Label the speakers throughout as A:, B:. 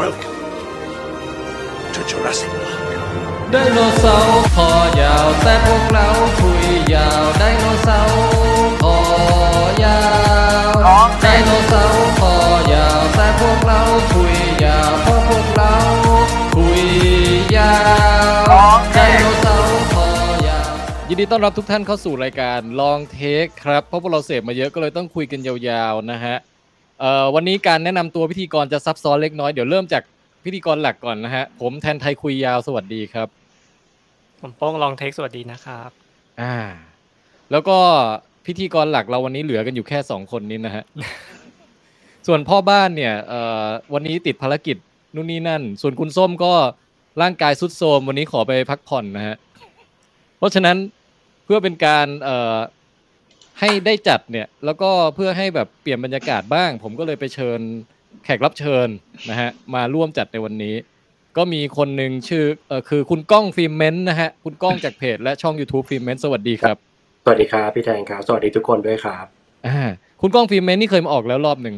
A: Welcome to Jurassic Park.
B: ไดโนเสาร์คอยาวแต่พวกเราคุยยาวไดโนเสาร์คอยาวไดโนเสาร์คอยาวแต่พวกเราคุยยาวเพราะพวกเราคุยยาวไดโนเสาร์คอยาวยินดีต้อนรับทุกท่านเข้าสู่รายการลองเทคครับเพราะพวกเราเสพมาเยอะก็เลยต้องคุยกันยาวๆนะฮะ เอ่อวันนี้การแนะนำตัวพิธีกรจะซับซ้อนเล็กน้อยเดี๋ยวเริ่มจากพิธีกรหลักก่อนนะฮะ ผมแทนไทยคุยยาวสวัสดีครับ
C: ผมโป้งลองเทคสวัสดีนะครับ
B: อ่า แล้วก็พิธีกรหลักเราวันนี้เหลือกันอยู่แค่สองคนนี้นะฮ ะ ส่วนพ่อบ้านเนี่ยเอ่อวันนี้ติดภารกิจนู่นนี่นั่น ส่วนคุณส้มก็ร่างกายสุดโทรมวันนี้ขอไปพักผ่อนนะฮะ เพราะฉะนั้นเพื่อเป็นการเอ่อให้ได้จัดเนี่ย แล้วก็เพื่อให้แบบเปลี่ยนบรรยากาศบ้าง ผมก็เลยไปเชิญแขกรับเชิญนะฮะ มาร่วมจัดในวันนี้ ก็มีคนหนึ่งชื่อเออคือคุณก้องฟิล์มเมนต์นะฮะ คุณก้องจากเพจและช่อง YouTube ฟิล์มเมนต์สวัสดีครับ
D: สวัสดีครับพี่แทนครับ สวัสดีทุกคนด้วยครับ
B: อ่าคุณก้องฟิล์มเมนต์นี่เคยมาออกแล้วรอบหนึ่ง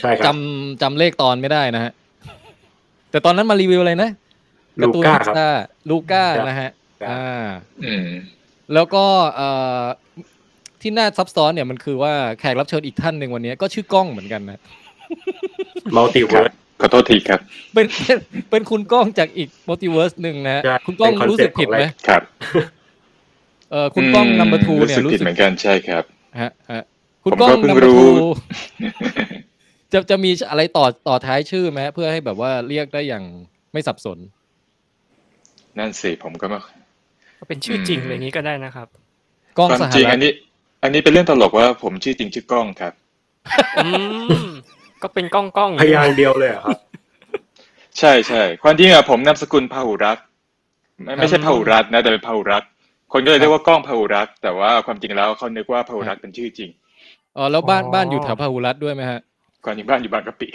D: ใช่ครั
B: จ
D: บ
B: ำจำเลขตอนไม่ได้นะฮะ แต่ตอนนั้นมารีวิวอะไรนะ
D: ลูก้า
B: พิซ
D: ครับ
B: ซ่าลูก้า
D: ครับ
B: นะฮะ
D: ครับ
B: อ่า
E: อืม
B: แล้วก็เอ่อที่น่าซับซ้อนเนี่ยมันคือว่าแขกรับเชิญอีกท่านหนึ่งวันนี้ก็ชื่อก้องเหมือนกันนะ
D: มัลติเวิร์ ส
E: ขอโทษทีครับ
B: เป็นเป็นเป็นคุณก้องจากอีกมัลติเวิร์สหนึ่งนะฮะ
D: ใช่
B: คุณก้อง
D: เป็นคอน
B: รู้
D: เซ็ปต์
B: สึกผิดไหม
D: ของราย
E: ครับ
B: เออคุณก้องนัมเบอร์ทูเนี่ย
E: รู้
B: รู้
E: สึกผิด
B: สึก
E: เหมือนกันใช่ครับ
B: ฮะฮะคุณ
E: ผม
B: ก้อง
E: ก็เพิ่ง
B: นัมเบอ
E: รู้
B: ร์ ทูจะจะมีอะไรต่อต่อท้ายชื่อไหมเพื่อให้แบบว่าเรียกได้อย่างไม่สับสน
E: นั่นสิผมก็ไมา
C: ก็เป็นชื่อ
E: อืม
C: จริงอะไรอย่างนี้ก็ได้ นะครับ
B: ก้อง
E: ความ
B: สห
E: จริง
B: รั
E: อั
B: ฐ
E: นนี้ อันนี้เป็นเรื่องตลกว่าผมชื่อจริงชื่อกล้องครับ
C: อืม ก็เป็นกล้องกล้อง
D: พยางค์เดียวเลยเหรอครับ
E: ใช่ใช่ความจริงอะผมนามสกุลพหุรัตน์ไม่ไม่ใช่พหุรัตน์นะแต่เป็นพหุรัตน์คนก็เลยเรียกว่ากล้องพหุรัตน์แต่ว่าความจริงแล้วเขานึกว่าพหุรัตน์เป็นชื่อจริง
B: อ๋อแล้วบ้านบ้านอยู่แถวพาหุรัตด้วยไหมฮะ
E: ความจริงบ้านอยู่บางกะปิ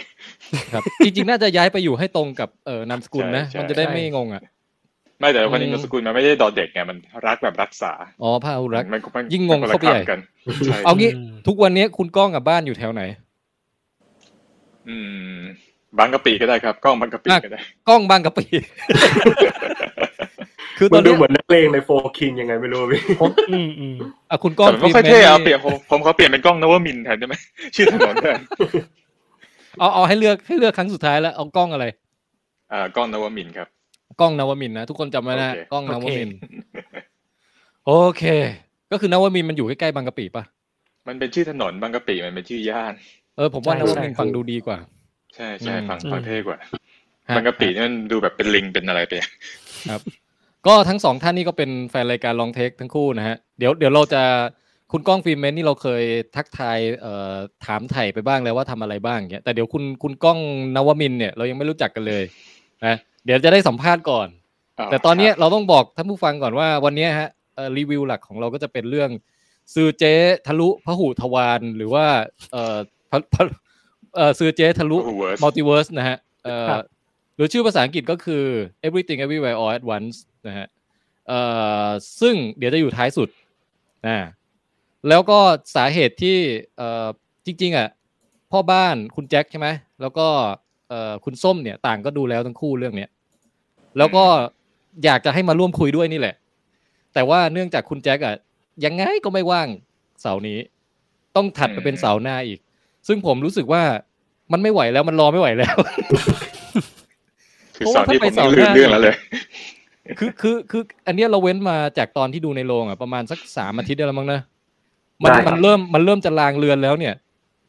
B: ครับ จริงๆ น่าจะย้ายไปอยู่ให้ตรงกับเออนามสกุลนะ
E: ใช่ใช่
B: มันจะได้ไม่งงอ่ะ
E: ไม่แต่ความจริ
B: อื
E: ง
B: ม
E: นามสกุลมันไม่ได้ดอเด็กไงมันรักแบบรักษา
B: อ๋อพาหุรัต
E: มันมัน
B: ยิ่งงง
E: มันคนละ
B: เข้าไปใหญ่
E: คำกันใช่
B: เอางี้ทุกวันนี้คุณก้องกับบ้านอยู่แถวไหน
E: อืมบางกะปิก็ได้ครับกล้องบางกะปิก็ได้
B: ก้องบางกะ ปิ คือต
D: มั
B: อน น
D: ดู
B: เนี้ย
D: เหมือนนักเลงในโฟคิงยังไงไม่รู้พี่
C: อืมอืม
B: อ่ะคุณก้อง
E: แต่มันไม่ค่อยเท่เอาเปลี่ยนผมผมขอเปลี่ยนเป็นกล้องนวมินทร์แทนได้ไหม ชื่อถนนเลย
B: เอาเอาให้เลือกให้เลือกครั้งสุดท้ายแล้วเอาก้องอะไร
E: อ่ากล้องนวมินทร์ครับ
B: ก้องนวมินทร์นะทุกคนจำไว้นะ
E: โอเค
B: ก้องนวมินทร์โอเค ก็คือนวมินทร์มันอยู่ใกล้ๆบางกะปิปะ
E: มันเป็นชื่อถนนบางกะปิมันเป็นชื่อย่าน
B: เออผมว่านวมินทร์
D: ใช่
B: ฟังดูดีกว่า
E: ใช่ใช่
B: อืม
E: ฟังฟังเท่กว่า
B: ฮ
E: บางกะปินี่มันดูแบบเป็นลิงเป็นอะไรไป
B: ก็ทั้งสองท่านนี่ก็เป็นแฟนรายการลองเทคทั้งคู่นะฮะเดี๋ยวเดี๋ยวเราจะคุณก้องฟิล์มเมนต์นี่เราเคยทักทายเอ่อถามไถ่ไปบ้างแล้วว่าทำอะไรบ้างเงี้ยแต่เดี๋ยวคุณคุณก้องนวมินทร์เนี่ยเรายังไม่รู้จักกันเลยนะเดี๋ยวจะได้สัมภาษณ์ก่อน แต่ตอนเนี้ยเราต้องบอกท่านผู้ฟังก่อนว่าวันเนี้ยฮะเอ่อรีวิวหลักของเราก็จะเป็นเรื่องซื้อเจ๊ทะลุพหูทวารหรือว่าเอ่อพะพะเอ่อซื้อเจ๊ทะลุ
E: Multiverse
B: มัลติเวิร์สนะฮะเอ่อหรือชื่อภาษาอังกฤษก็คือ everything everywhere all at once นะฮะเอ่อซึ่งเดี๋ยวจะอยู่ท้ายสุดนะแล้วก็สาเหตุที่เอ่อจริงๆอ่ะพ่อบ้านคุณแจ็คใช่ไหมแล้วก็เอ่อคุณส้มเนี่ยต่างก็ดูแล้วทั้งคู่เรื่องเนี้ย แล้วก็อยากจะให้มาร่วมคุยด้วยนี่แหละ แต่ว่าเนื่องจากคุณแจ็คอะยังไงก็ไม่ว่างเสาร์นี้ ต้องถัดไปเป็นเสาร์หน้าอีก ซึ่งผมรู้สึกว่ามันไม่ไหวแล้วมันรอไม่ไหว แล้ว
E: คือสอนที่
B: เพ
E: ผ
B: ราะว่า
E: ม
B: ถ้า
E: นี่
B: ไป
E: ลื
B: ส
E: ม
B: อน
E: เรื่องแล้วเลย
B: คือคือคืออันเนี้ยเราเว้นมาจากตอนที่ดูในโรงอ่ะประมาณสักสามอาทิตย์ได้แล้วมั้งนะมัน
D: ได้ครับ
B: มันเริ่มมันเริ่มจะลางเลือนแล้วเนี่ย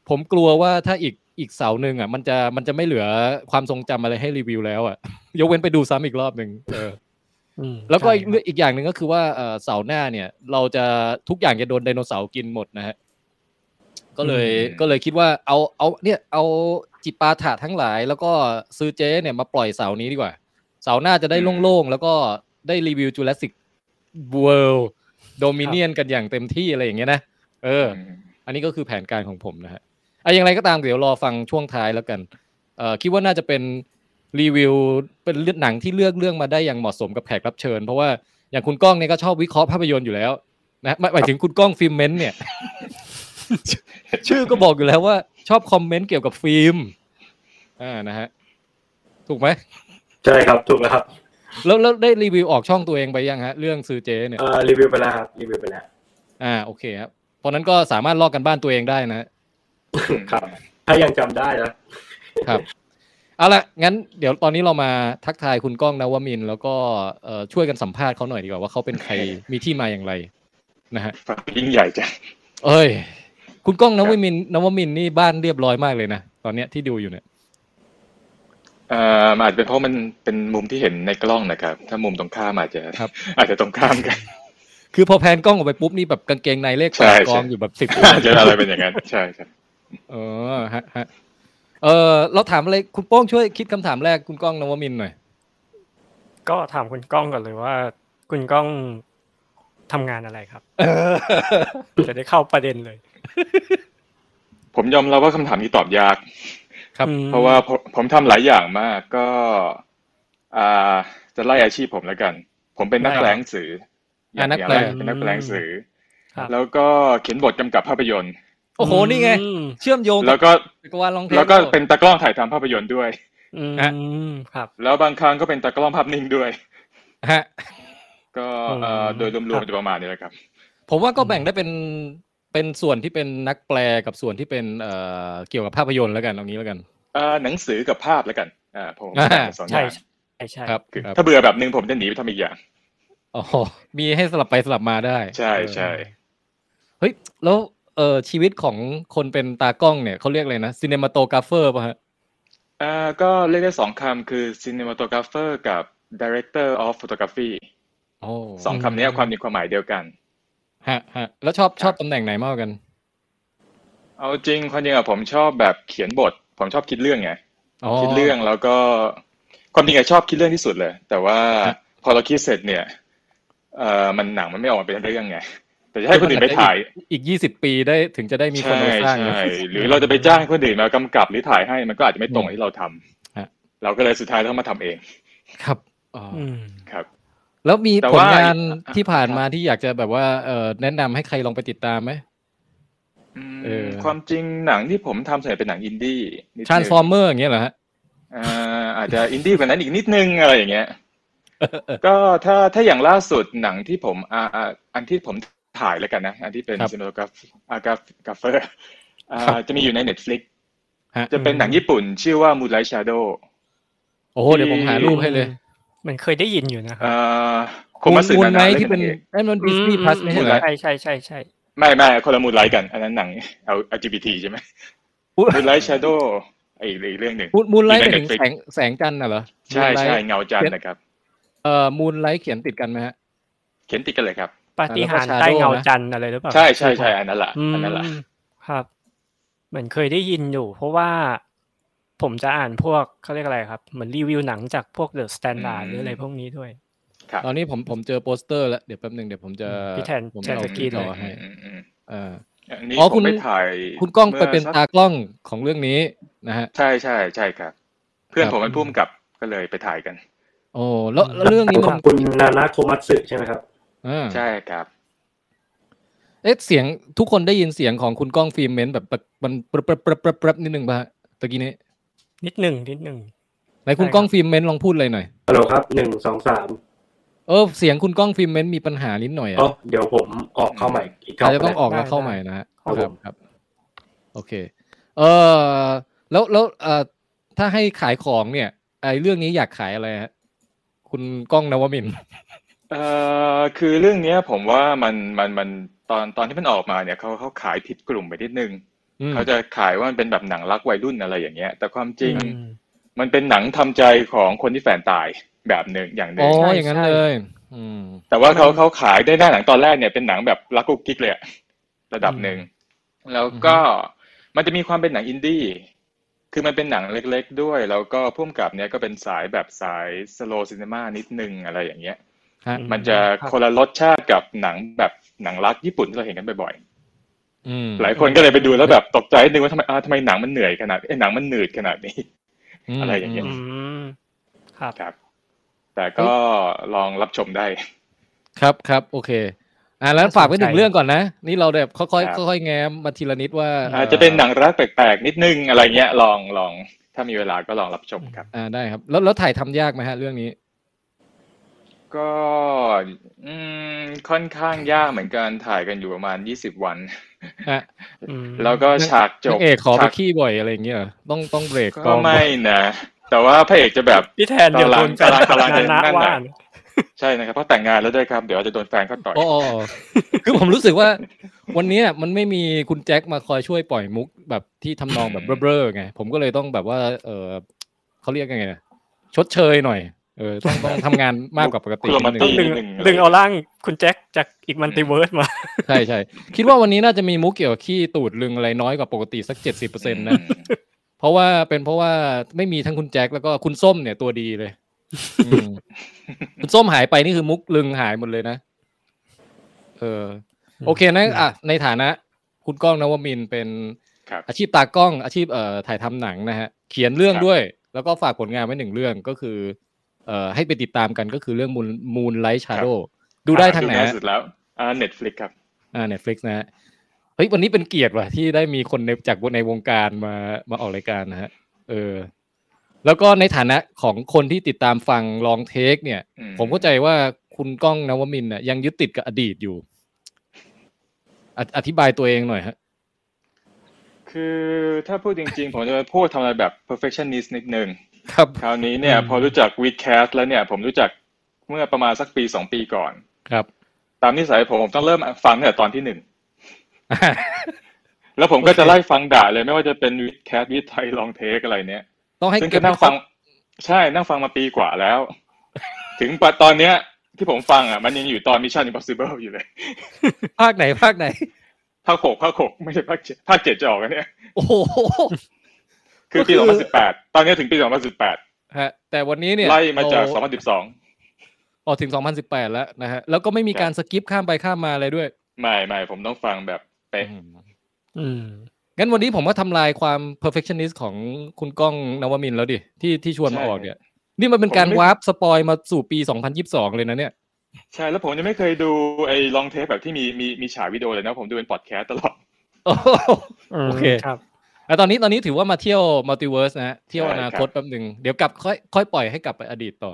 B: ผมกลัวว่าถ้าอีกอีกเสาร์หนึ่งอ่ะ มันจะมันจะไม่เหลือความทรงจำอะไรให้รีวิวแล้วอ่ะ ยกเว้นไปดูซ้ำอีกรอบหนึ่งเออ
C: อืม
B: แล้วก็อีก
C: ใช่
B: เรื่องอีกอย่างหนึ่งก็คือว่าเอ่อเสาร์หน้าเนี่ย เราจะทุกอย่างจะโดนไดโนเสาร์กินหมดนะฮะก็เลย
E: อืม
B: ก็เลยคิดว่าเอาเอาเนี่ยเอาจิปาถะทั้งหลาย แล้วก็ซื้อเจ๊เนี่ยมาปล่อยเสาร์นี้ดีกว่า เสาร์หน้าจะได้โล่งๆ แล้วก็ได้รีวิวจูเลสิกเวิลด์โดมิเนียนกันอย่างเต็มที่อะไรอย่างเงี้ยนะเออ อันนี้ก็คือแผนการของผมนะฮะไอ้อย่างไรก็ตามเดี๋ยวรอฟังช่วงท้ายแล้วกันเอ่อคิดว่าน่าจะเป็นรีวิวเป็นเรื่องหนังที่เลือกเรื่องมาได้อย่างเหมาะสมกับแขกรับเชิญ เพราะว่าอย่างคุณก้องเนี่ยก็ชอบวิเคราะห์ภาพยนตร์อยู่แล้วนะหมายหมายถึงคุณก้องฟิล์มเมนต์เนี่ย ชื่อก็บอกอยู่แล้วว่าชอบคอมเมนต์เกี่ยวกับฟิล์มอ่านะฮะ ถูกไหม
D: ใช่ครับถูกแล้วครับ
B: แล้วแล้วได้รีวิวออกช่องตัวเองไปยังฮะ เรื่องซื้อเจเนี่ย
D: เอ่อรีวิวไปแล้วครับรีวิวไปแล้ว
B: อ่าโอเคครับเพราะนั้นก็สามารถลอกกันบ้านตัวเองได้นะฮะ
D: ครับ ถ้ายังจำได้นะครับ
B: เอาละงั้นเดี๋ยวตอนนี้เรามาทักทายคุณก้องนวมินทร์แล้วก็เอ่อช่วยกันสัมภาษณ์เขาหน่อยดีกว่าว่าเขาเป็นใคร มีที่มาอย่างไรนะฮะ
E: ฟังยิ่งใหญ่จัง
B: เอ้ย คุณก้องนวมินทร์นวมินทร์นี่บ้านเรียบร้อยมากเลยนะตอนเนี้ยที่ดูอยู่เนี่ย
E: เอ่ออาจเป็นเพราะมันเป็นมุมที่เห็นในกล้องนะครับ ถ้ามุมตรงข้ามอาจจะ
B: ครับ
E: อาจจะตรงข้ามกัน
B: คือพอแพนกล้องออกไปปุ๊บนี่แบบกางเกงในเลขแปด
E: ใช่
B: กอง
E: ใช่
B: อยู่แบบสิบ
E: อาจจะอะไรเป็นอย่างนั้นใช่ใช่
B: เออฮะฮะเออเราถามอะไรคุณโป้งช่วยคิดคำถามแรกคุณก้องนวมินทร์หน่อย
C: ก็ถามคุณก้องก่อนเลยว่า คุณก้องทำงานอะไรครับ จะได้เข้าประเด็นเลย
E: ผมยอมรับว่าคำถามนี้ตอบยาก
B: ครับ
C: อืม
E: เพราะว่าผมผมทำหลายอย่างมากก็อ่าจะไล่อาชีพผมแล้วกัน ผมเป็นนัก
B: ได้
E: แปลหนังสืออย่า
B: อ่าง นัก
E: อย่าง
B: แปล
E: แรกเป็นนักแปลหนังสือ
C: ครับ
E: แล้วก็เขียนบทกำกับภาพยนตร์
B: โอ้โหนี่ไง
C: อืม
B: เชื่อมโยง
E: แล้วก็
B: จักรวาลร้องเพลง
E: แล้วก็
B: ด้วย
E: เป็นตากล้องถ่ายทำภาพยนตร์ด้วย
C: อืม
B: ฮะ
C: ครับ
E: แล้วบางครั้งก็เป็นตากล้องภาพนิ่งด้วย
B: ฮะ
E: ก็เอ่อ
C: อืม
E: โดย
C: ค
E: ร
C: ว รั
E: ม
C: บ
E: ๆจะประมาณนี้แหละครับ
B: ผมว่าก็แบ่งได้เป็นเป็นส่วนที่เป็นนักแปลกับส่วนที่เป็นเอ่อเกี่ยวกับภาพยนตร์แล้วกันเอางี้แล้วกัน
E: เอ่อหนังสือกับภาพแล้วกันอ่าผม
B: อ่า
E: แบ่งเป็นสองอ
C: ใช่
E: ย่าง
C: ใช่ใช่
B: ครับ
E: คือ
B: ครับ
E: ถ้าเบื่อแบบหนึ่งผมจะหนีไปทำอีกอย่าง
B: อ๋อมีให้สลับไปสลับมาได้
E: ใช่ใช่
B: เออเฮ้ยแล้วเออชีวิตของคนเป็นตากล้องเนี่ยเขาเรียกอะไรนะซีเนมาโตกราเฟอร์ป่ะฮะ
E: อ่าก็เรียกได้สองคำคือ cinematographer กับ director of photography
B: โอ้
E: สองคำนี้ความมีความหมายเดียวกัน
B: ฮะฮะแล้วชอบชอบตำแหน่งไหนมากกว่ากัน
E: เอาจริงความจริงอะผมชอบแบบเขียนบท ผมชอบคิดเรื่องไง คิดเรื่องแล้วก็ความจริงอะชอบคิดเรื่องที่สุดเลย แต่ว่า
B: ครับ
E: พอเราคิดเสร็จเนี่ยเออมันหนังมันไม่ออกมาเป็นเรื่องไง แต่จะให้คนอื่นไปถ่าย
B: อีกยี่สิบปีได้ถึงจะได้มีคน
E: ใช่
B: มาสร้างนะ
E: ใช่หรือเราจะไปจ้างคนอื่นมากำกับหรือถ่ายให้มันก็อาจจะไม่ตรงกับที่เราท
B: ฮะ
E: ำเราก็เลยสุดท้ายต้องมาทำเอง
B: ครับอ๋ออ
C: อืม
E: ครับ
B: แล้วมี
E: แต่
B: ผล
E: ว่าง
B: าน
E: อ่ะ
B: ที่ผ่านมาที่อยากจะแบบว่าเออแนะนำให้ใครลองไปติดตามไหม
E: อืม
B: เออ
E: ความจริงหนังที่ผมทำส่วนใหญ่เป็นหนังอินดี้นิดนึง
B: Transformer อย่างเงี้ยเหรอฮะ
E: อ่าอาจจะอินดี้กว่านั้นอีกนิดนึงอะไรอย่างเงี้ย ก็ถ้าถ้าอย่างล่าสุดหนังที่ผมอ่าอ่าอันที่ผมถ่ายแล้วกันนะ อันที่เป็น
B: ครับ
E: ซิมโนกราฟอากราฟกราเฟอร์อ่า
B: ครับ
E: จะมีอยู่ใน Netflix
B: ฮะ
E: จะเป็นหนังญี่ปุ่นชื่อว่า Moonlight Shadow
B: โอ้โหเดี๋ยวผมหารูปให้เลย
C: มันเคยได้ยินอยู่นะครับ
E: อ่าคุณมาสึ
B: มูล
E: นา
B: ไน
E: นา
B: ท์
E: เล่น
B: ที่
E: เป็
B: เป็น น
E: นางเอก
B: นั่นมันดิสนีย์พลัสไม่ใช่เหรอ
C: ใช่ใช่ใช่ใช่
E: ไม่ไม่คนละมูนไลท์กัน อันนั้นหนัง LGBT ใช่ไหม Moonlight Shadow ไอ้อีกเรื่องหนึ่ง
B: มูลมูลไลท์
E: อยู่
B: เป็น
E: ใน
B: ถึง
E: Netflix
B: แสงแสงจันทร์น่ะเหรอ
E: ใช่ใช่
B: Moonlight
E: เงาจันทร์นะครับ
B: เอ่อมูลไลท์เขียนติดกันไหมฮะ
E: เขียนติดกันเลยครับ
C: ปาฏิหาริย์
B: แล้วก็ Shadow
C: ใต้เงา
B: นะ
C: จันทร์อะไรหรือเปล่า
E: ใช่ใช่ใช่อันนั้นแหละ
C: อืม
E: อันนั้นแหละ
C: ครับ เหมือนเคยได้ยินอยู่ เพราะว่าผมจะอ่านพวกเขาเรียกอะไรครับ เหมือนรีวิวหนังจากพวกเดอะสแตนดาร์
E: อืม
C: หรืออะไรพวกนี้ด้วย
E: ครับ
B: ตอนนี้ผมผมเจอโปสเตอร์แล้วเดี๋ยวแป๊บหนึ่งเดี๋ยวผมจะ
C: พี่แทน
B: ผม
C: แท
B: จะ
C: น
B: เอา
C: สกี
B: ที่
C: หน่
B: ต่
C: อย
B: อให้
E: อืมอืม
B: เออ
E: อืมอันนี้
B: อ๋อ
E: ผ
B: คุ
E: ม
B: ณ
E: ไปถ่าย
B: คุณกล้องไปเป็น
E: มื่สัก
B: ตากล้องของเรื่องนี้นะฮะ
E: ใช่ใช่ใช่ครับ เพื่อน
B: ครับ
E: ผมเป็นผู้กำกับก็เลยไปถ่ายกัน
B: โอ้แล้วแล้วเรื่องนี้
D: ข
B: มั
D: อน บคุณนานาโคมัตสึใช่ไหมครับ
B: อ่า
E: ใช่ครับ
B: เอ๊ะเสียงทุกคนได้ยินเสียงของคุณก้องฟิล์มเมนต์แบบแบบมันปรับปรับปรับปรับปรับนิดนึงป่ะฮะตะกี้นี้
C: นิดหนึ่งนิดหนึ่ง
B: ไหนคุณ
C: ใช่ครับ
B: ก้องฟิล์มเมนต์ลองพูดเลยหน่อย
D: ฮัลโหลครับหนึ่งสองสาม
B: เออเสียงคุณก้องฟิล์มเมนต์มีปัญหานิดหน่อยอะ
D: อ๋อเดี๋ยวผมออกเข้าใหม่อีกรอ
B: อา
D: บ
B: จจะต้องออก
C: ได้
B: แล้วเข้า
C: ได้
B: ใหม่นะฮะ
D: ครับผม
B: ครับโอเคเออแล้วแล้วเอ่อถ้าให้ขายของเนี่ยไอเรื่องนี้อยากขายอะไรฮะคุณก้องนวมินทร์
E: เอ่อคือเรื่องเนี้ยผมว่ามันมันมันตอนตอนที่มันออกมาเนี่ยเขาเขาขายผิดกลุ่มไปนิดนึง
B: อืม
E: เขาจะขายว่ามันเป็นแบบหนังรักวัยรุ่นอะไรอย่างเงี้ย แต่ความจริง
C: อืม
E: มันเป็นหนังทำใจของคนที่แฟนตายแบบหนึ่งอย่างหนึ่
B: อ๋อง
C: ใช่
B: อย่างนั้น
C: ใช่
B: เลยอืม
E: แต่ว่าเขาเขาขายได้หน้าหนังตอนแรกเนี่ยเป็นหนังแบบรักกุ๊กกิ๊กเลยอะระดับหนึ่งแล้วก็มันจะมีความเป็นหนังอินดี้คือมันเป็นหนังเล็กๆด้วย แล้วก็พุ่มกับเนี่ยก็เป็นสายแบบสายสโลซินีมานิดนึงอะไรอย่างเงี้ย
B: ฮะ
E: มันจะ
C: ครับ
E: คนละรสชาติกับหนังแบบหนังรักญี่ปุ่นที่เราเห็นกันบ่อย
B: อืม
E: ๆ หลายคนก็เลยไปดูแล้วแบบตกใจนิดนึงว่าทำไมอ่าทำไมหนังมันเหนื่อยขนาดไอ้ยหนังมันหนืดขนาดนี้
B: ม
E: อะไรอย่างเงี้ย
C: อืมครับ
E: ครับ แต่ก็ลองรับชมได้
B: ครับครับโอเคอ่าแล้วฝากไว้หนึ่ง
C: น่าสนใจ
B: เรื่องก่อนนะ นี่เราแบบค่อย
E: ครับ
B: ๆค่อยๆแง้มมาทีละนิดว่า
E: อาจจะเป็นหนังรักแปลกๆนิดนึงอะไรเงี้ย ลองลอง ถ้ามีเวลาก็ลองรับชมครับ
B: อ่าได้ครับ แล้วแล้วถ่ายทำยากไหมฮะเรื่องนี้
E: ก็อืมค่อนข้างยากเหมือนกันถ่ายกันอยู่ประมาณยี่สิบวัน
B: ฮะ
C: อืม
E: แล้วก็ฉากจ
B: นาง
E: บ
B: เอกขอไป
E: ฉาก
B: ขี้บ่อยอะไรอย่างเงี้ยเหรอต้องต้องเบรกก
E: ก็
B: อง
E: ไม่นะ แต่ว่าพระเอกจะแบบ
C: พี่แทนเดี๋ยวโดนแฟนคลับ
E: ตาราง
C: นานะ
E: ตารางตาราง
C: ว่า
E: ใช่นะครับเพราะแต่งงานแล้วด้วยครับ เดี๋ยวจะโดนแฟนเขาต่อย
B: อ๋ออ๋ออ๋อคือผมรู้สึกว่า วันเนี้ยมันไม่มีคุณแจ็คมาคอยช่วยปล่อยมุกแบบที่ทำนองแบบเบ้อๆไง ผมก็เลยต้องแบบว่า เออเขาเรียกยังไงนะชดเชยหน่อย เออต้องต้องทำงานมากกว่าปกติ
E: คุณ
B: นิด
E: ต้
B: นึ
E: อง
B: ง
E: ดึ
C: ดึ
E: ง
C: งดึงเอาร่างคุณแจ็คจากอีกมันติเวิร์สมา
B: ใช่ใช่คิดว่าวันนี้น่าจะมีมุกเกี่ยวกับขี้ตูดลึงอะไรน้อยกว่าปกติสักเจ็ดสิบเปอร์เซ็นต์นะ เพราะว่าเป็นเพราะว่าไม่มีทั้งคุณแจ็คแล้วก็คุณส้มเนี่ยตัวดีเลยอืม คุณส้มหายไปนี่คือมุกลึงหายหมดเลยนะ เออ
C: อืม
B: โอเคนะอ่ะในฐานะ คุณก้องนวมินทร์เป็น
E: ครับ
B: อาชีพตากล้อง อาชีพเอ่อถ่ายทำหนังนะฮะ เขียนเรื่อง
E: ครับ
B: ด้วย แล้วก็ฝากผลงานไว้หนึ่งเรื่องก็คือ เอ่อ ให้ไปติดตามกันก็คือเรื่องมูลมูลไลท์ชาโดดูได้ทางไหน
E: ดู
B: ฮะ
E: ล่าสุดแล้วอ่าเน็ตฟลิกครับ
B: อ่า Netflix นะฮะ เฮ้ย วันนี้เป็นเกียรติว่ะที่ได้มีคนในจากในวงการมามาออกรายการนะฮะ เออ แล้วก็ในฐานะของคนที่ติดตามฟังลองเทคเนี่ย
E: อืม
B: ผมเข้าใจว่าคุณก้องนวมินทร์น่ะยังยึดติดกับอดีตอยู่ ออธิบายตัวเองหน่อยฮะ
E: คือถ้าพูดจริงๆ ผมจะพูดทำอะไรแบบ perfectionist นิดนึง
B: ครับ
E: คราวนี้เนี่ย
C: อืม
E: พอรู้จัก Weedcast แล้วเนี่ย ผมรู้จักเมื่อประมาณสักปีสองปีก่อน
B: ครับ
E: ตามนิสัยผมผมต้องเริ่มฟังตั้งแต่ตอนที่หนึ่ง แล้วผมก็จะไล่ฟังด่าเลยไม่ว่าจะเป็น Weedcast วิดไทยลองเทคอะไรเนี่ย
B: ต้องให้
E: ซึ่ง
B: เก็
E: ก็
B: บ
E: นั่งฟัง ใช่นั่งฟังมาปีกว่าแล้ว ถึงปะตอนเนี้ย ที่ผมฟังอ่ะ มันยังอยู่ตอน Mission Impossible อยู่เลย
B: ภาคไหนภาคไหน
E: ภาคหกภาคหกไม่ใช่ภาคเจ็ดภาคเจ็ดจะออกกันเนี่ย
B: โอ้โห
E: คือปี
B: ก็คือ
E: สองพันสิบแปดตอนเนี้ยถึงปีสองพันสิบแปด
B: ฮะ แต่วันนี้เนี่ย
E: ไล่มาจาก
B: เอ
E: สองพันสิบสอง
B: ออกถึง 2018 แล้วนะฮะ แล้วก็ไม่มีการสกิปข้ามไปข้ามมาอะไรด้วย
E: ไม่ไม่ผมต้องฟังแบบเป๊ะ
C: อืม
B: งั้นวันนี้ผมก็ทำลายความ perfectionist ของคุณก้องนวมินทร์แล้วดิ ที่ที่ชวนมา
E: ใช่
B: ออกเนี่ย นี่มันเป็นการ
E: ผมไม่
B: วาร์ปสปอยมาสู่ปี 2022 เลยนะเนี่ย
E: ใช่แล้วผมยังไม่เคยดูไอ้ลองเทปแบบที่มีมีมีฉากวิดีโอเลยนะ ผมดูเป็นพอดแคสต์ตลอด
B: โอเค
C: ครับ
B: อ่ะตอนนี้ตอนนี้ถือว่ามาเที่ยวมัลติเวิร์สนะฮะเที่ยว
E: ใช่
B: อนาคต
E: ครับ
B: แป๊บหนึ่งเดี๋ยวกลับค่อยค่อยปล่อยให้กลับไปอดีตต่อ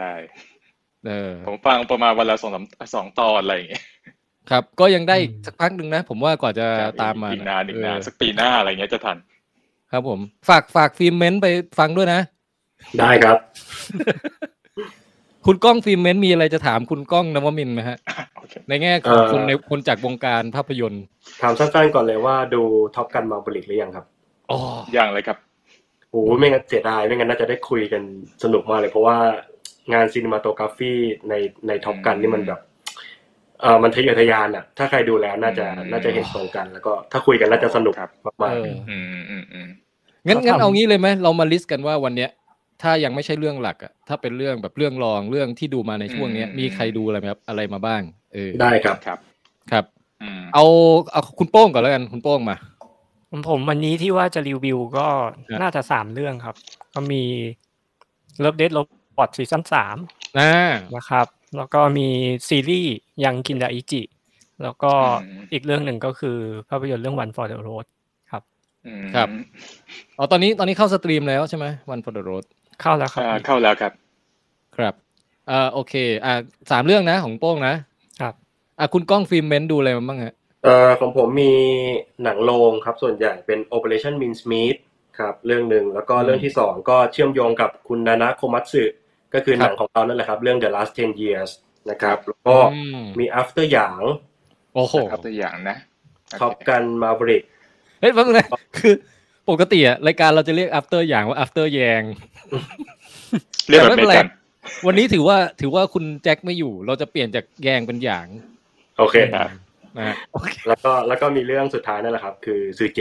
E: ได้
B: เออ
E: ผมฟังประมาณวันละสองสามสองตอนอะไรอย่างเงี้ย
B: ครับ ก็ยังได้อีกสักพักหนึ่งนะ ผมว่ากว่าจะ
E: ครับ
B: ตามมา
E: อีกนานอีกนาน
B: เออ
E: สักปีหน้าอะไรเงี้ยจะทัน
B: ครับผม ฝากฝากฟิล์มเมนต์ไปฟังด้วยนะ
D: ได้ครับ
B: คุณก้องฟิล์มเมนต์มีอะไรจะถามคุณก้องนวมินทร์ไหมฮะ
E: โอเค
B: ในแง่ของ
D: เอ่อ
B: คนในคนจากวงการภาพยนตร์
D: ถามสั้นๆก่อนเลยว่าดูท็อปกันมาบริกหรือยังครับ
B: อ๋อ
E: อย่างเลยครับ
D: โอ้โหไม่งั้นเสียดายไม่งั้นน่าจะได้คุยกันสนุกมากเลยเพราะว่างานซีนิมาโตกราฟีในในท็อปกันนี่มันแบบเออมันทะเยอทะยานอ่ะ ถ้าใครดูแล้วน่าจะ
E: อืม
D: น่าจะเห็นตรงกัน แล้วก็ถ้าคุยกันน่าจะสนุกมาก
B: เออ
E: อืมอืมอืม
B: งั้นงั้นเอางี้เลยไหมเรามาลิสต์กันว่าวันเนี้ย ถ้ายังไม่ใช่เรื่องหลักอะถ้าเป็นเรื่องแบบเรื่องรองเรื่องที่ดูมาในช่วงเนี้ยมีใครดูอะไรไหมครับอะไรมาบ้าง เออ
D: ๆได้ครับ
E: ครับ
B: ครับ
E: อืม
B: เอาเอาคุณโป้งก่อนแล้วกันคุณโป้งมา
C: ของผมวันนี้ที่ว่าจะรีวิวก็
B: ครับ
C: น่าจะสามเรื่องครับ ก็มี Love Dead Robot ซีซั่นสาม
B: นะ
C: นะครับ แล้วก็มีซีรีส์ยังกินดาอิจิ แล้วก็อีกเรื่องหนึ่งก็คือภาพยนตร์เรื่อง One for the Road
E: อืม
B: ครับ อ๋อตอนนี้ตอนนี้เข้าสตรีมแล้วใช่ไหมวันฟอร์ดโรด
C: เข้าแล้วครับ
E: อ่าเข้าแล้วครับ
B: ครับอ่าโอเค อ่าสามเรื่องนะของโป้งนะครับ อ่ะคุณก้องฟิล์มเมนต์ดูอะไรมาบ้างฮะ
D: เอ่อของผมมีหนังโรงครับ ส่วนใหญ่เป็น Operation Min Smith ครับ เรื่องหนึ่งแล้วก็
B: อืม
D: เรื่องที่สองก็เชื่อมโยงกับคุณนานะโคมัตสึก็คือ
B: ค
D: ห
B: รับ
D: นังของเรานั่นแหละครับ เรื่อง The Last 10 Years นะครับ แล้วก็
B: อืม
D: มี After หยาง
B: โอ้โห
E: ครับตัวอย่างนะโเ
D: ท็อปกันมาบริก
B: เฮ้ยแป๊บนึงนะคือปกติอะรายการเราจะเรียก after อย่างว่า after แยง
E: เรียกแบบเมกัน
B: วันนี้ถือว่าถือว่าคุณแจ็คไม่อยู่ เราจะเปลี่ยนจากแยงเป็นหยาง
D: โอเค
E: ครับ
B: นะฮะโอเค
D: แล้วก็แล้วก็มีเรื่องสุดท้ายนั่นแหละครับ คือซือเจ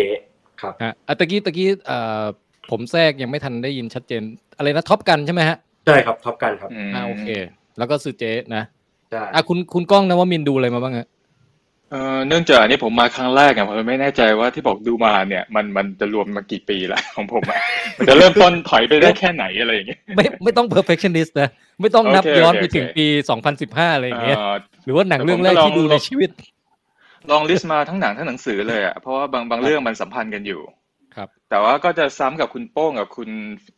D: ครับ
B: ฮะอ่ะตะกี้ตะกี้เอ่อผมแทรกยังไม่ทันได้ยินชัดเจน อะไรนะท็อปกันใช่ไหมฮะ
D: ใช่ครับท็อปกันครับ
E: ม
B: อ่าโอเค แล้วก็ซือเจนะ
D: ใช่
B: อ่ะคุณคุณก้องนะว่ามินดูอะไรมาบ้างฮะ
E: เอ่อเนื่องจากอันนี้ผมมาครั้งแรกอ่ะผมไม่แน่ใจว่าที่บอกดูมาเนี่ย มันมันจะรวมมากี่ปีละ ของผมอ่ะมันจะเริ่มต้นถอยไปได้แค่ไหนอะไรอย่างเงี้ย
B: ไม่ไม่ต้อง perfectionist นะไม่ต้องนับ
E: โอเค
B: ย้อน
E: โอเค
B: ไปถึงปี 2015 อะไรอย่างเงี้ย
E: เอ่อ
B: หรือว่าหนังเรื่องแรกที่ดูในชีวิต
E: ลองลิสต์มาทั้งหนังทั้งหนังสือเลยอ่ะเพราะว่าบางบางเรื่องมันสัมพันธ์กันอยู่
B: ครับ
E: แต่ว่าก็จะซ้ำกับคุณโป้งกับคุณ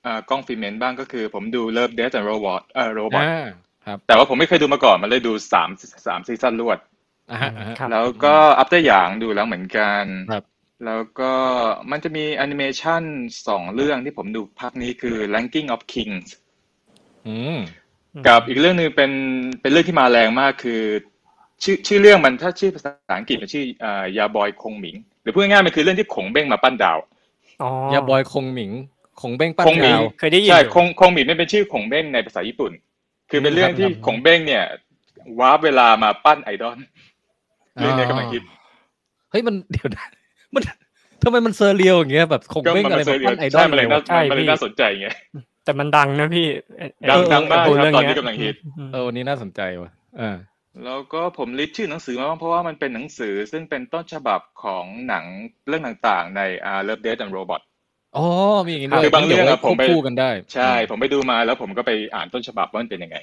E: เอ่อกล้องฟิเมนบ้างก็คือผมดู Love, Death and Robot เอ่อ Robot
B: อ่าครับ
E: แต่ว่าผมไม่เคยดูมาก่อน มันเลยดูสามสามซีซั่นรวด
B: อ่าฮะอ่าฮะ
C: ครับ
E: แล้วก็อัปเดตอย่างดูแล้วเหมือนกัน
B: ครับ
E: แล้วก็มันจะมีแอนิเมชันสองเรื่องที่ผมดูภาคนี้คือ Ranking of Kings
B: อืม
E: กับอีกเรื่องหนึงเป็นเป็นเรื่องที่มาแรงมากคือ ชื่อชื่อเรื่องมันถ้าชื่อภาษาอังกฤษมันชื่อเอ่อยาบอยคงหมิง หรือพูดง่ายๆมันคือเรื่องที่ขงเบ้งมาปั้นดาว
C: อ๋อ
B: ยาบอยคงหมิงคงเบ้งปั้น
E: คงหมิง
B: ดาว
C: เคยได้ยิน
E: ใช่
C: อยู่
E: คงคงหมิงไม่เป็นชื่อขงเบ้งในภาษาญี่ปุ่น คือเป็นเรื่องที่
B: ครับ
E: ขงเบ้งเนี่ยวาร์ปเวลามาปั้นไอดอลเรื่องเนี้ยกำลังฮิต
B: เฮ้ยมันเดี๋ยวนะมันทำไมมันเซอร์เรียลอย่างเงี้ยแบบคง
E: ก็
B: เบ้ง
E: มัน
B: อะไร
E: เป็นเซอร์เรีย
B: ปั้
E: ล
B: นไอดอ
E: ใช่
B: ล
E: มันเลย
B: เลยวะ
E: น่า
C: ใช่
E: มันเลย
C: พี่
E: น่าสนใจไง
C: แต่มันดังนะพี่ไอ้ไอ้
B: เออ
E: ดังดังมาก
B: เออ
E: ครับตอนนี้
C: เย
E: กำลังฮิต
C: อืม
B: เออวันนี้น่าสนใจว่ะอ่า
E: แล้วก็ผมลิสต์ชื่อหนังสือมาบ้างเพราะว่ามันเป็นหนังสือซึ่งเป็นต้นฉบับของหนังเรื่องต่างๆ ในอ่า Love, Death and Robot
B: อ๋อ มีอย่างนี้ด้ว
E: คื
B: ย
E: อบางเรื่องอะ
B: ดี๋ยวว้
E: ผม
B: ค
E: ไป
B: วบคู่กันได้
E: ใช่ ผมไปดูมาแล้วผมก็ไปอ่านต้นฉบับว่ามันเป็นยังไง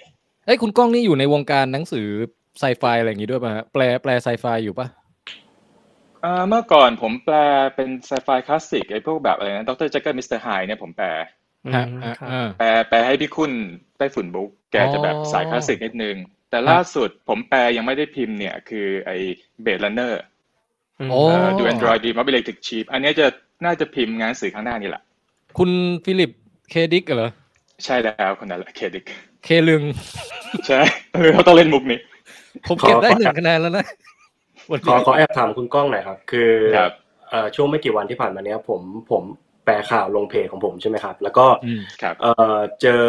B: เอ้ยคุณก้องนี่อยู่ในวงการหนังสือไซไฟอะไรอย่างนี้ด้วยป่ะฮะแปลแปลไซไฟอยู่ป่ะ
E: อ่าเมื่อก่อนผมแปลเป็นไซไฟคลาสสิกไอ้พวกแบบอะไรนะดรแจ็คเกอร์มิสเตอร์ไฮเนี่ยผมแปล
B: ฮะ
C: อื
B: อ่าม
C: ครับ
B: อ่า
E: แปลแปลให้พี่คุณใต้ฝุ่นบุ๊กแกจะแบบ
B: อ๋อ
E: สายคลาสสิกนิดนึง แต่ล่าสุดผมแปลยังไม่ได้พิมพ์เนี่ยคือไอ้เบดลันเนอร์
B: โอ้
E: เอ่อดู Android ดีมับ Electric Sheep อันเนี้ยจะน่าจะพิมพ์งานสื่อข้างหน้านี่แหละ
B: คุณฟิลิปเคดิกเหรอ
E: ใช่แล้วคนนั้นแหละเคดิก
B: เคลึง
E: ใช่ เขาต้องเล่นมุกนี้
B: ผมเก็บได้
D: ขอ
B: หนึ่งคะแนนแล้วนะวัน
D: ขอ
B: นี้
D: ขอแอบถามคุณก้องหน่อยครับ คือ
E: ครับ
D: เอ่อช่วงไม่กี่วันที่ผ่านมาเนี้ยผมผมแปลข่าวลงเพจของผมใช่ไหมครับ แล้วก็
B: อืม
E: ครับ
D: เอ่อเจอ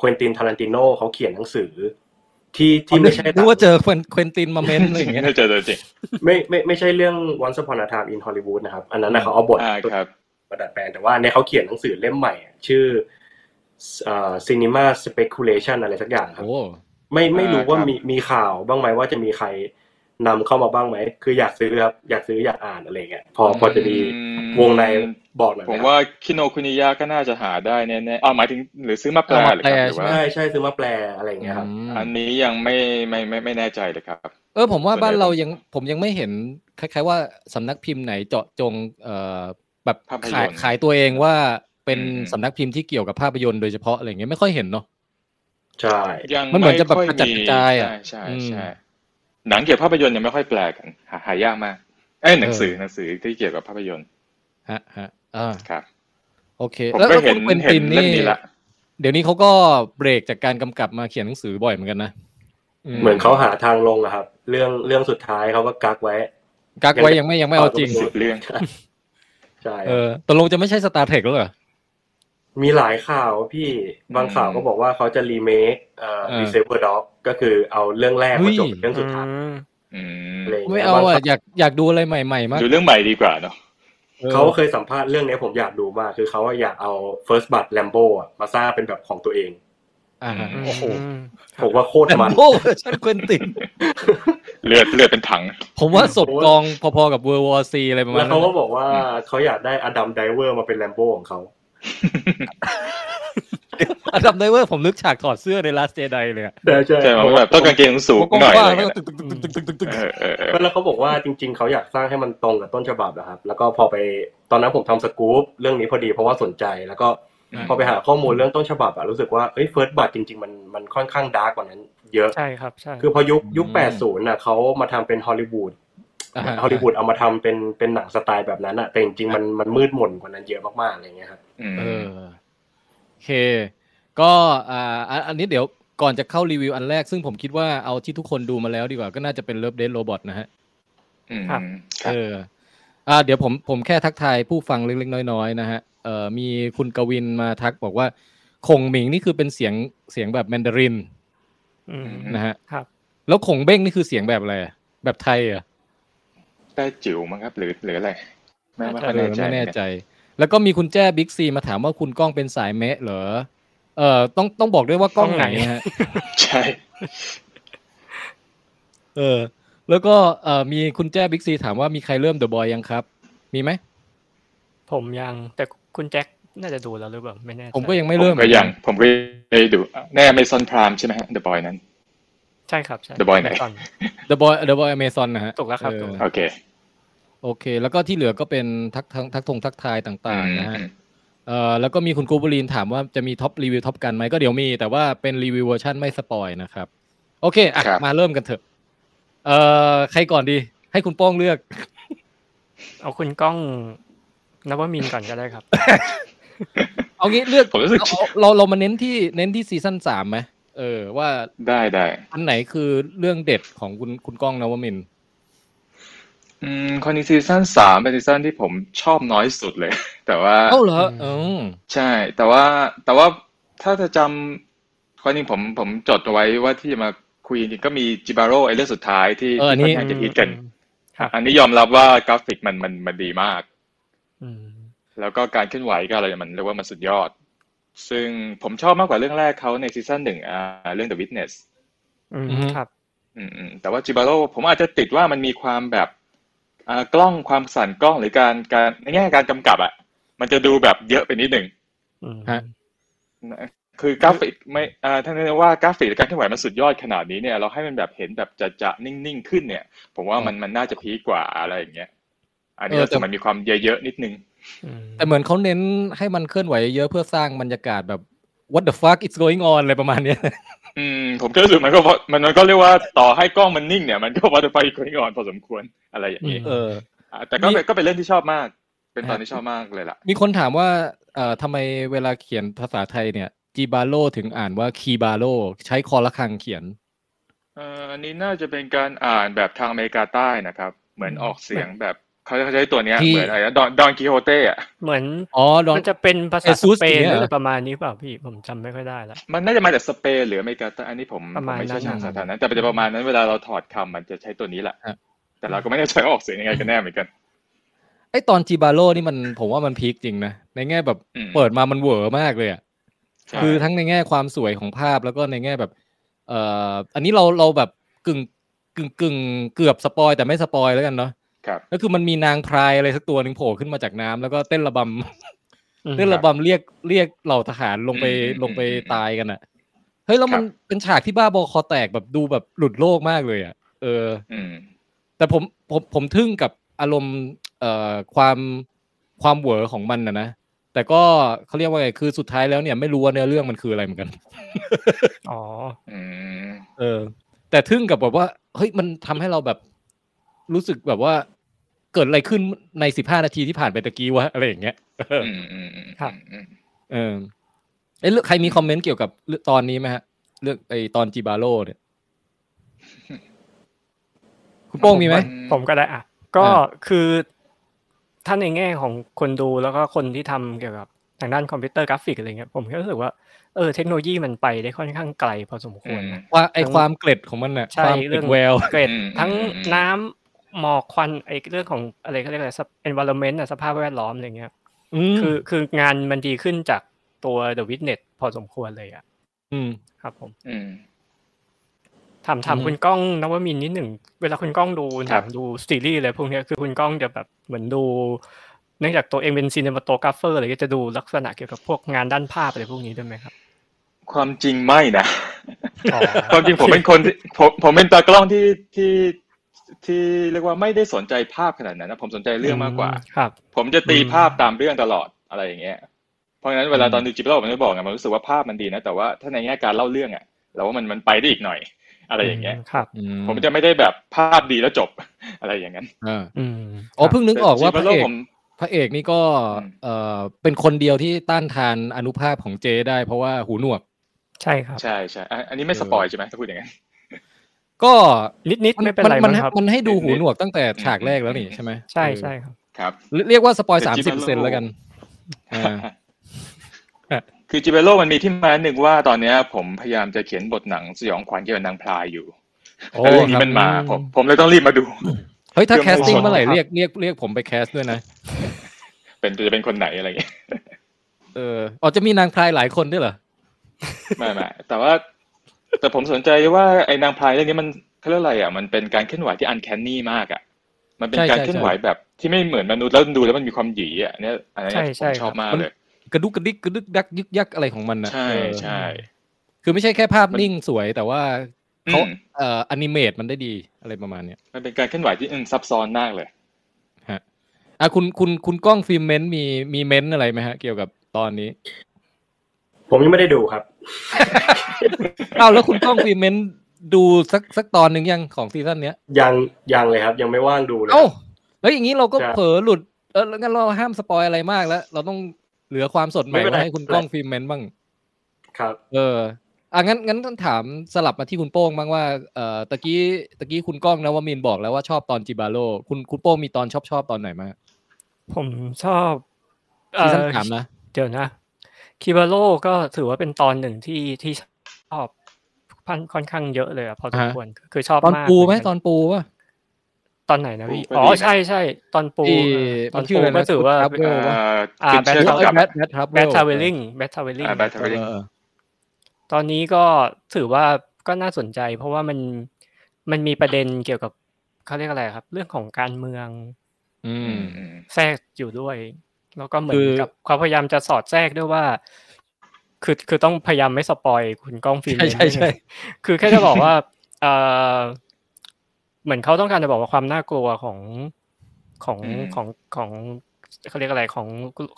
D: ควินตินทารันติโนเขาเขียนหนังสือ ที่ที่ไม่ใช่
B: นึกว่าเจอเควินเควินตินมาเม้นอะไรอย่างเงี้ย
E: น่าจะจริง
D: ไม่ไม่ไม่ใช่เรื่อง Once Upon a Time in Hollywood นะครับ อันนั้นนะเขาเอาบท
E: อ่าครับ
D: มาดัดแปลงแต่ว่าในยเขาเขียนหนังสือเล่มใหม่อะชื่อเอ่อ cinema speculation อะไรสักอย่างครับ
B: โอ้
D: ไม่ไม่รู้ว่า
E: อ่าครับ
D: มีมีข่าวบ้างไหมว่าจะมีใครนำเข้ามาบ้างไหม คืออยากซื้อครับ อยากซื้ออยากอ่านอะไรเงี้ยพอพอจะมีวงในบอกหน่อย
E: ผม
D: ไหครับ
E: ว่าคิโนคุนิยะก็น่าจะหาได้แน่ๆอ๋อหมายถึงหรือซื้อมาแปล
B: เอา
E: หรือ
B: มาแปล
E: ครับหรือว่า
D: ใช่ใช่ซื้อมาแปลอะไรเงี้ยครับ
B: อืม
E: อันนี้ยังไม่ไม่ไม่ไม่แน่ใจเลยครับ
B: เออ ผมว่า
E: ส่วนใหญ่
B: บ้านเรายังผมยังไม่เห็นคล้ายๆว่าสำนักพิมพ์ไหนเจาะจงเอ่อแบบ
E: ภาพยนตร์
B: ขายขายตัวเองว่าเป็น
E: อืม
B: สำนักพิมพ์ที่เกี่ยวกับภาพยนตร์โดยเฉพาะอะไรเงี้ยไม่ค่อยเห็นเนาะ
D: ใช่
E: ยัง
B: มันเหมือนจะแบบ
E: ไค่ย
B: กระจัดกระจายอะ
E: ใช่
B: อืม
E: ใช่ใช่หนังเกี่ยวกับภาพยนตร์ยังไม่ค่อยแปลกันหาหายากมากเอ้ยหนังสือหนังสือที่เกี่ยวกับภาพยนตร์
B: ฮะฮะอ่า
E: ครับ
B: โอเค
E: ผม
B: แล้ว
E: ก็
B: แล้ว
E: เห็
B: คุ
E: น
B: ณเควินติน
E: เห็นเล่ม
B: นี่
E: นี้ละ
B: เดี๋ยวนี้เขาก็เบรกจากการกำกับมาเขียนหนังสือบ่อยเหมือนกันนะอืม
D: เหมือนเขาหาทางลงอะครับ เรื่องเรื่องสุดท้ายเขาก็กักไว้
B: กักไว้ยังไม่ยังไม่เอาจริง
E: สิบเรื่อง
D: ใช่
B: เออตกลงจะไม่ใช่สตาร์เทคแล้วเหรอ
D: มีหลายข่าวพี่บางข่าวก็บอกว่าเขาจะรีเมคเอ่อ
B: เออ
D: Reservoir Dog ก็คือเอาเรื่องแรกมาจบเป็นเรื่องสุดท้าย
C: อืม
E: อืม
D: อะไรย่งงี้ย
B: ไม่เอาอ่ะ
D: บงครั้ง
B: อยากอยากดูอะไรใหม่ๆมาก
E: ดูเรื่องใหม่ดีกว่าเนาะ
B: ออ
D: เขาเคยสัมภาษณ์เรื่องนี้ผมอยากดูมาก คือเขาอะอยากเอา first blood Lambo อะมาสร้างเป็นแบบของ ตัวเอง
B: อ่าฮะ
C: ม
B: โอ้โห
D: ผมว่าโคตร
B: แอม
D: มัน
B: โบเวอร์ชันเควินติน
E: เลือดเลือดเป็นถัง
B: ผมว่าศพ
D: ผมว่า
B: กองพอๆกับเวอร์วอร์ซีอะไรประมาณ
D: แล้ว
B: นั้น
D: เขาก็
B: นะ
D: บอกว่าเขาอยากได้อดัมไดเวอร์มาเป็น Lambo ของเขา
B: อันดับไดเวอร์ผมนึกฉากถอดเสื้อในลาสเจไดเลยอะ
D: ใช่ใช่
E: ใช่ไหมว่าแบบต้องกางเกงสูง
B: กว้
E: หน่อย
B: า
E: อะ
B: งๆแล้
E: ไร
B: ว
E: เงี้
B: ก็
E: ย
B: ตึกตึกตึกตึกตึกตึก
E: เออเออเออ
D: แล้วเขาบอกว่าจริง ๆ เขาอยากสร้างให้มันตรงกับต้นฉบับนะครับ แล้วก็พอไปตอนนั้นผมทำสกู๊ปเรื่องนี้พอดีเพราะว่าสนใจ แล้วก็พอไปหาข้อมูลเรื่องต้นฉบับอะรู้สึกว่าเอ้ย first blood จริง ๆ มันมันค่อนข้างดาร์กกว่านั้น เยอะ
C: ใช่ครับใช่
D: คือพอยุคยุค 80น่ะเขามาทำเป็นฮอลลีวูด
B: อ่าฮะ
D: ฮอลลีวูดเอามาทำเป็นเป็นหนังสไตล์แบบนั้นอะแต่จริงๆมันมันมืดมนกว่านั้นเยอะมากๆอะไรเงี้ยครับ
E: อืม
B: เออโอเค ก็อ่าอันอันนี้เดี๋ยวก่อนจะเข้ารีวิวอันแรก ซึ่งผมคิดว่าเอาที่ทุกคนดูมาแล้วดีกว่าก็น่าจะเป็นเลิฟเด d โรบอทนะฮะ
E: มค
B: เออ
E: รับ
B: อ่าเดี๋ยวผมผมแค่ทักทายผู้ฟังเล็กๆน้อยๆนะฮะ เอ่อมีคุณกวินมาทักบอกว่า คงหมิงนี่คือเป็นเสียงเสียงแบบแมนดาริน
C: ม
B: นะฮะ
C: ครับ
B: แล้วคงเบ้งนี่คือเสียงแบบอะไรอะแบบไทยเหรอ่ะ
E: ได้จิ๋วมั้งครับ หรือหรืออะไร ไม่ไม่ค่อย
B: เออ
E: แน่ใจ
B: ไม่แน่ใจ แล้วก็มีคุณแจ้บิ๊กซีมาถามว่าคุณกล้องเป็นสายเมะเหรอ เออต้องต้องบอกด้วยว่ากล้องไหนนะฮะ
E: ใช่
B: เออ แล้วก็เอ่อมีคุณแจ้บิ๊กซีถามว่ามีใครเริ่มเดอะบอยยังครับ มีไหม
C: ผมยังแต่คุณแจ็คน่าจะดูแล้วหรือเปล่าไม่แน่ใจ
B: ผมก็ยัง
E: ผ
B: ไม่เริ่ม
E: มก็ยัง ผมก็ได้ดูแน่เมซอนพรามใช่ไหมฮะเดอะบอยนั้น
C: ใช่ครับใช่
E: The Boy ไหน
C: ก่อน
B: เดอะบอยเดอะบอยอเมซอนนะฮะ
C: ถูกแล้วครับ
B: เออ
C: ถูกแล้ว
E: โอเค
B: โอเค แล้วก็ที่เหลือก็เป็นทักทักทักทงทักทายต่างๆนะฮะ เอ่อแล้วก็มีคุณกูบลีนถามว่าจะมีท็อปรีวิวท็อปกันไหมก็เดี๋ยวมี แต่ว่าเป็นรีวิวเวอร์ชันไม่สปอยนะครับ โอเคอ่ะ
E: ครับ
B: มาเริ่มกันเถอะ เอ่อใครก่อนดี ให้คุณโป้องเลือก
C: เอาคุณกล้องนวมินทร์ก่อนก็ได้ครับ
B: เอางี้เลือก
E: ผมรู้สึก
B: เอาเอาเราเรามาเน้นที่เน้นที่ซีซั่นสามไหมเออ ว่า
E: ได้ได้
B: อันไหนคือเรื่องเด็ดของคุณคุณก้องนวมินทร์
E: อืมคอนนี้ซีซั่นสามเป็นซีซั่นที่ผมชอบน้อยสุดเลย แต่ว่า
B: เอ้าเหรอเออ
E: ใช่ แต่ว่าแต่ว่าถ้าจะจำความจริงผมผมจดเอาไว้ว่าที่จะมาคุยจริงๆก็มีจิบาโร่ไอเรื่องสุดท้ายที่
B: เอออัน
E: ที่
B: นี้
E: ค่อนข้างจะฮิตกัน
C: ครับ
E: อันนี้ยอมรับว่ากราฟิกมันมันมันดีมาก
C: อืม
E: แล้วก็การเคลื่อนไหวก็อะไรมันเรียกว่ามันสุดยอด ซึ่งผมชอบมากกว่าเรื่องแรกเขาในซีซั่นหนึ่งอ่าเรื่อง The Witness
C: อืมครับ
E: อืมๆแต่ว่าจิบาโร่ผมอาจจะติดว่ามันมีความแบบอ่ากล้องความสั่นกล้องหรือการการในแง่การกำกับอ่ะมันจะดูแบบเยอะไปนิดหนึ่ง
C: อืม
E: นะคือกราฟิกไม่อ่าถ้าเรียกว่ากราฟิกหรือการเคลื่อนไหวมันสุดยอดขนาดนี้เนี่ย เราให้มันแบบเห็นแบบจะจะๆนิ่งๆขึ้นเนี่ย ผมว่ามันมันน่าจะพีคกว่าอะไรอย่างเงี้ย อันนี้เราจะมันมีความเยอะๆนิดนึง
C: อืม
B: แต่เหมือนเขาเน้นให้มันเคลื่อนไหวเยอะเพื่อสร้างบรรยากาศแบบ what the fuck is going on อะไรประมาณเนี้ย
E: อืมผมก็รู้สึกมันก็พอมันมันก็เรียกว่าต่อให้กล้องมันนิ่งเนี่ย มันก็วัดไปคุยก่อนพอสมควรอะไรอย่างนี้
B: เออ
E: อ่าแต่ก็เป็
B: มี
E: นก็เป็นเรื่องที่ชอบมาก เป็นตอนที่ชอบมากเลยล่ะ
B: มีคนถามว่าเอ่อทำไมเวลาเขียนภาษาไทยเนี่ยจีบาโลถึงอ่านว่าคีบาโลใช้คอละครังเขียน
E: เอ่ออันนี้น่าจะเป็นการอ่านแบบทางอเมริกาใต้นะครับ เหมือนออกเสียงแบบเขาเขาใช้ตัวเนี้ย
B: ที่
E: เหมือนอะไรนะดอนดอนกิโฮเต้อะ
C: เหมือน
B: อ๋อดอน
C: มันจะเป็นภาษา
B: เอซู
C: ส
B: ส
C: เปน
B: อย่างเงี้ย
C: อะ
B: เหร
C: ไร
B: อ
C: ประมาณนี้เปล่าพี่ผมจำไม่ค่อยได้ละ
E: มันน่าจะมาจากสเปนหรืออเมริกาใต้อันนี้ผม
C: ประมาณ
E: ผมไม่
C: นั้
E: เชี่ย
C: น
E: วชาญสาขานั้นแต่มันจะประมาณนั้นเวลาเราถอดคำมันจะใช้ตัวนี้แหละ
B: ฮะ
E: แต่เราก็ไม่แน่ใจว่าออกเสียงยังไงกันแน่เหมือนกัน
B: ไอตอนจีบาโลนี่มันผมว่ามันพีคจริงนะ ในแง่แบบ
E: อืม
B: เปิดมามันเหวอมากเลยอะ
E: ใช่
B: คือทั้งในแง่ความสวยของภาพแล้วก็ในแง่แบบเอ่ออันนี้เราเราแบบกึ่งกึ่งกึ่งเกือบสปอยแต่ไม่สปอยแล้วกันเนาะ
E: ครับ
B: ก็คือมันมีนางพรายอะไรสักตัวหนึ่งโผล่ขึ้นมาจากน้ำแล้วก็เต้นระบ
C: อืม
B: ำ เต้นระบำเรียกเรียกเหล่าทหารลงไป
E: อืม
B: ลงไป
E: อืม
B: ตายกันอะเฮ้ยแล้วมันเป็นฉากที่บ้าบอคอแตกแบบดูแบบหลุดโลกมากเลยอะเออ
E: อืม
B: แต่ผมผมผมทึ่งกับอารมณ์เอ่อความความเหวอของมันนะนะ แต่ก็เขาเรียกว่าไงคือสุดท้ายแล้วเนี่ยไม่รู้ว่าเนื้อเรื่องมันคืออะไรเหมือนกัน
C: อ๋อ
E: อืม
B: เออ แต่ทึ่งกับแบบว่าเฮ้ยมันทำให้เราแบบรู้สึกแบบว่าเกิดอะไรขึ้นในสิบห้านาทีที่ผ่านไปตะกี้วะอะไรอย่างเงี้ยเออ
E: อืมอืมอืม
C: ครับ
E: อืม
B: เออเอ้ยเรื่องใครมีคอมเมนต์เกี่ยวกับเรื่องตอนนี้ไหมฮะเรื่องไอตอนจีบาโร่เนี่ย คุณโป้งมีไหม
C: ผมก็ได้อ่ะ ก็
B: อ่า
C: คือถ้าในแง่ของคนดูแล้วก็คนที่ทำเกี่ยวกับทางด้านคอมพิวเตอร์กราฟิกอะไรเงี้ยผมก็รู้สึกว่าเออเทคโนโลยีมันไปได้ค่อนข้างไกลพอสมควรนะ
B: ว่าไอ
C: ทั้ง
B: ความเกล็ดของมันน่ะ
C: ใช่
B: ความ
C: เรื่
B: ติ
C: อ
B: ด
C: ง
B: แวว
C: เกรดทั้งน้ำหมอกควันไอ้เรื่องของอะไรเขาเรียกอะไร environment อะสภาพแวดล้อมอะไรเงี้ย
B: คื
C: คือ อคืองานมันดีขึ้นจากตัว The Witness พอสมควรเลยอะ
B: อืม
C: ครับผม
E: อืม
C: ถามถาม
B: อืม
C: คุณก้องนวมินทร์นิดหนึ่ง เวลาคุณก้องดูห
E: ครั
C: นั
E: บ
C: งดูซีรีส์อะไรพวกเนี้ยคือคุณก้องจะแบบเหมือนดู เนื่องจากตัวเองเป็นซีเนมาโตกราฟเฟอร์อะไรก็จะดูลักษณะเกี่ยวกับพวกงานด้านภาพอะไรพวกนี้ด้วยไหมครับ
E: ความจริงไม่นะ
C: อ๋อ
E: ความจริงผมเป็นคนที่ผมผมเป็นตากล้องที่ที่ที่เรียกว่าไม่ได้สนใจภาพขนาดนั้นนะผมสนใจเรื่องมากกว่า
C: ครับ
E: ผมจะตี
C: อืม
E: ภาพตามเรื่องตลอดอะไรอย่างเงี้ย เพราะฉะนั้นเวลาตอนดูจิบโร่ผมจะบอกไงมันรู้สึกว่าภาพมันดีนะ แต่ว่าถ้าในแง่การเล่าเรื่องอะเราว่ามันมันไปได้อีกหน่อย อะไรอย่างเงี้ย
C: ครับ
E: ผมจะไม่ได้แบบภาพดีแล้วจบ อะไรอย่างนั้น
B: อ่า
C: อืม
B: อ๋อเพิ่งนึกออกว่าพ
E: แต่
B: ระ
E: จิบโร่
B: เอก
E: ผม
B: พระเอกนี่ก็
E: อืม
B: เออเป็นคนเดียวที่ต้านทานอนุภาพของเจได้เพราะว่าหูหนวก
C: ใช่ครับ
E: ใช่ใช่อันอันนี้ไม่สปอยใช่ไหมถ้าพูดอย่างนั้น
B: ก็
C: นิดนิดๆไม่เป็นไร
B: มัน
C: มั้ง
B: ให้
C: ครับ
B: มันให้ดูหูหนวกตั้งแต่
E: อืม
B: ฉากแรกแล้วนี่
E: อืม
B: ใช่ไหม
C: ใช่
B: เออ
C: ใช่ครับ
E: ครับ
B: เรียเรียกว่าสปอย
E: แต่
B: สาม
E: จิ
B: สิบ
E: ม
B: เปอร์เซ็น
E: โร่
B: แล้วกันอ่า
E: คือจิเบโร่มันมีที่มาหนึ่งว่าตอนเนี้ยผมพยายามจะเขียนบทหนังสยองขวัญเกี่ยวกับนางพลายอยู่
B: โอ้
E: แล้วเรื่องนี้มันมา
B: ครับ
E: ผมผมเลยต้องรีบมาดู
B: เฮ้ยถ้า
E: เรื่
B: แค
E: อง
B: สติ้ง
E: ของ
B: เมื่อไหร่
C: ครับ
B: เรียกเรียกเรียกผมไปแคสด้วยนะ
E: เป็นจะเป็นคนไหนอะไรอย่างเงี้ย
B: เอออ๋อจะมีนางพรายหลายคนด้วยเหรอ
E: ไม่ไม่แต่ว่า แต่ผมสนใจว่าไอ้นางพลายเรื่องนี้มันเขาเรียกอะไรอ่ะมันเป็นการเคลื่อนไหวที่อันแคนนี่มากอ่ะมันเป็นการเคลื่อนไหวแบบที่ไม่เหมือนมนุษย์แล้วดูแล้วมันมีความหยีอ่ะเนี่ยอันนี้
C: ใช่
E: ผ
C: ใช่
E: มชอบมากเลย
B: กระดุกกระดิกกระดึกดักยึกยักอะไรของมันนะ
E: ใช่
B: เออ
E: ใช่
B: คือไม่ใช่แค่ภาพนิ่งสวยแต่ว่าเขา
E: อืม
B: เอ่ออนิเมตมันได้ดีอะไรประมาณเนี้ย
E: มันเป็นการเคลื่อนไหวที่อืมซับซ้อนมากเลย
B: ฮะ อ่ะคุณคุณคุณกล้องฟิล์มเมนต์มีมีเมนต์อะไรไหมฮะ เกี่ยวกับตอนนี้
D: ผมยังไม่ได้ดูครับ
B: อ้าวแล้วคุณกล้องฟิล์มเมนต์ดูสักสักตอนหนึ่งยังของซีซั่นเนี้ย
D: ยังยังเลยครับ ยังไม่ว่างดูเลย
B: เอ้าแล้วอย่างนี้เราก็
D: ครับ
B: เผลอหลุดเออแล้วงั้นเราห้ามสปอยอะไรมากแล้ว เราต้องเหลือความสดใหม่
D: ไม่เป็นไร
B: ไว้ให้คุณกล้องฟิล์มเมนต์บ้าง
D: ครับ
B: เอออ่ะงั้นงั้นต้องถามสลับมาที่คุณโป้งบ้างว่าเอ่อตะกี้ตะกี้คุณกล้องนะว่ามินบอกแล้วว่าชอบตอนจิบาโลคุณคุณโป้งมีตอนชอบชอบตอนไหนมาก
C: ผมชอบเอ่
B: ซีซั่น
C: อ
B: สามนะ
C: เดี๋ยวนะคิบาโลก็ถือว่าเป็นตอนหนึ่งที่ที่ชอบพันค่อนข้างเยอะเลยอะพอสมควรคือชอบ
B: ตอน
C: มาก
B: ปูไหม
C: เกั
B: ตอนปูป่ะ
C: ตอนไหนนะพี่
E: ปูก็
C: อ๋อ
E: ดีนะ
C: ใช่ใช่ตอนปู
B: ที่
C: ตอน
B: มันชื่
C: ปู
B: ออะไรนะ
C: ก็ถือว่า
B: Good Trouble
E: เอ่อ
C: อ่า
E: คิมเชอร์
C: Battle
E: กับ
B: แบทแบทครับ
C: แบททาวเวลลิ่งแบททาวเวลลิ่ง
E: อ่า Bad Traveling
C: ตอนนี้ก็ถือว่าก็น่าสนใจ เพราะว่ามันมันมีประเด็นเกี่ยวกับเขาเรียกอะไรครับ เรื่องของการเมือง
B: อื
E: อื
B: ม
E: มอืม
C: แทรกอยู่ด้วย แล้วก็เหมือ
B: คือ
C: นกับเขาพยายามจะสอดแทรกด้วยว่า คือคือต้องพยายามไม่สปอยคุณกล้องฟิล์ม
B: ใช่ใช่ใช่
C: คือแค่จะบอกว่า เออเหมือนเขาต้องการจะบอกว่าความน่ากลัวของของ
E: อืม
C: ของของเขาเรียกอะไรของ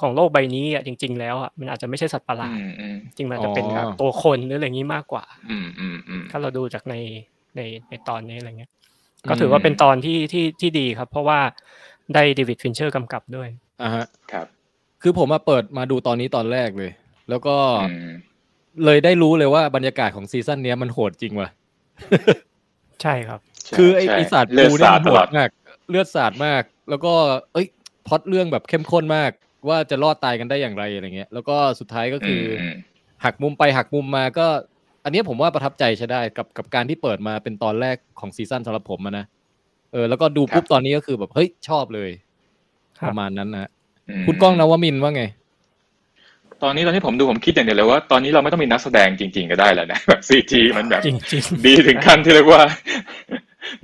C: ของโลกใบนี้อ่ะจริง ๆ แล้วอ่ะมันอาจจะไม่ใช่สัตว์ประหลาด
E: อืมอืม
C: จริงมันจะเป็นแบบตัวคนหรืออะไรอย่างนี้มากกว่า
E: อืมอืมอืม
C: ถ้าเราดูจากในในในตอนนี้อะไรเงี้ย ก็ถือว่าเป็นตอนที่ที่ที่ดีครับ เพราะว่าได้เดวิดฟินเชอร์กำกับด้วย
B: อ่าฮะ
E: ครับ
B: คือผมมาเปิดมาดูตอนนี้ตอนแรกเลย แล้วก็
E: อืม
B: เลยได้รู้เลยว่าบรรยากาศของซีซั่นเนี้ยมันโหดจริงว่ะ
C: ใช่ครับ
B: คือไอ้
E: ใช่
B: ปีศาจ
E: เลือด
B: ปูเนี่ย
E: สาด
B: มัน
E: ต
B: โห
E: ลอ
B: ด
E: ด
B: มาก เลือดสาดมาก แล้วก็เอ้ยพล็อดเรื่องแบบเข้มข้นมาก ว่าจะรอดตายกันได้อย่างไรอะไรเงี้ย แล้วก็สุดท้ายก็คืออ
E: ม
B: หักมุมไปหักมุมมาก็ อันเนี้ยผมว่าประทับใจใช้ได้กับกับการที่เปิดมาเป็นตอนแรกของซีซั่นสำหรับผมอะนะเออแล้วก็ดูปุ๊บตอนนี้ก็คือแบบเฮ้ยชอบเลย
C: ครับ
B: ประมาณนั้นนะฮะ
E: ม
B: คุณก้องนวมินทร์ว่าไง
E: ตอนนี้ตอนที่ผมดูผมคิดอย่างเดียวเลยว่าตอนนี้เราไม่ต้องมีนักแสดงจริง ๆ ก็ได้แล้วนะ แบบซีจีมันแบบ
C: จริงจริง
E: ดีถึงขั้นที่เรียกว่า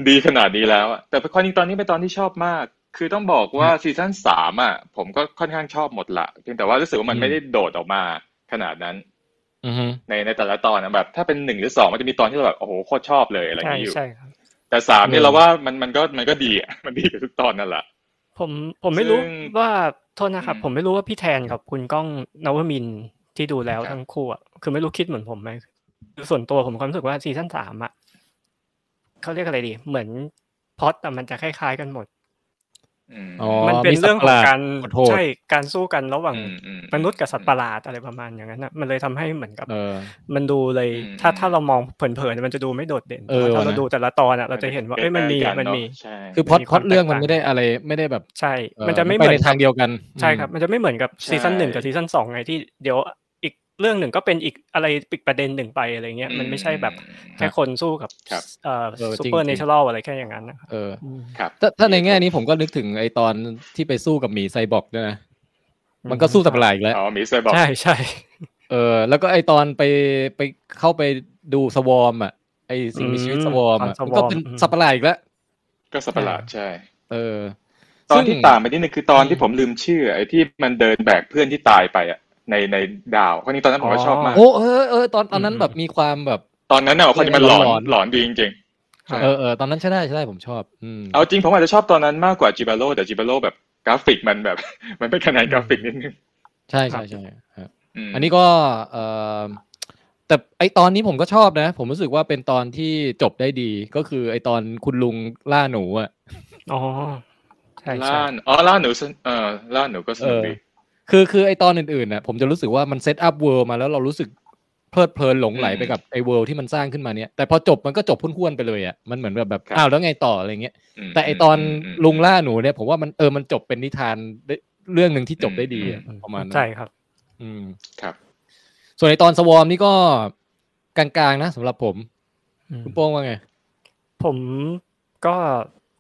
E: ดีขนาดนี้แล้วอะแต่ความจริงตอนนี้เป็นตอนที่ชอบมาก คือต้องบอกว่าซีซั่นสามอ่ะ ผมก็ค่อนข้างชอบหมดละเพียงแต่ว่ารู้สึกว่ามั
B: อื
E: น
B: ม
E: ไม่ได้โดดออกมาขนาดนั้น
B: อือฮึ
E: ในในแต่ละตอนนะแบบ ถ้าเป็นหนึ่งหรือสองมันจะมีตอนที่เราแบบโอ้โหโคตรชอบเลยอะไรอ
C: ใช่
E: ย่างนี้อยู่
C: ใช่ครับ
E: แต่สามเนี่ยเราว่ามันมันก็มันก็ดีอะมันดีกับทุกตอนนั่นแหละ
C: ผมผมไม่รู้
E: ซึ่ง
C: ว่าโทษนะครับ
E: อืม
C: ผมไม่รู้ว่าพี่แทนกับคุณก้องนวมินทร์ที่ดูแล้ว
E: ครับ
C: ทั้งคู่อ่ะคือไม่รู้คิดเหมือนผมไหมคือส่วนตัวผมความรู้สึกว่าซีซั่นสามอ่ะเขาเรียกอะไรดี เหมือนพล็อตอะมันจะคล้ายๆกันหมด
E: อืม
B: อ๋อ
C: มันเป็นเรื่องของการ
B: มีสัตว์ประหลดโหด
C: ใช่การสู้กันระหว่าง
E: อืมอืม
C: มนุษย์กับสัตว์ประหลาดอะไรประมาณอย่างนั้นนะมันเลยทำให้เหมือนกับ
B: เออ
C: มันดูเลย
E: อืม
C: ถ้าถ้าเรามองเผินๆมันจะดูไม่โดดเด่น
B: เออ
C: แต่ว่าถ้า
B: ว่ะ
C: เรา
B: นะ
C: ดูแต่ละตอนอ่ะเราจะเห็นว่าเอ้ยมันมี
E: ใกล้ๆกั
C: มันมี
E: เอะใช่
B: คือพล็อด
C: มี
B: พ
C: ค
B: ล็อ
C: วา
B: ด
C: ม
B: เรื่องมัน
C: แตกต่าง
B: ไม่ได้อะไรไม่ได้แบบ
C: ใช่
B: เอ่อ
C: มันจะไม่เห
B: ไป
C: มื
B: ใน
C: อน
B: ทางเดียวกัน
C: ใช่ครับ
B: อืม
C: มันจะไม่เหมือนกับ
E: ใช่
C: ซีซั่นหนึ่งกับซีซั่นสองไงที่เดี๋ยวอีกเรื่องหนึ่งก็เป็นอีกอะไรปิดประเด็นหนึ่งไปอะไรเงี้ยมันไม่ใช่แบบ
E: อืม
C: แค่คนสู้กับ
E: ครับ
C: เอ่อซูเปอร์เนเชอรัลอะไรแค่อย่างนั้นนะครับ
B: เออ
C: อืม
E: ครับ
B: ถ้าถ้าในแง่นี้ผมก็นึกถึงไอตอนที่ไปสู้กับหมีไซบอร์กด้วยนะ
C: อืม
B: มันก็สู้สัตว์ประหลาดอีกแล้ว
E: อ๋อมีไซบอร์ก
C: ใช่ใช่
B: เออ แล้วก็ไอตอนไปไปเข้าไปดูสวอมอ่ะ ไอสิ่งมีชีวิตสวอมอ่ะ มันก็เป็นสัตว์ประหลาดอีกแล้ว
E: ก็สัตว์ประหลาดใช่
B: เออ
E: ตอนที่
B: ซึ่ง
E: ต่างไปนิดนึงคือตอนที่ผมลืมชื่อไอ้ที่มันเดินแบกเพื่อนที่ตายไปอ่ะในในดาวคนนี้ตอนนั้นผมก็ชอบมาก
B: โอ้เออเออตอนตอนนั้นแบบมีความแบบ
E: ตอนนั้นน่ะคนนี้มันหลอน
B: หลอน
E: หลอนดีจริงๆ
B: เออเออตอนนั้นใช่ได้ใช่ได้ผมชอบ อืม
E: เอาจริงผมอาจจะชอบตอนนั้นมากกว่าจิบาโ o แต่จิบาโ o แบบกราฟิกมันแบบ มันเป็นคะแนนกราฟิกนิดนึง
B: ใช่ใช่ใช่ครับ
E: ม
B: อันนี้ก็เออแต่ไอตอนนี้ผมก็ชอบนะ ผมรู้สึกว่าเป็นตอนที่จบได้ดี ก็คือไอตอนคุณลุงล่าหนูอ่ะ
C: อ๋อใช่ใช่
E: ล่าหนูอ๋อล่าหนูสนเออล่าหนูก็สนุกดี
B: คือคือไอตอนอื่นๆน่ะผมจะรู้สึกว่ามันเซตอัพเวิลด์มาแล้วเรารู้สึกเพลิดเพลินหลงไหล
E: อืม
B: ไปกับไอเวิลด์ที่มันสร้างขึ้นมาเนี่ยแต่พอจบมันก็จบพุ่นๆไปเลยอ่ะมันเหมือนแบบแบบ
E: ครับ
B: อ้าวแล้วไงต่ออะไรเงี้ย
E: ม
B: แต่ไอตอน
E: ม
B: ลุงล่าหนูเนี่ยผมว่ามันเออมันจบเป็นนิทานได้เรื่องหนึ่งที่จบได้ดีอะ
C: อืม
B: ประมาณนั้น
C: ใช่ครับ
B: อืม
E: ครับ
B: ส่วนไอตอนสวอมนี่ก็กลางๆนะสำหรับผมคุณโป้งว่าไง
C: ผมก็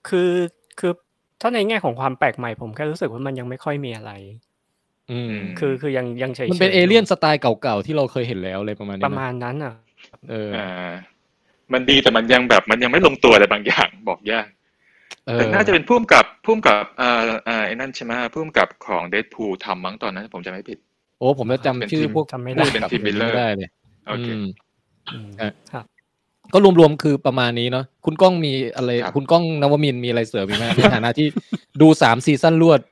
C: คือคือถ้าในแง่ของความแปลกใหม่ ผมแค่รู้สึกว่ามันยังไม่ค่อยมีอะไร
B: อืม
E: ม
C: คือคือยังยังเฉยๆ
B: มันเป็น
C: ยู่
B: เอเลี่ยนสไตล์เก่าๆที่เราเคยเห็นแล้วเลยประมาณนี้
C: ประ
B: น
C: มาณนั้นอ่ะ
B: เออ
E: อ่ามันดีแต่มันยังแบบมันยังไม่ลงตัวอะไรบางอย่าง บอกยาก
B: เออ
E: แต่น่าจะเป็นพุ่มกับพุ่มกับเอ่อเอ่อไอ้นั่นใช่ไหมพุ่มกับของเดดพูทำมั้งตอนนั้นผมจะไม่ผิด
B: โอ้ผมจะจำชื่อพวก
C: จำไม่ได้
B: ผู้กำ
E: เป็น
B: กับ
E: ทีมมิลเลอร์
B: ไม่ได้เลย
E: โอเค
B: อืม
C: อืม
B: เออ
C: ครับ
B: ก็รวมๆคือประมาณนี้เนาะคุณก้องมีอะไร
E: ครับ
B: คุณก้องนวมินทร์มีอะไรเสริมอีกไหมในฐานะที่ดูสามซีซั่นรวด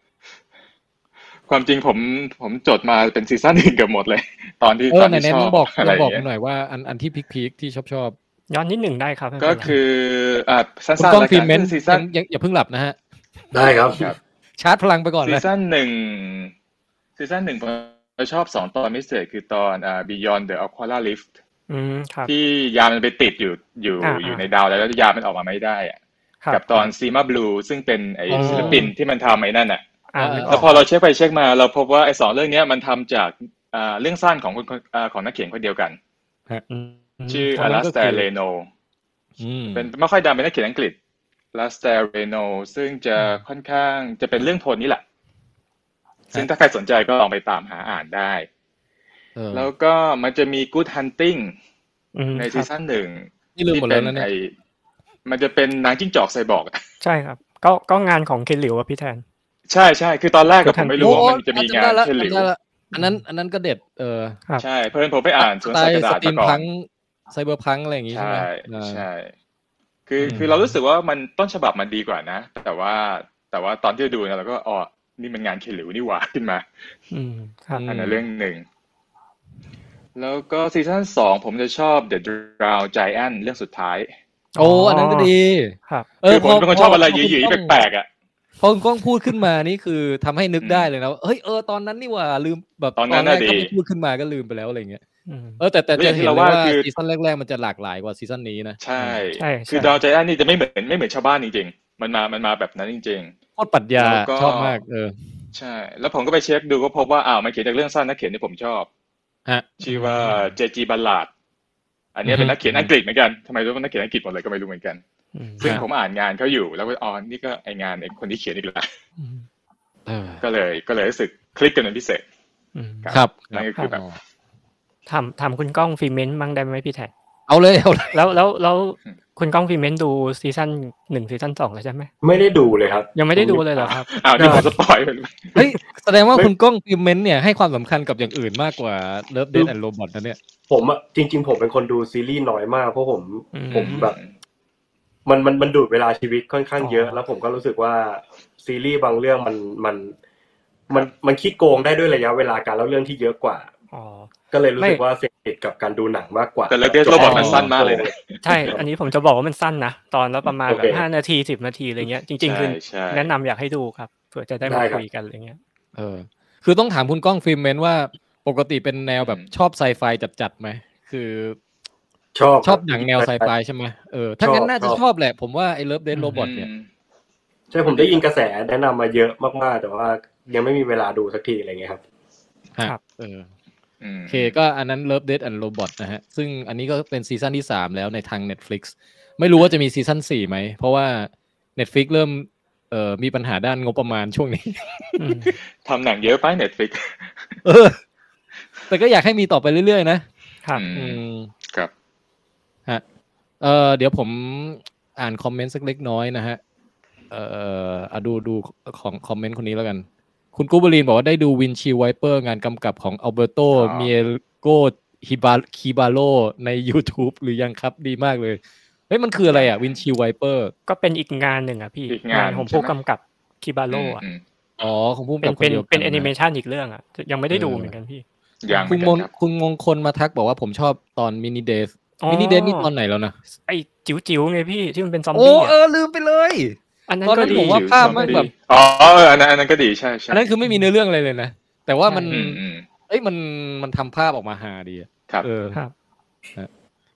E: ความจริงผมผมจดมาเป็นซีซั่นอื่นเกือบหมดเลย ตอนที่
B: เอ
E: ต
B: อ
E: อน
B: ไหน
E: ที่
B: ไหน
E: ช
B: ล
E: อ
B: อง
E: บ
B: บอก
E: อะไร
B: ลอ
E: อง ย่า
B: บอก
E: งเงี้ย
B: หน่อยว่าอันอันที่พีคๆที่ชอบชอบ
C: ย้อนนิดหนึ่งได้ครับไม่เป็น
E: ก็
C: ไร
E: คืออ่า
B: ๆคุณ
E: สั้น
B: ก
E: ๆ
B: ล้อง
E: แล้ว
B: พรี
E: กัน
B: เมนต์
E: ซึ่งซีซั่น
B: ยังอย่าเพิ่งหลับนะฮะ
D: ได้ครับ
E: ครับ
B: ชาร์จพลังไปก่อน
E: ซี
B: เลย
E: ซั่นหนึ่งซีซั่นหนึ่งผมชอบสองตอนพิเศษคือตอนอ่า Beyond the Aquila Rift
C: อืมครับ
E: ที่ยามันไปติดอยู่อยู่
C: อ่า
E: อยู่
C: อ่า
E: ในดาวแล้วแล้วยามันออกมาไม่ได้อะ
C: ครับ
E: กับตอนซีมาบลูซึ่งเป็นไอ
B: อ๋อ
E: ศิลปินที่มันทำไอ้นั่นอ่ะ
C: อ่า
B: เออ
C: นึกออ
E: แล้ว
C: ก
E: พอเราเช็คไปเช็คมาเราพบว่าไอสองเรื่องเนี้ยมันทำจากอ่าเรื่องสั้นของคนคนอ่าของนักเขียนคนเดียวกัน
C: ม
E: ชื่อ
B: ค
E: อน
B: นั้
E: ลาน ส
B: ก็
E: เต
B: คือ
E: เรโน
B: อืม
E: เป็นไม่ค่อยดังเป็นนักเขียนอังกฤษลาสเตเรโนซึ่งจะค่อนข้างจะเป็นเรื่องโทนนี้แหละ ซึ่งถ้าใครสนใจก็ลองไปตามหาอ่านได้
B: เออ
E: แล้วก็มันจะมี Good Hunting
C: อืม
E: ใน
C: ค
E: ซี
C: รับ
E: ซั่นหนึ่ง
B: นี่ลืมหมด
E: เป็
B: แล้ว
E: น
B: นะเนี่
E: ไอย มันจะเป็นนางจิ้งจอกไซบอร์ก
C: ใช่ครับ ก็ก็งานของเคนหลิวอะพี่แทน
E: ใช่ใช่คือตอนแรกก็ผมไม่รู้ว่ามันจะมีงาน
B: โอ้
E: เฉลิ
B: จำ
E: ว
B: ได้ละอันนั้นอันนั้นก็เด็ดเออ
C: ครับ
E: ใช่ เพื่อนผมไปอ่านสวนสัตว์กระ
B: ส
E: ดาษ
B: ตรี
E: มาม ก่อ
B: พั
E: น
B: งไซเบอร์พังอะไรอย่างงี้ใช่ไหม
E: ใช่
B: อ่า
E: ใช่ คือ
B: อืม
E: คือเรารู้สึกว่ามันต้นฉบับมันดีกว่านะ แต่ว่าแต่ว่าตอนที่ดูเนี่ยเราก็อ๋อนี่มันงานเคหลิวนี่หว่าขึ้นมา
C: อืมครับ
E: อันนั้นเรื่องหนึ่ง แล้วก็ซีซั่นสองผมจะชอบ The Drown Giant เรื่องสุดท้าย
B: โอ้อันนั้นก็ดี
C: ครับ
B: เ
E: คือผมเป็นคนชอบอะไรหยิ่
B: คุณกล้ง
E: ๆแปลกๆอ่ะ
B: พอคุณกล้องพูดขึ้นมานี่คือทำให้นึก
E: อืม
B: ได้เลยนะว่าเฮ้ยเออตอนนั้นนี่หว่าลืมแบบ
E: ตอนนั้น
B: แร
E: น่ะ
B: กก็
E: ดี
B: ไม่พูดขึ้นมาก็ลืมไปแล้วอะไรอย่างเงี้ย
C: อืม
B: เออแต่แต่
E: แล้วอ
B: จะ
E: ย่าง
B: เห็
E: ที่
B: นเลย
E: เรา
B: ว่า
E: ว่าคือ
B: ซีซั่นแรกๆมันจะหลากหลายกว่าซีซั่นนี้นะ
E: ใช่
C: ใช่ใช่
E: คือ Drown Giant นี่จะไม่เหมือนไม่เหมือนชาวบ้านจริงๆ มันมามันมาแบบนั้นจริง
B: โคตรปรัดยา
E: แล้วก็
B: ชอบมากเออ
E: ๆ ใช่ แล้วผมก็ไปเช็คดูก็พบว่าอ้าวมันเขียนจากเรื่องสั้นนักเขียนที่ผมชอบ
B: ฮะ
E: ชื่อว่าเจจีบัลลาด อันเนี้ยเป็นนักเขียนอังกฤษเหมือนกันทำไมรู้ว่านักเขียนอังกฤษหมดเลยก็ไม่รู้เหมือนกัน
C: อืม
E: ซึ่ง
B: ครับ
E: ผมอ่านงานเขาอยู่แล้วก็อ๋อนี่ก็ไองานไอคนที่เขียนอีกแล้ว
C: อืม
B: เออ
E: ก็เลยก็เลยรู้สึกคลิกกันเป็นพิเศษ
C: อืม
E: ครับ
B: ครับ
E: นั่นก็คือแบบ
C: ถามถามคุณก้องฟีเมนต์มั่งได้ไหมพี่แท็ก
B: เอาเลยเอาเลย
C: แล้วแล้วแล้ว
E: อืม
C: คุณก้องฟีเมนต์ดูซีซั่นหนึ่งซีซั่นสองแล้วใช่ไหม
D: ไม่ได้ดูเลยครับ
C: ยังไม่ได้ดูเลยเหรอครับ
E: อ้าวนี่ผมสปอยไปเลย
B: เฮ้ยแสดงว่าคุณกล้องพิมเมนต์เนี่ยให้ความสำคัญกับอย่างอื่นมากกว่าเลิฟเดนแอนด์โรบอทนะเนี่ย
D: ผมอะจริง ๆ ผมเป็นคนดูซีรีส์น้อยมากเพราะผม
C: อืม
D: ผมแบบ มันมันมันดูดเวลาชีวิตค่อนข้างเยอะ
C: อ๋อ
D: แล้วผมก็รู้สึกว่าซีรีส์บางเรื่องมันมันมันมันขี้โกงได้ด้วยระยะเวลาการเล่าเรื่องที่เยอะกว่า
C: อ๋อ
D: ก็เลยรู้สึก
C: ไม่
D: ว่าเสพติดกับการดูหนังมากกว่า
E: แต่ Love Death Robot มันสั้นมากเลยนะ
C: ใช่ อันนี้ผมจะบอกว่ามันสั้นนะ ตอนละประมาณ
D: โอ
C: แบ
D: เค
C: บห้านาทีสิบนาทีอะไรเงี้ยจริงๆคือ
E: ใช่
C: แนะนำอยากให้ดูครับเผื่อจะได้มา
D: ได้ครับ
C: คุยกันอะไรเงี้ย
B: เออคือต้องถามคุณก้องฟิล์มเมนว่าปกติเป็นแนวแบบชอบไซไฟจัดๆไหมคือ
D: ชอบ
B: ชอบหนังแนวไซไฟใช่ไหมเออถ้างั้น
D: ชอบ
B: น่าจะ
D: ชอบ
B: ชอบแหละ ผมว่าไอ้เลิฟเดนโรบอทเนี่ย
E: อืม
D: ใช่ผมได้ยินกระแสแนะนำมาเยอะมากๆ แต่ว่ายังไม่มีเวลาดูสักทีอะไรเงี้ยครับ
B: ฮะ
C: ครับ
B: เออ
E: อืม
B: โอเคก็อันนั้นเลิฟเดนแอนด์โรบอทนะฮะ ซึ่งอันนี้ก็เป็นซีซั่นที่ 3 แล้วในทาง Netflix ไม่รู้ว่าจะมีซีซั่น4ไหม เพราะว่า Netflix เริ่มเอ่อมีปัญหาด้านงบประมาณช่วงนี้
C: อืม
E: ทำหนังเยอะไป Netflix
B: เออ แต่ก็อยากให้มีต่อไปเรื่อยๆ นะ
C: ครับ
E: อื
B: อื
E: ม
B: ม
E: ครับ
B: ฮะ เออเดี๋ยวผมอ่านคอมเมนต์สักเล็กน้อยนะฮะ เอออะดูดูของคอมเมนต์คนนี้แล้วกัน คุณกูบรีนบอกว่าได้ดูวินชีไวเปอร์งานกำกับของอัลเบอร์โต
E: อ๋อ
B: เมียโกฮิบาคิบาโลใน YouTube หรือยังครับดีมากเลย เฮ้ย มันคืออะไรอ่ะวินชีไวเปอร์
C: ก็เป็นอีกงานหนึ่งอ่ะพี่
E: อีกงาน
C: ของ
E: ใช่
C: ผู้
E: ไหม
C: กำกับคิบาโร่อะ
E: อืม
B: อ๋อ ของผู้กำ
C: เป็
B: กัน บค
C: เป็
B: น
C: น
B: เดียวกั
C: เป็นแอนิ
B: ะ
C: เมชันอีกเรื่องอ่ะยังไม่ได้ดู
B: เออ
C: เหมือนกันพี่
E: ยังเห
B: คุ
E: มื
B: ณ
E: อน
B: ม
E: กัน
B: น
E: ครับ
B: คุณมงคลมาทักบอกว่าผมชอบตอนมินิเดฟมินิเดฟนี่ตอนไหนแล้วนะ
C: ไอจิ๋วๆไงพี่ที่มันเป็นซอม
B: โอ้
C: บี้
B: เอ
C: อะ
B: อลืมไปเลย
C: อันนั้น
B: ตอนนั้น
C: ก็ดี
B: ผมว่า
C: อยู่
B: ภพมันแบบ
E: อ๋ออันนั้นอันนั้นก็ดีใช่ใช่
B: อันนั้นคือไม่มีเนื้อเรื่องอะไรเลยนะแต่ว่ามัน
C: ใช่
E: อืมอืม
B: เอ้ยมันมันทำภาพออกมาหาดีอะ
E: ครับ
B: เออ
C: ครับ
B: ฮะ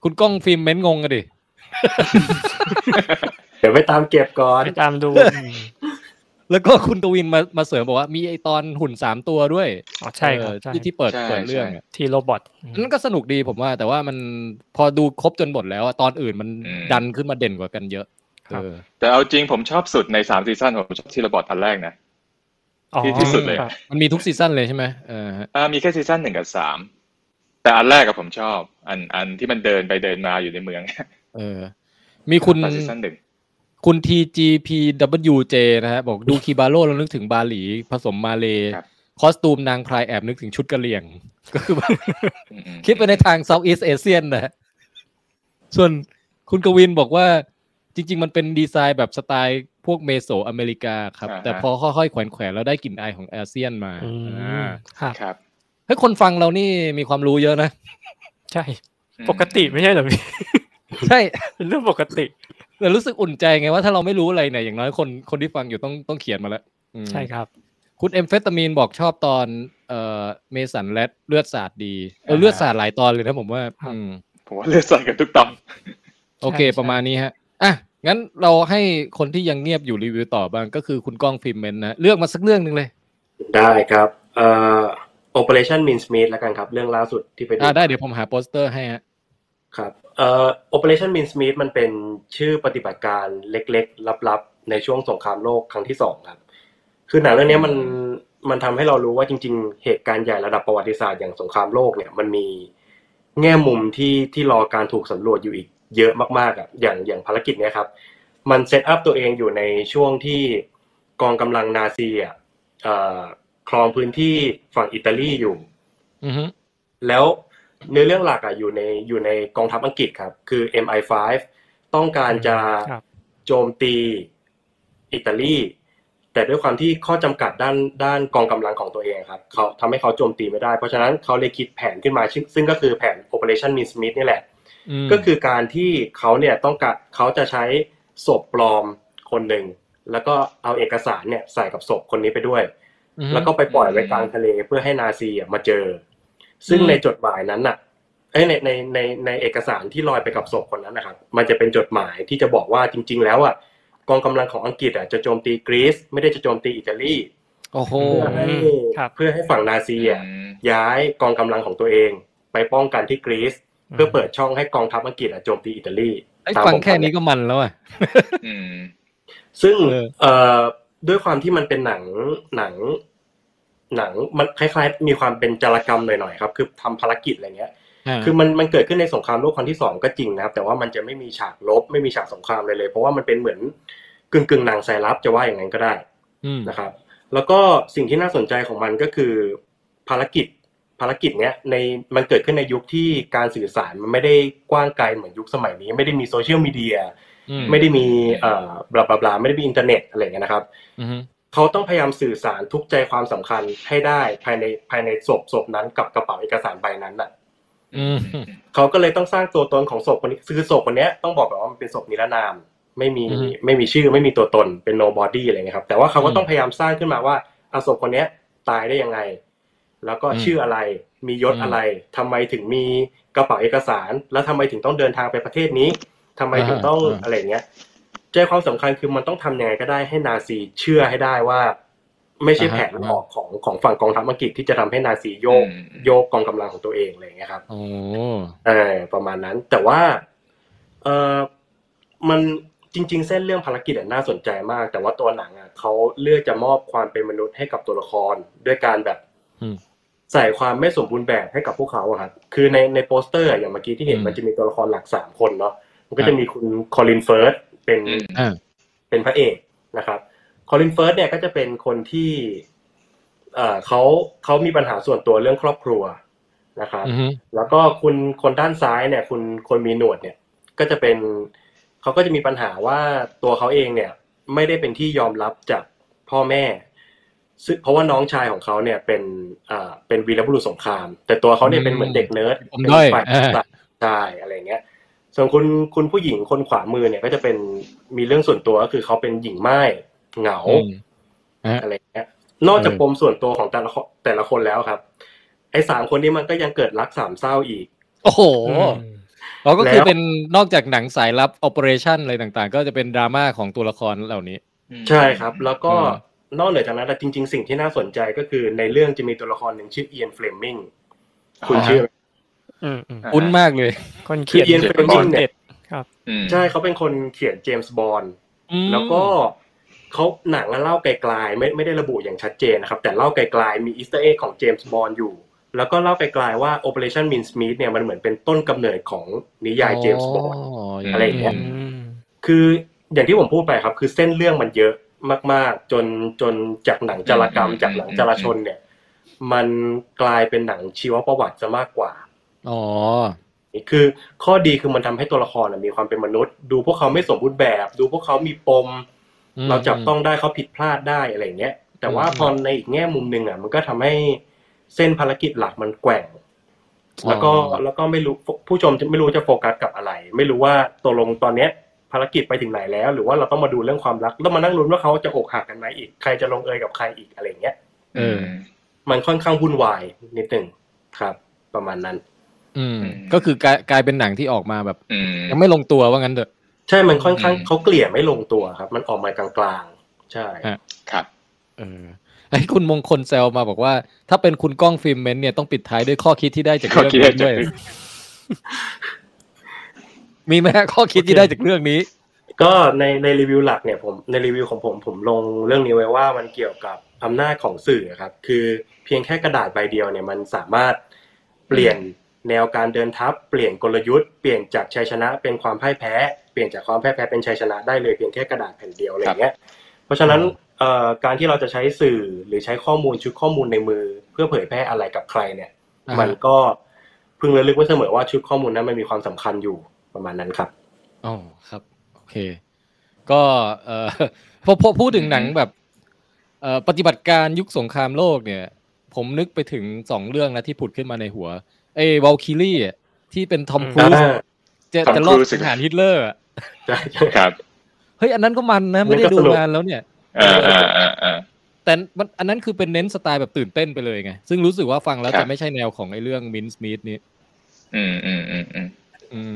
B: คุณกล้องฟิล์มเม้นงงกันดิ
D: เดี๋ยวไปตามเก็บก่อน
C: ไปตามดูอืม
B: แล้วก็ คุณตวินมามาเสริมบอกว่ามีไอตอนหุ่นสามตัวด้วย
C: อ๋อใช่
B: เอ
C: ครับ
B: อ
C: ใช่
B: ที่ที่เปิดเปิดเรื่องอะ
C: ทีโรบอท
B: อันนั่นก็สนุกดีผมว่า แต่ว่ามันพอดูครบจนหมดแล้วอะตอนอื่นมันดันขึ้นมาเด่นกว่ากันเยอะ
C: ครับ
B: เออ
E: แต่เอาจริงผมชอบสุดในสามซีซั่นผมชอบทีระบอดอันแรกนะ
C: อ๋อ
E: ที่ที่สุดเลย
C: ครับ
B: มันมีทุกซีซั่นเลยใช่ไหมเออฮะ
E: อ่ามีแค่ซีซั่นหนึ่งกับสามแต่อันแรกกับผมชอบ อันอันที่มันเดินไปเดินมาอยู่ในเมือง
B: เออ มีคุณ
E: ตอนซีซั่นหนึ่ง
B: คุณ TGPWJ นะฮะบอกดูคีบาโร่แล้วนึกถึงบาหลีผสมมาเล
E: ครับ
B: คอสตูมนางพรายแอบนึกถึงชุดกะเหรี่ยง ก็คือแบบ
E: อืมอืม
B: คิดไปในทาง Southeast Asian นะฮะส่วนคุณกวินบอกว่า จริง ๆ มันเป็นดีไซน์แบบสไตล์พวกเมโสอเมริกาครับ
E: อ่าฮะ
B: แต่พอค่อยๆแขวนๆแล้วได้กลิ่นอายของอาเซียนมา
C: อืม
B: อ่า
C: ครับ
E: ครับ
B: เฮ้ยคนฟังเรานี่มีความรู้เยอะนะ
C: ใช่ ปกติไม่ใช่เหรอพี่
B: ใช่
C: เป็นเรื่องปกติ
B: แต่รู้สึกอุ่นใจไงว่าถ้าเราไม่รู้อะไรเนี่ยอย่างน้อยคนคนที่ฟังอยู่ต้องต้องเขียนมาแล้วอืม
C: ใช่ครับ
B: คุณเอมเฟตามีนบอกชอบตอนเอ่อเมสันแรดเลือดสาดดีเออ
E: อ่า
B: เลือดสาดหลายตอนเลยนะผมว่า
C: ครับ
B: อืม
E: ผมว่าเลือกใส่กันทุกตอน
B: โอเค
C: ใช่ใช่
B: ประมาณนี้ฮะอ่ะงั้นเราให้คนที่ยังเงียบอยู่รีวิวต่อบ้างก็คือคุณก้องฟิล์มเมนต์นะเลือกมาสักเรื่องหนึ่งเลย
D: ได้ครับเอ่อ Operation Mean Smith แล้วกันครับ เรื่องล่าสุดที่ไปดู
B: อ่าได้เดี๋ยวผมหาโปสเตอร์ให้ฮะ
D: ครับเอ่อ Operation Mean Smith มันเป็นชื่อปฏิบัติการเล็กๆ ลับๆ ในช่วงสงครามโลกครั้งที่สองครับ คือหนังเรื่องเนี้ยมันมันทำให้เรารู้ว่าจริง ๆ เหตุการณ์ใหญ่ระดับประวัติศาสตร์อย่างสงครามโลกเนี่ยมันมีแง่มุมที่ที่รอการถูกสำรวจอยู่อีกเยอะมากๆอ่ะอย่างอย่างภารกิจเนี้ยครับ มันเซตอัพตัวเองอยู่ในช่วงที่กองกำลังนาซีอ่ะเอ่อครองพื้นที่ฝั่งอิตาลีอยู่
B: อือฮึ
D: แล้วเนื้อเรื่องหลักอะอยู่ในอยู่ในกองทัพอังกฤษครับ คือ MI5 ต้องการจะ
C: ครับ
D: โจมตีอิตาลี แต่ด้วยความที่ข้อจำกัดด้านด้านกองกำลังของตัวเองครับเขาทำให้เขาโจมตีไม่ได้ เพราะฉะนั้นเขาเลยคิดแผนขึ้นมาซึ่งซึ่งก็คือแผน Operation Mean Smith นี่แหละ
B: ม
D: ก็คือการที่เขาเนี่ยต้องการเขาจะใช้ศพปลอมคนหนึ่ง แล้วก็เอาเอกสารเนี่ยใส่กับศพคนนี้ไปด้วย
B: อฮึ
D: แล้วก็ไปปล่อยไว้กลางทะเลเพื่อให้นาซีอ่ะมาเจอ ซึ่ง
B: อืม
D: ในจดหมายนั้นน่ะเอ้ยในในในในเอกสารที่ลอยไปกับศพคนนั้นนะครับ มันจะเป็นจดหมายที่จะบอกว่าจริง ๆ แล้วอ่ะกองกำลังของอังกฤษอ่ะจะโจมตีกรีซไม่ได้จะโจมตีอิตาลี
B: โอ้โห
D: เพื่อให้
C: ครับ
D: เพื่อให้ฝั่งนาซีอ่ะย้ายกองกำลังของตัวเอง ไปป้องกันที่กรีซเพื่อเปิดช่องให้กองทัพอังกฤษอ่ะโจมตีอิตาลี
B: ไอ้ย
D: ตาม
B: ฟัง
D: ผม
B: แค่
D: ไป
B: นี้ก็มันแล้วอ่ะ
E: อืม
D: ซึ่ง
B: เออ
D: เอ่อด้วยความที่มันเป็นหนังหนัง หนังมันคล้ายๆ มีความเป็นจารกรรมหน่อยๆครับ คือทำภารกิจอะไรเงี้ย
B: อ่า
D: คือมันมันเกิดขึ้นในสงครามโลกครั้งที่สองก็จริงนะครับ แต่ว่ามันจะไม่มีฉากลบ ไม่มีฉากสงครามเลยเลย เพราะว่ามันเป็นเหมือนกึ่งกึ่งๆหนังสายลับจะว่าอย่างนั้นก็ได้
B: ม
D: นะครับ แล้วก็สิ่งที่น่าสนใจของมันก็คือภารกิจภารกิจเนี้ยในมันเกิดขึ้นในยุคที่การสื่อสารมันไม่ได้กว้างไกลเหมือนยุคสมัยนี้ ไม่ได้มีโซเชียลมีเดีย
B: อื
D: ไม่ได้มีเอ่อบลาบลาบลาไม่ได้มีอินเทอร์เน็ตอะไรอย่างเงี้ยนะครับ
B: อือฮึ
D: เขาต้องพยายามสื่อสารทุกใจความสำคัญให้ได้ภายในภายในศพศพนั้นกับกระเป๋าเอกสารใบนั้นน่ะ
B: อืม
D: เขาก็เลยต้องสร้างตัวตนของศพคนนี้คือศพคนเนี้ยต้องบอกก่อนว่ามันเป็นศพนิรนาม ไม่มีไม่มีชื่อไม่มีตัวตนเป็น nobody อะไรเงี้ยครับแต่ว่าเขาก็ต้องพยายามสร้างขึ้นมาว่าอาศพคนเนี้ยตายได้ยังไง แล้วก็ชื่ออะไรมียศอะไรทำไมถึงมีกระเป๋าเอกสาร แล้วทำไมถึงต้องเดินทางไปประเทศนี้ ทำไมถึงต้องอะไรอย่างเงี้ย ใจความสำคัญคือมันต้องทำยังไงก็ได้ให้นาซีเชื่อให้ได้ว่า ไม่ใช่แผนออกของของฝั่งกองทัพอังกฤษที่จะทำให้นาซีโยก
E: อืม
D: โยกกองกำลังของตัวเองอะไรอย่างเงี้ยครับ
B: โอ้
D: เออประมาณนั้นแต่ว่าเออมันจริง ๆ เส้นเรื่องภารกิจอะน่าสนใจมาก แต่ว่าตัวหนังอ่ะเขาเลือกจะมอบความเป็นมนุษย์ให้กับตัวละคร ด้วยการแบบ
B: อืม
D: ใส่ความไม่สมบูรณ์แบบให้กับพวกเขาอะครับคือในในโปสเตอร์อะอย่างเมื่อกี้ที่เห็น
B: อืม
D: มันจะมีตัวละครหลักสามคนเนาะมันก็
B: ครั
D: จะ
B: บ
D: มีคุณคอลินเฟิร์สเป็น
E: อืม
B: อ่า
D: เป็นพระเอกนะครับ คอลินเฟิร์สเนี่ยก็จะเป็นคนที่เอ่อเขาเขามีปัญหาส่วนตัวเรื่องครอบครัวนะครับ
B: อือฮึ
D: แล้วก็คุณคนด้านซ้ายเนี่ยคุณคนมีหนวดเนี่ย ก็จะเป็นเขาก็จะมีปัญหาว่าตัวเขาเองเนี่ย ไม่ได้เป็นที่ยอมรับจากพ่อแม่ซึ่งเพราะว่าน้องชายของเขาเนี่ยเป็นอ่าเป็นวีรบุรุษสงคราม แต่ตัวเขาเนี่ยเป็นเหมือนเด็กเนิร์ด
B: ผม
D: เป็น
B: ด้อย
D: ฝ่าย
B: เออ
D: ต่างชายอะไรอย่างเงี้ย ส่วนคุณคุณผู้หญิงคนขวามือเนี่ยก็จะเป็นมีเรื่องส่วนตัวก็คือเขาเป็นหญิงไม้เหงา
B: อืม ฮะ
D: อะไรเงี้ย นอกจาก
B: เออ
D: ปมส่วนตัวของแต่ละคนแต่ละคนแล้วครับ ไอ้สามคนนี้มันก็ยังเกิดรักสามเศร้าอีก
B: โอ้โห
C: อืม
B: เราก็คือ
D: แล้ว
B: เป็นนอกจากหนังสายลับ o อ e r a t i o n อะไรต่างๆ ก็จะเป็นดราม่าของตัวละครเหล่านี้
D: ใช่ครับ แล้วก็
B: อืม
D: นอกเหนือจากนั้นอะจริง ๆ สิ่งที่น่าสนใจก็คือในเรื่องจะมีตัวละครหนึ่งชื่อเอียนเฟลมิงคุณ
E: อ่า
D: เชื่อไหม
C: อืมอืม
B: คุ้นมากเลย
C: คนเขียน
D: คือ Ian
C: เด็ด
D: Fleming เนี่ย
C: เด็ด
E: อืม
D: ใช่เขาเป็นคนเขียนเจมส์บอน แล้วก็เขาหนังอะเล่าไกลๆไม่ไม่ได้ระบุอย่างชัดเจนนะครับ แต่เล่าไกลๆมีอีสเตอร์เอ็กของเจมส์บอนอยู่ แล้วก็เล่าไกลๆว่า Operation Mean Smith เนี่ยมันเหมือนเป็นต้นกำเนิดของนิยายเจมส์บอน อะไรอย่างเงี้ย คืออย่างที่ผมพูดไปครับ คือเส้นเรื่องมันเยอะมาก ๆ จนจนจากหนังจารกรรม จากหนังจารชนเนี่ย มันกลายเป็นหนังชีวประวัติซะมากกว่า
B: อ๋อ
D: นี้คือข้อดีคือมันทำให้ตัวละครน่ะมีความเป็นมนุษย์ ดูพวกเขาไม่สมบูรณ์แบบ ดูพวกเขามีปม
B: อืม
D: เราจับต้องได้เขาผิดพลาดได้อะไรอย่างเงี้ย แต่ว่าพอในอีกแง่มุมหนึ่งอ่ะ มันก็ทำให้เส้นภารกิจหลักมันแกว่ง
B: อ๋อ
D: แล้วก็แล้วก็ไม่รู้ผู้ชมจะไม่รู้จะโฟกัสกับอะไร ไม่รู้ว่าตกลงตอนเนี้ยภารกิจไปถึงไหนแล้ว หรือว่าเราต้องมาดูเรื่องความรัก แล้วมานั่งลุ้นว่าเขาจะอกหักกันไหมอีก ใครจะลงเอยกับใครอีกอะไรอย่างเงี้ย
B: เออ
D: มันค่อนข้างวุ่นวายนิดหนึ่งครับ ประมาณนั้น
B: อืมก็คือกลายกลายเป็นหนังที่ออกมาแบบ
E: อืม
B: ยังไม่ลงตัวว่างั้นเถอะ
D: ใช่มันค่อนข้าง
E: อืม
D: เขาเกลี่ยไม่ลงตัวครับ มันออกมากลางๆ ใช่
B: ฮะ
E: ครับ
B: เออไอ้คุณมงคลแซวมาบอกว่า ถ้าเป็นคุณกล้องฟิล์มเมนต์เนี่ยต้องปิดท้ายด้วยข้อคิดที่ได้จาก
E: ข้อ
B: เรื่อง
E: คิด
B: นี้
E: ได้
B: ด้ว
E: จา
B: ย
E: ก
B: มีไหมฮะข้อคิดที่ได้จากเรื่องนี้
D: ก็ในในรีวิวหลักเนี่ยผมในรีวิวของผมผมลงเรื่องนี้ไว้ว่ามันเกี่ยวกับอำนาจของสื่อครับ คือเพียงแค่กระดาษใบเดียวเนี่ยมันสามารถเปลี่ยนแนวการเดินทัพ เปลี่ยนกลยุทธ์เปลี่ยนจากชัยชนะเป็นความพ่ายแพ้ เปลี่ยนจากความพ่ายแพ้เป็นชัยชนะได้เลยเพียงแค่กระดาษแผ่นเดียวอะไรอย่างเงี้ยเพราะฉะนั้นเอ่อการที่เราจะใช้สื่อหรือใช้ข้อมูลชุดข้อมูลในมือ เพื่อเผยแพร่อะไรกับใครเนี่ย
B: อ่าฮะ
D: มันก็พึงระลึกไว้เสมอว่าชุดข้อมูลนั้นมันมีความสำคัญอยู่ประมาณนั้นครับ
B: อ๋อครับ โอเค ก็เออ พอพอพูดถึงหนังแบบเอ่อปฏิบัติการยุคสงครามโลกเนี่ย ผมนึกไปถึงสองเรื่องนะที่ผุดขึ้นมาในหัวไอ้วอลคิลี่ที่เป็นทอม
C: อืม
B: ครูซ
D: อ่า
B: จะ
E: ทอม
B: จะลอบ
E: ครูซ
B: สังหารฮิตเลอร์อะ
D: ใช่ใช่
E: ครับ
B: เฮ้ยอันนั้นก็มันนะ ไม่ได้
D: มันก็
B: ดู
D: สนุก
B: นานแล้วเนี่ย
E: เออเออเออเออ
B: แต่มันอันนั้นคือเป็นเน้นสไตล์แบบตื่นเต้นไปเลยไง ซึ่งรู้สึกว่าฟังแล้ว
E: ครับ
B: จะไม่ใช่แนวของไอ้เรื่องมินส์มีดนี้
E: อืมอืมอืมอืม
B: อืม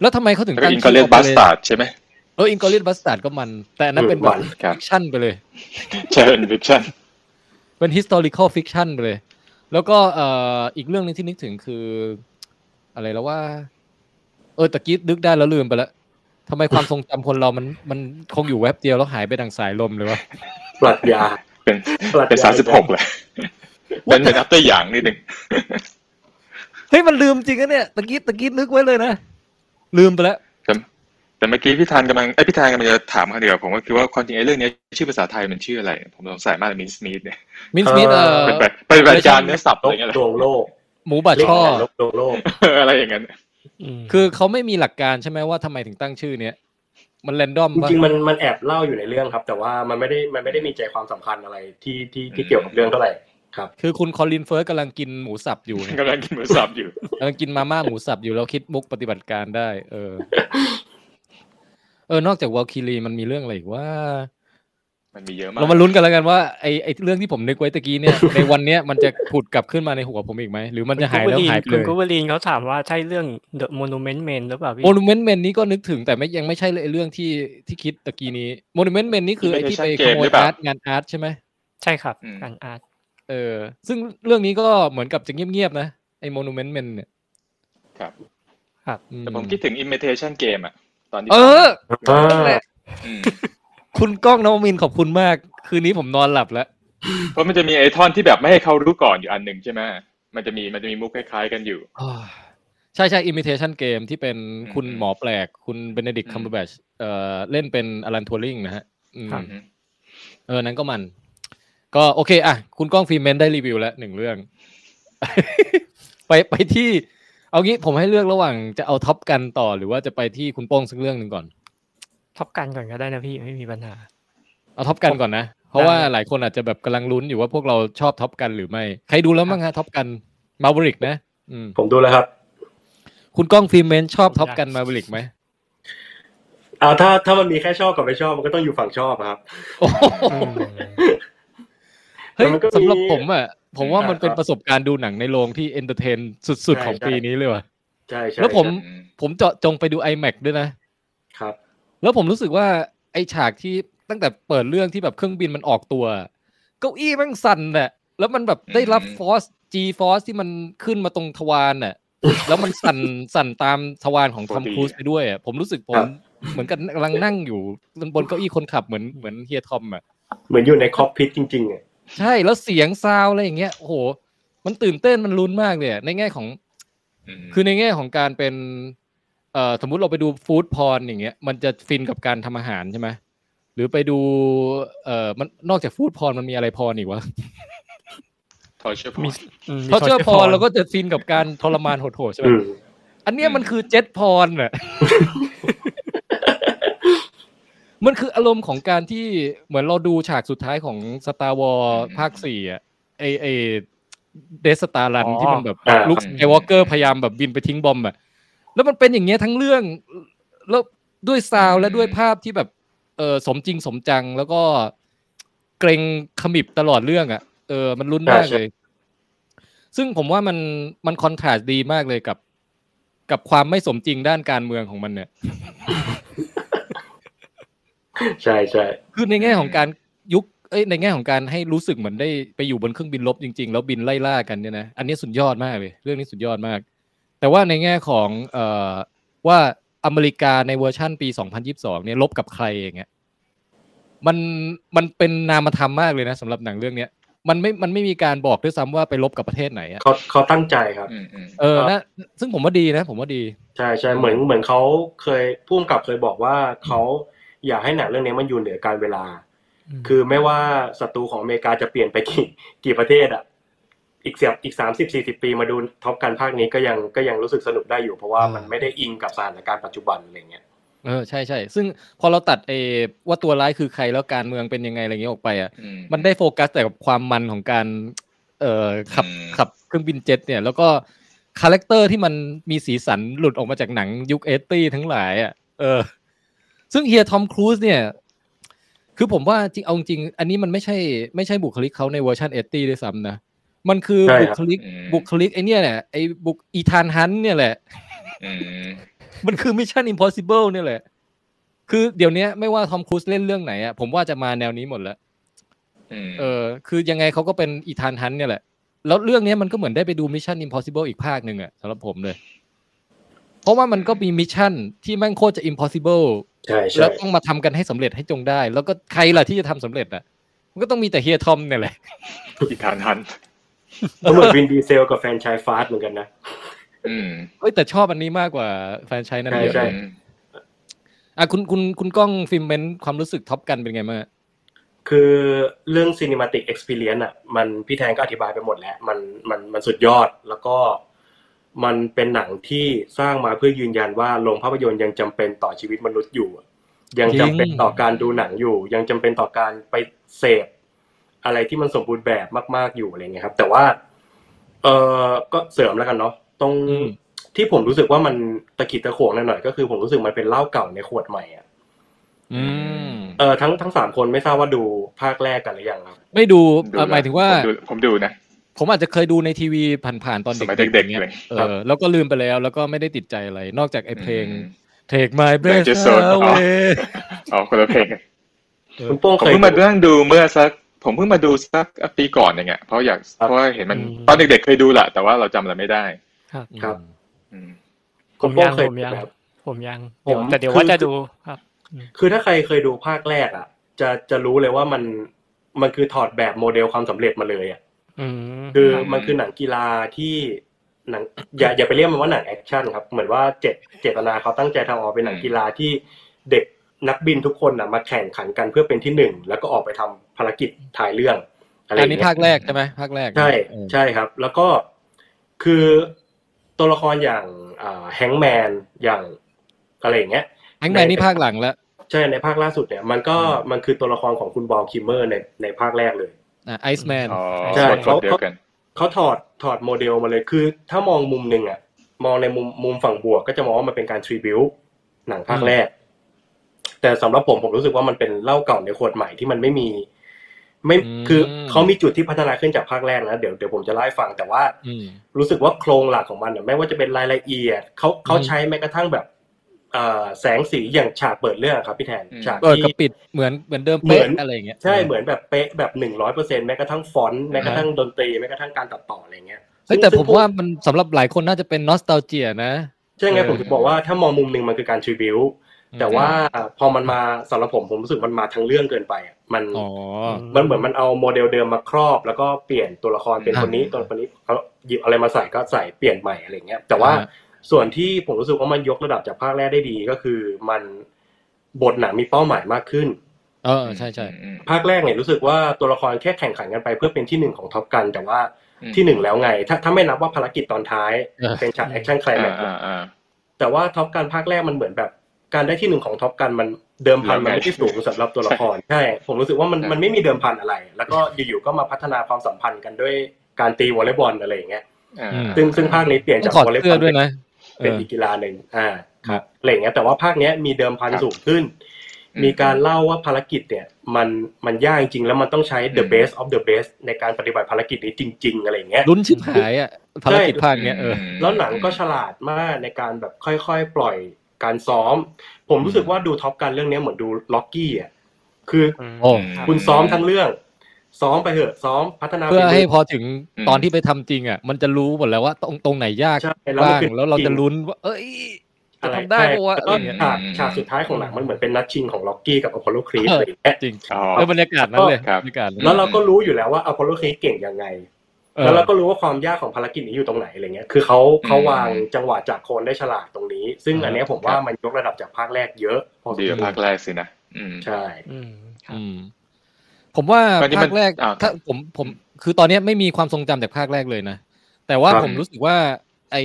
B: แล้วทำไมเขาถึง
E: แล้วก็
B: ตั้ง
E: อินกอเลียนบัสตาร์ดใช่ไหม
B: เอออินกอเลียนบัสตาร์ดก็มัน แต่อันนั้นเป็นแบบ
E: ครับ
B: ฟิกชั่นไปเลย
E: ใช่เป็นฟิกชั่น
B: เป็น historical fiction ไปเลย แล้วก็เอ่ออีกเรื่องหนึงที่นึกถึงคือ อะไรแล้วว่า เออตะกี้นึกได้แล้วลืมไปแล้วทำไมความทรงจำคนเรามันมันคงอยู่แวบเดียวแล้วหายไปดังสายลมเลยวะ
D: ปรัชญา
E: เป็น
D: ปรัชญา
E: เป็นสามสิบหกแหละเป็นเป็นอัปเตอร์อย่างนิดหนึ่ง
B: เฮ้ยมันลืมจริงนะเนี่ยตะกี้ตะกี้นึกไว้เลยนะ ลืมไปแล้ว
E: แต่แต่เมื่อกี้พี่ธานกำลังไอยพี่ธานกำลังจะถามคำเดียวกับผมก็คือว่าความจริงไอ้เรื่องเนี้ยชื่อภาษาไทยมันชื่ออะไร ผมสงสัยมากเลยมินสมีดเนี่ย
B: มินส์มีดเออ
E: เป็นแบบเป็นแบบจานเนื้อสับอะไรเงี้ยเหร
D: ด
E: อ
D: วงโลก
B: หมูบา
D: เรียก
B: ช่อ
D: ว่าอะไรนกดวงโลก
E: เอออะไรอย่างเงี้ย
C: ม
B: คือเขาไม่มีหลักการใช่ไหมว่าทำไมถึงตั้งชื่อเนี้ย มันแรนดอม
D: จ
B: ปะ
D: ริงๆมันมันแอบเล่าอยู่ในเรื่องครับ แต่ว่ามันไม่ได้มันไม่ได้มีใจความสำคัญอะไรที่ที่ที่เกี่ยวกับเรื่องเท่าไหร่ครับ
B: คือคุณคอลินเฟิร์สกำลังกินหมูสับอยู่เนี่ย
E: กำลังกินหมูสับอยู่
B: กำลังกินมาม่าหมูสับอยู่แล้วคิดมุกปฏิบัติการได้ เออ เออนอกจากวอลคิรีมันมีเรื่องอะไรอีกว่า
E: มันมีเยอะมาก
B: เรามาลุ้นกันแล้วกันว่าไอไอเรื่องที่ผมนึกไว้ตะกี้เนี่ย ในวันเนี้ยมันจะผุดกลับขึ้นมาในหัวผมอีกไหมหรือมันจะหายแล้วหายไป
C: คุ
B: เล
C: ณ
B: ย
C: กูเวลีนเขาถามว่าใช่เรื่อง The Monument Men หรือเปล่าพี่
B: โมนูเมนต์เมนนี้ก็นึกถึงแต่ไม่ยังไม่ใช่เลยไอ้เรื่องที่ที่คิดตะกี้นี้โมนูเมนต์เมนนี่คือไอที่ไปขโมยอาร์ตงานอาร์ตใช่ไหม
C: ใช่ครับ
E: อืม
C: การอาร์ต
B: เออซึ่งเรื่องนี้ก็เหมือนกับจะเงียบๆนะไอ้โมนูเมนต์เมนเนี่ย
E: ครับ
C: ครับ
B: อื
E: แต่ผมคิดถึง imitation game อะตอนที่
B: เออ
D: อ่า
B: นั่นแหละ
E: ม
B: คุณก้องนวมินทร์ขอบคุณมาก คืนนี้ผมนอนหลับแล้ว
E: เพราะมันจะมีไอท่อนที่แบบไม่ให้เขารู้ก่อนอยู่อันหนึ่งใช่ไหมมันจะมีมันจะมีมุกคล้ายๆกันอยู่
B: ใช่ใช่ imitation game ที่เป็นคุณ
E: อืม
B: หมอแปลก คุณเบเนดิก
E: อืม
B: คัมเบอร์แบชเอ่อเล่นเป็นอลันทัวริงนะฮะอืม
E: อืม
B: เออ นั้นก็มัน ก็โอเค อ่ะ คุณก้องฟิล์มเมนได้รีวิวแล้วหนึ่งเรื่อง ไปไปที่ เอางี้ผมให้เลือกระหว่างจะเอาท็อปกันต่อ หรือว่าจะไปที่คุณโป้งสักเรื่องหนึ่งก่อน
C: ท็อปกันก่อนก็ได้นะพี่ไม่มีปัญหา
B: เอาท็อปกันก่อนนะ เพราะ
C: ได้
B: ว่าหลายคนอาจจะแบบกำลังลุ้นอยู่ว่าพวกเราชอบท็อปกันหรือไม่ ใครดูแล้วมั้งฮะท็อปกันมาบริกนะ อืม
D: ผมดูแล้วครับ
B: คุณก้องฟิล์มเมนชอบท็อปกันมาบริกไหม
D: อ่าถ้าถ้ามันมีแค่ชอบกับไม่ชอบมันก็ต้องอยู่ฝั่งชอบครับ
B: โอ้โห
C: อืม
B: เฮ้ย
D: มันก็มี
B: สำหรับผมอ่ะ ผมว่ามันเป็น
D: อ่าๆ
B: ประสบการณ์ดูหนังในโรงที่เอนเตอร์เทนสุด
D: ใช่
B: ๆ ของ
D: ใช่
B: ปีนี้เลยว่ะ
D: ใช่ใช่
B: แล้วผม
D: ใช่
E: อืม
B: ผมเจาะจงไปดู iMac ด้วยนะ
D: ครับ
B: แล้วผมรู้สึกว่าไอฉากที่ตั้งแต่เปิดเรื่องที่แบบเครื่องบินมันออกตัว เก้าอี้แม่งสั่นน่ะแล้วมันแบบได้รับฟอส G ฟอสที่มันขึ้นมาตรงทวารน่ะแล้วมันสั่น สั่นตามทวารของทอมครูซไปด้วยอ่ะผมรู้สึกผ
D: ค
B: ม
D: รับ
B: เหมือนกันกำลังนั่งอยู่บนเก้าอี้คนขับเหมือนเหมือนเฮียทอมอ่ะ
D: เหมือนอยู่ในคอกพิทจริงๆอ่ะ
B: ใช่แล้วเสียงซาวอะไรอย่างเงี้ยโอ้โห มันตื่นเต้นมันลุ้นมากเลยอะในแง่ของ
E: ม
B: คือในแง่ของการเป็นเอ่อสมมุติเราไปดูฟู้ดพอ r n อย่างเงี้ย มันจะฟินกับการทำอาหารใช่ไหมหรือไปดูเอ่อมันนอกจากฟู้ดพอ r n มันมีอะไรพอ r n อีกวะ
E: ทอเชอร์พอ
C: มี
E: ต
C: อืมมี
B: เพราะเชื่อ
C: torture
B: พอ
C: porn
B: เราก็จะฟินกับการทรมานโหดๆใช่ไหม
D: อืม
B: อันเนี้ย
E: อืม
B: มันคือเจ็ตพรน่ะ มันคืออารมณ์ของการที่เหมือนเราดูฉากสุดท้ายของสตาร์วอลภาคสี่อะไอไอเดสตารัน
C: อ๋อ
B: ที่มันแบบ
D: อ่า
B: ลุกไอวอลเกอร์พยายามแบบบินไปทิ้งบอมอะแล้วมันเป็นอย่างเงี้ยทั้งเรื่อง แล้วด้วยซาวด์และด้วยภาพที่แบบเออสมจริงสมจังแล้วก็เกรงขมิบตลอดเรื่องอะเออ มันลุ้นมาก
D: ใช่
B: เลย ซึ่งผมว่ามันมันคอนทราสต์ดีมากเลยกับ กับความไม่สมจริงด้านการเมืองของมันเนี่ย
D: ใช่ใช่
B: คือในแง่ของการยุคเอ้ยในแง่ของการให้รู้สึกเหมือนได้ไปอยู่บนเครื่องบินรบจริง ๆ แล้วบินไล่ล่ากันเนี่ยนะอันนี้สุดยอดมากเลย เรื่องนี้สุดยอดมาก แต่ว่าในแง่ของเอ่อว่าอเมริกาในเวอร์ชั่นปี 2022 เนี่ยลบกับใครอย่างเงี้ยมันมันเป็นนามธรรมมากเลยนะสำหรับหนังเรื่องเนี้ยมันไม่มันไม่มีการบอกด้วยซ้ำว่าไปลบกับประเทศไหนอะ
D: เขาเขาตั้งใจครับ
E: อืมอืม
B: เออนะซึ่งผมว่าดีนะ ผมว่าดี
D: ใช่ใช่เหมือนเหมือนเขาเคยพุ่มกับเคยบอกว่าเขาอยากให้หนังเรื่องนี้มันอยู่เหนือการเวลา คือไม่ว่าศัตรูของอเมริกาจะเปลี่ยนไปกี่กี่ประเทศอ่ะอีกเสียบอีกสามสิบสี่สิบปีมาดูท็อปกันภาคนี้ก็ยังก็ยังรู้สึกสนุกได้อยู่ เพราะว่ามันไม่ได้อิงกับสถานการณ์ปัจจุบันอะไรเงี้ย
B: เออใช่ใช่ซึ่งพอเราตัดเออว่าตัวร้ายคือใครแล้วการเมืองเป็นยังไงอะไรเงี้ยออกไปอะ มันได้โฟกัสแต่กับความมันของการ เอ่อขับ
E: อืม
B: ขับเครื่องบินเจ็ตเนี่ย แล้วก็คาแรคเตอร์ที่มันมีสีสันหลุดออกมาจากหนังยุคเอตี้ทั้งหลายอ่ะเออ ซึ่งเฮียทอมครูซเนี่ย คือผมว่าจริงเอาจริงอันนี้มันไม่ใช่ไม่ใช่บุคลิกเขาในเวอร์ชันเอตี้ด้วยซ้ำนะ มันคือ
D: ใช่
B: บุ
D: ครับ
B: คลิก
E: อืม
B: บุคลิกไอเนี่ยแหละไอบุคอีธานฮันต์เนี่ยแหละ
E: อืม
B: มันคือมิชชั่นอิมพอสิเบิลเนี่ยแหละ คือเดี๋ยวนี้ไม่ว่าทอมครูซเล่นเรื่องไหนอ่ะผมว่าจะมาแนวนี้หมดแล้ว
E: อืม
B: เออคือยังไงเขาก็เป็นอีธานฮันต์เนี่ยแหละ แล้วเรื่องเนี้ยมันก็เหมือนได้ไปดูมิชชั่นอิมพอสิเบิลอีกภาคหนึ่งอะสำหรับผมเลย เพราะว่ามันก็มีมิชชั่นที่แม่งโคตรจะ impossible
D: ใช่
B: แล้
D: ใช่
B: วต้องมาทำกันให้สำเร็จให้จงได้ แล้วก็ใครล่ะที่จะทำสำเร็จอ่ะ มันก็ต้องมีแต่เฮียทอมเนี่ยแหละ
E: อีกฐานทัน
D: ก็เหมือนวินดีเซลกับแฟรนไชายฟาสต์เหมือนกันนะ
E: อืม
B: เอ้ยแต่ชอบอันนี้มากกว่าแฟนชายนั่นเยอะ
D: ใช่
B: เลยอ่ะคุณคุณคุณก้องฟิล์มเมนต์ความรู้สึกท็อปกันเป็นไงบ้างอะ
D: คือเรื่อง cinematic experience อ่ะมันพี่แทนก็อธิบายไปหมดแล้วมันมันมันสุดยอดแล้วก็มันเป็นหนังที่สร้างมาเพื่อยืนยันว่าโรงภาพยนตร์ยังจำเป็นต่อชีวิตมนุษย์อยู่อะยังจำเป็นต่อการดูหนังอยู่ ยังจำเป็นต่อการไปเสพอะไรที่มันสมบูรณ์แบบมากๆอยู่อะไรเงี้ยครับ แต่ว่าเออก็เสริมแล้วกันเนาะตรงที่ผมรู้สึกว่ามันตะกิดตะขวงหน่อยๆก็คือผมรู้สึกมันเป็นเหล้าเก่าในขวดใหม่อ่ะ
B: อืม
D: เออทั้งทั้งสามคนไม่ทราบว่าดูภาคแรกกันหรือยังครับ
B: ไม่ดู
E: ดู
B: เอ่อหมายถึงว่า
E: ผมดูผมดูนะ
B: ผมอาจจะเคยดูในทีวีผ่านๆตอน
E: ส
B: เด็ก
E: มัย
B: ๆ
E: เด็ก
B: อาง
E: ๆ
B: งี้
E: เลย
B: เออแล้วก็ลืมไปแล้ว แล้วก็ไม่ได้ติดใจอะไร นอกจากไอ้เพลง
E: อืม
B: Take My Breath
E: Breath Your Soul
B: Away
E: อ๋อคนละเพลง
D: คุณโป้ง
E: ผม
D: เคย
E: เพิ่งมานั่งดูเมื่อสัก ผมเพิ่งมาดูสักปีก่อนอย่างเงี้ยเพราะอยากเพราะว่าเห็นมัน
C: อืม
E: ตอนเด็กๆเคยดูแหละแต่ว่าเราจำอะไรไม่ได้
D: ครับ
E: อืม
C: ผมยังผมยัง
D: ครับ
C: ผมยัง
D: ผ
C: เดี๋ยว
D: ม
C: แต่เดี๋ยว
D: คือ
C: ว่าจะดูครับ
D: คือถ้าใครเคยดูภาคแรกอ่ะ จะจะรู้เลยว่ามันมันคือถอดแบบโมเดลความสำเร็จมาเลยอ่ะ
C: อืม
D: คือ
E: ครับ
D: มันคือหนังกีฬาที่หนังอย่าอย่าไปเรียกมันว่าหนังแอคชั่นครับ เหมือนว่าเจตเจตนาเขาตั้งใจทำออกมาเป็นหนังกีฬาที่เด็กนักบินทุกคนอ่ะมาแข่งขันกันเพื่อเป็นที่หนึ่งแล้วก็ออกไปทำภารกิจถ่ายเรื่องอะไรอ
B: อัน
D: ย่าง
B: นี้
D: เงี้
B: ภาย คแรกใช่ไหมภาคแรก
D: ใช่
B: เออ
D: ใช่ครับ แล้วก็คือตัวละครอย่างแฮงแมนอย่างอะไรอย่างเงี้ย
B: แฮงค์แมนนี่ภาคหลังแล้ว
D: ใช่ในภาคล่าสุดเนี่ยมันก็มันคือตัวละครของคุณบอลคิมเมอร์ในในภาคแรกเลย
B: ไอซ์แมน
E: อ๋อ
D: ใช่
E: ค
D: เขา
E: นเดียวกัน
D: เขาถอดถอดโมเดลมาเลยคือ ถ้ามองมุมหนึ่งอะมองในมุมมุมฝั่งบวก ก็จะมองว่ามันเป็นการทรีบิวหนังภาคแรก แต่สำหรับผมผมรู้สึกว่ามันเป็นเหล้าเก่าในขวดใหม่ที่มันไม่มี ไม่คือเขามีจุดที่พัฒนาขึ้นจากภาคแรกนะเดี๋ยวเดี๋ยวผมจะเล่าให้ฟังแต่ว่า
B: อืม
D: รู้สึกว่าโครงหลักของมันเนี่ยไม่ว่าจะเป็นรายละเอียดเขาเขา
B: อืม
D: ใช้แม้กระทั่งแบบเอ่อแสงสีอย่างฉากเปิดเรื่องครับพี่แทน
E: อืม
D: ฉาก
B: เปิด
D: ที่
B: กับปิดเหมือนเหมือนเดิม
D: เหมื
B: เป๊ะ
D: อน
B: อะไรอย่างเงี้ย
D: ใช่เหมือนแบบเป๊ะแบบหนึ่งร้อยเปอร์เซ็นต์แม้กระทั่งฟอนต์แม้กระทั่งดนตรีแม้กระทั่งการตัดต่ออะไรเงี้ย
B: เฮ้ยแต่
D: ซึ่ง
B: ผมว่ามันสำหรับหลายคนน่าจะเป็นนอสตาเจียนะ
D: ใช่ไง
B: เออ
D: ผมถึงบอกว่าถ้ามองมุมหนึ่งมันคือการทริบิวแต่ว่าพอมันมาสำหรับผมผมรู้สึกมันมาทั้งเรื่องเกินไปอ่ะมัน
B: อ๋อ
D: มันเหมือนมันเอาโมเดลเดิมมาครอบ แล้วก็เปลี่ยนตัวละครเป็น
B: อ่า
D: คนนี้ตัวคนนี้เขาหยิบอะไรมาใส่ก็ใส่เปลี่ยนใหม่อะไรเงี้ยแต่ว่า
B: อ่า
D: ส่วนที่ผมรู้สึกว่ามันยกระดับจากภาคแรกได้ดีก็คือมันบทหนังมีเป้าหมายมากขึ้น
B: เออใช่ใช่
E: อืม
D: ภาคแรกเนี่ยรู้สึกว่าตัวละครแค่แข่งขันกันไปเพื่อเป็นที่หนึ่งของท็อปกัน แต่ว่า
E: อืม
D: ที่หนึ่งแล้วไง ถ้าถ้าไม่นับว่าภารกิจตอนท้าย
B: เออ
D: เป็นฉากแอคชั่นไคลแม็กซ์
E: อ่าอ่า
D: แต่ว่าท็อปการภาคแรกมันเหมือนแบบ การได้ที่หนึ่งของท็อปการมันเดิมพันมันไม่ได้สูงสำหรับตัวละครใช่ผมรู้สึกว่ามัน
E: ใช่
D: มันไม่มีเดิมพันอะไร แล้วก็อยู่ๆก็มาพัฒนาความสัมพันธ์กันด้วยการตีวอลเลย์บอลอะไรอย่างเงี้ย
E: อ่า
B: อืม
D: ซึ่งซึ่งภาคนี้เปลี่ยน
B: ต้อ
D: จาก
B: งถอด
D: วอลเลย์บ
B: เสื้
D: อ
B: อ
D: ล
B: ด้วย
D: เป็น
B: นะเอ
D: เป็น
B: อ
D: อีกกีฬาหนึ่งอ่า
B: ค
D: ค
B: รั
D: รับ บอะไรอย่างเงี้ย แต่ว่าภาคเนี้ยมีเดิมพันสูงขึ้น มีการเล่าว่าภารกิจเนี่ยมันมันยากจริงๆ แล้วมันต้องใช้ the best of the best ในการปฏิบัติภารกิจนี้จริง ๆ อะไรอย่างเงี้ย
B: ลุ้นชิบหายอ่ะภารกิจภาคเนี้ยเออ
D: แล้วหนังก็ฉลาดมากในการแบบค่อยๆ ปล่อยการซ้อม ผมรู้สึกว่าดูท็อปการเรื่องเนี้ยเหมือนดูล็อกกี้อ่ะคือ
B: โอ้
D: คุณซ้อมทั้งเรื่อง ซ้อมไปเถอะซ้อมพัฒนา
B: เพื่อ
D: ฝีมื
B: ให้พอถึงตอนที่ไปทำจริงอ่ะ มันจะรู้หมดแล้วว่าตรงตรงไหนยาก
D: ใช่แล้วมัน
B: บ้าง
D: คือ
B: แล้วเรา
D: จริ
B: จะ
D: ง
B: ลุ้นว่า เอ้ย
D: อะไร
B: ทำได้ปะวะ
D: แล้วก็ฉากฉากสุดท้ายของหนังมันเหมือนเป็นนัดชิงของล็อกกี้กับอพอลโลครีสอะไรอย่างเงี้ย
B: จริง
E: อ๋อ
B: แล้วบรรยากาศนั้นเลย
E: ครับ
B: บรรยากาศนั้น
D: แล้วเราก็รู้อยู่แล้วว่าอพอลโลครีสเก่งยังไง
B: ออ
D: แล้วเราก็รู้ว่าความยากของภารกิจนี้อยู่ตรงไหนอะไรเงี้ย คือเขาเขาวางจังหวะจากโคนได้ฉลาดตรงนี้ ซึ่งอันเนี้ยผมว่ามันยกระดับจากภาคแรกเยอะพอสม
E: ดี
D: ค
E: ก
D: ว
E: ว่ารภาคแรกสินะอืม
D: ใช่
C: อืมครับ
B: อืมผมว่า
E: ตอนนี้มั
B: ภานคแรก
E: อ่า
B: ถ้าผมผมคือตอนเนี้ยไม่มีความทรงจำจากภาคแรกเลยนะ แต่ว่า
D: ครับ
B: ผมรู้สึกว่า ไอ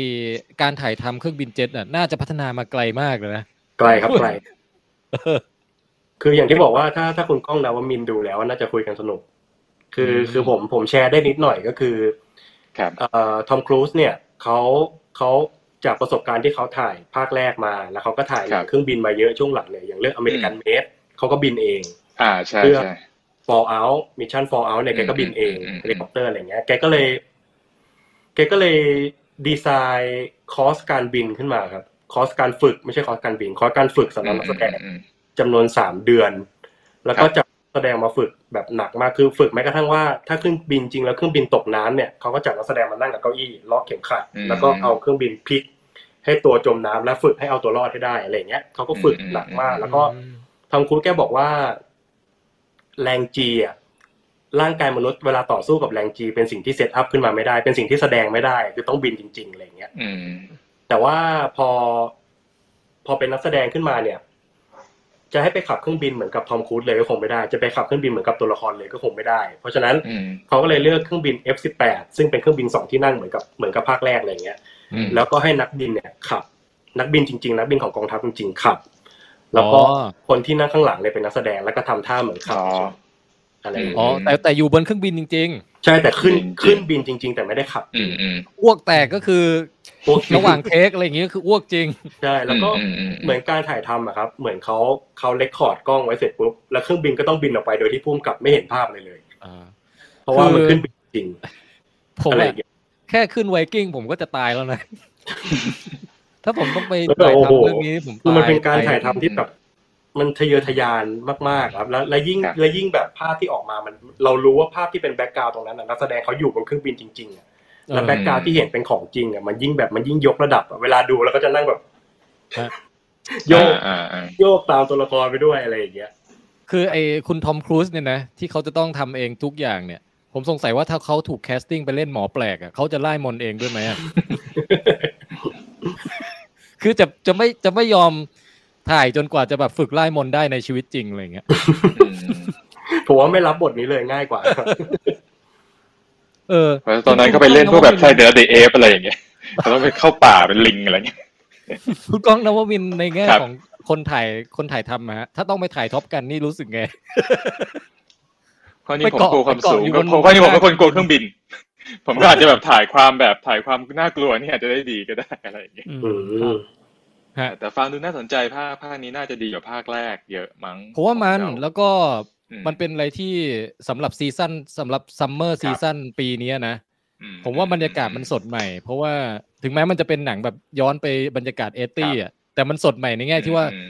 B: การถ่ายทำเครื่องบินเจ็ตอ่ะน่าจะพัฒนามาไกลมากเลยนะ
D: ไกลครับไกล คืออย่างที่บอกว่าถ้าถ้าคุณก้องนาวมินทร์ดูแล้วน่าจะคุยกันสนุก คือ
B: อืม
D: คือผมผมแชร์ได้นิดหน่อยก็คือ
E: ครับ
D: เอ่อทอมครูซเนี่ยเขาเขาจากประสบการณ์ที่เขาถ่ายภาคแรกมา แล้วเขาก็ถ่ายหนัง
E: ครับ
D: เครื่องบินมาเยอะช่วงหลังเนี่ยอย่างเรื่องอเมริกันเมดเขาก็บินเอง
E: อ่าใช่ใช่
D: Fallout มิชชั่น Fallout เนี่ยแกก็บินเอง
E: อืมอืมอืม
D: เฮลิคอปเตอร์อะไรเงี้ยแกก็เลยแกก็เลยดีไซน์คอร์สการบินขึ้นมาครับ คอร์สการฝึกไม่ใช่คอร์สการบิน คอร์สการฝึกสำหรับนักแสดง
E: อืม
D: จำนวนสามเดือน แล้วก็
E: ครับ
D: จับนักแสดงมาฝึกแบบหนักมากคือฝึกแม้กระทั่งว่าถ้าขึ้นบินจริงแล้วเครื่องบินตกน้ำเนี่ยเขาก็จับนักแสดงมานั่งกับเก้าอี้ล็อกเข็มขัดแล้วก็เอาเครื่องบินพลิก ให้ตัวจมน้ำและฝึกให้เอาตัวรอดให้ได้อะไรเงี้ยเขาก็ฝึกหนักมากแล้วก็ ทางคุณแกบอกว่า แรงจีอ่ะร่างกายมนุษย์เวลาต่อสู้กับแรงจีเป็นสิ่งที่เซตอัพขึ้นมาไม่ได้ เป็นสิ่งที่แสดงไม่ได้ คือต้องบินจริงๆอะไรอย่างเงี้ย
E: อืม
D: แต่ว่าพอ พอเป็นนักแสดงขึ้นมาเนี่ย จะให้ไปขับเครื่องบินเหมือนกับทอมครูซเลยก็คงไม่ได้จะไปขับเครื่องบินเหมือนกับตัวละครเลยก็คงไม่ได้ เพราะฉะนั้น
E: อืม
D: เขาก็เลยเลือกเครื่องบิน F18 ซึ่งเป็นเครื่องบินสองที่นั่งเหมือนกับเหมือนกับภาคแรกอะไรอย่างเงี้ย
E: อืม
D: แล้วก็ให้นักบินเนี่ยขับ นักบินจริงๆ นักบินของกองทัพจริงๆขับ แล้วก็
B: อ๋อ
D: คนที่นั่งข้างหลังเนี่ยเป็นนักแสดงแล้วก็ทำท่าเหมือนขับ
E: อ๋อ
D: อะไรอย่าง
B: อ๋อ
D: เงี้ย
B: แต่แต่อยู่บนเครื่องบินจริง
D: ใช่แต่ขึ้น
E: จริงๆ
D: ขึ้นบินจริง ๆ แต่ไม่ได้ขับ
E: อืมอืม
B: ๆอ้วกแตกก็คือ
D: พวก
B: ระหว่างเทคอะไรอย่างเงี้ยคืออ้วกจริง
D: ใช่แล้วก็
E: อืมอืม
D: เหมือนการถ่ายทำอะครับ เหมือนเขาเขาเลคคอร์ดกล้องไว้เสร็จปุ๊บแล้วเครื่องบินก็ต้องบินออกไปโดยที่พุ่มกับไม่เห็นภาพเลยเลย เพราะว่ามันขึ้นบินจริง
B: ผม
D: อะไรอ
B: อะ
D: ย่างเงี้ย
B: แค่ขึ้นไวกิ้งผมก็จะตายแล้ว นะ ถ้าผมต้องไป
D: แล้วก็
B: ถ่าย
D: โอ้โห
B: ทำเรื่องนี้ผม
D: คือ
B: ตาย
D: มันเป็นการถ่าย
B: ไป
D: ทำที่แบบมันทะเยอทะยานมากๆครับ แล้วและยิ่งและยิ่งแบบภาพที่ออกมามันเรารู้ว่าภาพที่เป็นแบ็กกราวตรงนั้นน่ะนักแสดงเขาอยู่บนเครื่องบินจริงๆอะแล้วแบ็กกราวที่เห็นเป็นของจริงอ่ะมันยิ่งแบบมันยิ่งยกระดับอะเวลาดูเราก็จะนั่งแบบ
B: ฮะ
D: โยก
E: อ่าอ่า
D: โยกตามตัวละครไปด้วยอะไรอย่างเงี้ย
B: คือไอ้คุณทอมครูซเนี่ยนะที่เขาจะต้องทำเองทุกอย่างเนี่ย ผมสงสัยว่าถ้าเขาถูกแคสติ้งไปเล่นหมอแปลกอ่ะเขาจะไล่มนต์เองด้วยไหม อ่ะ คือจะจะไม่จะไม่ยอมถ่ายจนกว่าจะแบบฝึกไล่มนต์ได้ในชีวิตจริงอะไรอย่างเงี้ย
E: อืม
D: ผมว่าไม่รับบทนี้เลยง่ายกว่า
B: เออ
E: เพราะตอนนั้นก็ไปเล่นพวกแบบไซเดอร์เดเอฟอะไรอย่างเงี้ยแล้วก็ไปเข้าป่าเป็นลิงอะไรเงี้ย
B: คุณก้องนวมินทร์ในแง่
E: ครับ
B: ของคนถ่ายคนถ่ายทำอะฮะถ้าต้องไปถ่ายท็อปกันนี่รู้สึกไง
E: ข้อนี้
B: ไป
E: ผม
B: เกาะ
E: กลัวความสูง
B: ไปเกาะอยู่บน
E: ก็ข้อนี้ผมเป็นคนกลัวเครื่องบิน ผมก็อาจจะแบบถ่ายความแบบถ่ายความน่ากลัวนี่อาจจะได้ดีก็ได้ อะไรอย่างเงี้ย
D: อืม
B: ฮะ
E: แต่ฟังดูน่าสนใจภาคภาคนี้น่าจะดีกว่าภาคแรกเยอะมั้ง
B: ผมว่ามัน
E: ของเจ้
B: แล้วก็
E: อื
B: มันเป็นอะไรที่สำหรับซีซั่นสำหรับซัมเมอร์ซีซั่นปีเนี้ยนะ
E: อื
B: ผมว่าบรรยากาศมันสดใหม่ เพราะว่าถึงแม้มันจะเป็นหนังแบบย้อนไปบรรยากาศเอตี้อ่ะแต่มันสดใหม่ในแง่ที่ว่า
E: อืม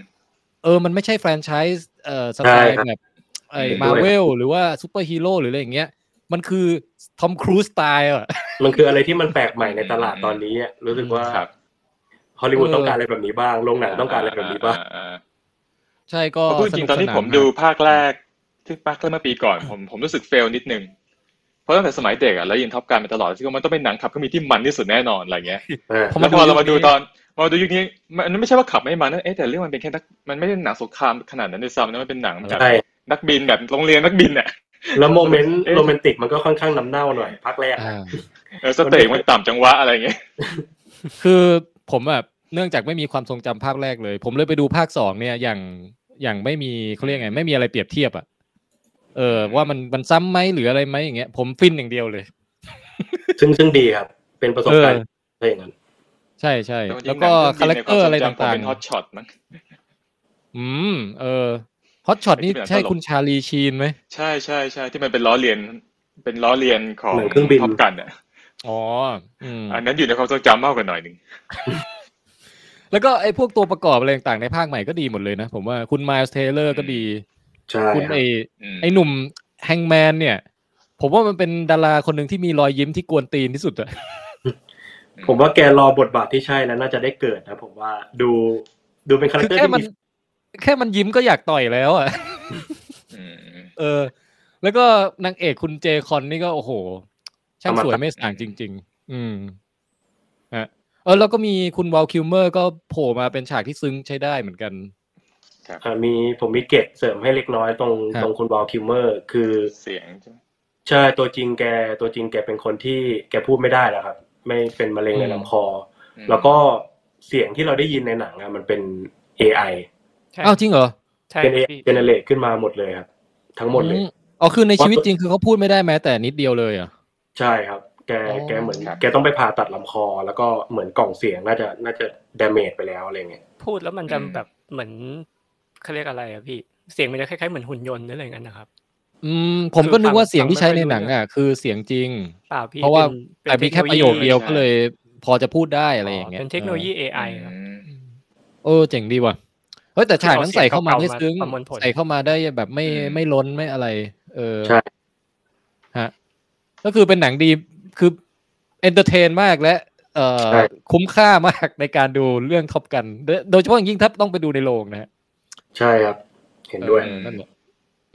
B: เออมันไม่ใช่แฟรนไชส์เอ่อสไตล์
D: ใช่ครับ
B: แบบไอ้
E: เห็นด้วย
B: มาเวลหรือว่าซูเปอร์ฮีโร่หรืออะไรอย่างเงี้ย มันคือทอมครูซสไตล์อ่ะ
D: มันคืออะไรที่มันแปลกใหม่ในตลาดตอนนี้อะรู้สึกว่า
E: ครับ
D: ฮอลลีวูด
B: เออ
D: ต้องการอะไรแบบนี้บ้างโรงหนังต้องการอะไรแบบนี้บ้าง
E: อ่อ่อ่า
B: ใช่ก็
E: พอพูดจริง
B: ส
E: ตอนที่
B: กสา
E: ผมดูภาคแรกที่ภาคแรกเมื่อปีก่อน ผมผมรู้สึกเฟลนิดนึง เพราะตั้งแต่สมัยเด็กอะแล้วยินท็อปการมาตลอดที่ว่ามันต้องเป็นหนังขับเครื่องบินที่มันที่สุดแน่นอนอะไรเงี้ย
B: พอ
E: แล้วพอเรามาดู
B: ยุค
E: ตอนมาดูยุคนี้มันไม่ใช่ว่าขับไม่มันนะเอ๊ะแต่เรื่องมันเป็นแค่นักมันไม่ได้หนังสงครามขนาดนั้นด้วยซ้ำนะมันเป็นหนังแบบ
D: ใช่
E: นักบินแบบโรงเรียนนักบินอะ
D: แล้วโมเมนต์
E: เอ๊ะ
D: โรแมนติกมันก็ค่อนข้างน้ำเน่าหน่อยภาคแรก
B: อ่า
E: เออสเตกมันต่ำจังวะอะไรเงี้ย
B: คือผมแบบเนื่องจากไม่มีความทรงจำภาคแรกเลย ผมเลยไปดูภาคสองเนี่ยอย่างอย่างไม่มีเขาเรียกไง ไม่มีอะไรเปรียบเทียบอ่ะเออว่ามันมันซ้ำไหมหรืออะไรไหมอย่างเงี้ยผมฟินอย่างเดียวเลย
D: ซึ่งซึ่งดีครับ เป็นประสบการ
B: เออ
D: ณ์ถ้าอย่างนั้น
B: ใช่ใช่แล้วก็คาแรคเตอร์อะไรต่าง
E: เป็นฮอตช็อตมั้ง
B: ๆอืมเออฮอตช็อตนี่
E: เป็นหนัง
B: ใช่
E: ตลก
B: คุณชาลีชีนไหม
E: ใช่ใช่ใช่ที่มันเป็นล้อเลียน เป็นล้อเลียนของ
D: เหมือนเครื่องบิน
E: ท็อปกันอ่ะ
B: อ๋ออืม
E: อันนั้นอยู่ในความทรงจำมากกว่าหน่อยหนึ่ง
B: แล้วก็ไอ้พวกตัวประกอบอะไรต่างๆในภาคใหม่ก็ดีหมดเลยนะ ผมว่าคุณม i l ส์เทเลอร์ก็ดี
D: ใช่
B: คุณ
D: ครับ
B: ไอ้
E: อืม
B: ไอ้หนุ่มแฮงแมนเนี่ย ผมว่ามันเป็นดาราคนหนึ่งที่มีรอยยิ้มที่กวนตีนที่สุดอะ
D: ผมว่าแกรอบทบาทที่ใช่แล้วน่าจะได้เกิดนะผมว่าดูดูเป็นคาแร
B: คื
D: ค
B: อ
D: เตอร์
B: แค่
D: ที่
B: มัน
D: มี
B: แค่มันยิ้มก็อยากต่อยแล้วอะ
E: อืม
B: เออ แล้วก็นางเอกคุณเจคอนนี่ก็โอ้โห ช่างสวยไม่สางจริง ๆ อืมฮะเออแล้วก็มีคุณวอลคิวเมอร์ก็โผล่มาเป็นฉากที่ซึ้งใช้ได้เหมือนกัน
D: อ่ามีผมมีเกร็ดเสริมให้เล็กน้อยตรง
B: ครับ
D: ตรงคุณวอลคิวเมอร์ คือ
E: เสียงใช่ไหม
D: ใช่ตัวจริงแกตัวจริงแกเป็นคนที่แกพูดไม่ได้นะครับ ไม่เป็นมะเร็งในลำคอ
E: อืม
D: แล้วก็เสียงที่เราได้ยินในหนังอะมันเป็น AI
C: ใช่
B: อ้าวจริงเหรอ
C: ใช่
D: เป็น AI
C: พี่
D: เจเนเรตขึ้นมาหมดเลยครับ ทั้งหมดเลย
B: อือ๋อคือในชีวิตจริงคือเขาพูดไม่ได้แม้แต่นิดเดียวเลยเหรอ่ะ
D: ใช่ครับ แก
B: อ๋อ
D: แกเหมือน แกต้องไปผ่าตัดลำคอ แล้วก็เหมือนกล่องเสียงน่าจะน่าจะดเมจไปแล้วอะไรเงี้ย
C: พูดแล้วมันจะแบบเหมือนเขาเรียกอะไรอะพี่ เสียงมันจะคล้ายๆเหมือนหุ่นยนต์หรืออะไรอย่างนั้นนะครับ
B: อืมผมก็นึกว่าเสียงที่ใช้ใน
C: ฟังไม่ค่
B: ห
C: อยรู้
B: นังอ่ะคือเสียงจริง
C: เปล่าพี่
B: เพราะว่า
C: เป็น
B: แต่มีแค่ป
C: ป็น
B: ระ
C: ท
B: โย
C: น
B: ค
C: โล
B: เดียวก็เลย พอจะพูดได้อะไรอย่างเงี้ย
C: เป็นเทคโนโลยี AI ครับ
E: อืม
B: เออเจ๋งดีว่ะเฮ้ยแต่ฉากนั้นใส่เข้ามาได้ซึ้ง
C: ประมวลผล
B: ใส่เข้ามาได้แบบไม่
E: อืม
B: ไม่ล้นไม่อะไร เออ
D: ใช่
B: ฮะก็คือเป็นหนังดีคือเอนเตอร์เทนมากและเอ่อ
D: ใช่
B: คุ้มค่ามากในการดูเรื่องท็อปกัน โดยเฉพาะอย่างยิ่งถ้าต้องไปดูในโรงนะฮะ
D: ใช่ครับ เห็นด้วย
B: เออนั่นแหละ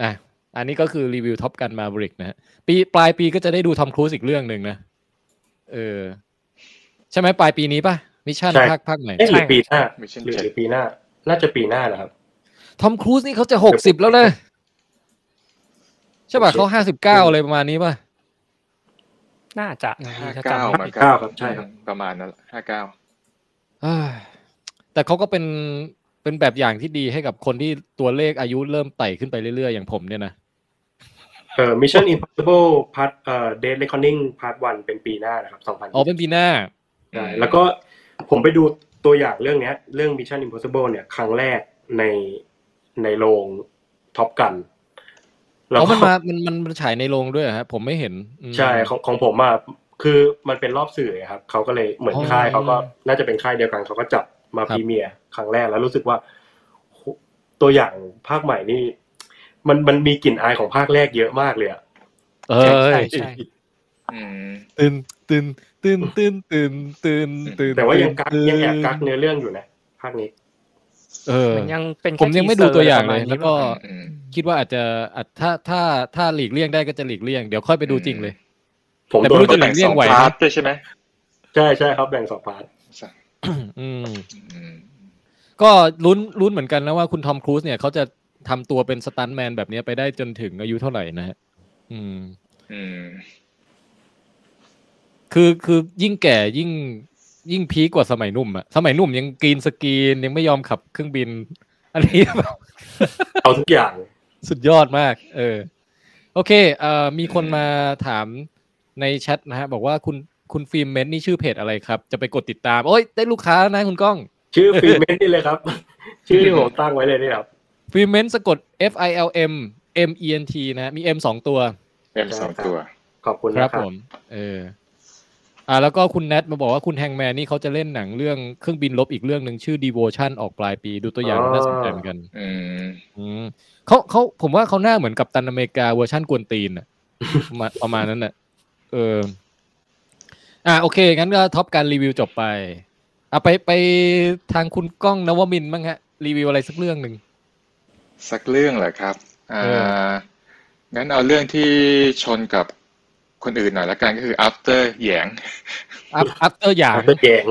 B: อ่ะ อันนี้ก็คือรีวิวท็อปกันมาบริกนะฮะปีปลายปีก็จะได้ดูทอมครูซอีกเรื่องหนึ่งนะ เออ ใช่ไหมปลายปีนี้ป่ะ มิชชั่น
D: ใช่
B: ภาคภาคไหน
D: เอ๊ะหรือปีหน้า
E: มิชชั่น
D: หรือ
E: เจ็ด
D: หรือปีหน้า น่าจะปีหน้านะครับ
B: ทอมครูซนี่เขาจะหกสิบแล้วนะ ใช่ป่ะเขาห้าสิบเก้าอะไรประมาณนี้ป่ะ
C: น่าจะ
E: ห้า
C: ถ้า
E: เก้า
C: จำไม่
E: มา
C: ผิด
E: เก้า
D: ครับใช่ครับ
E: ประมาณนั้นห้าเก้า
B: เอ้ยแต่เขาก็เป็นเป็นแบบอย่างที่ดีให้กับคนที่ตัวเลขอายุเริ่มไต่ขึ้นไปเรื่อยๆ อย่างผมเนี่ยนะ
D: เอ่อ Mission Impossible Part เอ่อ Dead Reckoning Part 1 เป็นปีหน้านะครับ
B: อ๋อเป็นปีหน้า
D: 2000ใช่แล้วก็ผมไปดูตัวอย่างเรื่องเนี้ย เรื่อง Mission Impossible เนี่ย ครั้งแรกในในโรงท็อปกัน
B: อ๋อมันมามันมันมันฉายในโรงด้วยเหรอฮะ ผมไม่เห็นอืม
D: ใช่ของของผมอ่ะคือมันเป็นรอบสื่อไงครับเขาก็เลยเหมือน
B: อ๋อ
D: ค่ายเขาก็น่าจะเป็นค่ายเดียวกันเขาก็จับมา
B: ค
D: พ
B: รับ
D: รีเมียร์ครั้งแรกแล้วรู้สึกว่าโหตัวอย่างภาคใหม่นี่ มันมันมีกลิ่นอายของภาคแรกเยอะมากเลยอะ
B: เออ
C: ใช่ใช่ใช่
E: อืม
B: ตื่นตื่นตื่นตื่นตื่นตื่นตื่น
D: แต่ว่ายังกักยังแอบกักเนื้อเรื่องอยู่นะภาคนี้
B: เออ
C: มันยังเป็น
B: ผมยังไม่ดูตัวอย่างเลยแล้วก็
E: อืมอืม
B: คิดว่าอาจจะอาจถ้าถ้าถ้าหลีกเลี่ยงได้ก็จะหลีกเลี่ยงเดี๋ยวค่อยไปดูจริงเลย
D: ผม
B: แต่
D: โด
B: ไม่
D: น
B: รู้จะ
E: แบ่งสองพาร์ทด้วยใช่ไหม
D: ใช่ใช่ครับแบ่งสองพาร์ท
B: อืม
E: อืม
B: ก็ลุ้นลุ้นเหมือนกันนะว่าคุณทอมครูซเนี่ยเขาจะทำตัวเป็นสตันท์แมนแบบเนี้ยไปได้จนถึงอายุเท่าไหร่นะฮะอืม
E: อืม
B: คือคือยิ่งแก่ยิ่งยิ่งพีกกว่าสมัยหนุ่มอะสมัยหนุ่มยังกรีนสกรีนยังไม่ยอมขับเครื่องบิน อันนี้แบบ
D: เอาทุกอย่าง
B: สุดยอดมาก เออ โอเค เอ่อ มีคนมาถามในแชทนะฮะ บอกว่าคุณคุณฟิล์มเมนต์นี่ชื่อเพจอะไรครับ จะไปกดติดตาม โอ้ย ได้ลูกค้าแล้วนะคุณก้อง
D: ชื่อฟิเมนนี่เลยครับ ชื่อที่ผมตั้งไว้เลยนี่ครับ
B: ฟิล์มเมนต์สะกด F I L M M E N T นะฮะมี M สองตัว
E: เอ็มสองตัว
D: ขอบคุณ
B: ครับ
D: นะครั
B: ผ
D: บ
B: ม เออ อ่า แล้วก็คุณแนทมาบอกว่าคุณแฮงแมนนี่เขาจะเล่นหนังเรื่องเครื่องบินลบอีกเรื่องหนึ่งชื่อ Devotion ออกปลายปี ดูตัวอย่างน่าสนใจเหมือนกัน
E: อืม
B: อืมเขาเขาผมว่าเขาหน้าเหมือนกับตันอเมริกาเวอร์ชั่นกวนตีนน่ะ ประมาณประมาณนั้นน่ะเออ อ่ะโอเค งั้นก็ท็อปการรีวิวจบไปอ่ะไปไปทางคุณก้องนวมินทร์บ้างฮะ รีวิวอะไรสักเรื่องหนึ่ง
E: สักเรื่องเหรอครับ อ่า
B: เอ
E: งั้นเอาเรื่องที่ชนกับคนอื่นหน่อยละกันก็คือ after แหยง
B: อัพอัพเตอร์ยาง
D: เอาตัวแยง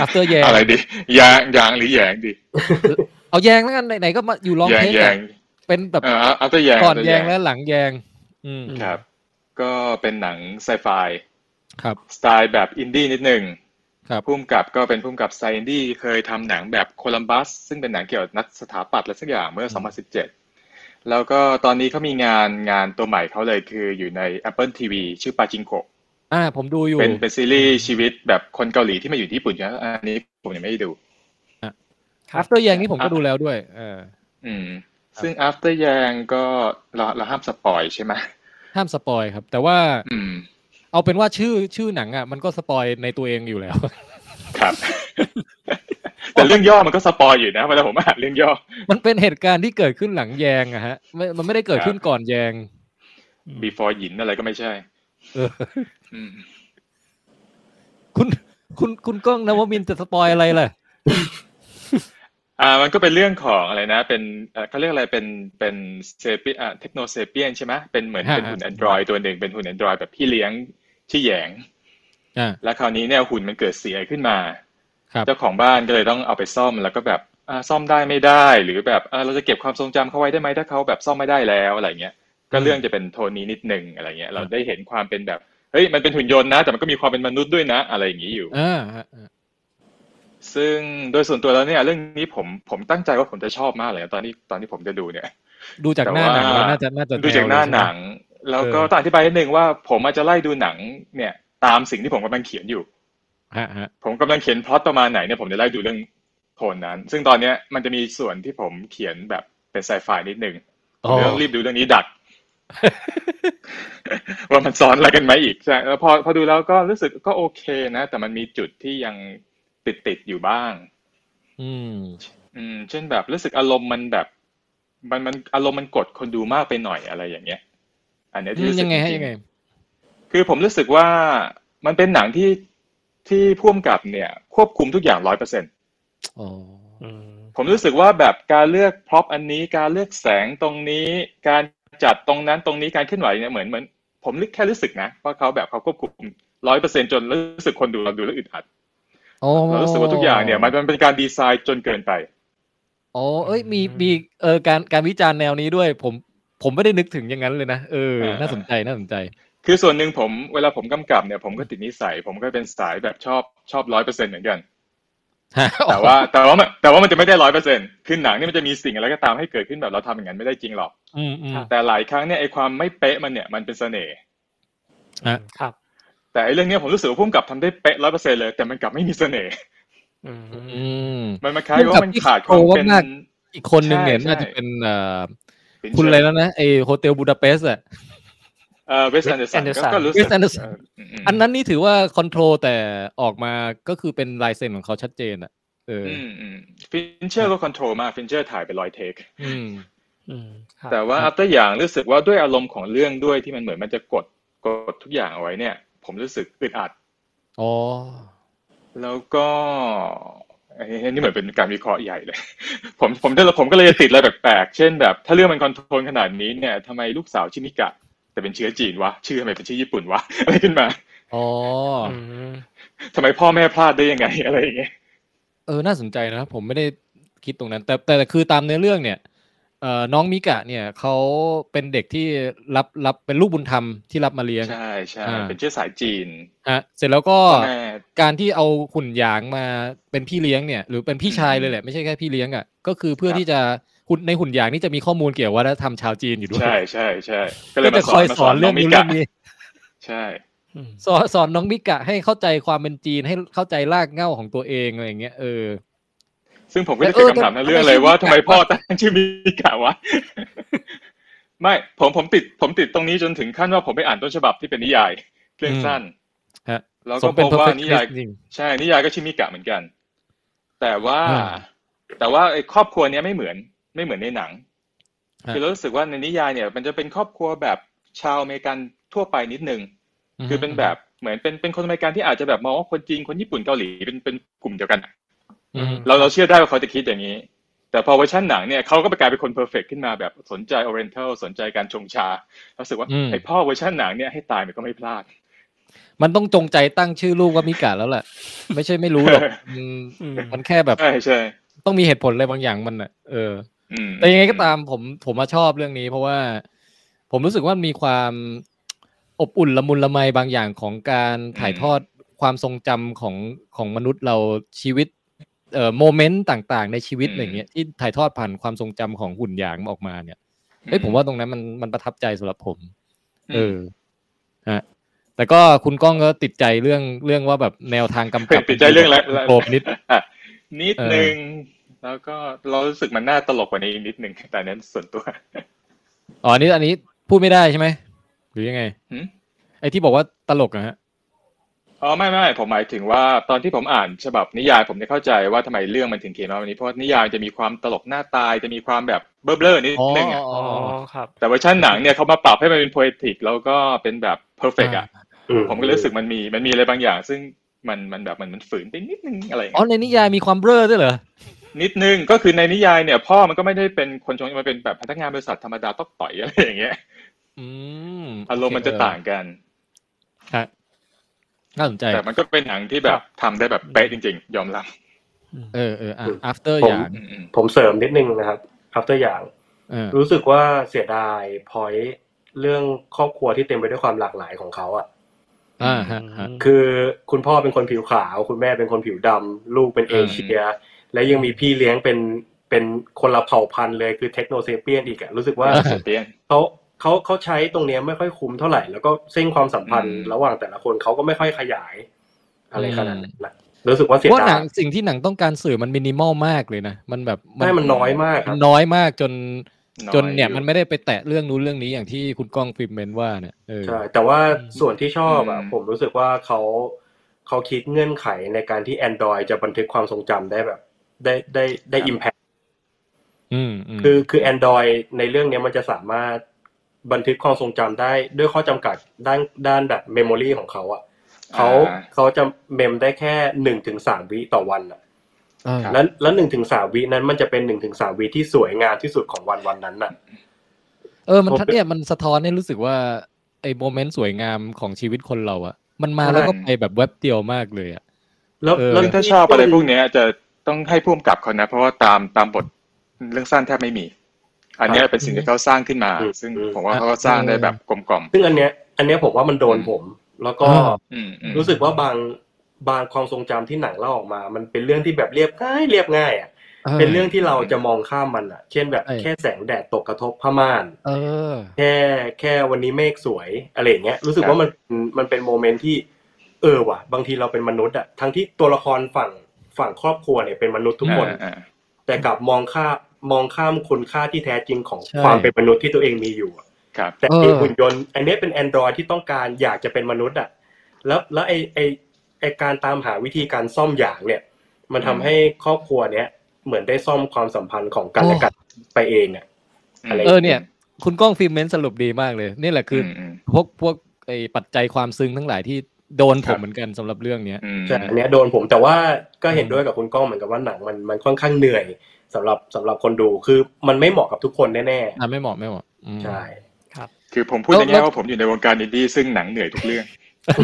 B: อัพเตอร์แยง
E: อะไรดียางยางหรือแหยงดี
B: เอาแยงแล้วกันไหนๆก็มาอยู่ลอง
E: แหยง
B: เทค
E: แหย
B: อะ
E: ง
B: เป็นแบบ
E: เอ่อ after แหยง
B: ก่อน
E: after
B: แย
E: แหย
B: ง
E: ง
B: และหลังแยง อืม
E: ครับ ก็เป็นหนังไซไฟ
B: ครับ
E: สไตล์แบบอินดี้นิดหนึ่ง
B: ครับ
E: พุ่มกับก็เป็นพุ่มกับไซน์อินดี้เคยทำหนังแบบโคลัมบัส ซึ่งเป็นหนังเกี่ยวกับนักสถาปัตย์อะไรสักอย่างเมื่อ 2017 แล้วก็ตอนนี้เขามีงานงานตัวใหม่เขาเลยคืออยู่ใน Apple TV ชื่อปาจิงโก
B: อ่า ผมดูอยู่
E: เป็นเป็นซีรีส์ชีวิตแบบคนเกาหลีที่มาอยู่ที่ญี่ปุ่นนะอันนี้ผมยังไม่ได้ดู
B: after ยังนี่ผมก็ดูแล้วด้วย เออ
E: อืม ซึ่ง After Yang ก็เราเราห้ามสปอยใช่ไหม
B: ห้ามสปอยครับ แต่ว่า
E: อืม
B: เอาเป็นว่าชื่อชื่อหนังอ่ะมันก็สปอยในตัวเองอยู่แล้ว
E: ครับ แต่เรื่องย่อมันก็สปอยอยู่นะเวลาผมอ่านเรื่องย่อ
B: มันเป็นเหตุการณ์ที่เกิดขึ้นหลังแยงอะฮะไม่มันไม่ได้เกิดขึ้นก่อนแยง
E: before หยินอะไรก็ไม่ใช่
B: เออ
E: อืม
B: คุณคุณคุณก้องนวมินทร์จะสปอยอะไรล่ะ
E: อ่ามันก็เป็นเรื่องของอะไรนะ เป็นเอ่อเขาเรียกอะไรเป็นเป็นเซเปียเทคโนเซเปียนใช่ไหมเป็นเหมือน
B: ฮะ
E: เป็นหุ่น
B: ฮะ
E: แอนดรอยตัวหนึ่งเป็นหุ่นแอนดรอยแบบพี่เลี้ยงที่แหยง
B: อ่า
E: แล้วคราวนี้เนี่ยหุ่นมันเกิดเสียขึ้นมา
B: ครับ
E: เจ้าของบ้านก็เลยต้องเอาไปซ่อมแล้วก็แบบอ่าซ่อมได้ไม่ได้ หรือแบบอ่าเราจะเก็บความทรงจำเขาไว้ได้ไหมถ้าเขาแบบซ่อมไม่ได้แล้วอะไรเงี้ยก็เรื่องจะเป็นโทนนี้นิดนึงอะไรเงี้ยเราได้เห็นความเป็นแบบเฮ้ยมันเป็นหุ่นยนต์นะ แต่มันก็มีความเป็นมนุษย์ด้วยนะ อะไรอย่างนี้อยู่
B: อ่าฮะอ่า
E: ซึ่งโดยส่วนตัวแล้วเนี่ยเรื่องนี้ผมผมตั้งใจว่าผมจะชอบมากเลยนะตอนที่ตอนที่ผมจะดูเนี่ย
B: ดูจากหน้าหนังแล้วน่าจะน่าจะ
E: ดูจากหน้า
B: แวเลยใช่ไม
E: หนัง แล้วก็
B: เออ
E: ต้องอธิบายนิดนึงว่าผมอาจจะไล่ดูหนังเนี่ย ตามสิ่งที่ผมกำลังเขียนอยู่
B: ฮะฮะ
E: ผมกำลังเขียนพล็อตประมาณไหนเนี่ยผมจะไล่ดูเรื่องโทนนั้น ซึ่งตอนเนี้ยมันจะมีส่วนที่ผมเขียนแบบเป็นไซไฟนิดนึง
B: อ๋อ
E: เรื่องรีบดูเรื่องนี้ดัก ว่ามันซ้อนอะไรกันไหมอีกใช่แล้วพอพอดูแล้วก็รู้สึกก็โอเคนะ แต่มันมีจุดที่ยังติดติดๆอยู่บ้าง
B: อืม
E: อืม เช่นแบบรู้สึกอารมณ์มันแบบ มันมันอารมณ์มันกดคนดูมากไปหน่อยอะไรอย่างเงี้ย อันเนี้ยที่รู้สึก
B: ยังไงฮะ
E: จริ
B: ยัง
E: ๆ
B: ไง
E: คือผมรู้สึกว่ามันเป็นหนังที่ที่พ่วงกับเนี่ย ควบคุมทุกอย่างร้อยเปอร์เซ็น
B: อ๋อ
C: อืม
E: ผมรู้สึกว่าแบบการเลือกพร็อพอันนี้การเลือกแสงตรงนี้ การจัดตรงนั้นตรงนี้การเคลื่อนไหวเนี่ยเหมือนเหมือนผมนึกแค่รู้สึกนะว่าเขาแบบเขาควบคุมร้อยเปอร์เซ็นจนรู้สึกคนดูเราดูแล้วอึดอัด
B: อ๋อ
E: เรารู้สึกว่าทุกอย่างเนี่ยมันมันเป็นการดีไซน์จนเกินไป
B: อ๋อ เอ้ย มี มี เออ การ การวิจารณ์แนวนี้ด้วย ผม ผมไม่ได้นึกถึงอย่างนั้นเลยนะ เออ
E: อ่า
B: น่าสนใจ น่าสนใจ
E: คือส่วนหนึ่งผมเวลาผมกำกับเนี่ยผมก็ติดนิสัย ผมก็เป็นสายแบบชอบชอบร้อยเปอร์เซ็นเหมือนกัน แต่ว่าแต่ว่ามันแต่ว่ามันจะไม่ได้ร้อยเปอร์เซ็นต์คือหนังเนี่ยมันจะมีสิ่งอะไรก็ตามให้เกิดขึ้นแบบเราทำอย่างนั้นไม่ได้จริงหรอก
B: อืมอืม
E: แต่หลายครั้งเนี่ยไอความไม่เป๊ะมันเนี่ยมันเป็นเสน่ห์
B: ฮะ
C: ครับ
E: แต่ไอเรื่องเนี้ยผมรู้สึกว่าพุ่มกับทำได้เป๊ะร้อยเปอร์เซ็นต์เลยแต่มันกลับไม่มีเสน่ห์
C: อืม
B: อืม
E: มันมาคล้ายว่ามันขาดความเป็น
B: พุ่มกับที่โตมาก อีกคนหนึ่งเนี่ย
E: ใช่
B: น่าจะ
E: ใช่
B: เป็น เอ่อ คุณอะไรแล้วนะ ไอโฮเทลบูดาเปสต์อะ
E: เออเวสแอนเดอร์สันก็รู้สึก
B: Wes Anderson อันนั้นนี่ถือว่าคอนโทรลแต่ออกมาก็คือเป็นลายเซ็นของเขาชัดเจนอะเอออ
E: ฟินเชอร์ก็คอนโทรลมากฟินเชอร์ถ่ายไปร้อยเทค
B: อืม
C: อืมครับ
E: แต่ว่า after อย่างรู้สึกว่าด้วยอารมณ์ของเรื่องด้วยที่มันเหมือนมันจะกดกดทุกอย่างเอาไว้เนี่ย ผมรู้สึกอึดอัด
B: อ๋อ
E: แล้วก็เอ้ยนี่เหมือนเป็นการวิเคราะห์ใหญ่เลย ผมผมได้ผมก็เลยจะติดอะไรแปลกๆ เช่นแบบ ถ้าเรื่องมันคอนโทรลขนาดนี้เนี่ยทำไมลูกสาวชื่อมิกะ แต่เป็นเชื้อจีนวะ ชื่อทำไมเป็นชื่อญี่ปุ่นวะ อะไรขึ้นมา
B: อ๋อ
C: อืม
E: ทำไมพ่อแม่พลาดได้ยังไง อะไรอย่างเงี้ย
B: เออ น่าสนใจนะ ผมไม่ได้คิดตรงนั้น แต่แต่แต่คือตามเนื้อเรื่องเนี่ยเอ่อน้องมิกะเนี่ยเขาเป็นเด็กที่รับรับเป็นลูกบุญธรรมที่รับมาเลี้ยง
E: ใช่ใช่
B: อ่า
E: เป็นเชื้อสายจีน
B: ฮะ เสร็จแล้วก็
E: พ่อแม่
B: การที่เอาหุ่นหยางมาเป็นพี่เลี้ยงเนี่ย หรือเป็นพี่ชายเลยแหละ ไม่ใช่แค่พี่เลี้ยงอ่ะ ก็คือเพื่อที่จะหุ่นในหุ่นหยางนี่จะมีข้อมูลเกี่ยวกับวัฒนธรรมชาวจีนอยู่ด้วย
E: ใช่ใช่ใช่ก็เล
B: ก็
E: ยมา
B: จะ
E: ส
B: ค
E: อ
B: อน ย
E: มา
B: ส
E: ส
B: อ
E: อน
B: น
E: น้
B: เรื่
E: อ
B: อง
E: งมิ
B: นี้เรื่
E: กะ
B: องนี้
E: ใช่
C: อืม
B: สอนสอนน้องมิกะให้เข้าใจความเป็นจีนให้เข้าใจรากเหง้าของตัวเองอะไรอย่างเงี้ยเออ
E: ซึ่งผมก็จะ
B: เอ
E: เกิด
B: อ
E: คำถามในเรื่อง
B: ทำไม
E: เลยว่า
B: ชื่อ
E: ทำ
B: มิกะ
E: ไมพ่อตั้งชื่อมิกะวะ ไม่ผมผมติดผมติดตรงนี้จนถึงขั้นว่าผมไปอ่านต้นฉบับที่เป็นนิยายเรื่องสั้น
B: ฮะ
E: แล้ว
B: ส
E: ก็
B: ม
E: พ
B: เป็น
E: บว่า
B: perfect
E: นิ
B: case
E: ยาย
B: จริง
E: ใช่นิยายก็ชื่อมิกะเหมือนกัน แต่ว่า
B: อ่า
E: แต่ว่าไอ้ครอบครัวเนี้ยไม่เหมือนไม่เหมือนในหนัง
B: ฮะ
E: คือเรารู้สึกว่าในนิยายเนี่ย มันจะเป็นครอบครัวแบบชาวอเมริกันทั่วไปนิดนึง คือเป็นแบบเหมือนเป็นเป็นคนอเมริกันที่อาจจะแบบมองว่าคนจีนคนญี่ปุ่นเกาหลีเป็นเป็นกลุ่มเดียวกันอะ
B: อืม
E: เราเราเชื่อได้ว่าเขาจะคิดอย่างนี้ แต่พอเวอร์ชันหนังเนี่ยเขาก็ไปกลายเป็นคนเพอร์เฟกขึ้นมาแบบสนใจออเรนเทลสนใจการชงชารู้สึกว่า
B: อืม
E: ไอพ่อเวอร์ชันหนังเนี่ยให้ตายมันก็ไม่พลาด
B: มันต้องจงใจตั้งชื่อลูกว่ามิกะแล้วแหละ ไม่ใช่ไม่รู้หรอกมัน
C: อืม
B: มันแค่แบบ
E: ใช่ใช่
B: ต้องมีเหตุผลอะไรบางอย่างมันอ่ะเออ
E: อืม
B: แต่ยังไงก็ตามผมผมมาชอบเรื่องนี้ เพราะว่าผมรู้สึกว่ามีความ อบอุ่นละมุนละไมบางอย่างของการถ่ายทอดความทรงจำของของมนุษย์เราชีวิตเอ่อโมเมนต์ต่างๆ ในชีวิต
E: อืม
B: อะไรเงี้ยที่ถ่ายทอดผ่านความทรงจำของหุ่นหยางออกมาเนี่ยเอ้ยผมว่าตรงนั้นมันมันประทับใจสำหรับผม เออฮะแต่ก็คุณก้องก็ติดใจเรื่องเรื่องว่าแบบแนวทางกำกับ
E: ติดใจเรื่องละละ
B: โอบนิด
E: อ่ะนิด
B: เออ
E: นึง แล้วก็เรารู้สึกมันน่าตลกกว่านี้อีกนิดนึงแต่อันนั้นส่วนตัว
B: อ๋ออันนี้อันนี้พูดไม่ได้ใช่ไหมหรือยังไง
E: หืม
B: ไอ้ที่บอกว่าตลกนะฮะ
E: อ๋อไม่ไม่ผมหมายถึงว่าตอนที่ผมอ่านฉบับนิยายผมได้เข้าใจว่าทำไมเรื่องมันถึงเขียนมาวันนี้เพราะนิยายจะมีความตลกหน้าตายจะมีความแบบเบ้อๆนิดนึงอ่ะ
B: อ๋
C: อ๋
B: อ
C: อ
B: อ๋ออ๋อ
C: ครับ
E: แต่เวอร์ชันหนังเนี่ยเขามาปรับให้มันเป็น poetic แล้วก็เป็นแบบเพอร์เฟกอ่ะ
D: อื
E: ผมก็รู้สึกมันมีมันมีอะไรบางอย่าง ซึ่งมันมันแบบมันมันฝืนไปนิดนึงอะไรอย่าง
B: อ๋อ
E: เงี้ย
B: ในนิยายมีความเบ้อด้วยเหรอ
E: นิดนึงก็คือในนิยายเนี่ย พ่อมันก็ไม่ได้เป็นคนชงมันเป็นแบบพนักงานบริษัทธรรมดาต้องต่อยอะไรอย่างเงี้ย
B: อืม
E: อารมณ์มันจะต่างกัน
B: ฮะน่าสนใจ
E: แต่มันก็เป็นหนังที่แบบทำได้แบบเป๊ะจริง ๆ ยอมรับ
B: เออเอออ่ะ after อย่าง
D: ผมเสริมนิดนึงนะครับ after อย่าง
B: เออ
D: รู้สึกว่าเสียดายพอยเรื่องครอบครัวที่เต็มไปด้วยความหลากหลายของเขาอ่ะ
B: อ่าฮะฮะ
D: คือคุณพ่อเป็นคนผิวขาว คุณแม่เป็นคนผิวดำลูกเป็นเอเชีย และยังมีพี่เลี้ยงเป็นเป็นคนละเผ่าพันธุ์เลยคือเทคโนเซเปียนอีกอะรู้สึกว่า
B: อ่า
E: เปลี่ยน
D: เขาเขาเขาใช้ตรงเนี้ยไม่ค่อยคุ้มเท่าไหร่ แล้วก็เส้นความสัมพันธ์
E: อืม
D: ระหว่างแต่ละคนเขาก็ไม่ค่อยขยาย อะไร
B: อืม
D: ขนาดนั้นนะรู้สึกว่าเสีย
B: เพราะ
D: ดา
B: หนั
D: ย
B: งสิ่งที่หนังต้องการสื่อมันมินิมอลมากเลยนะ มันแบบ
D: ไม่มันน้อยมากค
B: มั
D: รั
B: น
D: บ
B: น้อยมากจน
E: อย
B: จนเนี่ย
E: อยู่
B: มันไม่ได้ไปแตะเรื่องนู้นเรื่องนี้อย่างที่คุณก้องฟิล์มเมนว่าเนี่ยเออ
D: ใช่แต่ว่าส่วนที่ชอบอ่ะ
E: อืม
D: ผมรู้สึกว่าเขาเขาคิดเงื่อนไขในการที่ Android จะบันทึกความทรงจำได้แบบ ได้ได้ได้อิมแพค
B: อืมอืม
D: คือคือ Android ในเรื่องเนี้ยมันจะสามารถบันทึกความทรงจำได้ด้วยข้อจำกัดด้านด้านแบบเมมโมรีของเขาอ่ะเขา
E: อ่า
D: เขาจะเมมได้แค่หนึ่งถึงสามวิต่อวันอ่ะ
B: เออ
D: แล้วแล้วหนึ่งถึงสามวินั้นมันจะเป็นหนึ่งถึงสามวิที่สวยงามที่สุดของวันวันนั้นน่ะ
B: เออ มัน
D: ผมเป็น
B: เนี่ยมันสะท้อนให้รู้สึกว่า ไอ้โมเมนต์สวยงามของชีวิตคนเราอะมันมาแล้ว
D: ใช่
B: ก็ไปแบบแวบเดียวมากเลยอะ
D: แล้ว
B: เออ
D: แล้ว
E: ซึ่งถ้าชอบอะไรพวกเนี้ยจะต้องให้พ่วงกับเขานะ เพราะว่าตามตามบทเรื่องสั้นแทบไม่มี อันเนี้ยเป็นสิ่งที่เขาสร้างขึ้นมา ซึ่งผมว่าเขาก็สร้างได้แบบกลมกล่อม
D: ซึ่งอันเนี้ย อันเนี้ยผมว่ามันโดน
E: อืม
D: ผม แล้วก็
B: อ่า
E: อืมอืม
D: รู้สึกว่าบางบางความทรงจำที่หนังเล่าออกมา มันเป็นเรื่องที่แบบเรียบง่ายเรียบง่ายอ่ะเป็นเรื่องที่เราจะมองข้ามมันอ่ะ เช่นแบบ
B: ใช่
D: แค่แสงแดดตกกระทบผ้าม่าน
B: เออ
D: แค่แค่วันนี้เมฆสวยอะไรอย่างเงี้ยรู้สึก
E: ครับ
D: ว่ามันมันเป็นโมเมนต์ที่ เออว่ะ บางทีเราเป็นมนุษย์อ่ะทั้งที่ตัวละครฝั่งฝั่งครอบครัวเนี่ยเป็นมนุษย์ทุกคน
E: อ่า
D: แต่กลับมองข้ามมองข้ามคุณค่าที่แท้จริงของ
B: ใช่
D: ความเป็นมนุษย์ที่ตัวเองมีอยู่อะ
E: ครับ
D: แต่
B: เออ
D: ไอ้หุ่นยนต์อันเนี้ยเป็นแอนดรอยที่ต้องการอยากจะเป็นมนุษย์อ่ะ แล้วแล้วไอไอไอการตามหาวิธีการซ่อมอย่างเนี่ย มันทำให้ครอบครัวเนี้ยเหมือนได้ซ่อมความสัมพันธ์ของกันและกันไปเองอ่ะ
E: ๆ
D: อะไร
B: เออเนี่ย คุณก้องฟิล์มเมนต์สรุปดีมากเลย นี่แหละคือ
E: ม
B: อ
E: อืม
B: พวกพวกไอ้ปัจจัยความซึ้งทั้งหลายที่โดนผ
E: ครั
B: ม
E: บ
B: เหมือนกันสำหรับเรื่องเนี้ย
E: อืม
D: ใช่อันเนี้ยโดนผมแต่ว่าก็เห็นด้วยกับคุณก้องเหมือนกับว่าหนังมันมันค่อนข้างเหนื่อยสำหรับสำหรับคนดูคือมันไม่เหมาะกับทุกคนแน่
B: อ่ะไม่เหมาะไม่เหมาะอืม
D: ๆใช่
E: คือผมพูด
B: แล้ว
E: ในแง่
B: แล้ว
E: ว่าผมอยู่ในวงการอินดี้ซึ่งหนังเหนื่อยทุกเรื่อง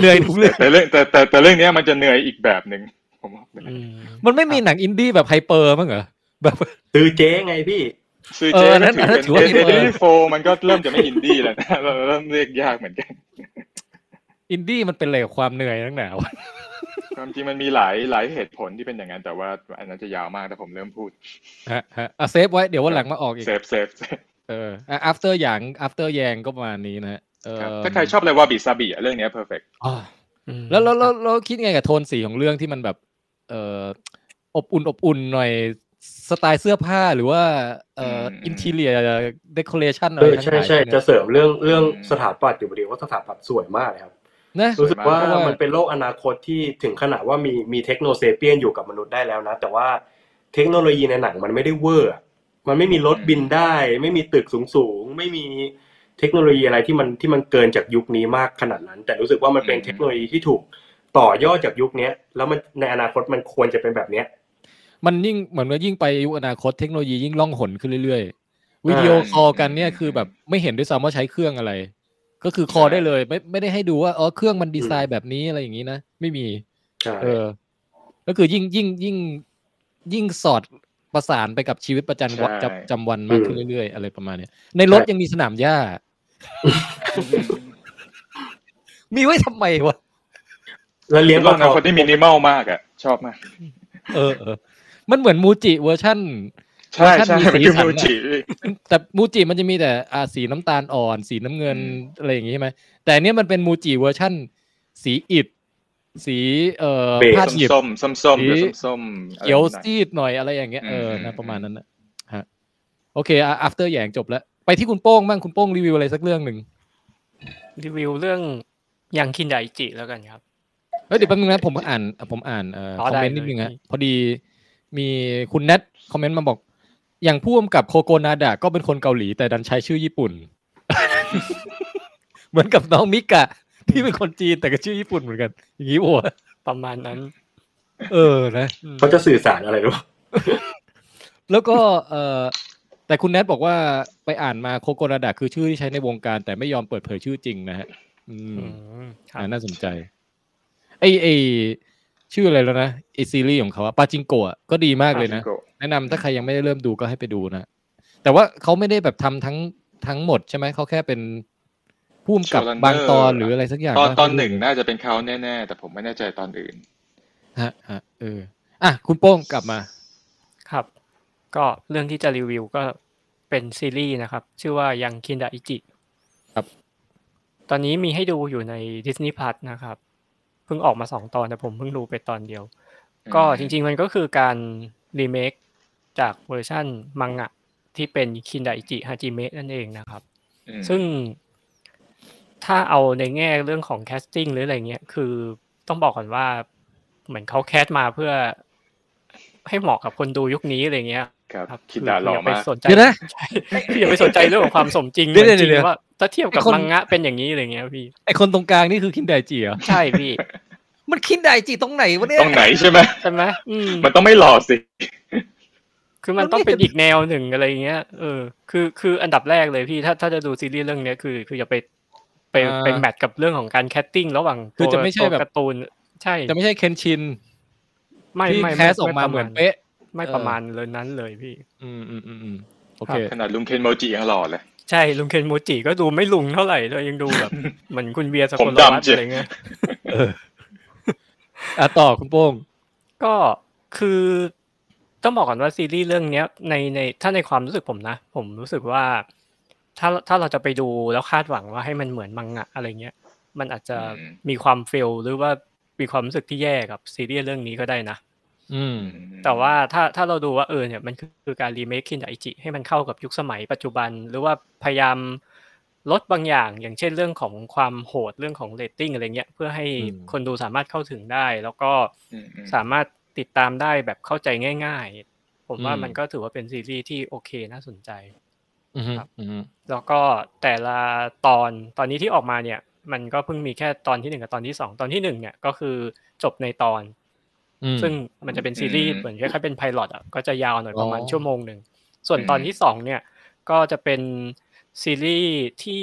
B: เหนื่อยทุกเรื่อง
E: แต่เรื่องแต่แต่แต่เรื่องเนี้ยมันจะเหนื่อยอีกแบบหนึ่งผมว่า
C: อืม
B: มันไม่มีหนังอินดี้แบบไฮเปอร์มั้งเหรอแบบ
D: ซื้อเจ๊ไงพี่
E: ซื้อ
B: เอ
E: เจ๊
B: อนั่
E: ก็
B: น
E: ถือ
B: ถือ
E: เป็น
B: ว่า
E: เอ
B: อิน
E: เด
B: ดี้
E: ลี่โฟมันก็เริ่มจะไม่อินดี้แล้วนะเราเริ่มเรียกยากเหมือนกัน
B: อินดี้มันเป็นอะไรกับความเหนื่อยนักหนาวะ
E: ความจริงมันมีหลายหลายเหตุผลที่เป็นอย่างนั้น แต่ว่าอันนั้นจะยาวมากแต่ผมเริ่มพูด
B: ฮะฮะอ่ะเซฟไว้เดี๋ยววันหลังมาออกอีก
E: เซฟเซฟเซฟ
B: เอออ่ะ after อย่าง after แยงก็ประมาณนี้นะฮะเออ
E: ครับถ้าใครชอบเลยว่าบิซาบิอะเรื่องเนี้ย perfect
B: อ๋อ แล้วแล้วแล้วแล้วคิดไงกับโทนสีของเรื่องที่มันแบบ เอออบอุ่นอบอุ่นหน่อยสไตล์เสื้อผ้าหรือว่าเอ่อ
E: มอืม
B: อินทีเรียเดคอเรชันอะ
D: เอ
B: ไร
D: อ
B: ทั้ง
D: ใช่
B: หลาย
D: ใช่จะเสริมเรื่องเรื่อง
E: อืม
D: สถาปัตย์อยู่พอดีว่าสถาปัตย์สวยมากเลยครับ
B: นะ
D: รู้สึกว่า
B: เพราะว่ามั
D: มันเป็นโลกอนาคตที่ถึงขนาดว่ามีมีเทคโนเซเปียนอยู่กับมนุษย์ได้แล้วนะ แต่ว่าเทคโนโลยีในหนังมันไม่ได้เวอร์อะมันไม่มีรถบินได้ ไม่มีตึกสูงสูงๆไม่มีเทคโนโลยีอะไรที่มันที่มันเกินจากยุคนี้มากขนาดนั้น แต่รู้สึกว่ามันเป็นเทคโนโลยีที่ถูกต่อยอดจากยุคเนี้ยแล้วมันในอนาคตมันควรจะเป็นแบบเนี้ย
B: มันยิ่งเหมือนว่ายิ่งไปยุคอนาคตเทคโนโลยียิ่งล่องหนขึ้นเรื่อยๆ วิดีโอคอลกันเนี่ยคือแบบไม่เห็นด้วยซ้ำว่าใช้เครื่องอะไร ก็คือคอลได้เลย ไม่ไม่ได้ให้ดูว่าอ๋อเครื่องมันดีไซน์แบบนี้อะไรอย่างนี้นะ ไม่มี
D: ใช่
B: เออ ก็คือยิ่งยิ่งยิ่งยิ่งสอดประสานไปกับชีวิตประจำวัน
E: ใช่
B: จำจำวันมากขึ้นเรื่อยๆ อะไรประมาณเนี้ยในรถยังมีสนามหญ้า มีไว้ทำไมวะ
D: แล้วเลี้ยง
E: ค
D: ป
E: น
D: ลาท
E: นะ
D: อง
E: คนที่มินิมอลมากอ่ะ ชอบมาก
B: เออเออ มันเหมือนมูจิเวอร์ชั่น
E: ใช่ใช่
B: ท่านมี
E: มันคือ
B: สีสัน
E: มูจิ
B: แต่มูจิมันจะมีแต่อ่าสีน้ำตาลอ่อน สีน้ำเงินอะไรอย่างงี้ใช่ไหมแต่อันเนี้ยมันเป็นมูจิเวอร์ชั่น สีอิฐสีเอ่อผ้าหยิบ
E: ส้มส้มส้มๆหรือส้มๆอะไร
B: เขียว
E: หน่อย
B: ซีดหน่อยอะไรอย่างเงี้ยเอออ
E: ม
B: นะ
E: อืม
B: ประมาณนั้นนะฮะโอเคอ่ะ after แหยงจบแล้ว ไปที่คุณโป้งบ้างคุณโป้งรีวิวอะไรสักเรื่องหนึ่ง
C: รีวิวเรื่องยังคินไดจิแล้วกันครับ
B: เอ้ยเดี๋ยวแป๊บนึงนะผมอ่านอ่ะผมอ่านเอ่อ
C: อ๋
B: ค
C: อ
B: อม
C: ได้
B: เมนต์นิดนึง
C: เลย
B: ฮะ
C: พี่
B: พอดีมีคุณเนทคอมเมนต์มาบอก อย่างผู้กำกับโคโกนาดะก็เป็นคนเกาหลีแต่ดันใช้ชื่อญี่ปุ่น เหมือนกับน้องมิกะ ที่เป็นคนจีนแต่ก็ชื่อญี่ปุ่นเหมือนกัน อย่างนี้โอ้
C: ประมาณนั้น
B: เออนะ
C: อืม
D: เขาจะสื่อสารอะไรรู้ปะ
B: แล้วก็เออแต่คุณแนทบอกว่าไปอ่านมาโคโกนาดะคือชื่อที่ใช้ในวงการ แต่ไม่ยอมเปิดเผยชื่อจริงนะฮะ อืม
C: อืมครับ
B: อ่าน่าสนใจไอไอชื่ออะไรแล้วนะไอซีรีส์ของเขาอะปาจิงโกะก็ดีมากเลยนะ แนะนำถ้าใครยังไม่ได้เริ่มดูก็ให้ไปดูนะ แต่ว่าเขาไม่ได้แบบทำทั้งทั้งหมดใช่ไหมเขาแค่เป็นผู้กำกับ
E: Showrunner
B: บางตอนหรืออะไรสักอย่าง
E: ตอน
B: วะ
E: ตอนหนึ่งน่าจะเป็นเขาแน่ๆ แต่ผมไม่แน่ใจตอนอื่น
B: ฮะฮะเอออ่ะคุณโป้งกลับมา
C: ครับ ก็เรื่องที่จะรีวิวก็เป็นซีรีส์นะครับ ชื่อว่ายังคินไดจิ
B: ครับ
C: ตอนนี้มีให้ดูอยู่ใน Disney Plus นะครับ เพิ่งออกมาสองตอนแต่ผมเพิ่งดูไปตอนเดียว ก็จริงๆมันก็คือการรีเมคจากเวอร์ชั่นมังงะที่เป็นคินไดจิฮาจิเมะนั่นเองนะครับ
E: ๆ
C: ซึ่งถ้าเอาในแง่เรื่องของแคสติ้งหรืออะไรเงี้ย คือต้องบอกก่อนว่าเหมือนเขาแคสมาเพื่อให้เหมาะกับคนดูยุคนี้อะไรเงี้ย
E: ครับ
C: ครับ
E: คิดดาหล่อ
C: คืย่ไป
E: มาก
C: สนใจ
B: เดี๋ยวนะ
C: ใช่ คืออย่าไปสนใจเรื่องของความสมจริง
B: เดี๋ยวๆ
C: เหมือนจริง
B: เดี๋ยวๆ
C: ว่าถ้าเทียบกับ
B: ไอ้คน
C: มังงะเป็นอย่างนี้อะไรเงี้ยพี่
B: ไอคนตรงกลางนี่คือคินไดจิเหรอ
C: ใช่พี่
B: มันคินไดจิตรงไหนวะเนี่ย
E: ต้องไหนใช่ไหม
C: ใช่ไหมอืม
E: มันต้องไม่หล่อสิ
C: คือมัน
B: มัน
C: ต้อง
B: ไม่
C: เป็น
B: จะ
C: อีกแนวหนึ่งอะไรอย่างเงี้ย เออ คือ คืออันดับแรกเลยพี่ ถ้า ถ้าจะดูซีรีส์เรื่องเนี้ย คือ คืออย่าไป ไป ไปแมทกับเรื่องของการแคสติ้งระหว่าง
B: คือจะ
C: ตัว
B: ไม่ใช่
C: ตัว
B: แบบ
C: การ์ตูน ใช่
B: จะไม่ใช่เคนชิน
C: ไม่
B: ที่
C: ไม่
B: แคสออกมาเหมือนเป๊ะ
C: ไม่
B: เออ
C: ประมาณเลยนั้นเลยพี่
B: อืมอืมอืมอืมโอเค
E: ขนาดลุงเคนโมจิยังหล่อเลย
C: ใช่ ลุงเคนโมจิก็ดูไม่ลุงเท่าไหร่เลยยังดูแบบ เหมือนคุณเวียสก
E: ผ
C: ล
E: ม
C: วัฒ
E: ดำ
C: น์
E: เจ็บ
C: อะไรเงี้ย
B: เอออ่ะต่อคุณโป้ง
C: ก็คือต้องบอกก่อนว่าซีรีส์เรื่องเนี้ยในในถ้าในความรู้สึกผมนะ ผมรู้สึกว่า ถ้าถ้าเราจะไปดูแล้วคาดหวังว่าให้มันเหมือนมังงะอะไรเงี้ย มันอาจจะ
E: อืม
C: มีความเฟลหรือว่ามีความรู้สึกที่แย่กับซีรีส์เรื่องนี้ก็ได้นะ
B: อืม
C: แต่ว่าถ้าถ้าเราดูว่าเออเนี่ยมันคือคือการรีเมคคินไดจิให้มันเข้ากับยุคสมัยปัจจุบัน หรือว่าพยายามลดบางอย่าง อย่างเช่นเรื่องของความโหดเรื่องของเรตติ้งอะไรเงี้ยเพื่อให้
B: อืม
C: คนดูสามารถเข้าถึงได้ แล้วก็
E: อืมๆ
C: สามารถติดตามได้แบบเข้าใจง่ายๆ ผมว่า
B: อืม
C: มันก็ถือว่าเป็นซีรีส์ที่โอเคน่าสนใจ
B: อืม
C: ครับ
B: อืม
C: แล้วก็แต่ละตอนตอนนี้ที่ออกมาเนี่ย มันก็เพิ่งมีแค่ตอนที่หนึ่งกับตอนที่สองตอนที่หนึ่งเนี่ยก็คือจบในตอน
B: อืม
C: ซึ่งมันจะเป็นซีรีส์เหมือนคล้ายๆเป็นไพลอตอ่ะก็จะยาวหน่อยประมาณ
B: อ๋อ
C: ชั่วโมงหนึ่ง ส่วนตอนที่สองเนี่ยก็จะเป็นซีรีส์ที่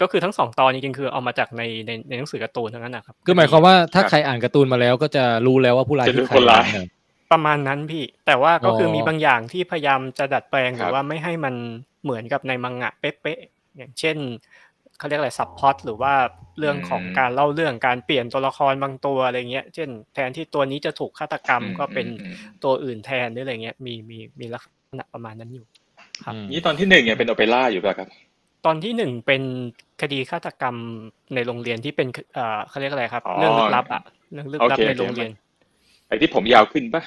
C: ก็คือทั้งสองตอนจริงๆคือเอามาจากในในในหนังสือการ์ตูนทั้งนั้นนะครับ
B: คือหมายความว่าถ้าใครอ่านการ์ตูนมาแล้วก็จะรู้แล้วว่าผู้ร้ายคือใคร
C: ประมาณนั้นพี่ แต่ว่าก็คืออ
B: อ
C: มีบางอย่างที่พยายามจะดัดแปลงห
E: ค
C: รื
E: รั
C: อบ ว่าไม่ให้มันเหมือนกับในมังงะเป๊ะๆอย่างเช่นเขาเรียกอะไรซับพล็อตหรือว่าเรื่องของการเล่าเรื่องการเปลี่ยนตัวละครบางตัวอะไรเงี้ยเช่น แทนที่ตัวนี้จะถูกฆาตกรรมก็เป็น
E: อืม
C: ตัวอื่นแทนหรืออะไรเงี้ยมีมีมีลักษณะประมาณนั้นอยู่ ครับ
B: อืม
E: ๆนี่ตอนที่หนึ่งยังเป็นโอเปร่าอยู่ป่ะครับ
C: ตอนที่หนึ่งเป็นคดีฆาตกรรมในโรงเรียนที่เป็นเอ่อเขาเรียกอะไรครับ
E: อ๋อ
C: เรื่องลึกลับอะเรื่องลึกลับ
E: โอเค
C: ใน
E: โอเค
C: โรงเรียน
E: ไอ้ที่ผมยาวขึ้นป่ะ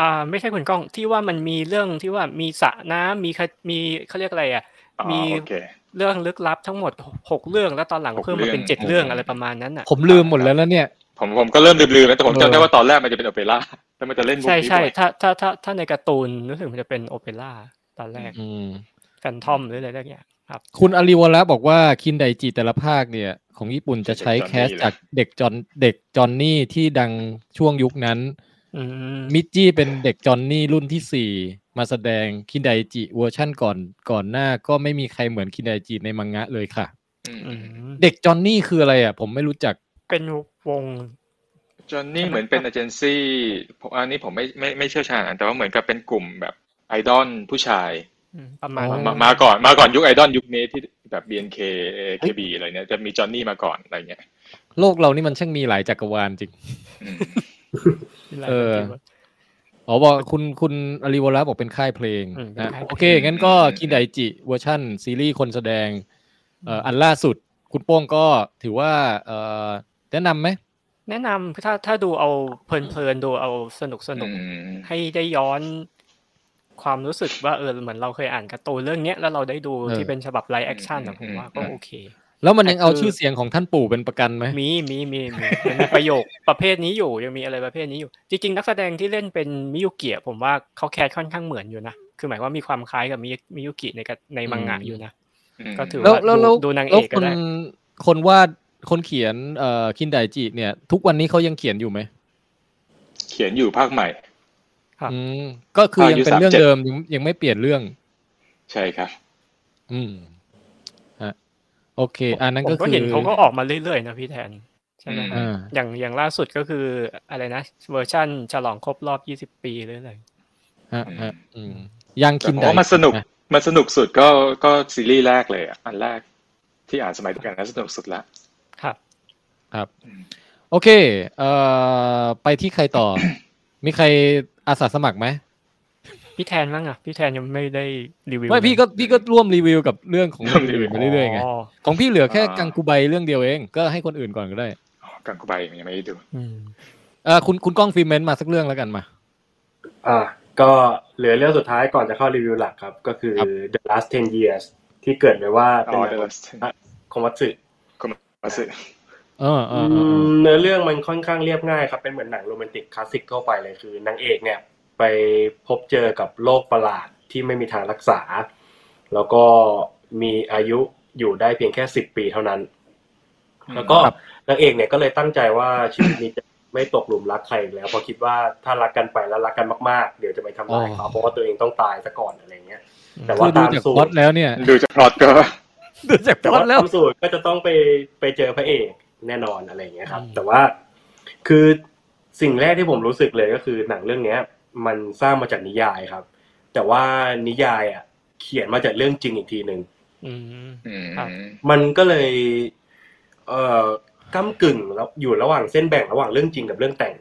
C: อ่าไม่ใช่คุณก้องที่ว่ามันมีเรื่องที่ว่ามีสระน้ำมีคมีเขาเรียกอะไรอ่ะ
E: อ๋อ
C: มี
E: โอเค
C: เรื่องลึกลับทั้งหมดหกเรื่องแล้วตอนหลัง
E: หก
C: เพิ่มมาเป็น
E: เรื่อง
C: เจ็ด
E: โอเค
C: เรื่องอะไรประมาณนั้นอ่ะ
B: ผมลืมหมดแล้วนะเนี่ย
E: ผมผมก็เริ่มลืมๆแล้วแต่ผม
B: เออ
E: จำได้ว่าตอนแรกมันจะเป็นโอเปร่าแล้วมันจะเล่นมุก
C: ใช่
E: นี้
C: ใช่
E: ด้วย
C: ถ้าถ้าถ้าถ้าในการ์ตูนรู้สึกมันจะเป็นโอเปร่าตอนแรก
B: อืม
C: แฟนทอมหรืออะไรอย่างเงี้ยครับ
B: คุณอาริวระบอกว่าคินไดจิแต่ละภาคเนี่ย ของญี่ปุ่นจะใช้แคสจากเด็กจอนเด็กจอนนี่ที่ดังช่วงยุคนั้น
C: อืม
B: มิจจี้เป็นเด็กจอนนี่รุ่นที่สี่มาแสดงคินไดจิเวอร์ชั่นก่อนก่อนหน้าก็ไม่มีใครเหมือนคินไดจิในมังงะเลยค่ะ
E: อืม
C: อืม
B: เด็กจอนนี่คืออะไรอ่ะ ผมไม่รู้จัก
C: เป็นวง
E: จอนนี่เหมือนเป็นเอเจนซี่ผมอันนี้ผมไม่ไม่ไม่เชี่ยวชาญแต่ว่าเหมือนกับเป็นกลุ่มแบบไอดอลผู้ชาย
C: ประมาณ
B: อ๋อ
C: นั้น
E: มามาก่อนมาก่อนยุคไอดอลยุคนี้ที่ แบบ BNK KB อะไรเนี่ยจะมีจอห์นนี่มาก่อนอะไรเงี้ย
B: โลกเรานี่มันช่างมีหลายจักรวาลจริง
E: อืม
C: ที่ไร
B: เออ
C: จริง
B: อ๋อบอกคุณคุณอริวระบอกเป็นค่ายเพลง
C: อืมเป็น
B: นะ
C: ค่ายเพลง
B: โอเค งั้นก็คินไดจิเวอร์ชั่นซีรีส์คนแสดงเอ่ออันล่าสุด คุณโป้งก็ถือว่าเอ่อแนะนำไหม
C: ๆแนะนำถ้าถ้าดูเอาเพลินๆดูเอาสนุกสนุก
E: อืม
C: ให้ได้ย้อนความรู้สึกว่าเออเหมือนเราเคยอ่านการ์ตูนเรื่องเนี้ยแล้วเราได้ดู
B: เออ
C: ที่เป็นฉบับไลฟ์แอคชั่นนะผมว่าก็โอเค
B: แล้วมันยังเอา
C: แต่คือ
B: ชื่อเสียงของท่านปู่เป็นประกันไหม
C: มีมีมีมียังมีประโยคประเภทนี้อยู่ยังมีอะไรประเภทนี้อยู่ จริง ๆ นักแสดงที่เล่นเป็นมิยุกิอะผมว่าเขาแคสค่อนข้างเหมือนอยู่นะคือหมายความว่ามีความคล้ายกับมิยุมิยุกิในการในมังงะ
B: อืม
C: อยู่นะ
E: ม
C: ก็ถือ
B: แล้วแล้วแล้ว
C: ดูนางเอ
B: แล้ว
C: กก็
B: คน
C: ได้
B: คนวาดคนเขียนเอ่อคินไดจิเนี่ย ทุกวันนี้เขายังเขียนอยู่ไหม
E: เขียนอยู่ภาคใหม่
C: ครับ
B: อืมก็คือยังเป็น
E: อายุ
B: เรื่อง
E: 37
B: เดิมยังยังไม่เปลี่ยนเรื่อง
E: ใช่ครับ
B: อืมฮะโอเค อันนั้น
C: ผม
B: ก็
C: ก็
B: คือ
C: เห็นเขาก็ออกมาเรื่อยๆนะพี่แทนใช่ไหม
E: อืม
C: ครับ
B: อ่า
C: อย่างอย่างล่าสุดก็คืออะไรนะเวอร์ชั่นฉลองครบรอบ 20 ปีเรื่อย
B: ฮะฮะอืมยัง
E: แต่
B: คิน
E: ผม
B: ได้
E: ว่ามันสนุก
B: ะ
E: มันสนุกสุดก็ก็ซีรีส์แรกเลยอะอันแรกที่อ่านสมัยเดียวกันนะสนุกสุดละ
C: ๆครับ
B: โอเค เอ่อ ไปที่ใครต่อ มีใครอาสาสมัครไหม
C: พี่แทนบ้างอะพี่แทนยังไม่ได้รีวิว
B: ไม่พี่ก็พี่ก็ร่วมรีวิวกับเรื่องของ
E: ร่วมรีวิว
B: คนอื่นไปเรื่อยๆไง
C: อ
B: ของพี่เหลือแค่
E: อ่า
B: กังกูใบเรื่องเดียวเอง ก็ให้คนอื่นก่อนก็ได้
E: อ๋อกังกุใบยังไม่ได้ดู
C: อืม
B: เออคุณคุณกล้องฟิเมนต์มาสักเรื่องแล้วกันมา
D: อ่ะก็เหลือเรื่องสุดท้ายก่อนจะเข้ารีวิวหลักครับ ก็คือ
B: ครับ
D: The Last 10 Years ที่เกริดไปว่า
E: อ๋
D: เป็
E: อน เดลัส
D: คอมวัตสึ
E: มาสึ
B: เออเออเออเออ
D: เนื้อเรื่องมันค่อนข้างเรียบง่ายครับ เป็นเหมือนหนังโรแมนติกคลาสสิกทั่วไปเลยคือนางเอกเนี่ย ไปพบเจอกับโรคประหลาดที่ไม่มีทางรักษา แล้วก็มีอายุอยู่ได้เพียงแค่ 10 ปีเท่านั้น แล้วก็นางเอกเนี่ยก็เลยตั้งใจว่าชีวิตนี้จะไม่ตกหลุมรักใครอีกแล้วเพราะคิดว่าถ้ารักกันไปแล้วรักกันมากๆ เดี๋ยวจะไปทำร้ายเขาเพราะว่าตัวเองต้องตายซะก่อนอะไรเงี้ย แต่
B: คื
D: ว่า
B: อดู
D: ตาม
B: จาก
D: สู
B: พล็อ
D: ต
B: ด
D: ร
B: แล้วเนี่ย
E: ดูจากพล็อตก็
B: ดูจากพ
D: แต่
B: ล็อ
D: ว่า
B: ดแล้ว
D: ตามสูตรก็จะต้องไปไปเจอพระเอกแน่นอนอะไรเงี้ยครับ
C: อืม
D: แต่ว่าคือสิ่งแรกที่ผมรู้สึกเลยก็คือหนังเรื่องเนี้ย มันสร้างมาจากนิยายครับ แต่ว่านิยายอ่ะ เขียนมาจากเรื่องจริงอีกทีหนึ่ง
C: อืม
E: อืม
C: ครับ
D: มันก็เลย เอ่อก้ำกึ่งแล้วอยู่ระหว่างเส้นแบ่งระหว่างเรื่องจริงกับเรื่องแต่ง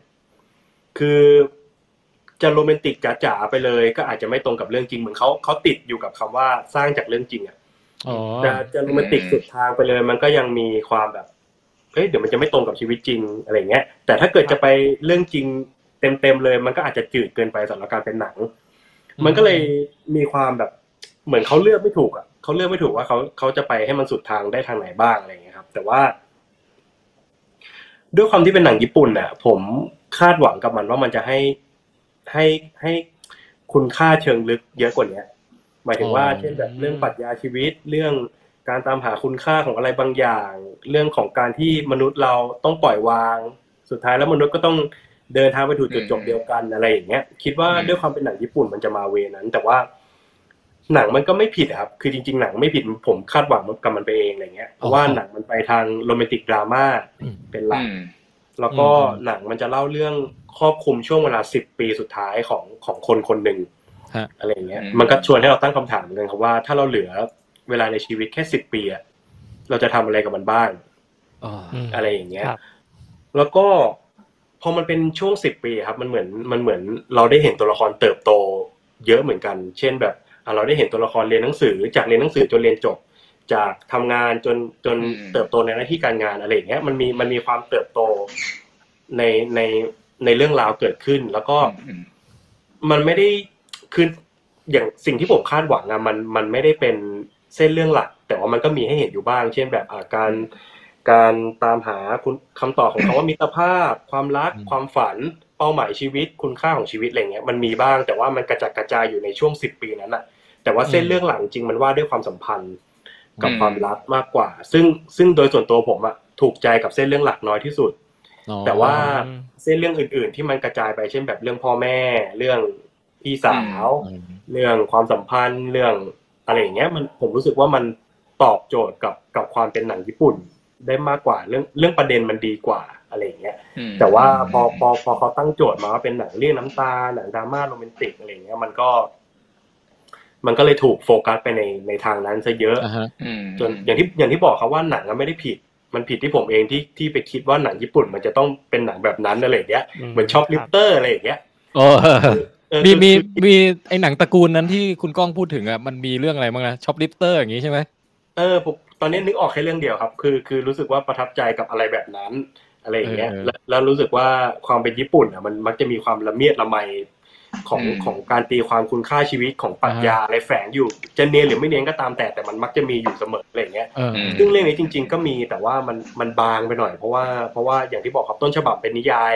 D: คือจะโรแมนติกจ๋าๆไปเลย ก็อาจจะไม่ตรงกับเรื่องจริงเหมือนเขาเขาติดอยู่กับคำว่าสร้างจากเรื่องจริงอ่ะ
B: อ๋อ
D: จะจะโรแมนติกสุดทางไปเลย มันก็ยังมีความแบบเฮ้ยเดี๋ยวมันจะไม่ตรงกับชีวิตจริงอะไรเงี้ย แต่ถ้าเกิดจะไปเรื่องจริงเต็มๆเลย มันก็อาจจะจืดเกินไปสำหรับการเป็นหนัง
B: อืม
D: มันก็เลยมีความแบบ เหมือนเขาเลือกไม่ถูกอ่ะเขาเลือกไม่ถูกว่าเขาเขาจะไปให้มันสุดทางได้ทางไหนบ้างอะไรอย่างเงี้ยครับ แต่ว่า ด้วยความที่เป็นหนังญี่ปุ่นน่ะ ผมคาดหวังกับมันว่ามันจะให้ให้ให้คุณค่าเชิงลึกเยอะกว่าเนี้ยหมายถึงว่า
B: อ๋อ
D: เช่นแบบเรื่องปรัชญาชีวิต เรื่องการตามหาคุณค่าของอะไรบางอย่าง เรื่องของการที่มนุษย์เราต้องปล่อยวาง สุดท้ายแล้วมนุษย์ก็ต้องเดินทางไปถูกจุดจบเดียวกันอะไรอย่างเงี้ย คิดว่าด้วยความเป็นหนังญี่ปุ่นมันจะมาเวนั้น แต่ว่า หนังมันก็ไม่ผิดอะครับ คือจริง ๆ หนังไม่ผิดผมคาดหวังกับมันไปเองอะไรเงี้ย เพราะว่าหนังมันไปทางโรแมนติกดราม่า
B: อืม
D: เป็นหลั
E: อื
D: ก
E: ม
D: แล้วก็
B: อืม
D: หนังมันจะเล่าเรื่องครอบคลุมช่วงเวลาสิบปีสุดท้ายของของคนคนหนึ่ง
B: ฮะ
D: อะไรอย่างเงี้ย มันก็ชวนให้เราตั้งคำถามเหมือนกันครับว่าถ้าเราเหลือเวลาในชีวิตแค่สิบปีอะเราจะทำอะไรกับมันบ้าง
B: อ๋อ
C: ม
D: อะไรอย่างเงี้ย
C: ครับ
D: แล้วก็พอมันเป็นช่วงสิบปีครับ มันเหมือนมันเหมือนเราได้เห็นตัวละครเติบโต เยอะเหมือนกัน เช่นแบบอ่ะเราได้เห็นตัวละครเรียนหนังสือ จากเรียนหนังสือจนเรียนจบ จากทำงานจนจนเติบโตในหน้าที่การงานอะไรอย่างเงี้ย มันมีมันมีความเติบโตในในในเรื่องราวเกิดขึ้น แล้วก็
E: อืม
D: มันไม่ได้คืออย่างสิ่งที่ผมคาดหวังอะมันมันไม่ได้เป็นเส้นเรื่องหลัก แต่ว่ามันก็มีให้เห็นอยู่บ้าง เช่นแบบอ่าการการตามหาคุณคำตอบของเขา ว่ามิตรภาพ ความรักความฝัน เป้าหมายชีวิต คุณค่าของชีวิตอะไรเงี้ยมันมีบ้าง แต่ว่ามันกระจัดกระจายอยู่ในช่วงสิบปีนั้นอะแต่ว่าเส้นเรื่องหลังจริงมันว่าด้วยความสัมพันธ์ กับ
E: อืม
D: ความรักมากกว่า ซึ่งซึ่งโดยส่วนตัวผมอะถูกใจกับเส้นเรื่องหลักน้อยที่สุด
B: อ๋อ
D: แต่ว่า
C: อืม
D: เส้นเรื่องอื่น ๆ ที่มันกระจายไปเช่นแบบเรื่องพ่อแม่ เรื่องพี่สาว
B: อืม
D: เรื่องความสัมพันธ์เรื่องอะไรอย่างเงี้ย มันผมรู้สึกว่ามันตอบโจทย์กับกับความเป็นหนังญี่ปุ่น ได้มากกว่าเรื่องเรื่องประเด็นมันดีกว่าอะไรอย่างเงี้ย
E: อืม
D: แต่ว่าพอพอพอเขาตั้งโจทย์มาว่าเป็นหนังเรื่องน้ำตาหนังดราม่าโรแมนติกอะไรอย่างเงี้ยมันก็ มันก็เลยถูกโฟกัสไปในในทางนั้นซะเยอะ
B: อ่าฮะ
E: อืม
D: จนอย่างที่อย่างที่บอกครับว่าหนังก็ไม่ได้ผิด มันผิดที่ผมเองที่ที่ไปคิดว่าหนังญี่ปุ่น มันจะต้องเป็นหนังแบบนั้นอะไรอย่างเงี้ย
C: ม
D: เหมือนช็อปลิฟ
C: ครับ
D: เตอร์อะไรอย่างเงี้ย
B: โอ้
D: เออ
B: มีมี
D: คือ
B: มีไอหนังตระกูลนั้นที่คุณก้องพูดถึงอ่ะมันมีเรื่องอะไรบ้างนะช็อปลิฟเตอร์อย่างงี้ใช่ไหม
D: เออผมตอนนี้นึกออกแค่เรื่องเดียวครับ คือคือรู้สึกว่าประทับใจกับอะไรแบบนั้นอะไรอย่างเงี้ยแล้วแล้วรู้สึกว่าความเป็นญี่ปุ่นอ่ะมันมักจะมีความละเมียดละไมของของการตีความคุณค่าชีวิตของปรัชญาอะไรแฝงอยู่จะเนียนหรือไม่เนียนก็ตามแต่แต่มันมักจะมีอยู่เสมออะไรอย่างเงี้ย
B: เออ
E: อืม
D: ซึ่งเรื่องนี้จริง ๆ ก็มีแต่ว่ามันมันบางไปหน่อยเพราะว่าเพราะว่าอย่างที่บอกครับต้นฉบับเป็นนิยาย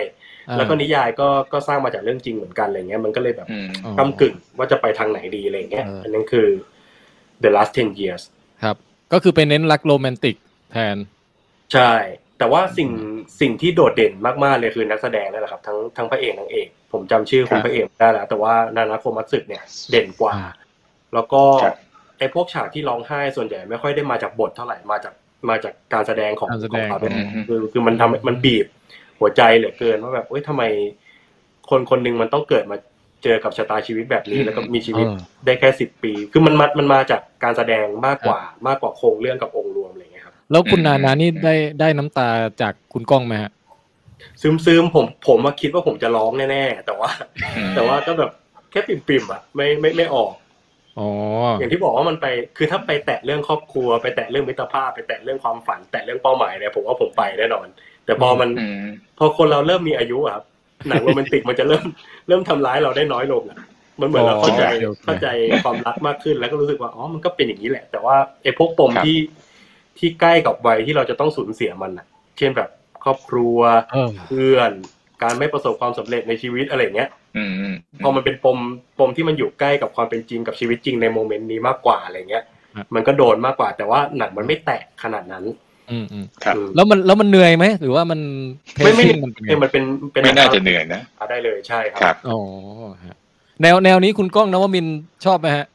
D: แล้วก็นิยายก็ก็สร้างมาจากเรื่องจริงเหมือนกันอะไรเงี้ยมันก็เลยแบบ
E: อืม
B: อ๋อ
D: กำกึ่งว่าจะไปทางไหนดีอะไรเงี้ย
B: เอออั
D: อันนั้นคือ the last 10 years
B: ครับ ก็คือไปเน้นรักโรแมนติกแทน
D: ใช่ แต่ว่าสิ่งสิ่งที่โดดเด่นมากๆเลยคือนักแสดงนั่นแหละครับทั้งทั้งพระเอกนางเอก ผมจำชื่อคุณ
E: ครับ
D: พระเอกไม่ได้แล้ว แต่ว่านานาโคมัตสึเนี่ยเด่นกว่า
B: อ่า
D: แล้วก็
E: ครับ
D: ไอ้พวกฉากที่ร้องไห้ส่วนใหญ่ไม่ค่อยได้มาจากบทเท่าไหร่มาจากมาจากการแสดงของ
B: การแส
D: ข
B: ด
D: อง
B: ง
D: เขาเป็น คือคือมันทำมันบีบหัวใจเหลือเกินว่าแบบเอ้ยทำไม คนคนหนึ่งมันต้องเกิดมาเจอกับชะตาชีวิตแบบนี้
E: อืม
D: แล้วก็มีชีวิต
B: เออ
D: ได้แค่สิบปี คือมันมันมันมาจากการแสดงมากกว่า มากกว่าโครงเรื่องกับองค์รวมอะไรเงี้ยครับ
B: แล้วคุณ
E: อืม
B: นานานี่ได้ได้น้ำตาจากคุณก้องไหมฮะ
D: ซึมซึมผมผมมาคิดว่าผมจะร้องแน่ๆแต่ว่า แต่ว่าก็แบบแค่ปิ่มปิ่มๆอ่ะไม่ไม่ไม่ออก
B: อ๋อ
D: อย่างที่บอกว่ามันไป คือถ้าไปแตะเรื่องครอบครัวไปแตะเรื่องมิตรภาพไปแตะเรื่องความฝัน แตะเรื่องเป้าหมายเนี่ยผมว่าผมไปแน่นอน แต่พอมัน
E: อืม
D: พอคนเราเริ่มมีอายุอะครับ หนังโรแมนติกมันจะเริ่มเริ่มทำร้ายเราได้น้อยลงอะมันเหมือนเรา
B: อ๋อ
D: เข้าใจ
B: โอเคโอเค
D: เข้าใจความรักมากขึ้นแล้วก็รู้สึกว่าอ๋อมันก็เป็นอย่างนี้แหละ แต่ว่าไอ้พวกปม
E: ครับ
D: ที่ที่ใกล้กับวัยที่เราจะต้องสูญเสียมันอะเช่นแบบครอบครัว
B: เออ
D: เพื่อน การไม่ประสบความสำเร็จในชีวิตอะไรเงี้ย
E: อืมอืม
D: พอมันเป็นปมปมที่มันอยู่ใกล้กับความเป็นจริงกับชีวิตจริงในโมเมนต์นี้มากกว่าอะไรเงี้ย
B: ครับ
D: มันก็โดนมากกว่า แต่ว่าหนังมันไม่แตะขนาดนั้น
B: อืมอืม
E: ครับ
D: อืม
B: แล้วมันแล้วมันเหนื่อยไหมหรือว่ามัน
D: ไม่ไม่
B: pacing มันเป็นไง
D: เนี่ยมันเป็นเป็น
E: ไม่น่าจะเหนื่อยนะ
D: ได้เลยใช่ครั
E: ครับ
B: อ๋อฮะแนวแนวนี้คุณก้องนวมินทร์ชอบไหมฮะ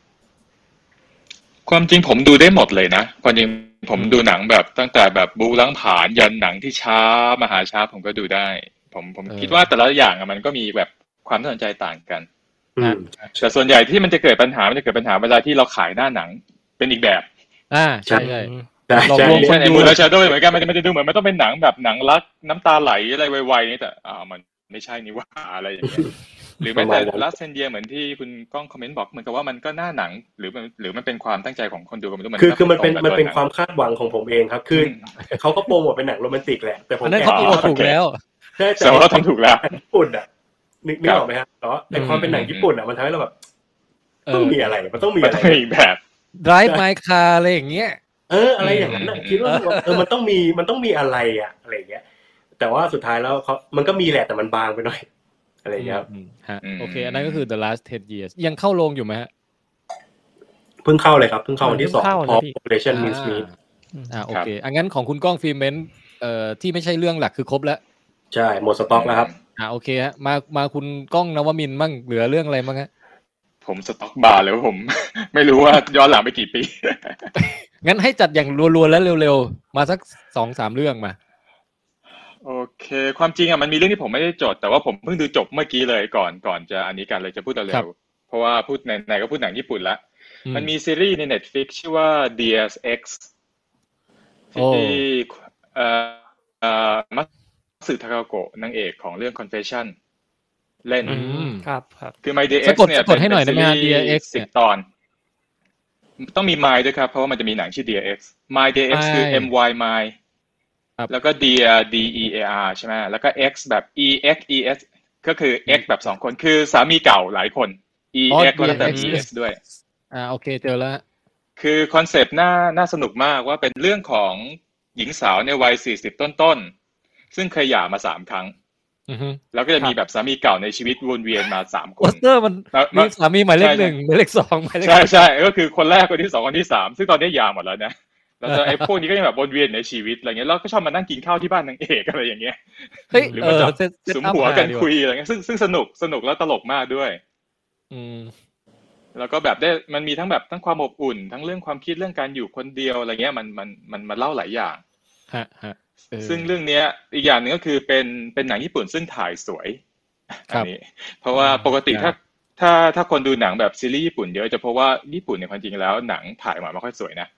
E: ความจริงผมดูได้หมดเลยนะ ความจริงผมดูหนังแบบตั้งแต่แบบบูล้างผลาญยันหนังที่ช้ามหาช้าผมก็ดูได้ ผมผม
B: เออ
E: คิดว่าแต่ละอย่างอะมันก็มีแบบความน่าสนใจต่างกัน
D: อืม
E: แต่ส่วนใหญ่ที่มันจะเกิดปัญหา มันจะเกิดปัญหาเวลาที่เราขายหน้าหนังเป็นอีกแบบ
B: อ่าใช่ใช่
D: ใช่
C: อืม
D: ใช่
B: ลองร่วม
D: ใช่
E: เช่นไอ้บูแล้วชาโดเหมือนกันมันจะมันจะดูเหมือนมันต้องเป็นหนังแบบหนังรักน้ำตาไหลอะไรไวๆนี่แต่อ่าวมันไม่ใช่นี่หว่าอะไรอย่างเงี้ย หรือแม้แต่ลัสเซนเดียเหมือนที่คุณก้องคอมเมนต์บอกเหมือนกับว่ามันก็หน้าหนังหรือมันหรือมันเป็นความตั้งใจของคนดูก็ไม่รู้เหมือน
D: คือคือมันเป็น
E: ตรงกับ
D: มันเป็น
E: ตัวหง
D: ความคาดหวังของผมเองครับ คือเขาก็โปรโมทเป็นหนังโรแมนติกแหละ แต่ผม
B: อันนั้น
D: แอบ
B: เขาโปรโมท
E: อ่า
B: ถูกแล้ว
D: ใช่แต่
E: แต่ว่าเราทำถูกแล้ว
D: หนังญี่ปุ่นอ่ะนึกนึกออกไหมฮะแต่ว่าแต่ความเป็นหนังญี่ปุ่นอ่ะมันทำให้เราแบบ
B: เอ
D: ต้อง
B: อ
D: มีอะไรมันต้องมี
E: มัน
D: อะไร
E: ต้องมีอีกแบบ
B: ไดรฟ์ไมค์คาอะไรอย่างเงี้ย
D: เอออะไรอย่างนั้นน่ะ
E: อืม
D: คิดว่าเออมันต้องมีมันต้องมีอะไรอ่ะอะไรอย่างเงี้ย แต่ว่าสุดท้ายแล้วเขามันก็มีแหละแต่มันบางไปหน่อย อะไรอย่างเงี้ยครับ
B: อืมฮะ
E: อืม
B: โอเค อันนั้นก็คือ the last 10 years ยังเข้าโรงอยู่ไหมฮะ
D: เพิ่งเข้าเลยครับเพิ่งเข้าวันที่สอง
C: เพิ่งเข้า
D: พอ
C: นะพี่
D: population means me
B: อ่าอ่าโอเคอันงั้นของคุณก้องฟิเมนต์เอ่อที่ไม่ใช่เรื่องหลักคือครบแล้ว
D: ใช่หมดสต็อกแล้วครับ
B: อ่าโอเคฮะมามาคุณก้องนวมินทร์มั่งเหลือเรื่องอะไรมั่งฮะ
E: ผมสต็อกบาร์เลยว่าผม ไม่รู้ว่าย้อนหลังไปกี่ปี
B: งั้นให้จัดอย่างรัวๆและเร็วๆ มาสักสองสามเรื่องมา
E: โอเค ความจริงอ่ะมันมีเรื่องที่ผมไม่ได้จด แต่ว่าผมเพิ่งดูจบเมื่อกี้เลยก่อนก่อนจะอันนี้กันเลยจะพูด
B: ครั
E: เร็
B: บ
E: วๆเพราะว่าพูดไหนๆก็พูดหนังญี่ปุ่นละ
B: อื
E: มันมีซีรีส์ใน Netflix ชื่อว่า Deus Ex
B: โอ้
E: ที่เอ่อเอ่อมัตสึทาคาโกะนางเอกของเรื่อง Confession เล่น
C: อื
B: อืม
C: มครับครับ
E: คือ My Day X
B: สะกด
E: เนี่ย
B: สะกดให้หน่อยได้ไหมฮะ
E: เป็ซีรี
B: Dear
E: ส์
B: X
E: สิบตอน ต้องมี My ด้วยครับ เพราะว่ามันจะมีหนังชื่อ Dear X My Day X คือ
B: My
E: M Y My
B: ครับ
E: แล้วก็ Dear D E A R ใช่ไหมแล้วก็ X แบบ E X E S ก็คือ X แบบสองคนคือสามีเก่าหลายคน E
B: อ๋อ
E: X แล้วก็แบบ E
B: Dear X
E: S ด้วย
B: อ่าโอเคเจอแล้วฮะ
E: คือคอนเซปต์น่าน่าสนุกมากว่าเป็นเรื่องของหญิงสาวในวัยสี่สิบต้นๆ ซึ่งเคยหย่ามาสามครั้ง
B: อือฮึ
E: แล้วก็จะมีแบบสามีเก่าในชีวิตวนเวียนมาสามค
B: โป
E: น
B: สเตอร์มัน
E: แล้วแล้
B: มี
E: ว
B: สามีหมายเลข
E: ใช่
B: หนึ่งหมายเลขสองหมายเลข
E: ใช่ใช่ก็คือคนแรกคนที่สองคนที่สามซึ่งตอนนี้หยาหมดแล้วนะแล้ว ก็ไอ้พวกนี้ก็ยังแบบวนเวียนอยู่ในชีวิตอะไรเงี้ยแล้วก็ชอบมานั่งกินข้าวที่บ้านนางเอกอะไรอย่างเงี้ย
B: เฮ้ย
E: หรือ
B: เอ
E: มัน
B: อ
E: จะ
B: เซตเซต
E: สุม
B: อัพ
E: หัว
B: มา
E: กัน
B: ดี
E: คุยอะไรเงี้ยซึ่งซึ่งสนุกสนุกแล้วตลกมากด้วย
B: อืม
E: แล้วก็แบบได้มันมีทั้งแบบทั้งความอบอุ่น ทั้งเรื่องความคิดเรื่องการอยู่คนเดียวอะไรเงี้ยมันมันมันมันเล่าหลายอย่าง
B: ฮะฮะเออ
E: ซึ่งเรื่องเนี้ยอีกอย่างหนึ่งก็คือเป็นเป็นหนังญี่ปุ่นซึ่งถ่ายสวย
B: ค
E: อั
B: รั
E: น
B: บ
E: นี้ เพราะว่าปกติ
B: ครั
E: ถ้า
B: บ
E: ถ้าถ้าคนดูหนังแบบซีรีส์ญี่ปุ่นเยอะจะเพราะว่าญี่ปุ่นเนี่ยความจริงแล้วหนังถ่ายออกมาไม่ค่อยสวยนะ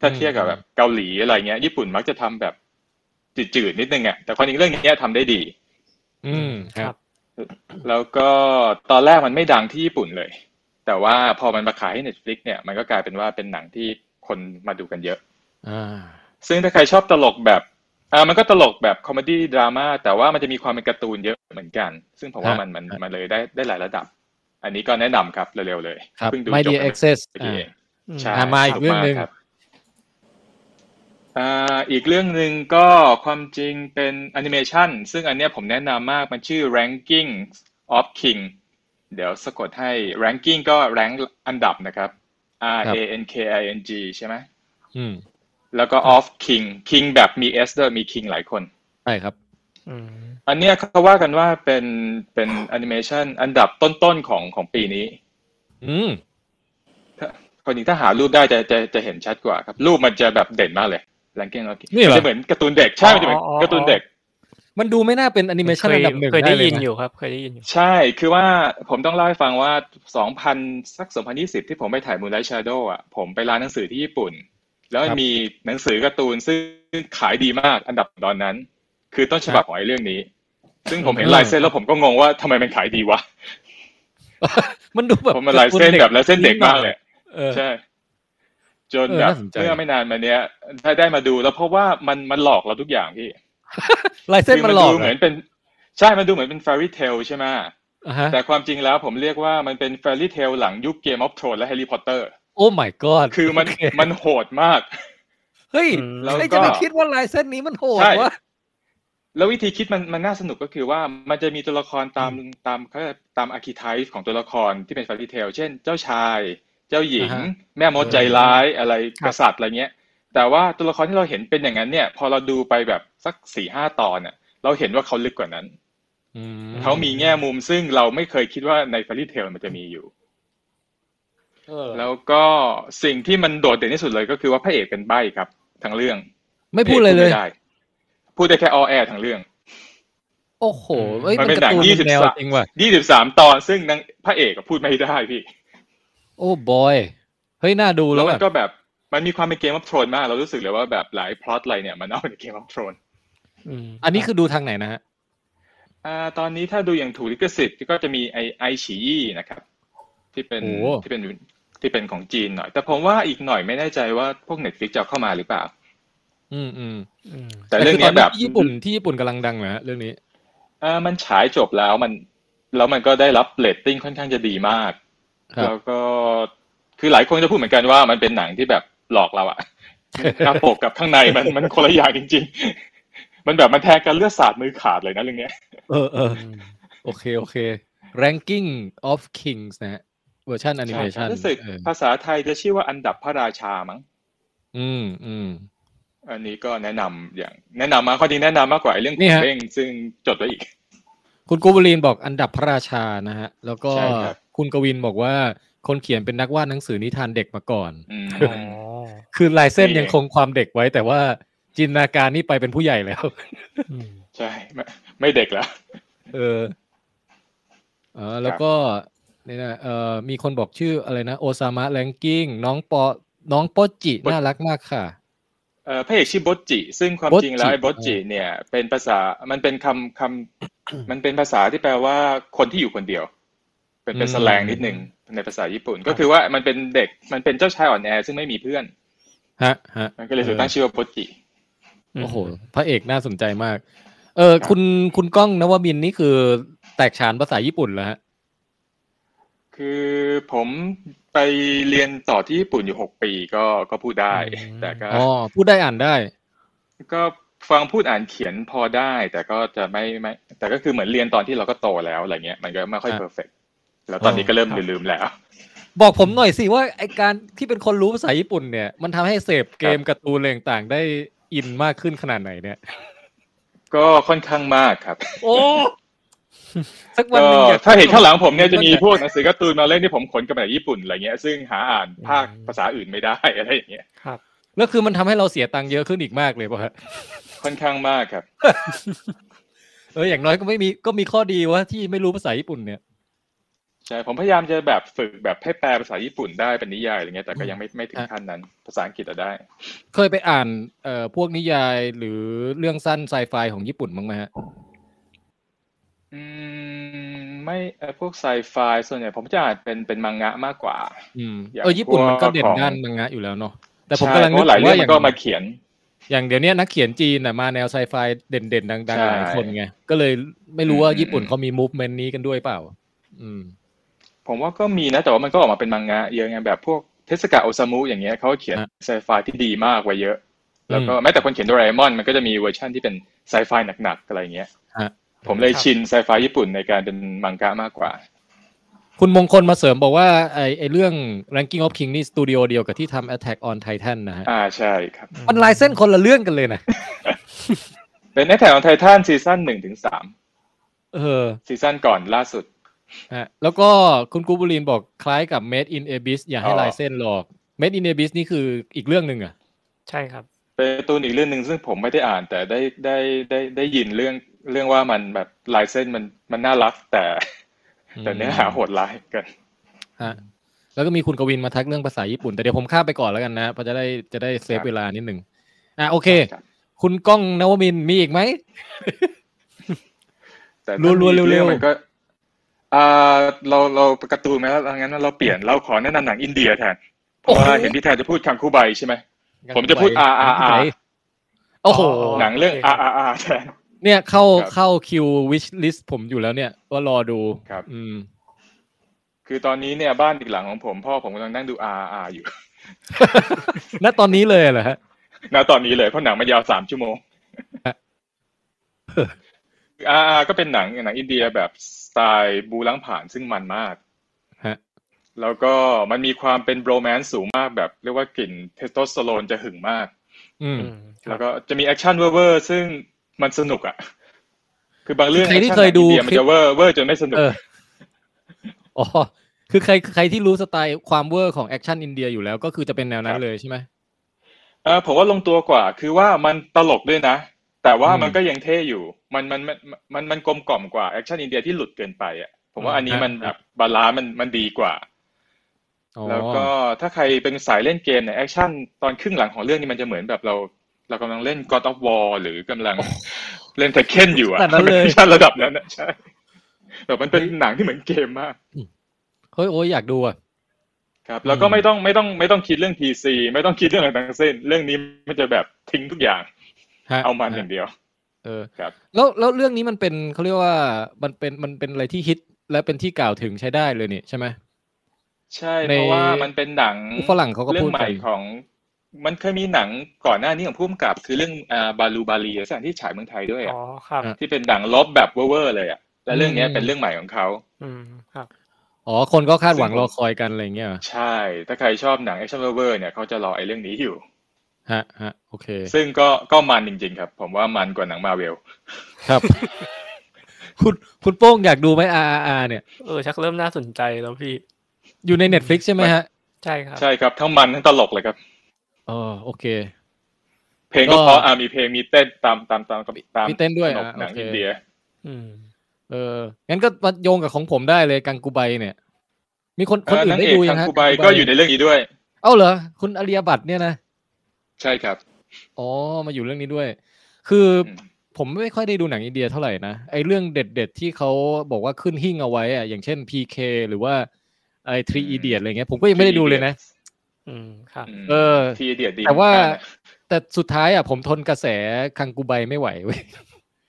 E: ถ้าเทียบกับแบบเกาหลีอะไรเงี้ย ญี่ปุ่นมักจะทำแบบจืดๆนิดนึงอ่ะแต่ความจริงเรื่องเนี้ยทำได้ดี
B: อืมครับ
E: แล้วก็ตอนแรกมันไม่ดังที่ญี่ปุ่นเลย แต่ว่าพอมันมาขายให้ Netflix เนี่ยมันก็กลายเป็นว่าเป็นหนังที่คนมาดูกันเยอะ
B: อ่า
E: ซึ่งถ้าใครชอบตลกแบบอ่ามันก็ตลกแบบคอมเมดี้ดราม่าแต่ว่ามันจะมีความเป็นการ์ตูนเยอะเหมือนกัน ซึ่งผมว่า
B: ฮะ
E: มันมัน
B: ฮะ
E: มันเลยได้ได้หลายระดับ อันนี้ก็แนะนำครับเร็วๆเลย
B: ครับ
E: เพิ่งดู
B: My
E: จบ
B: Dear
E: ไป
B: Access อ่า
E: เมื่อกี้เอง
C: ม
E: ใช่
B: อ่ะมาอีกเรื่องหนึ่ง
E: ขบคุณมากคบอ่าอีกเรื่องหนึ่งก็ความจริงเป็นแอนิเมชันซึ่งอันเนี้ยผมแนะนำมากมันชื่อ Ranking of King เดี๋ยวสะกดให้ Ranking ก็ rank อันดับนะครับ R A N K I N G ใช่ไหม
B: อืม
E: แล้วก็ of king king แบบมี s ด้วยมี king หลายคน
B: ใช่ครับ
C: อืม
E: อันเนี้ยเขาว่ากันว่าเป็นเป็นแอนิเมชันอันดับต้นๆของของปีนี้
B: อืม
E: คนนี้ถ้าหารูปได้จะจะจะเห็นชัดกว่าครับ รูปมันจะแบบเด่นมากเลย ranking of king
B: นี่เหรอ
E: มัจะเหมือนการ์ตูนเด็ก ใช่ มันจะเหมือนการ์ตูนเด็ก
B: มันดูไม่น่าเป็นแอนิเมชัน
C: เคย
B: ระดับหนึ่ง
C: เคยได้
B: เล
C: ยิน
B: นะ
C: อยู่ครับ เคยได้ยินอยู่
E: ใช่ คือว่าผมต้องเล่าให้ฟังว่า 2000 สัก 2020 ที่ผมไปถ่าย Moonlight Shadow อ่ะ ผมไปร้านหนังสือที่ญี่ปุ่น แล้วมัน
B: ครับ
E: มีหนังสือการ์ตูนซึ่งขายดีมากอันดับตอนนั้น คือต้นฉบับของไอ้เรื่องนี้ ซึ่งผมเห็น
B: อืม
E: ลายเส้นแล้วผมก็งงว่าทำไมมันขายดีวะ
B: มันดูแบบ
E: เพราะมันลายเส้นแบบลายเส้นเด็กมากเลย
B: เออ
E: ใช่ จน
B: เออ
E: แบบ
B: น่าสนใจ
E: เมื่อไม่นานมาเนี้ยได้ได้มาดูแล้วเพราะว่ามันมันหลอกเราทุกอย่างพี่
B: ลายเส้น
E: คือ
B: มัน
E: มัน
B: หลอก
E: ดูเหมือนเป็นใช่มันดูเหมือนเป็น fairy tale ใช่ไหม
B: อ่ะฮะ
E: แต่ความจริงแล้วผมเรียกว่ามันเป็นแฟรี่เทลหลังยุคเกมออฟ r o ร e และแฮร์รี่พอตเตอร์
B: โอ้ my god
E: คือมัน
B: โเ
E: มันโหดมาก
B: เฮ้ย
C: อืมแล้ว
B: ใคร
E: ก็
B: จะไปคิดว่าลายเส้นนี้มันโหด
E: ใช่
B: วะ
E: แล้ววิธีคิดมันมันน่าสนุกก็คือว่ามันจะมีตัวละครตามตามเขาเรียกตามอาร์คิไทป์ของตัวละครที่เป็นแฟรี่เทลเช่น เจ้าชาย เจ้าหญิง
B: อ่าฮะ
E: แม่มดใจร้ายอะไร
C: ครับ
E: กษัตริย์อะไรเงี้ย แต่ว่าตัวละครที่เราเห็นเป็นอย่างนั้นเนี่ย พอเราดูไปแบบสักสี่ห้าตอนน่ะเราเห็นว่าเขาลึกกว่านั้น
B: อื
E: เขามีแง่มุมซึ่งเราไม่เคยคิดว่าในแฟรี่เทลมันจะมีอยู่
B: เออ
E: แล้วก็สิ่งที่มันโดดเด่นที่สุดเลยก็คือว่าพระเอกเป็นใบ้ครับทั้งเรื่อง
B: ไม่พูดเลยเลย
E: พะอกพูดไม่ได้ พูดได้แค่ออแอทั้งเรื่อง
B: โอ้โหเอ้ย
E: มั
B: มัน น
E: เป็น
B: การ์ตูน
E: หนัง
B: เป็นแนว
E: 23
B: จริงว่ะ
E: ยี่สิบสามตอนซึ่งนางพระเอกก็พูดไม่ได้พี่
B: โอ้บอย เฮ้ย น่าดู
E: แล้
B: แล้ว ว
E: มั
B: อะ
E: นก็แบบมันมีความเป็นเกมอัพโทนมาก เรารู้สึกเลยว่าแบบหลายพล็อตอะไรเนี่ยมันเอาเป็นเกมอัพโทน
C: อืม
B: อันนี้คือดูทางไหนนะฮะ
E: อ่าตอนนี้ถ้าดูอย่างถูกลิขสิทธิ์ก็จะมีไอไอฉียี่นะครับ ที่เป็น
B: โอ้
E: ที่เป็นที่เป็นของจีนหน่อย แต่ผมว่าอีกหน่อยไม่แน่ใจว่าพวกเน็ตฟลิกจะเอาเข้ามาหรือเปล่า
B: อืมอืม
C: อืม
E: แต่เรื่องเนี้ยแบบ
B: แต่คืตที่ญี่ปุ่นที่ญี่ปุ่นกำลังดังนะฮะเรื่องนี้
E: เอ่อมันฉายจบแล้วมันแล้วมันก็ได้รับเรตติ้งค่อนข้างจะดีมาก
B: ครับ
E: แล้วก็คือหลายคนจะพูดเหมือนกันว่ามันเป็นหนังที่แบบหลอก เราอะ หน้าปกกับข้างในมันมันคนละอย่างจริง ๆ มันแบบมันแทงกันเลือดสาดมือขาดเลยนะเรื่องเนี้ย
B: เออเออ
C: อืม
B: โอเค โอเค ranking of kings นะฮะเวอร์ชันแอนิเมชัน
E: รู้สึกภาษาไทยจะชื่อว่าอันดับพระราชามั้ง
B: อืมอืม
E: อันนี้ก็แนะนำอย่างแนะนำมาข้อจริงแนะนำมากกว่าไอ้เรื่อง
B: นี่ฮะ
E: เร่งซึ่งจดไว้อีก
B: คุณกูบลีนบอกอันดับพระราชานะฮะ แล้วก็
E: ใช่ครับ
B: คุณกวินบอกว่าคนเขียนเป็นนักวาดหนังสือนิทานเด็กมาก่อน
E: อืม
C: อ๋อ
B: คือลายเส้น
E: นี่
B: ยังคงความเด็กไว้ แต่ว่าจินตนาการนี่ไปเป็นผู้ใหญ่แล้ว
C: อืม
E: ใช่ไม่ไม่เด็กแล้ว
B: เออเออแล้วก็เนี่ยนะเออมีคนบอกชื่ออะไรนะ โอซามะแลงกิ้งน้องปอ น้องปอจิ
E: ปอ
B: น่ารักมากค่ะ
E: เอ่อพระเอกชื่อบอสจิ ซึ่งความ
B: บอสจิ
E: จริงแล้วไอ้บอสจิเนี่ย เป็นภาษามันเป็นคำคำ มันเป็นภาษาที่แปลว่าคนที่อยู่คนเดียว เป็นเป็น
B: อืม
E: สแลงนิดหนึ่งในภาษาญี่ปุ่น ก็คือว่ามันเป็นเด็กมันเป็นเจ้าชายอ่อนแอซึ่งไม่มีเพื่อน
B: ฮะฮะ
E: มันก็เลยถูกตั้งชื่อว่าบอสจิ
B: โอ้โห พระเอกน่าสนใจมาก เออคุณคุณก้องนวมินทร์นี่คือแตกฉานภาษาญี่ปุ่นแล้วฮะ
E: คือผมไปเรียนต่อที่ญี่ปุ่นอยู่หกปีก็ก็พูดได้
C: อืม
E: แต่ก็
B: อ๋อ พูดได้อ่านได้
E: ก็ฟังพูดอ่านเขียนพอได้ แต่ก็จะไม่ไม่ แต่ก็คือเหมือนเรียนตอนที่เราก็โตแล้วอะไรเงี้ยมันก็ไม่ค่อย
B: ครับ
E: เพอร์เฟกแล้วตอนนี้ก็เริ่มลืมๆแล้ว
B: บอกผมหน่อยสิว่าไอการที่เป็นคนรู้ภาษาญี่ปุ่นเนี่ย มันทำให้เสพเกมการ์ตูนอะไรต่างๆได้อินมากขึ้นขนาดไหนเนี่ย
E: ก็ค่อนข้างมากครับ
B: โอ้สักวัน
E: ก็
B: หนึ่งอยก
E: ถ้าเห็นข้างหลังผมเนี่ยจะมีพวกหนังสือการ์ตูนมาเล่นที่ผมขนกลับมาจากญี่ปุ่นอะไรเงี้ยซึ่งหาอ่านภาคภาษาอื่นไม่ได้อะไรอย่างเงี้ย
C: ครับ
B: แล้วคือมันทำให้เราเสียตังค์เยอะขึ้นอีกมากเลยป่ะฮะ
E: ค่อนข้างมากครับ
B: เอออย่างน้อยก็ไม่มีก็มีข้อดีว่าที่ไม่รู้ภาษาญี่ปุ่นเนี่ย
E: ใช่ผมพยายามจะแบบฝึกแบบให้แปลภาษาญี่ปุ่นได้เป็นนิยายอะไรเงี้ยแต่ก็ยังไม่ไม่ถึงขั้นนั้น ภาษาอังกฤษอะได้
B: เคยไปอ่านเอ่อพวกนิยายหรือเรื่องสั้นไซไฟของญี่ปุ่นบ้างไหมฮะ
E: อืมไม่เอ่อพวกไซไฟส่วนใหญ่ผมจะอ่านเป็นเป็นมังงะมากกว่า
B: อืม
E: อย่าง
B: เออญี่ปุ่นมันก็เด่น
E: พวกของ
B: ด้านมังงะอยู่แล้วเนาะแต่ผม
E: ใช่
B: กำลัง
E: เพ
B: นึก
E: ราะหลาย
B: ถึง
E: เรื่อง
B: ว่าอย่าง
E: มันก็มาเขียน
B: อย่างเดี๋ยวเนี้ยนักเขียนจีนน่ะมาแนวไซไฟเด่นๆ ดัง
E: ใช่
B: ๆหลายคนไงก็เลยไม่รู้ว่า
E: อืม
B: ญี่ปุ่นเขามีมูฟเมนต์นี้กันด้วยเปล่า อืม
E: ผมว่าก็มีนะแต่ว่ามันก็ออกมาเป็นมังงะเยอะไงแบบพวกเทสกะโอซามุอย่างเงี้ยเขาเขียน
B: อ่ะ
E: ไซไฟที่ดีมากไว้เยอะ แล้วก็แม้แต่คนเขียนโดราเอมอนมันก็จะมีเวอร์ชั่นที่เป็นไซไฟหนักๆอะไรเงี้ย
B: ฮะ
E: ผมเลย
C: ครับ
E: ชินไซไฟญี่ปุ่นในการเป็นมังงะมากกว่า
B: คุณมงคลมาเสริมบอกว่าไอไอเรื่อง ranking of king นี่สตูดิโอเดียวกับที่ทำ attack on titan นะฮะ
E: อ่าใช่ครับ
B: มันลายเส้นคนละเรื่องกันเลยนะ
E: เป็นแอทแทกของไททันซีซั่นหนึ่งถึงสาม
B: เออ
E: ซีซั่นก่อนล่าสุด
B: ฮะแล้วก็คุณกูบุรินบอกคล้ายกับ Made in Abyss อย่าให้
E: อ๋อ
B: ลายเส้นหรอก Made in Abyss นี่คืออีกเรื่องหนึ่งเหรอะ
C: ใช่ครับ
E: เป็นการ์ตูนอีกเรื่องหนึ่งซึ่งผมไม่ได้อ่าน แต่ได้ได้ได้ได้ยินเรื่องเรื่องว่ามันแบบลายเส้นมันมันน่ารักแต่ แต่เนื้อหาโหดร้ายเกัน
B: ฮะแล้วก็มีคุณกวินมาทักเรื่องภาษาญี่ปุ่น แต่เดี๋ยวผมข้ามไปก่อนแล้วกันนะเพราะจะได้จะได้เซฟ
E: ครับ
B: เวลานิดหนึ่งอ่ะโอเค
E: ครับ
B: คุณก้องนวมินทร์มีอีกไหม
E: แต่
B: รัวๆ
E: ถ้ามีอีก
B: เร็วๆ
E: มันก็อ่าเราเราการ์ตูนไหมแล้วงั้นเราเปลี่ยนเราขอแนะนำหนังอินเดียแทนเพราะว่าเห็นพี่แทนจะพูดคังคูใบใช่ไหม ผมจะพูด
B: กันไป
E: RRR
B: กันไปโอ้โห
C: อ๋อ
E: หนังเรื่อง
C: โอเคครั
E: อา
C: บ
E: อาอาแทน
B: เนี่ยเข้า
E: ครับ
B: เข้าคิววิชลิสต์ผมอยู่แล้วเนี่ยว่ารอดู
E: ครับ
B: อืม
E: คือตอนนี้เนี่ยบ้านอีกหลังของผมพ่อผมกำลังนั่งดูอาอาอยู่
B: ณตอนนี้เลยเหรอฮะ
E: ณตอนนี้เลยเพราะหนังมันยาวสามชั่วโมงอ่าก็เป็นหนังหนังอินเดียแบบสไตล์บูล้างผ่านซึ่งมันมาก
B: ฮะ
E: แล้วก็มันมีความเป็นโรแมนต์สูงมากแบบเรียกว่ากลิ่นเทสโทสเตอโรนจะหึงมาก
B: อืม
C: อืมครั
E: แล้
C: บ
E: วก็จะมีแอคชั่นเวอร์ๆซึ่งมันสนุกอ่ะ คือบางเรื่อง
B: ใครที่
E: แอ
B: เคย
E: ชั่นหนังอิน
B: ดูค
E: เดีย
B: ลิป
E: มันจะเวอร์เวอร์จนไม่สนุก
B: เออ อ๋อ คือใครใครที่รู้สไตล์ความเวอร์ของแอคชั่นอินเดียอยู่แล้วก็คือจะเป็นแนวนั้
E: คน รับ
B: เลยใช่ไหม
E: เออผมว่าลงตัวกว่า คือว่ามันตลกด้วยนะ แต่ว่า
B: อืม
E: มันก็ยังเท่อยู่ มันมันมันมันมันกลมกล่อมกว่าแอคชั่นอินเดียที่หลุดเกินไปอ่ะ ผมว่าอันนี้
B: อืม
E: มันแบบบาลานซ์มันมันดีกว่า
B: อ๋อ
E: แล้วก็ถ้าใครเป็นสายเล่นเกมเนี่ยแอคชั่นตอนครึ่งหลังของเรื่องนี้มันจะเหมือนแบบเราเรากำลังเล่น God of War หรือกำลังเล่น Tekken อยู่อ่ะ
B: ขนาดนั้นเลย
E: แอคชั่นระดับนั้นนะใช่แบบมันเป็นหนังที่เหมือนเกมมาก
B: เฮ้ยโอ้ยอยากดูอ่ะ
E: ครับแล้วก็
B: อืม
E: ไม่ต้องไม่ต้องไม่ต้องคิดเรื่อง PC ไม่ต้องคิดเรื่องอะไรทั้งสิ้น เรื่องนี้มันจะแบบทิ้งทุกอย่าง
B: ฮะ
E: เอามันอย่างเดียว
B: เออ
E: ครับ
B: แล้วแล้วเรื่องนี้มันเป็นเขาเรียกว่ามันเป็นมันเป็นอะไรที่ฮิตและเป็นที่กล่าวถึงใช้ได้เลยนี่ใช่ไหม
E: ใช่
B: ใน
E: เพราะว่ามันเป็นหนัง
B: ฝรั่งเขาก็
E: เรื่อ
B: พู
E: ง
B: ด
E: ให
B: กั
E: ม่
B: น
E: ของ มันเคยมีหนังก่อนหน้านี้ของผู้กำกับ คือเรื่องอ่าบาลูบาลีสักอย่างที่ฉายเมืองไทยด้วย
C: อ๋
E: อ่ะ
C: อครับ
E: ที่เป็นหนังลบแบบเวอร์ๆเลยอ่ะและเรื่องเนี้ยเป็นเรื่องใหม่ของเขา
C: อืมครับ
B: อ๋อ คนก็คาดหวังรอคอยกันอะไรอย่างเงี้ยเหรอ
E: ใช่ ถ้าใครชอบหนังแอคชั่นเวอร์ๆเนี่ยเขาจะรอไอ้เรื่องนี้อยู่
B: ฮะฮะโอเค
E: ซึ่งก็ก็มันจริง ๆ ครับ ผมว่ามันกว่าหนังมาเวล
B: ครับ คุณคุณโป้งอยากดูไหม RRR เนี่ย
C: เออชักเริ่มน่าสนใจแล้วพี่
B: อยู่ใน Netflix ใช่ไหมฮะ
C: ใช่ครับ
E: ใช่ครับ ทั้งมันทั้งตลกเลยครับ
B: อ๋อโอเค
E: เพลงก็
B: ก็
E: เพราะอ่ะมีเพลงมีเต้นตามตามตามตาม
B: มีเต้นด้วย
E: ขนบ
B: อ่ะ
E: หนัง
B: โอเค
E: อินเดีย
C: อืม
B: เอองั้นก็มาโยงกับของผมได้เลยกังกูไบเนี่ย มีคนคนอื่นได้ดูยัง
E: เนางเอกคั
B: ฮะ
E: งคูไบก็อยู่ในเรื่องนี้ด้วย
B: เอ้าเหรอ คุณอริยบัตรเนี่ยนะ
E: ใช่ครับ
B: อ๋อ มาอยู่เรื่องนี้ด้วย คืออ
E: ม
B: ผมไม่ค่อยได้ดูหนังอินเดียเท่าไหร่นะ ไอเรื่องเด็ดๆที่เขาบอกว่าขึ้นหิ้งเอาไว้อะอย่างเช่น PK หรือว่าไอทรีอีเดียอะไรเงี้ย ผมก็ยังไม่ได้ดูเลยนะ
C: อืมครับ
E: อืม
B: เออ
E: ทีเดียดดี
B: แต่ว่า
E: เหมือนกันนะ
B: แต่สุดท้ายอ่ะผมทนกระแสคังกูไบไม่ไหวเว้ย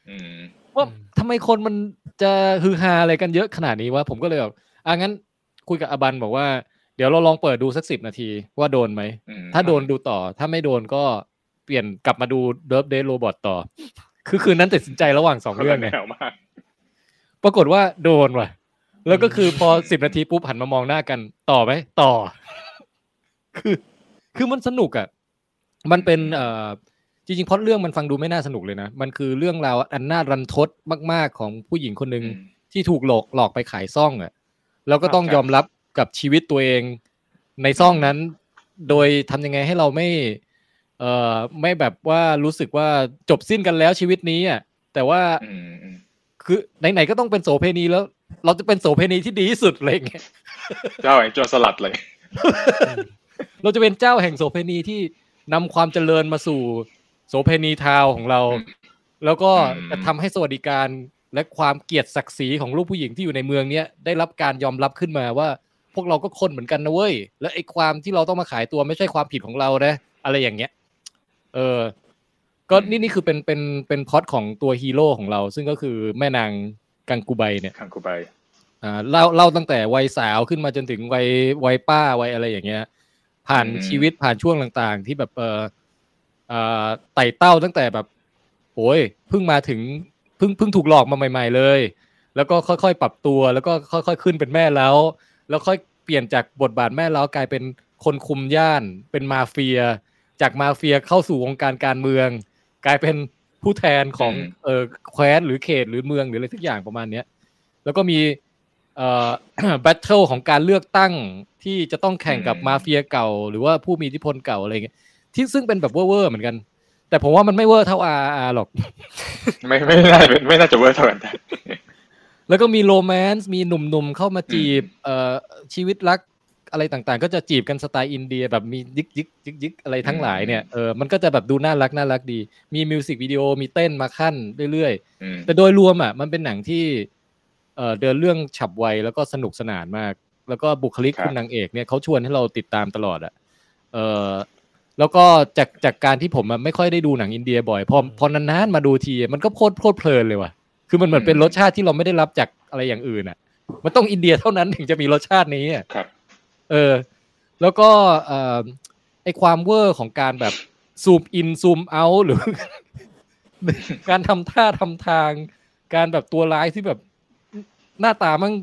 E: อืม
B: ว่า
C: อืม
B: ทำไมคนมันจะฮือฮาอะไรกันเยอะขนาดนี้วะผมก็เลยแบบอ่ะงั้นคุยกับอบันบอกว่าเดี๋ยวเราลองเปิดดูสักสิบนาทีว่าโดนไหม
E: อืม
B: ถ้าโดนดูต่อ ถ้าไม่โดนก็เปลี่ยนกลับมาดูเดิร์ฟเดย์โรบอทต่อ คือคืนนั้นตัดสินใจระหว่างสอง
E: คนละ
B: เรื่องเนี่ย
E: แนวมาก
B: ปรากฏว่าโดนว่ะ แล้วก็คือพอสิบนาทีปุ๊บหันมามองหน้ากัน ต่อไหมต่อ คือ คือมันสนุกอ่ะ มันเป็นเอ่อจริงๆพล็อดเรื่องมันฟังดูไม่น่าสนุกเลยนะ มันคือเรื่องราวอันน่ารันทดมากๆของผู้หญิงคนหนึ่ง
E: อืม
B: ที่ถูกหลอกหลอกไปขายซ่องอ่ะแล้วก็ต้อง
E: ครับ
B: ยอมรับกับชีวิตตัวเองในซ่องนั้น โดยทำยังไงให้เราไม่ เอ่อไม่แบบว่ารู้สึกว่าจบสิ้นกันแล้วชีวิตนี้อ่ะแต่ว่า
E: อืมอืม
B: คือไหนๆก็ต้องเป็นโสเพณีแล้ว เราจะเป็นโสเภณีที่ดีที่สุดอะไรอย่างเงี้ย
E: เจ้าแห่งโจรสลัดเลย
B: เราจะเป็นเจ้าแห่งโสเภณีที่นำความเจริญมาสู่โสเภณีทาวน์ของเรา
E: อืม
B: แล้วก็
E: อืม
B: จะทำให้สวัสดิการและความเกียรติศักดิ์ศรีของลูกผู้หญิงที่อยู่ในเมืองเนี้ยได้รับการยอมรับขึ้นมาว่า พวกเราก็คนเหมือนกันนะเว้ย และไอ้ความที่เราต้องมาขายตัวไม่ใช่ความผิดของเรานะอะไรอย่างเงี้ย เออ ก็นี่นี่คือเป็นเป็นเป็นพล็อดของตัวฮีโร่ของเรา ซึ่งก็คือแม่นางกังกูไบเนี่ย
E: คังคูไบ
B: อ่าเล่าเล่าตั้งแต่วัยสาวขึ้นมาจนถึงวัยวัยป้าวัยอะไรอย่างเงี้ย ผ่าน
E: อืม
B: ชีวิตผ่านช่วงต่างๆ ที่แบบเอออ่าไต่เต้าตั้งแต่แบบโอ้ยเพิ่งมาถึงเพิ่งเพิ่งถูกหลอกมาใหม่ ๆ เลย แล้วก็ค่อยๆปรับตัว แล้วก็ค่อยๆขึ้นเป็นแม่แล้ว แล้วค่อยเปลี่ยนจากบทบาทแม่แล้วกลายเป็นคนคุมย่าน เป็นมาเฟีย จากมาเฟียเข้าสู่วงการการเมือง กลายเป็นผู้แทนของ
E: อืม
B: เออแคว้นหรือเขตหรือเมืองหรืออะไรสักอย่างประมาณเนี้ย แล้วก็มีเอ่อ แบทเทิลของการเลือกตั้งที่จะต้องแข่งกับ
E: อืม
B: มาเฟียเก่า หรือว่าผู้มีอิทธิพลเก่าอะไรเงี้ยที่ซึ่งเป็นแบบเว่อร์ๆเหมือนกัน แต่ผมว่ามันไม่เวอร์เท่าอาอาหรอก
E: ไม่ไม่น่าเป็นไม่น่าจะเวอร์เท่ากันได้
B: แล้วก็มีโรแมนต์มีหนุ่มๆเข้ามาจีบเอ่อชีวิตรักอะไรต่างๆ ก็จะจีบกันสไตล์อินเดียแบบมียิกยิกยิกยิกอะไรทั้งหลายเนี่ยเออมันก็จะแบบดูน่ารักน่ารักดี มีมิวสิกวิดีโอมีเต้นมาขั้นเรื่อยๆ
E: อืม
B: แต่โดยรวมอ่ะมันเป็นหนังที่เอ่อเดินเรื่องฉับไวแล้วก็สนุกสนานมาก แล้วก็บุคลิก
E: ครับ
B: คุณนางเอกเนี่ยเขาชวนให้เราติดตามตลอดอ่ะเออแล้วก็จากจากการที่ผมอะไม่ค่อยได้ดูหนังอินเดียบ่อยพอพอนานๆมาดูทีอะมันก็โคตรโคตรเพลินเลยว่ะคือมันเหมือนเป็นรสชาติที่เราไม่ได้รับจากอะไรอย่างอื่นอ่ะ มันต้องอินเดียเท่านั้นถึงจะมีรสชาตินี้อะ
E: ครับ
B: เออแล้วก็เอ่อไอความเวอร์ของการแบบซูมอินซูมเอาหรือ การทำท่าทำทาง การแบบตัวร้ายที่แบบหน้าตามัน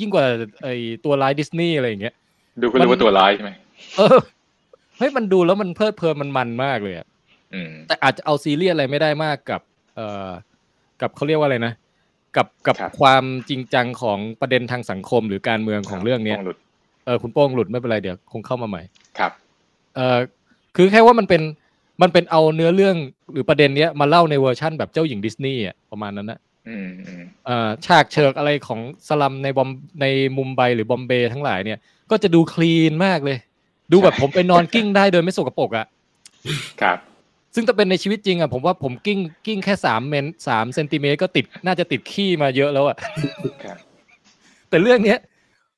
B: ยิ่งกว่าไอตัวร้ายดิสนีย์อะไรอย่างเงี้ย
E: ดูก็
B: มัน
E: รู้ว่าตัวร้ายใช่ไหม
B: เออเฮ้ยมันดูแล้วมันเพลิดเพลินมันมันมากเลยอะ
E: อืม
B: แต่อาจจะเอาซีเรียสอะไรไม่ได้มากกับ เอ่อ กับเขาเรียกว่าอะไรนะ กับกับ
E: ครับ
B: ความจริงจังของประเด็นทางสังคมหรือการเมืองของเรื่องเนี้ย
E: ต้หลุด
B: เออคุณโป้งหลุดไม่เป็นไรเดี๋ยวคงเข้ามาใหม่
E: ครับ
B: เออคือแค่ว่ามันเป็นมันเป็นเอาเนื้อเรื่องหรือประเด็นเนี้ยมาเล่าในเวอร์ชั่นแบบเจ้าหญิงดิสนีย์อะประมาณนั้นนะ
E: อืมอืม
B: เอ่อฉากเชิกอะไรของสลัมในบอมในมุมไบหรือบอมเบย์ทั้งหลายเนี่ย ก็จะดูคลีนมากเลย ดูแบบผมไปนอนกิ้งได้โดยไม่สกปรกอ่ะ
E: ครับ
B: ซึ่งถ้าเป็นในชีวิตจริงอ่ะผมว่าผมกิ้งกิ้งแค่สามเมนสามเซนติเมตรก็ติดน่าจะติดขี้มาเยอะแล้วอ่ะ
E: ครับ
B: แต่เรื่องเนี้ย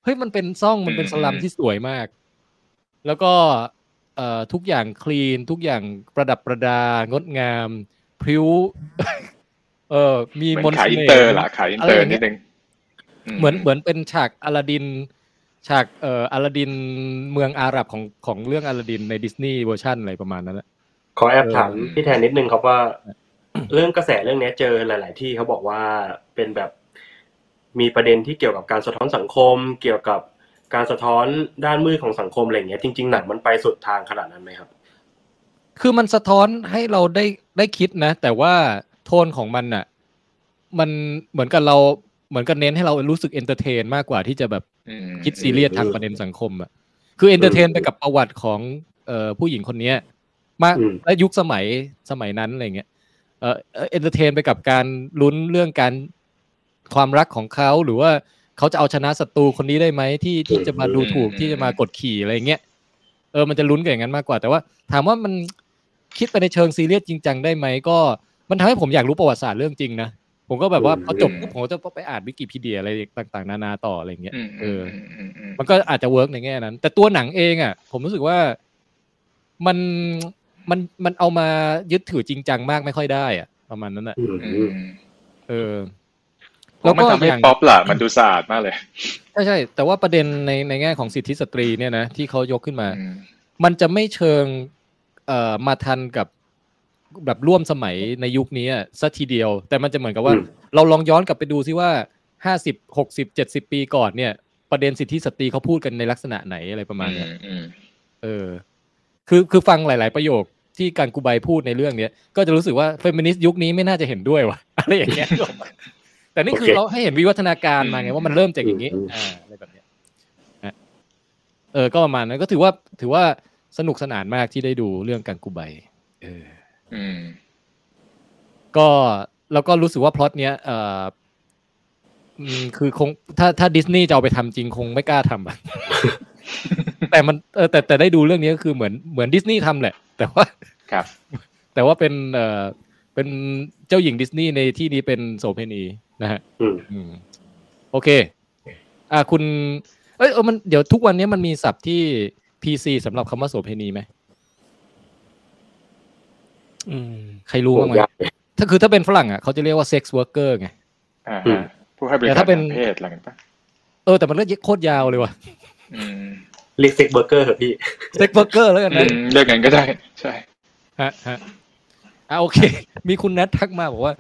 B: เฮ้ยมันเป็นซ่องมันเป็น
E: อืม
B: สลัม
E: อืม
B: ที่สวยมาก แล้วก็เอ่อทุกอย่างคลีน ทุกอย่างประดับประดางดงาม พริ้ว เออมี
E: เห
B: ม
E: มือน น
B: ต์
E: ขาย
B: เส
E: อิน
B: น่
E: เตอร์
B: ห์
E: ล่ะขายอิน
B: อะ
E: เต
B: ไร
E: อ
B: อ
E: ร์
B: ย่างเงี้
E: นิ
B: ย
E: ดนึง
B: เหมือนเหมือนเป็นฉากอลาดิน ฉากเอ่ออลาดินเมืองอาหรับของของเรื่องอลาดินในดิสนีย์เวอร์ชันอะไรประมาณนั้นแหละ
D: ขอแอบถามพี่แทนนิดนึงครับว่า เรื่องกระแสเรื่องเนี้ยเจอหลาย ๆ ที่เขาบอกว่าเป็นแบบมีประเด็นที่เกี่ยวกับการสะท้อนสังคม เกี่ยวกับการสะท้อนด้านมืดของสังคมอะไรอย่างเงี้ยจริง ๆ หนังมันไปสุดทางขนาดนั้นไหมครับ
B: คือมันสะท้อนให้เราได้ได้คิดนะ แต่ว่าโทนของมันน่ะ มันเหมือนกับเราเหมือนกับเน้นให้เรารู้สึกเอนเตอร์เทนมากกว่าที่จะแบบ
E: อืม
B: คิดซีเรียสทางประเด็นสังคมอะคือเอนเตอร์เทนไปกับประวัติของเอ่อผู้หญิงคนเนี้ยมาก
D: อืม
B: และยุคสมัยสมัยนั้นอะไรเงี้ยเอ่อเอนเตอร์เทนไปกับการลุ้นเรื่องการความรักของเขาหรือว่าเขาจะเอาชนะศัตรูคนนี้ได้ไหมที่ที่จะมาดูถูกที่จะมากดขี่อะไรเงี้ย เออ มันจะลุ้นกับอย่างนั้นมากกว่า แต่ว่าถามว่ามันคิดไปในเชิงซีเรียสจริงจังได้ไหมก็ มันทำให้ผมอยากรู้ประวัติศาสตร์เรื่องจริงนะ ผมก็แบบว่าพอจบปุ๊บผมก็จะไปอ่านวิกิพีเดียอะไรต่างๆ นานาต่ออะไรอย่างเงี้ย
E: อืม
B: เออ
E: มมอืม
B: มันก็อาจจะเวิร์กในแง่นั้น แต่ตัวหนังเองอ่ะ ผมรู้สึกว่ามันมันมันเอามายึดถือจริงจังมากไม่ค่อยได้อ่ะ ประมาณนั้นอ่ะ
D: อืม
E: อืม
B: เออ
E: เพราะมันทำให้ป๊อปล่ะมันดูสะอาดมากเลย
B: ใช่ใช่แต่ว่าประเด็นในในแง่ของสิทธิสตรีเนี่ยนะที่เขายกขึ้นมา
E: อืม
B: มันจะไม่เชิงเอ่อมาทันกับแบบร่วมสมัยในยุคนี้อะซะทีเดียว แต่มันจะเหมือนกับว่า
D: อืม
B: เราลองย้อนกลับไปดูซิว่าห้าสิบหกสิบเจ็ดสิบปีก่อนเนี่ย ประเด็นสิทธิสตรีเขาพูดกันในลักษณะไหนอะไรประมาณเนี้ย
E: อืม
B: เออ คือคือฟังหลาย ๆ ประโยคที่การกูไบพูดในเรื่องเนี้ย ก็จะรู้สึกว่าเฟมินิสต์ยุคนี้ไม่น่าจะเห็นด้วยว่ะ อะไรอย่างเงี้ย แต่นี่คือ
D: โอเค
B: เราให้เห็นวิวัฒนาการมาไงว่ามันเริ่มจากอย่างนี้
D: อืม
B: อ่าอะไรแบบเนี้ยนะเออ ก็ประมาณนั้นก็ถือว่าถือว่าสนุกสนานมากที่ได้ดูเรื่องการกูไบเออ
E: อืม
B: ก็แล้วก็รู้สึกว่าพล็อตเนี้ยเอ่อ อืมคือคงถ้าถ้าดิสนีย์จะเอาไปทำจริงคงไม่กล้าทำอะ แต่มันเออแต่แต่ได้ดูเรื่องนี้ก็คือเหมือนเหมือนดิสนีย์ทำแหละ แต่ว่า
E: ครับ
B: แต่ว่าเป็นเอ่อเป็นเจ้าหญิงดิสนีย์ในที่นี้เป็นโสเพณีนะฮะ
D: อืม
B: อืมโอเค อ่าคุณ เอ้ยเออมันเดี๋ยวทุกวันนี้มันมีศัพท์ที่ PC สำหรับคำว่าโสเพณีไหม
C: อืม
B: ใครรู้บ้างไหม
D: ยาก
B: ถ้าคือถ้าเป็นฝรั่งอ่ะเขาจะเรียกว่า sex worker ไง
E: อ่า
D: อืม
E: ฮะผู้ให้บริ
B: แต่
E: การ
B: ถ้าเป็น
E: ทางเพศอะไรกันปะ
B: เออแต่มันเรียกโคตรยาวเลยว่ะ
E: อืม
D: เรียกเซ็กเบอร์เกอร์เหรอะพี่
B: sex worker แล้วกัน
E: อื
B: นะ
E: มเรียกกันก็ได้ ใช่
B: ฮะฮะอ่ะโอเค มีคุณแนททักมาบอกว่า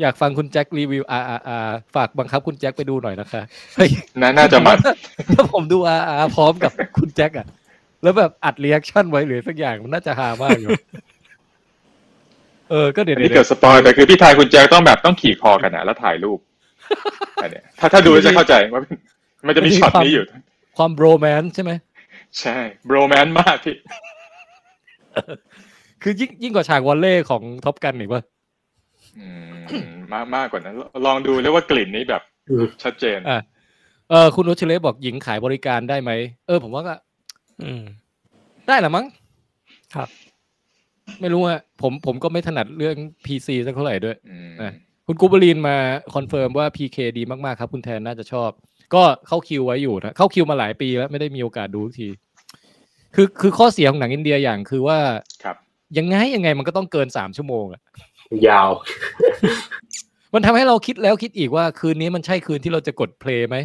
B: อยากฟังคุณแจ็ครีวิว RRR ฝากบังคับคุณแจ็คไปดูหน่อยนะคะเฮ้ย
E: น่าน่าจะมัน
B: ถ้าผมดูอาอาพร้อมกับคุณแจ็คอะแล้วแบบอัดเรีแอคชั่นไว้หรือสักอย่างมันน่าจะฮามากอยู่ เออก็เดี๋ยว
E: นี่
B: เดี๋
E: เกิ
B: ยว
E: ดสปอยไปคือพี่ทายคุณแจ็คต้องแบบต้องขี่คอกันนะแล้วถ่ายรูปอันเนี้ยถ้าถ้าดูแล้วจะเข้าใจว่ามันจะมีช็อตนี้อยู่
B: ความโรแมนต์ใช่ไหม
E: ใช่โรแมนต์มากพี่
B: คือยิ่งยิ่งกว่าฉากวอลเล่ของท็อปกันอีกป่ะ
E: อืมมากมากกว่านั้นลลองดูเรียกว่ากลิ่นนี้แบบ
D: อืม
E: ชัดเจน
B: อ่าเออคุณโรชเลฟบอกหญิงขายบริการได้ไหม เออ ผมว่าก็
C: อืม
B: ได้แหละมั้ง
C: ครับ
B: ไม่รู้อะผมผมก็ไม่ถนัดเรื่อง PC สักเท่าไหร่ด้วย
E: อืม
B: นะ คุณกูบลีนมาคอนเฟิร์มว่า PK ดีมากๆครับ คุณแทนน่าจะชอบ ก็เข้าคิวไว้อยู่นะ เข้าคิวมาหลายปีแล้วไม่ได้มีโอกาสดูสักที คือคือข้อเสียของหนังอินเดียอย่างคือว่า
E: ครับ
B: ยังไงยังไงมันก็ต้องเกินสามชั่วโมงอะ
D: ยาว
B: มันทำให้เราคิดแล้วคิดอีกว่าคืนนี้มันใช่คืนที่เราจะกดเพลย์ไหม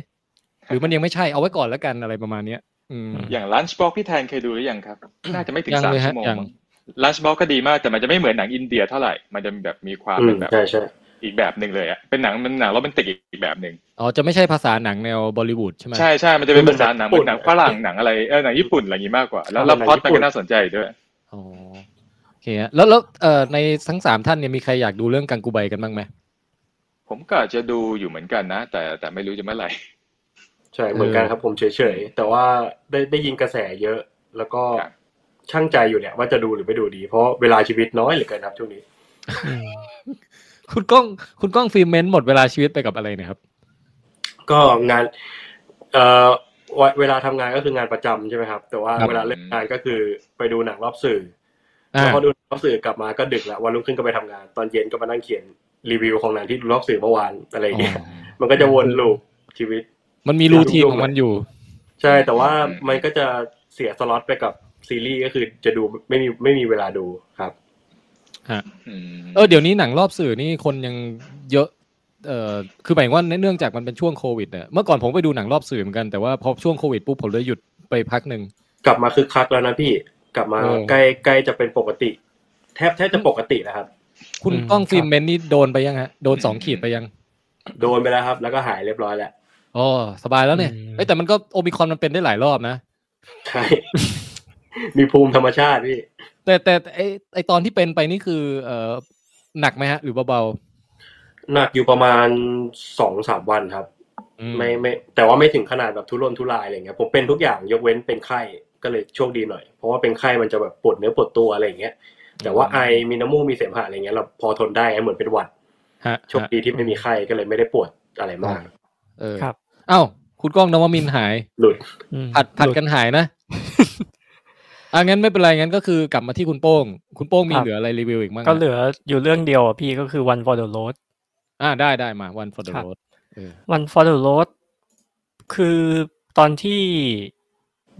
B: หรือมันยังไม่ใช่เอาไว้ก่อนแล้วกันอะไรประมาณเนี้ย อืม
E: อย่าง Lunchbox พี่แทนเคยดูหรือยังครับ น่าจะไม่ถึง
B: ยัง
E: สาม
B: เลยฮะ
E: ชั่วโมง
B: ยัง
E: มั้ง Lunchbox ก็ดีมากแต่มันจะไม่เหมือนหนังอินเดียเท่าไหร่ มันจะแบบมีความ
D: อื
E: เป็
D: ม
E: นแบบ
D: ใช่ใช่
E: อีกแบบหนึ่งเลยอะเป็นหนังมันหนังโรแมนติกอีกแบบหนึ่ง
B: อ๋อจะไม่ใช่ภาษาหนังแนวบอลลิวูดใช่ไหม
E: ใช่ใช่มันจะเป็นภาษาหนังเหมือนหนังฝรั่งหนังอะไรเออหนังญี่ปุ่นอะไรอย่างงี้มากกว่า แล้วแล้วพล็อดมันก็น่าสนใจด้วย
B: อ๋อโอเคฮะแล้วแล้วเอ่อในทั้งสามท่านเนี่ยมีใครอยากดูเรื่องกังกูใบกันบ้างไหม
E: ผมก็อาจจะดูอยู่เหมือนกันนะ แต่แต่ไม่รู้จะเมื่อไหร่
D: ใช่เหมือนกันครับผมเฉยๆ แต่ว่าได้ได้ยินกระแสเยอะ แล้วก็
E: ครับ
D: ช่างใจอยู่เนี่ยว่าจะดูหรือไม่ดูดี เพราะเวลาชีวิตน้อยเหลือเกินครับช่วงนี้
C: อืม
B: คุณก้องคุณก้องฟิล์มเมนต์หมดเวลาชีวิตไปกับอะไรเนะครับ
D: ก็งานเอ่อวะเวลาทำงานก็คืองานประจำใช่ไหมครับ แต่ว่า
B: ครับ
D: เวลาเลิกงานก็คือไปดูหนังรอบสื่ออ
B: อ่า
D: แล้วพอดูหนังรอบสื่อกลับมาก็ดึกละวันรุ่งขึ้นก็ไปทำงาน ตอนเย็นก็มานั่งเขียนรีวิวของหนังที่ดูรอบสื่อเมื่อวานอะไรอย่างเงี้ย
B: อ๋อ
D: มันก็จะวนลูปชีวิต
B: มันมีรูทีนของมันอยู่
D: ใช่แต่ว่า
E: อืม
D: มันก็จะเสียสล็อตไปกับซีรีส์ก็คือจะดูไม่มีไม่มีเวลาดูครับ
E: อืม
B: เออเดี๋ยวนี้หนังรอบสื่อนี่คนยังเยอะ เออคือหมายถึงว่าเนื่องจากมันเป็นช่วงโควิดเนี่ยเมื่อก่อนผมไปดูหนังรอบสื่อเหมือนกันแต่ว่าพอช่วงโควิดปุ๊บผมเลยหยุดไปพักหนึ่ง
D: กลับมาคึกคักแล้วนะพี่กลับมา
B: เออ
D: ใกล้ใกล้จะเป็นปกติ แทบแทบจะปกติแล้วครับ
B: คุณ
C: อืม
B: กล้องฟิล์ม
C: ครับ
B: เมนต์นี่โดนไปยังฮะโดนสอง
E: อืม
B: ขีดไปยัง
D: โดนไปแล้วครับ แล้วก็หายเรียบร้อยแล้ว
B: อ๋อสบายแล้วเนี่ยเอ้ยแต่มันก็โอมิครอนมันเป็นได้หลายรอบนะ
D: ใช่ มีภูมิธรรมชาติพี่
B: แต่แต่แต่ไอไอตอนที่เป็นไปนี่คือเออหนักไหมฮะ หรือเบา
D: หนักอยู่ประมาณสองสามวันครับ
B: ๆอื
D: ไม่ไม่ แต่ว่าไม่ถึงขนาดแบบทุรนทุรายอะไรเงี้ยผมเป็นทุกอย่างยกเว้นเป็นไข้ก็เลยโชคดีหน่อย เพราะว่าเป็นไข้มันจะแบบปวดเนื้อปวดตัวอะไรอย่างเงี้ยแต่ว่าไอมีน้ำมูกมีเสมหะอะไรเงี้ยเราพอทนได้เหมือนเป็นหวัด
B: ฮะ
D: โชคดีที่ไม่มีไข้ก็เลยไม่ได้ปวดอะไรมาก
B: เออ
C: ครับ
B: เอ้าคุณกล้องนวมินทร์หาย
D: หลุด
C: อืม
B: ผัดผัด
C: หลุ
B: กันหายนะ อ่ะงั้นไม่เป็นไรงั้นก็คือกลับมาที่คุณโป้ง คุณโป้งมี
C: ครับ
B: เหลืออะไรรีวิวอีกบ้าง
C: ก็เหลืออยู่เรื่องเดียวอะพี่ก็คือ one for the road
B: อ่ะได้ได้มาวันฟอร์ด
C: ครับ
B: โรด
C: one for the road คือตอนที่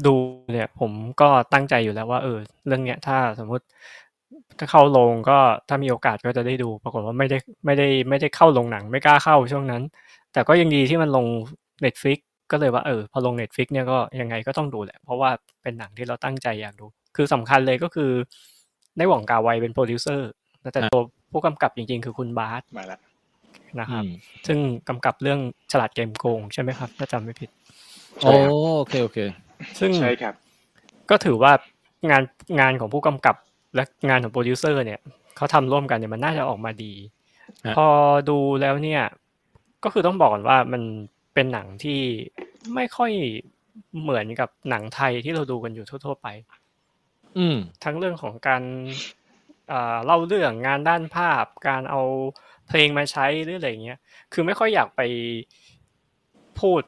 C: ดูเนี่ย ผมก็ตั้งใจอยู่แล้วว่า เออ เรื่องเนี้ย ถ้าสมมุติถ้าเข้าโรงก็ถ้ามีโอกาสก็จะได้ดู ปรากฏว่าไม่ได้ไม่ได้ไม่ได้เข้าโรงหนังไม่กล้าเข้าช่วงนั้น แต่ก็ยังดีที่มันลง Netflix ก็เลยว่าเออพอลง Netflix เนี่ยก็ยังไงก็ต้องดูแหละ เพราะว่าเป็นหนังที่เราตั้งใจอยากดู คือสำคัญเลยก็คือได้หว่องกาไวเป็นโปรดิวเซอร์แต่ตัวผู้กำกับจริงๆ คือคุณบาส
E: มาละ
C: นะครับ ซึ่งกำกับเรื่องฉลาดเกมโกงใช่ไหมครับถ้าจำไม่ผิด
B: โอ้โอเคโอเค
C: ซึ่ง
E: ใช่ครับ
C: ก็ถือว่างานงานของผู้กำกับและงานของโปรดิวเซอร์เนี่ยเขาทำร่วมกันเนี่ยมันน่าจะออกมาดี
B: ฮะ
C: พอดูแล้วเนี่ยก็คือต้องบอกก่อนว่ามันเป็นหนังที่ไม่ค่อยเหมือนกับหนังไทยที่เราดูกันอยู่ทั่ว ๆ ไป
B: อืม
C: ทั้งเรื่องของการเอ่อเล่าเรื่องงานด้านภาพ การเอาเพลงมาใช้หรืออะไรเงี้ย คือไม่ค่อยอยากไป พูด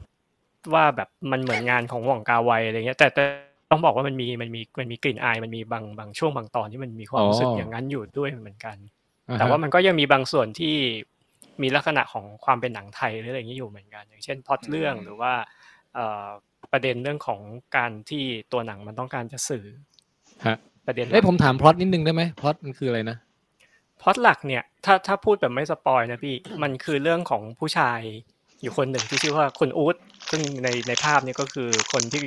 C: ว่าแบบมันเหมือนงานของหว่องกาไวอะไรเงี้ย แต่แต่ต้องบอกว่ามันมีมันมีมันมีกลิ่นอายมันมีบางบางช่วงบางตอนที่มันมีความรู้สึก
B: อ๋อ
C: อ
B: อ
C: ย่างนั้นอยู่ด้วยเหมือนกัน
B: อ่ฮะ
C: แต่ว่ามันก็ยังมีบางส่วนที่มีลักษณะของความเป็นหนังไทยหรืออะไรอย่างนี้อยู่เหมือนกัน อย่างเช่นพล็อตเรื่อง
E: อืม
C: หรือว่าเอ่อประเด็นเรื่องของการที่ตัวหนังมันต้องการจะสื่อ
B: ฮะ
C: ประเด็นหลัก
B: เอ้ยผมถามพล็อตนิดนึงได้ไหมพล็อตมันคืออะไรนะ
C: พล็อตหลักเนี่ยถ้าถ้าพูดแบบไม่สปอยนะพี่มันคือเรื่องของผู้ชายอยู่คนหนึ่งที่ชื่อว่าคุณอู๊ดซึ่งในในภาพนี้ก็คือคนที่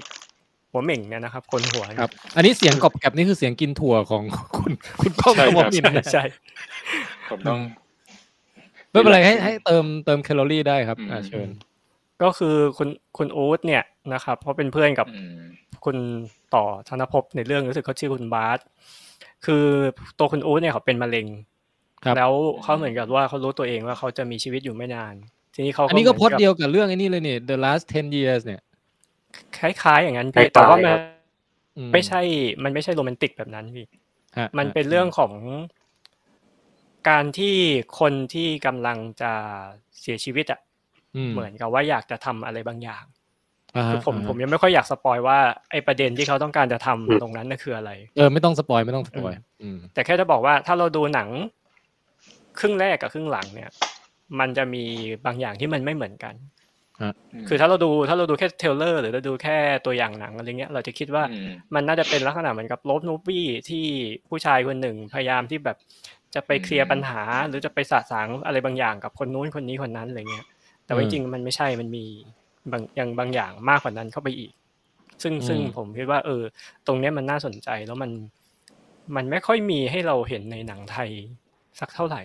C: หัวเหม่งเนี่ยนะครับ คนหัวเนี่ย
B: ครับ อันนี้เสียงกรอบแกรบนี่คือเสียงกินถั่วของ คุณคุณก้อง
E: ใช่
B: ก
E: ครั
B: มล
E: บ
B: มิน
C: ใช่
B: นะ
C: ใช่
E: ผมต้อง
B: ไม่เป็นไรให้ให้เติมเติมแคลอรี่ได้ครับ
E: อืม
B: อ่าเชิญ
C: ก็คือคุณคุณอู๊ดเนี่ยนะครับเพราะเป็นเพื่อนกับ
E: อืม
C: คุณต่อธนภพในเรื่องรู้สึกเขาชื่อคุณบาสคือตัวคุณอู๊ดเนี่ยเขาเป็นมะเร็ง
B: ครับ
C: แล้วเขาเหมือนกับว่าเขารู้ตัวเองว่าเขาจะมีชีวิตอยู่ไม่นาน ทีนี้เขา
B: อันนี้ก็
C: ห
B: พ
C: มื
B: ล็อ
C: อ
B: ด
C: บ
B: เดียวกับเรื่องไอ้นี่เลยเนี่ย the last 10 years เนี่ย
C: คล้ายๆ อย่างนั้น
D: ค
C: พี่
D: ล้ายๆ
C: แต่ว่ามัน
D: ครับ
B: อื
C: ไม่ใช่ มันไม่ใช่โรแมนติกแบบนั้นพี่
B: ฮะ
C: มันเป็นเรื่องของการที่คนที่กำลังจะเสียชีวิตอ่ะเหมือนกับว่าอยากจะทำอะไรบางอย่าง
B: าฮะ
C: คือผม
B: อ่าฮะ
C: ผมยังไม่ค่อยอยากสปอยว่าไอ้ประเด็นที่เขาต้องการจะทำตรงนั้นน่ะคืออะไร
B: เออไม่ต้องสปอยไม่ต้องสปอยอืม
C: แต่แค่จะบอกว่าถ้าเราดูหนังครึ่งแรกกับครึ่งหลังเนี่ย มันจะมีบางอย่างที่มันไม่เหมือนกัน
E: ม
C: คือถ้าเราดูถ้าเราดูแค่เทรลเลอร์หรือเราดูแค่ตัวอย่างหนังอะไรเงี้ยเราจะคิดว่า
E: อืม
C: มันน่าจะเป็นลักษณะเหมือนกับโรบนูบี้ที่ผู้ชายคนหนึ่งพยายามที่แบบจะไปเคลียร์ปัญหา หรือจะไปสะสางอะไรบางอย่างกับคนนู้นคนนี้คนนั้นอะไรเงี้ย แต่ว่า
B: อืม
C: จริงๆมันไม่ใช่มันมีบางอย่างบางอย่างมากกว่านั้นเข้าไปอีก ซึ่ง
B: อืม
C: ซึ่งผมคิดว่า เออ ตรงเนี้ยมันน่าสนใจแล้วมันมันไม่ค่อยมีให้เราเห็นในหนังไทยสักเท่าไหร่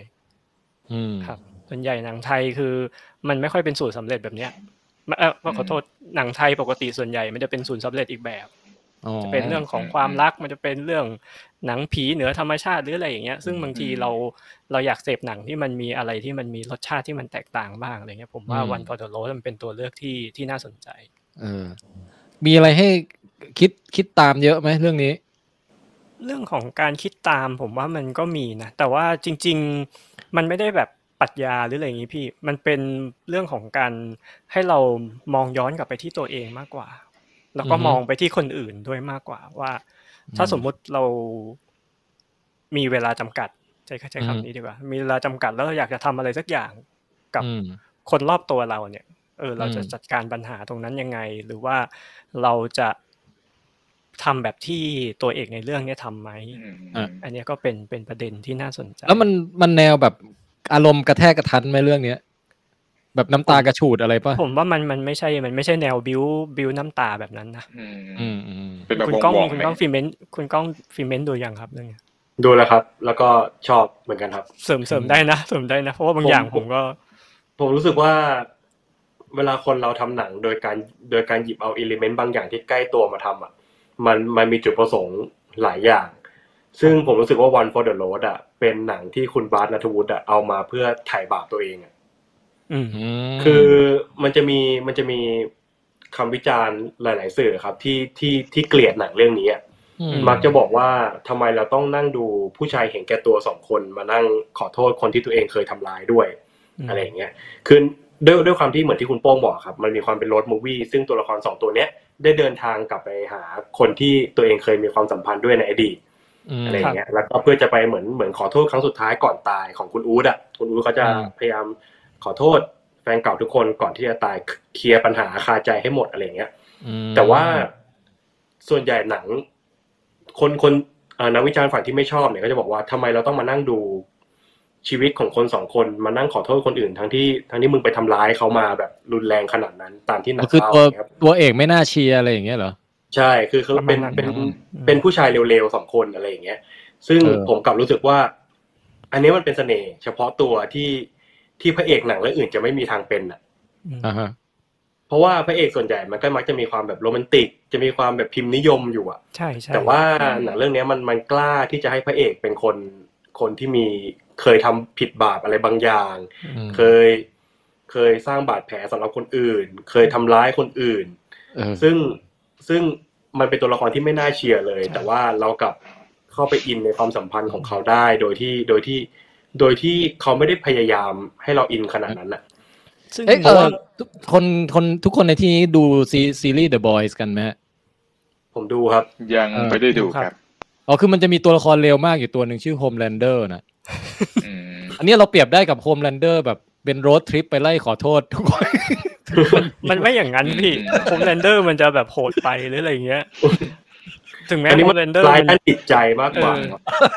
B: อืม
C: ครับส่วนใหญ่หนังไทยคือมันไม่ค่อยเป็นสูตรสำเร็จแบบเนี้ยเออขอโทษหนังไทยปกติส่วนใหญ่มันจะเป็นสูตรสำเร็จอีกแบบ จะเป็นเรื่องของความรักมันจะเป็นเรื่องหนังผีเหนือธรรมชาติหรืออะไรอย่างเงี้ย ซึ่งบางที
E: อืม
C: เราเราอยากเสพหนังที่มันมีอะไรที่มันมีรสชาติที่มันแตกต่างบ้างอะไรเงี้ยผมว่า
B: อืม
C: วันพอดโรสมันเป็นตัวเลือกที่ที่น่าสนใจ
B: เออมีอะไรให้คิดคิดตามเยอะไหมเรื่องนี้
C: เรื่องของการคิดตามผมว่ามันก็มีนะ แต่ว่าจริง ๆมันไม่ได้แบบปรัชญาหรืออะไรอย่างงี้พี่ มันเป็นเรื่องของการให้เรามองย้อนกลับไปที่ตัวเองมากกว่า แล้วก็
B: อือฮึ
C: มองไปที่คนอื่นด้วยมากกว่าว่า ถ้า
B: อืม
C: สมมุติเรามีเวลาจำกัดใช้ใช้
B: อือฮึ
C: คำนี้ดีกว่า มีเวลาจำกัดแล้วเราอยากจะทำอะไรสักอย่าง กับ
B: อืม
C: คนรอบตัวเราเนี่ย เออ เราจะ
B: อืม
C: จัดการปัญหาตรงนั้นยังไง หรือว่าเราจะทำแบบที่ตัวเอกในเรื่องเนี้ยทำไหม
E: อืม
B: อ่ะ
C: อันเนี้ยก็เป็นเป็นประเด็นที่น่าสนใจ
B: แล้วมันมันแนวแบบอารมณ์กระแทกกระทันไหมเรื่องเนี้ย แบบน้ำตากระฉูดอะไรป่ะ
C: ผมว่ามันมันไม่ใช่ มันไม่ใช่แนวบิวบิวน้ำตาแบบนั้นนะ
E: อืม
B: อืมอืม
E: เป็นแบบ
C: คุณ
E: วง
C: กล้อง
E: วง
C: คุณ
E: ไหม
C: กล้องฟิเมนต์คุณกล้องฟิเมนต์ดูยังครับเรื่องเนี้ย
D: ดูแล้วครับ แล้วก็ชอบเหมือนกันครับ
C: เสริมเสริมได้นะเสริมได้นะเพราะว่าบางอย่างผมก็
D: ผมรู้สึกว่า เวลาคนเราทำหนังโดยการโดยการหยิบเอาอิเลเมนต์บางอย่างที่ใกล้ตัวมาทำอ่ะ มันมันมีจุดประสงค์หลายอย่าง ซึ่งผมรู้สึกว่า One for the Road อ่ะเป็นหนังที่คุณบาสนัทวุฒิอ่ะเอามาเพื่อถ่ายบาปตัวเองอ่ะ
C: อืม
B: อืม
D: คือมันจะมีมันจะมีคำวิจารณ์หลาย ๆ สื่อครับที่ที่ที่เกลียดหนังเรื่องนี้อะ
B: ม
D: มักจะบอกว่าทำไมเราต้องนั่งดูผู้ชายเห็นแก่ตัวสองคนมานั่งขอโทษคนที่ตัวเองเคยทำร้ายด้วย อะไรอย่างเงี้ย คือด้วยด้วยความที่เหมือนที่คุณโป้งบอกครับ มันมีความเป็นรถมูวี่ซึ่งตัวละครสองตัวเนี้ยได้เดินทางกลับไปหาคนที่ตัวเองเคยมีความสัมพันธ์ด้วยในอดีต
B: ม
D: อะไรอย่างเงี้ย แล้วก็เพื่อจะไปเหมือนเหมือนขอโทษครั้งสุดท้ายก่อนตายของคุณอู๊ดอ่ะ คุณอู๊ดเขาจะ
B: อืม
D: พยายามขอโทษแฟนเก่าทุกคนก่อนที่จะตายเคลียร์ปัญหาคาใจให้หมดอะไรอย่างเงี้ย
B: อืม
D: แต่ว่าส่วนใหญ่หนัง คนคนเอ่อนักวิจารณ์ฝั่งที่ไม่ชอบเนี่ยก็จะบอกว่าทำไมเราต้องมานั่งดูชีวิตของคนสองคนมานั่งขอโทษคนอื่น ทั้งที่ทั้งที่มึงไปทำร้ายเขามาแบบรุนแรงขนาดนั้น ตามที่หนัง
B: คือ
D: เล่า
B: ตัว
D: เนี่ยครับ
B: ตัวเอกไม่น่าเชียร์อะไรอย่างเงี้ยเหรอ
D: ใช่คือคือเป็น
C: ประมาณนั้น
D: เป็น
B: อืม
D: เป็นผู้ชายเร็วๆสองคนอะไรอย่างเงี้ย ซึ่ง
B: เออ
D: ผมกลับรู้สึกว่า อันนี้มันเป็นเสน่ห์เฉพาะตัวที่ที่พระเอกหนังเรื่องอื่นจะไม่มีทางเป็นอ่ะ
C: อืม
B: อ่าฮะ
D: เพราะว่าพระเอกส่วนใหญ่มันก็มักจะมีความแบบโรแมนติก จะมีความแบบพิมพ์นิยมอยู่อ่ะ
C: ใช่ใช่
D: แต่ว่าหนังเรื่องเนี้ยมันมันกล้าที่จะให้พระเอกเป็นคนคนที่มีเคยทำผิดบาปอะไรบางอย่าง
B: อืม
D: เคยเคยสร้างบาดแผลสำหรับคนอื่น เคยทำร้ายคนอื่น
B: เออ
D: ซึ่งซึ่งมันเป็นตัวละครที่ไม่น่าเชียร์เลย แต่ว่าเรากลับเข้าไปอินในความสัมพันธ์ของเขาได้โดยที่โดยที่โดยที่เขาไม่ได้พยายามให้เราอินขนาดนั้นน่ะ
C: ซึ่ง
B: เอ๊ะ
C: ผมว่า
B: เออ ทุกคนคนทุกคนในที่นี้ดูซีซีรีส์ The Boys กันไหมฮะ
D: ผมดูครับ
E: ยัง
B: เออ
E: ไม่ได้ดูครับ
B: อ๋อคือมันจะมีตัวละครเลวมากอยู่ตัวหนึ่งชื่อ Homelander นะ
E: อืม
B: อันนี้เราเปรียบได้กับ Homelander แบบเป็นโรดทริปไปไล่ขอโทษทุกคน
C: มันไม่อย่างนั้นพี่โฮมแลนเดอร์มันจะแบบโหดไปหรืออะไรอย่างเงี้ย ถึงแม้
D: อันนี้
C: โฮ
D: มั
C: ม
D: น
C: แลนเดอร์
D: ร้าย
C: มัน
D: ด้านจิตใจมากกว่า
C: เออ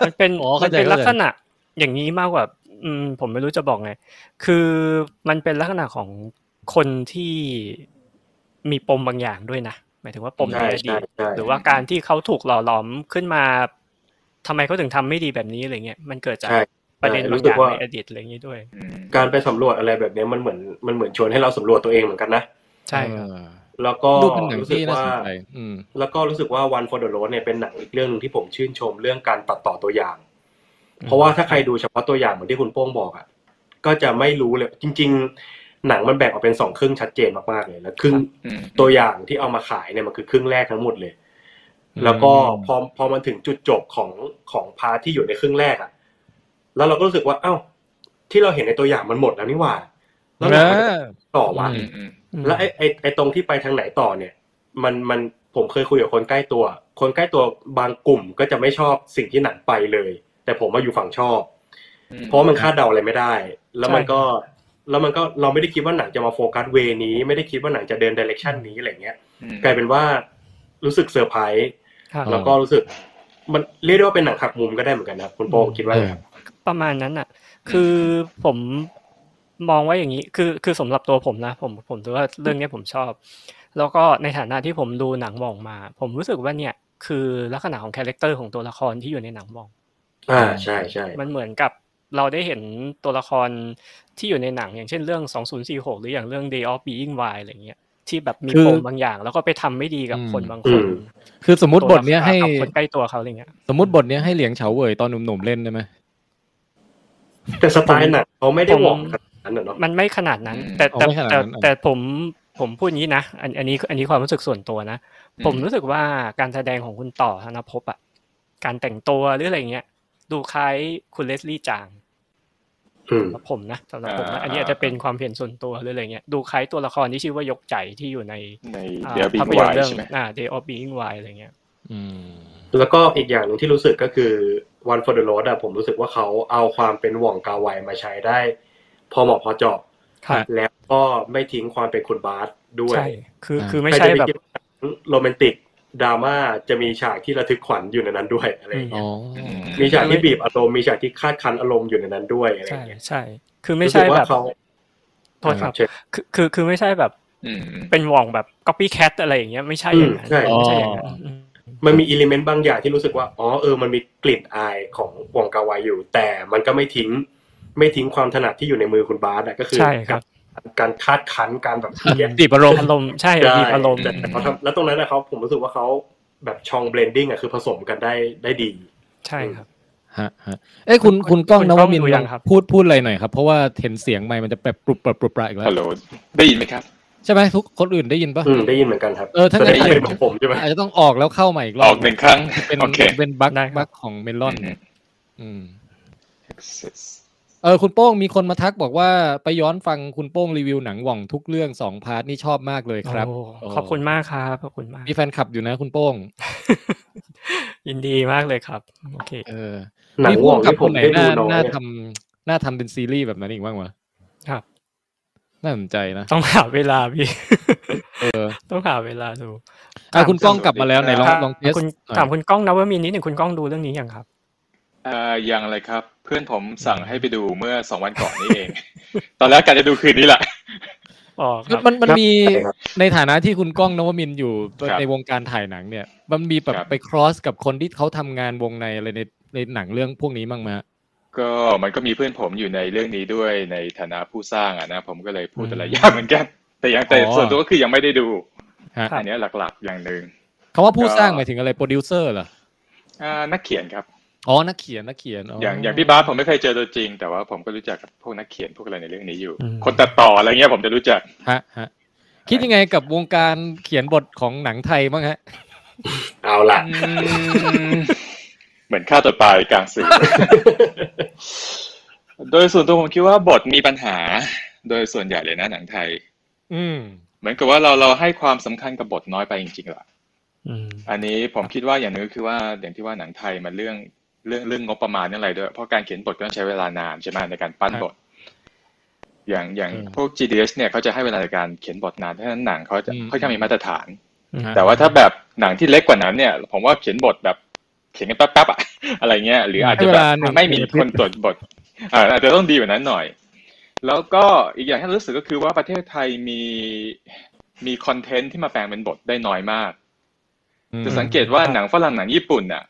C: มันเป็น
B: อ๋อ
C: มั
B: เข้าน ใจ
C: เป็น
B: เข้าใจ
C: ลักษณะอย่างนี้มากกว่า อืม ผมไม่รู้จะบอกไง คือมันเป็นลักษณะของคนที่มีปมบางอย่างด้วยนะหมายถึงว่าปมใน
D: ใช่
C: อดี
D: ใช่
C: ต
D: ใช่
C: หรือว่าการที่เขาถูกหล่อหลอมขึ้นมาทำไมเขาถึงทำไม่ดีแบบนี้อะไรเงี้ยมันเกิดจาก
D: ใช่
C: ประเด็น
D: ใช่
C: บา
D: รู้
C: ง
D: สึ
C: อก ย่าง
D: ว่า
C: ในอดีตอะไรอย่างนี้ด้วย
E: อืม
D: การไปสำรวจอะไรแบบเนี้ยมันเหมือนมันเหมือนชวนให้เราสำรวจตัวเองเหมือนกันนะ
C: ใช่ครับ
B: เออ
D: แล้วก็
B: ดูเป็นหนัง
D: รู้สึก
B: ที่น่า
D: ว่า
B: สนใจอืม
D: แล้วก็รู้สึกว่า One for the Road เนี่ยเป็นหนังอีกเรื่องหนึ่งที่ผมชื่นชมเรื่องการตัดต่อตัวอย่าง
B: อืม
D: เพราะว่าถ้าใครดูเฉพาะตัวอย่างเหมือนที่คุณโป้งบอกอ่ะก็จะไม่รู้เลยจริง ๆ หนังมันแบ่งออกเป็นสองครึ่งชัดเจนมากๆเลยแล้วครึ่ง
E: อืม
D: ตัวอย่างที่เอามาขายเนี่ยมันคือครึ่งแรกทั้งหมดเลย แล้วก็พอพอมันถึงจุดจบของของพาร์ทที่อยู่ในครึ่งแรกอ่ะแล้วเราก็รู้สึกว่าเอ้า ที่เราเห็นในตัวอย่างมันหมดแล้วนี่หว่า แล้วเรา
B: นะ
D: จะต่อวะ
E: อืมอืม
D: แล้วไอ้ไอ้ไอ้ตรงที่ไปทางไหนต่อเนี่ย มันมันผมเคยคุยกับคนใกล้ตัว คนใกล้ตัวบางกลุ่มก็จะไม่ชอบสิ่งที่หนังไปเลย แต่ผมมาอยู่ฝั่งชอบ
E: อืม
D: เพราะมันคาดเดาอะไรไม่ได้ แล้วมัน
C: ใช่
D: ก็แล้วมันก็เราไม่ได้คิดว่าหนังจะมาโฟกัสเวนี้ ไม่ได้คิดว่าหนังจะเดินดิเรกชันนี้อะไรเงี้ย
E: อืม
D: กลายเป็นว่ารู้สึกเซอร์ไพรส์
C: ครับ
B: อ๋อ
D: แล้วก็รู้สึก มันเรียกได้ว่าเป็นหนังหักมุมก็ได้เหมือนกันนะครับคุณโป้คิดว่าไงครับ
C: ประมาณนั้นอ่ะ คือผมมองว่าอย่างนี้ คือ คือสำหรับตัวผมนะ ผม ผมถือว่าเรื่องเนี้ยผมชอบ แล้วก็ในฐานะที่ผมดูหนังหมองมา ผมรู้สึกว่าเนี่ย คือลักษณะของคาแรคเตอร์ของตัวละครที่อยู่ในหนังหมอง
D: อ่าใช่ใช่
C: มันเหมือนกับเราได้เห็นตัวละครที่อยู่ในหนังอย่างเช่นเรื่อง 2046 หรืออย่างเรื่อง Day of Being Wild อะไรเงี้ย ที่แบบมี
B: คือ
C: ปมบางอย่าง แล้วก็ไปทำไม่ดีกับคนบางคน
B: คือสมมติบทเนี้ยให้
C: กับคนใกล้ตัวเขาอะไรเงี้ย
B: สมมติบทเนี้ยให้เหลียงเฉาเว่ยตอนหนุ่มๆเล่นได้ไหม
D: แต่สไตล์หนังเขาไม่ได้
C: ผม
D: หวงขนาดนั้นเหรอเนาะ
C: มันไม่ขนาดนั้น
E: อืม
C: แต่
B: อ๋อ
C: แต่
B: ไม่ขนาด
C: แต่
B: นั้นอ่ะ
C: แต่ผมผมพูดอย่างนี้นะอันอันนี้อันนี้ความรู้สึกส่วนตัวนะ
E: อืม
C: ผมรู้สึกว่าการแสดงของคุณต่อธนภพอ่ะการแต่งตัวหรืออะไรเงี้ย ดูคล้ายคุณเลสลี่จาง
D: อืม
C: สำหรับผมนะสำหรับผมนะ
E: อ่า
C: อันนี้อาจจะเป็นความเห็นส่วนตัวหรืออะไรเงี้ยดูคล้ายตัวละครที่ชื่อว่ายกใจที่อยู่ใน
E: ใน
C: อ่า
E: เดียบี
C: ภาพ
E: ก
C: ยนต
E: วาย
C: ร์เรื่อง
E: ใช่ไหม
C: อ่า Day of Being Wild อะไรเงี้ย
B: อืม
D: แล้วก็อีกอย่างหนึ่งที่รู้สึกก็คือ One for the Road อะผมรู้สึกว่าเขาเอาความเป็นหว่องกาไวมาใช้ได้ พอเหมาะพอเจาะ
B: ครับ
D: แล้วก็ไม่ทิ้งความเป็นคุณบาสด้วย
C: ใช่ คือ
B: อ่า
C: คือไม่ใช่
D: คร
C: แบบ
D: จะปคิดว่าโรแมนติกดราม่าจะมีฉากที่ระทึกขวัญอยู่ในนั้นด้วยอะไรอย่างเงี้ย
B: อ๋อ
D: มีฉากที่บีบอารมณ์มีฉากที่คาดคั้นอารมณ์อยู่ในนั้นด้วยอะไรอ
C: ใช่
D: ย่างเงี้ย
C: ใช่ คือไม่ใช่
D: รู้สึ
C: แบ
D: กว่า
C: บ
D: เขา
C: โทษครับ
D: เชิญ
C: คือคือคือไม่ใช่แบบ
E: อืมอืม
C: เป็นหว่องแบบ copycat อะไรอย่างเงี้ยไม่ใช่อย่างนั้น
D: อืมใช่
C: ไม่ใช่อย่างนั้นอืม
D: มันมีอิเลเมนต์บางอย่างที่รู้สึกว่า อ๋อ เออ มันมีกลิ่นอายของวงกาวายอยู่ แต่มันก็ไม่ทิ้ง ไม่ทิ้งความถนัดที่อยู่ในมือคุณบาสอะก็คือ
C: ใช่ครับ
D: การการคาดคั้นการแบบเย็บ
B: ตีบอารมณ์
C: อารมณ์ใช่
D: ได้
C: บีบอารมณ์
D: แต่แต่เขาทำแล้วตรงนั้นนะเขาผมรู้สึกว่าเขาแบบชองเบลนดิ้งอะคือผสมกันได้ได้ดี
C: ใช่ครับ
B: ฮะฮะเอ้ยคุณคุณกล้อง
C: คุณ
B: น
C: กล้อง
B: วมินท
C: ดูยัง
B: ร์
C: ครับ
B: พูดพูดอะไรหน่อยครับ เพราะว่าเห็นเสียงไมค์มันจะแบบปรุบปรับปรุบปรับอีกแล้ว
E: ฮัลโหลได้ยินไหมครับ
B: ใช่ไหมทุกคนอื่นได้ยินปะ
D: อืม ได้ยินเหมือนกันครับ
B: เออถ้างั้
D: แส
B: น
D: ดงว่าเป็นของผมใช่ไหม
B: อาจจะต้องออกแล้วเข้าใหม่อีกร
E: อ
B: อ
E: อบ กหนึ่งครั้ง
B: เป็น
E: โอเค
B: เป็นบั๊ก
C: ได้ครับ
B: บั๊กของเมลอน อืม
E: Access
B: เออคุณโป้งมีคนมาทักบอกว่าไปย้อนฟังคุณโป้งรีวิวหนังหว่องทุกเรื่องสองพาร์ทนี่ชอบมากเลยครับ
C: โอ้ขอบคุณมากครับขอบคุณมาก
B: มีแฟนคลับอยู่นะคุณโป้ง
C: ยินดีมากเลยครับ โอเค
B: เออ
D: หนัง
B: มี
D: ว
B: ผู้
D: ง
B: กับ
D: ที่
B: ค
D: ผม
B: นไหน
D: ได้
B: หน้า
D: ดูน้อย
B: หน้า
D: เนี่ย
B: ทำหน้าทำเป็นซีรีส์แบบนั้นอีกบ้างวะ
C: ครับ
B: น่าสนใจนะ
C: ต้องหาเวลาพี่
B: เออ
C: ต้องหาเวลาดู
B: อ่ะคุณกล้องกลับมาแล้วไหนลอง
C: ครับ
B: ลองเทส
C: คุณ
B: หน่อย
C: ถามคุณกล้องนะว่ามีนิดหนึ่งคุณกล้องดูเรื่องนี้ยังครับ
E: เอ่อยังเลยครับ เพื่อนผมสั่งให้ไปดูเมื่อสองวันก่อนนี่เอง ตอนแรกกะจะดูคืนนี้แหละ
C: อ๋อค
B: คือ
C: รับ
B: มันมันมี
D: ใช่ครับ
B: ในฐานะที่คุณก้องนวมินทร์อยู่
E: ครับ
B: ในวงการถ่ายหนังเนี่ย มันมีแบบ
E: ครับ
B: ไปครอสกับคนที่เขาทำงานวงในอะไรในในหนังเรื่องพวกนี้บ้างไหมฮะ
E: ก็มันก็มีเพื่อนผมอยู่ในเรื่องนี้ด้วยในฐานะผู้สร้างอ่ะนะ ผมก็เลยพูดอะไรยากเหมือนกันแต่ยังแต่
B: อ๋อ
E: ส่วนตัวก็คือยังไม่ได้ดู
B: ฮะ
C: ครับ
E: อันเนี้ยหลักๆอย่างหนึ่ง
B: คำว่าผู้สร้างหมายถึงอะไรโปรดิวเซอร์เหรอ
E: อ่านักเขียนครับ
B: อ๋อนักเขียนนักเขียน
E: อย่างอย่างพี่บาสผมไม่เคยเจอตัวจริง แต่ว่าผมก็รู้จักกับพวกนักเขียนพวกอะไรในเรื่องนี้อยู่
C: อืม
E: คนตัดต่ออะไรเงี้ยผมจะรู้จัก
B: ฮะฮะคิดยังไงกับวงการเขียนบทของหนังไทยบ้างฮะ
D: เอาล่ะ
E: เหมือนฆ่าตัวตายกล างสื่อ โดยส่วนตัวผมคิดว่าบทมีปัญหา โดยส่วนใหญ่เลยนะหนังไทย
B: อืม
E: เหมือนกับว่าเราเราให้ความสำคัญกับบทน้อยไปจริงๆล่ะ
C: อืม
E: อันนี้ผมคิดว่าอย่างหนึงก็คือว่าอย่างที่ว่าหนังไทยมันเรื่องเรื่องเรื่องงบประมาณนี่อะไรด้วย เพราะการเขียนบทก็ต้องใช้เวลานานใช่ไหมในการปั้นบท อย่างอย่าง
C: อืม
E: พวก GDS เนี่ยเขาจะให้เวลาในการเขียนบทนานเพราะฉะนั้นหนังเขาจะ
B: อืม
E: ค่อนข้างมีมาตรฐาน
C: อืม
E: แต่ว่าถ้าแบบหนังที่เล็กกว่านั้นเนี่ย ผมว่าเขียนบทแบบเขียนกันแป๊บๆอะ อะไรเงี้ยหรืออาจจะแบบ
B: ให้เวลาหนึ่ง
E: ไม่มี
B: อาทิตย์
E: คนตรวจบทอ่าอาจจะต้องดีกว่านั้นหน่อย แล้วก็อีกอย่างที่รู้สึกก็คือว่าประเทศไทยมีมีคอนเทนต์ที่มาแปลงเป็นบทได้น้อยมาก จะสังเกตว่าหนังฝรั่งหนังญี่ปุ่นน่ะ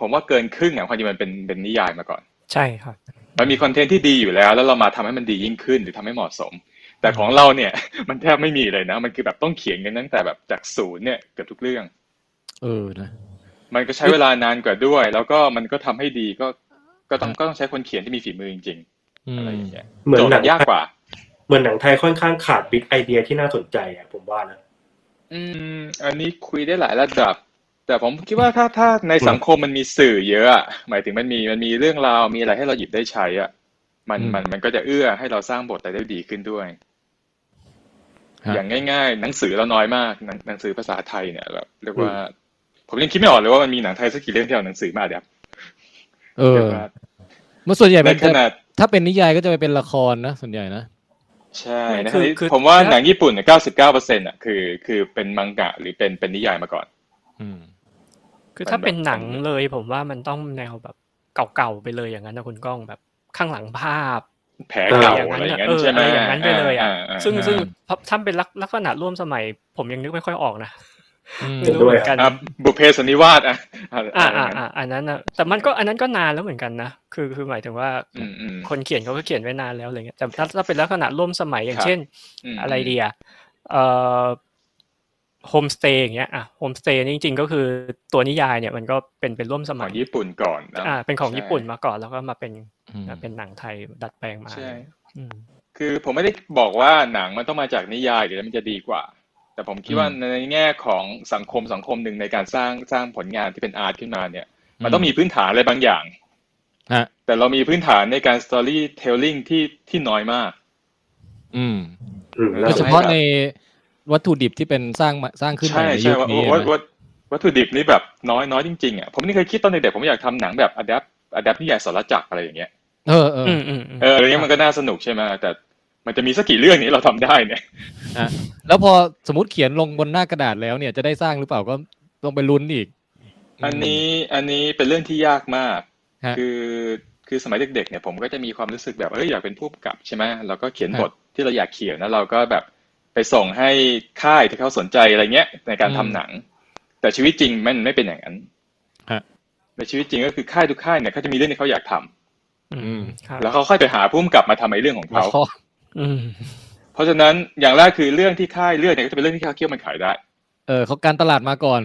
E: ผมว่าเกินครึ่งอ่ะความจริงมันเป็นเป็นนิยายมาก่อน
C: ใช่ครับ
E: มันมีคอนเทนต์ที่ดีอยู่แล้ว แล้วเรามาทำให้มันดียิ่งขึ้นหรือทำให้เหมาะสม แต่ของเราเนี่ย มันแทบไม่มีเลยนะ มันคือแบบต้องเขียนกันตั้งแต่แบบจากศูนย์เนี่ยเกือบทุกเรื่อง
B: เออนะ
E: มันก็ใช้เวลานานกว่าด้วย แล้วก็มันก็ทำให้ดีก็ก็ต้องก็ต้องใช้คนเขียนที่มีฝีมือจริงๆอะไรอย่างเงี้ย
D: เหมือน
E: โจทย์
D: หนั
E: มั
D: ง
E: นยากกว่า
D: เหมือนหนังไทยค่อนข้างขาดบิ๊กไอเดียที่น่าสนใจอะผมว่านะ
E: อืม อันนี้คุยได้หลายระดับ แต่ผมคิดว่าถ้าถ้าในสังคมมันมีสื่อเยอะอะหมายถึงมันมีมันมีเรื่องราวมีอะไรให้เราหยิบได้ใช้อ่ะ มัน
B: อืม
E: มันมันก็จะเอื้อให้เราสร้างบทอะไรได้ดีขึ้นด้วย
B: ฮะ
E: อย่างง่าย ๆ หนังสือเราน้อยมากหนังหนังสือภาษาไทยเนี่ยแบบเรียกว่า ผมยังคิดไม่ออกเลยว่ามันมีหนังไทยสักกี่เรื่องที่เอาหนังสือมาเดี๋ยว
B: เออ
E: เรียกว่า
B: มันส่วนใหญ่
E: ใน
B: เป็น
E: ขนาด
B: ถ้าเป็นนิยายก็จะไปเป็นละครนะส่วนใหญ่นะ
E: ใช่
C: ไม่
E: นะ
C: คือ
E: ครับ
C: คือ
E: ผมว่า
C: ถ้า
E: หนังญี่ปุ่นเนี่ยเก้าสิบเก้าเปอร์เซ็นต์อ่ะคือคือเป็นมังงะหรือเป็นเป็นนิยายมาก่อน
B: อืม
C: คือ
E: มัน
C: ถ้า
E: แบบ
C: เป็นหนังเลยผมว่ามันต้องแนวแบบเก่าๆไปเลยอย่างนั้นนะคุณก้องแบบข้างหลังภาพ
E: แผล
D: เออ
E: เก่า
C: อย่างนั้น
E: อะไรอย่าง
C: น่ะ
E: นั้น
C: เออ
E: ใช่ไหม
C: อะไรอย่างนั้นไปเลยอ่ะ
E: าา
C: ซึ่งซึ่ง
B: อ่า
C: พับถ้าเป็นลักลักษณะร่วมสมัย ผมยังนึกไม่ค่อยออกนะ
B: อืม
C: ไม่รู้เหมือนกัน
E: อ่ะบุพเพสันนิวาสอ่ะอะไร
C: อ่า
E: อะไรอ
C: อ่า
E: ย่างนั้น
C: อ่าอันนั้นนะแต่มันก็อันนั้นก็นานแล้วเหมือนกันนะคือคือหมายถึงว่า
E: อืมอืม
C: คนเขียนเขาก็เขียนไว้นานแล้วอะไรเงี้ยแต่ถ้าถ้าเป็นลักษณะร่วมสมัยอย่า
E: ค
C: ง
E: รับ
C: เช่น
E: ม
C: อะไรดีอะเอ่อโฮมสเตย์อย่างเงี้ยอ่ะโฮมสเตย์จริง ๆ ก็คือตัวนิยายเนี่ยมันก็เป็นเป็นร่วมส
E: ข
C: มั
E: อย งญี่ปุ่นก่อนนะ
C: อ่าเป็นของ
E: ใช่
C: ญี่ปุ่นมาก่อนแล้วก็มาเป็น
B: อืม
C: มาเป็นหนังไทยดัดแปลงมา
E: ใช่
C: อืม
E: คือผมไม่ได้บอกว่าหนังมันต้องมาจากนิยายเดี๋ยวมันจะดีกว่า แต่ผมคิดว่า
B: อืม
E: ในแง่ของสังคมสังคมหนึ่งในการสร้างสร้างผลงานที่เป็นอาร์ตขึ้นมาเนี่ย มันต้องมีพื้นฐานอะไรบางอย่าง
B: ฮะ
E: แต่เรามีพื้นฐานในการสตอรี่เทลลิ่งที่ที่น้อยมาก
B: อืม
D: อืม
E: แล้
B: โด
D: น่าส
B: ยเฉ
D: นใจ
B: พาะในวัตถุดิบที่เป็นสร้างมาสร้างขึ้นใหม่
E: ใช่
B: ในยุ
E: ใช่
B: ค
E: ว่า
B: นี้
E: วัต
B: นะ
E: วัตวัตถุดิบนี่แบบน้อยน้อยจริงๆอ่ะผมนี่เคยคิดตอนเด็กๆผมอยากทำหนังแบบอ d ด p t อ d ด p t นิยายสารจักรอะไรอย่างเงี้ย
B: เออเออ
C: อืมอืมอืม
E: เอออะไรเงี้ยมันก็น่าสนุกใช่ไหมแต่มันจะมีสักกี่เรื่องนี้เราทำได้เนี่ย
B: แล้วพอสมมติเขียนลงบนหน้ากระดาษแล้วเนี่ยจะได้สร้างหรือเปล่าก็ต้องไปลุ้นอีก
E: อันนี้อันนี้เป็นเรื่องที่ยากมาก
B: ฮะ
E: คือคือสมัยเด็กๆเนี่ยผมก็จะมีความรู้สึกแบบเอยอยากเป็นผู้กำกับใช่ไหมเราก็เขียน
B: ฮะ
E: บทที่เราอยากเขียนแล้วเราก็แบบไปส่งให้ค่ายที่เขาสนใจอะไรเงี้ยในการทำหนัง แต่ชีวิตจริงมันไม่เป็นอย่างนั้น
B: ฮะ
E: ในชีวิตจริงก็คือค่ายทุกค่ายเนี่ยเขาจะมีเรื่องที่เขาอยากทำ
B: อืม
C: ครับ
E: แล้วเขาค่อยไปหาผู้กำกับมาทำไอ้เรื่องของเขา
B: อ๋อ
C: อืม
E: เพราะฉะนั้นอย่างแรกคือเรื่องที่ค่ายเลือกเนี่ยก็จะเป็นเรื่องที่ค่ายเคี่ยวมันขายได้
B: เออเขาการตลาดมาก่อน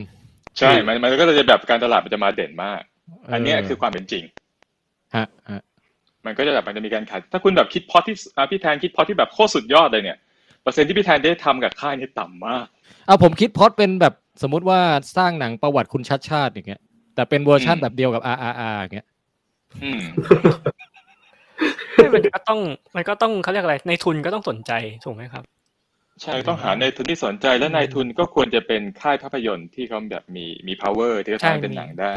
E: ใช่ มันมันก็จะแบบการตลาดมันจะมาเด่นมาก อันเนี้ยคือความเป็นจริง
B: ฮะฮะ
E: มันก็จะแบบมันจะมีการขาย ถ้าคุณแบบคิดพล็อตที่อ่ะพี่แทนคิดพล็อตที่แบบโคตรสุดยอดเลยเนี่ย เปอร์เซ็นต์ที่พี่แทนได้ทำกับค่ายนี่ต่ำมาก
B: เอาผมคิดพล็อดเป็นแบบสมมติว่าสร้างหนังประวัติคุณชัดชาติอย่างเงี้ยแต่เป็นเวอร์ชัน
E: อืม
B: แบบเดียวกับ RRR อย่างเงี้ย
E: อืม
C: ไม่มันก็ต้องมันก็ต้องเขาเรียกอะไรในทุนก็ต้องสนใจถูกไหมครับ
E: ใช่ต้องหาในายทุนที่สนใจและนายทุนก็ควรจะเป็นค่ายภาพยนตร์ที่เขาแบบมีมี power ที่จะทำให้เป็นหนังได้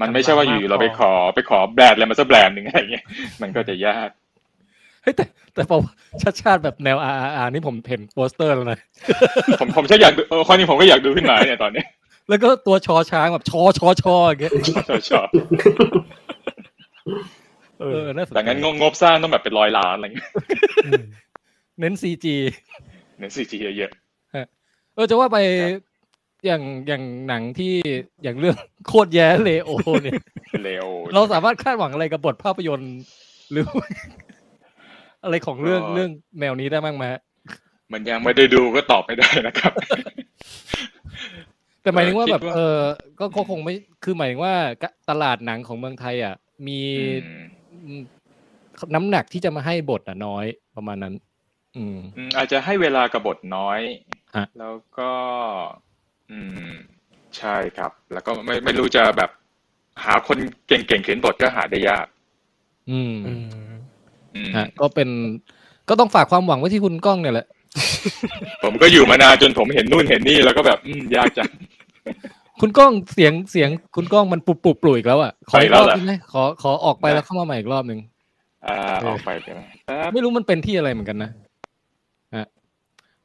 E: มันไม่ใช่ว่าอยู่ๆเราไปขอไปขอแบรนด์อะไรมาสักแบรนด์หนึ่งอะไรเงี้ย มันก็จะยาก
B: เฮ้ยแต่แต่พอชัดชาติแบบแนว RRR นี่ผมเห็นโปสเตอร์แล้วนะ
E: ผมผมใช่อยากดูเออข้อนี้ผมก็อยากดูขึ้นมาเนี่ยตอนเนี้ย
B: แล้วก็ตัวชอช้างแบบชอชอชออย่างเงี้ย
E: ชอบชอบ
C: เอ
B: เอ
C: อ
B: อน่าสนใจ
E: แต่งั้นงบงบสร้างต้องแบบเป็นร้อยล้านอะไรเงี้ย
C: อืม
B: เน้น CG
E: เน้นซีจีเยอะ
B: เออจะว่าไป
E: ครับ
B: อย่างอย่างหนังที่อย่างเรื่องโคตรแย่เลโอเนี่ย
E: ๆเร็ว
B: เราสามารถคาดหวังอะไรกับบทภาพยนตร์หรือ อะไรของเรื่อง
E: ก็
B: เรื่องแนวนี้ได้บ้างไหมฮะ
E: มันยังไม่ได้ดูก็ตอบไม่ได้นะครับ
B: แต่หมายถึงว่า
E: เออ
B: แบบ
E: คิดว่า
B: เออก็ก็คงไม่คือหมายถึงว่าตลาดหนังของเมืองไทยอ่ะ มี
E: อืม
B: น้ำหนักที่จะมาให้บทอ่ะน้อยประมาณนั้น อืม
E: อืมอาจจะให้เวลากับบทน้อย
B: ฮะ
E: แล้วก็ อืม ใช่ครับ แล้วก็ไม่ไม่รู้จะแบบ หาคนเก่งๆเขียนบทก็หาได้ยาก
B: อืม
C: อืม
E: อืม
B: ฮะก็เป็นก็ต้องฝากความหวังไว้ที่คุณก้องเนี่ยแหละ
E: ผมก็อยู่มานานจนผมเห็นนู่นเห็นนี่แล้วก็แบบอืมยากจัง
B: คุณก้องเสียงเสียงคุณก้องมันปุบปุบปลุยอีกแล้วอ่ะขออีกรอบ
E: ไปแล้วเหรอ
B: ได้ไหมขอขอออกไป
E: ได้
B: แล้วเข้ามาใหม่อีกรอบหนึ่ง
E: อ่าออกไปใช่ไหมครับ
B: ไม่รู้มันเป็นที่อะไรเหมือนกันนะฮะ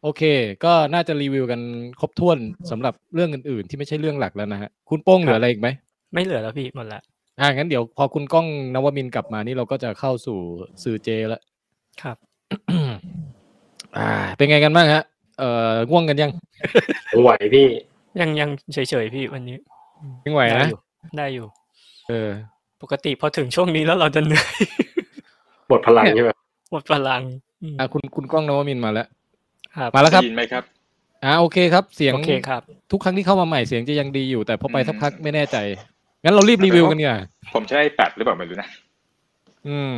B: โอเค ก็น่าจะรีวิวกันครบถ้วนสำหรับเรื่องอื่นๆ ที่ไม่ใช่เรื่องหลักแล้วนะฮะคุณโป้งเหลืออะไรอีกไหม
C: ไม่เหลือแล้วพี่หมดละ
B: อ่างั้นเดี๋ยวพอคุณก้องนวมินทร์กลับมานี่เราก็จะเข้าสู่สื่อเจแล้ว
C: ครับ
B: อ่า เป็นไงกันบ้างฮะ เอ่อง่วงกันยัง
D: ไหวพี่
C: ยังยังเฉยๆพี่วันนี้
B: ยังไหว
C: ได้
B: นะ
C: อยู่ได้อยู่
B: เออ
C: ปกติพอถึงช่วงนี้แล้วเราจะเหนื่อย
D: หมดพลังใช่ไหม
C: หมดพลังอืม
B: อ่ะคุณคุณกล้องนวมินทร์มาแล้ว
C: ครับ
B: มาแล้วครับ
E: ได้ยินไหมครับ
B: อ่าโอเคครับ เสียง
C: โอเคครับ
B: ทุกครั้งที่เข้ามาใหม่เสียงจะยังดีอยู่ แต่พอไป
E: อืม
B: สักพักไม่แน่ใจ งั้นเรารีบรีวิวกันเนี่ย
E: ผมใช้แปดหรือเปล่าไม่รู้นะ
B: อืม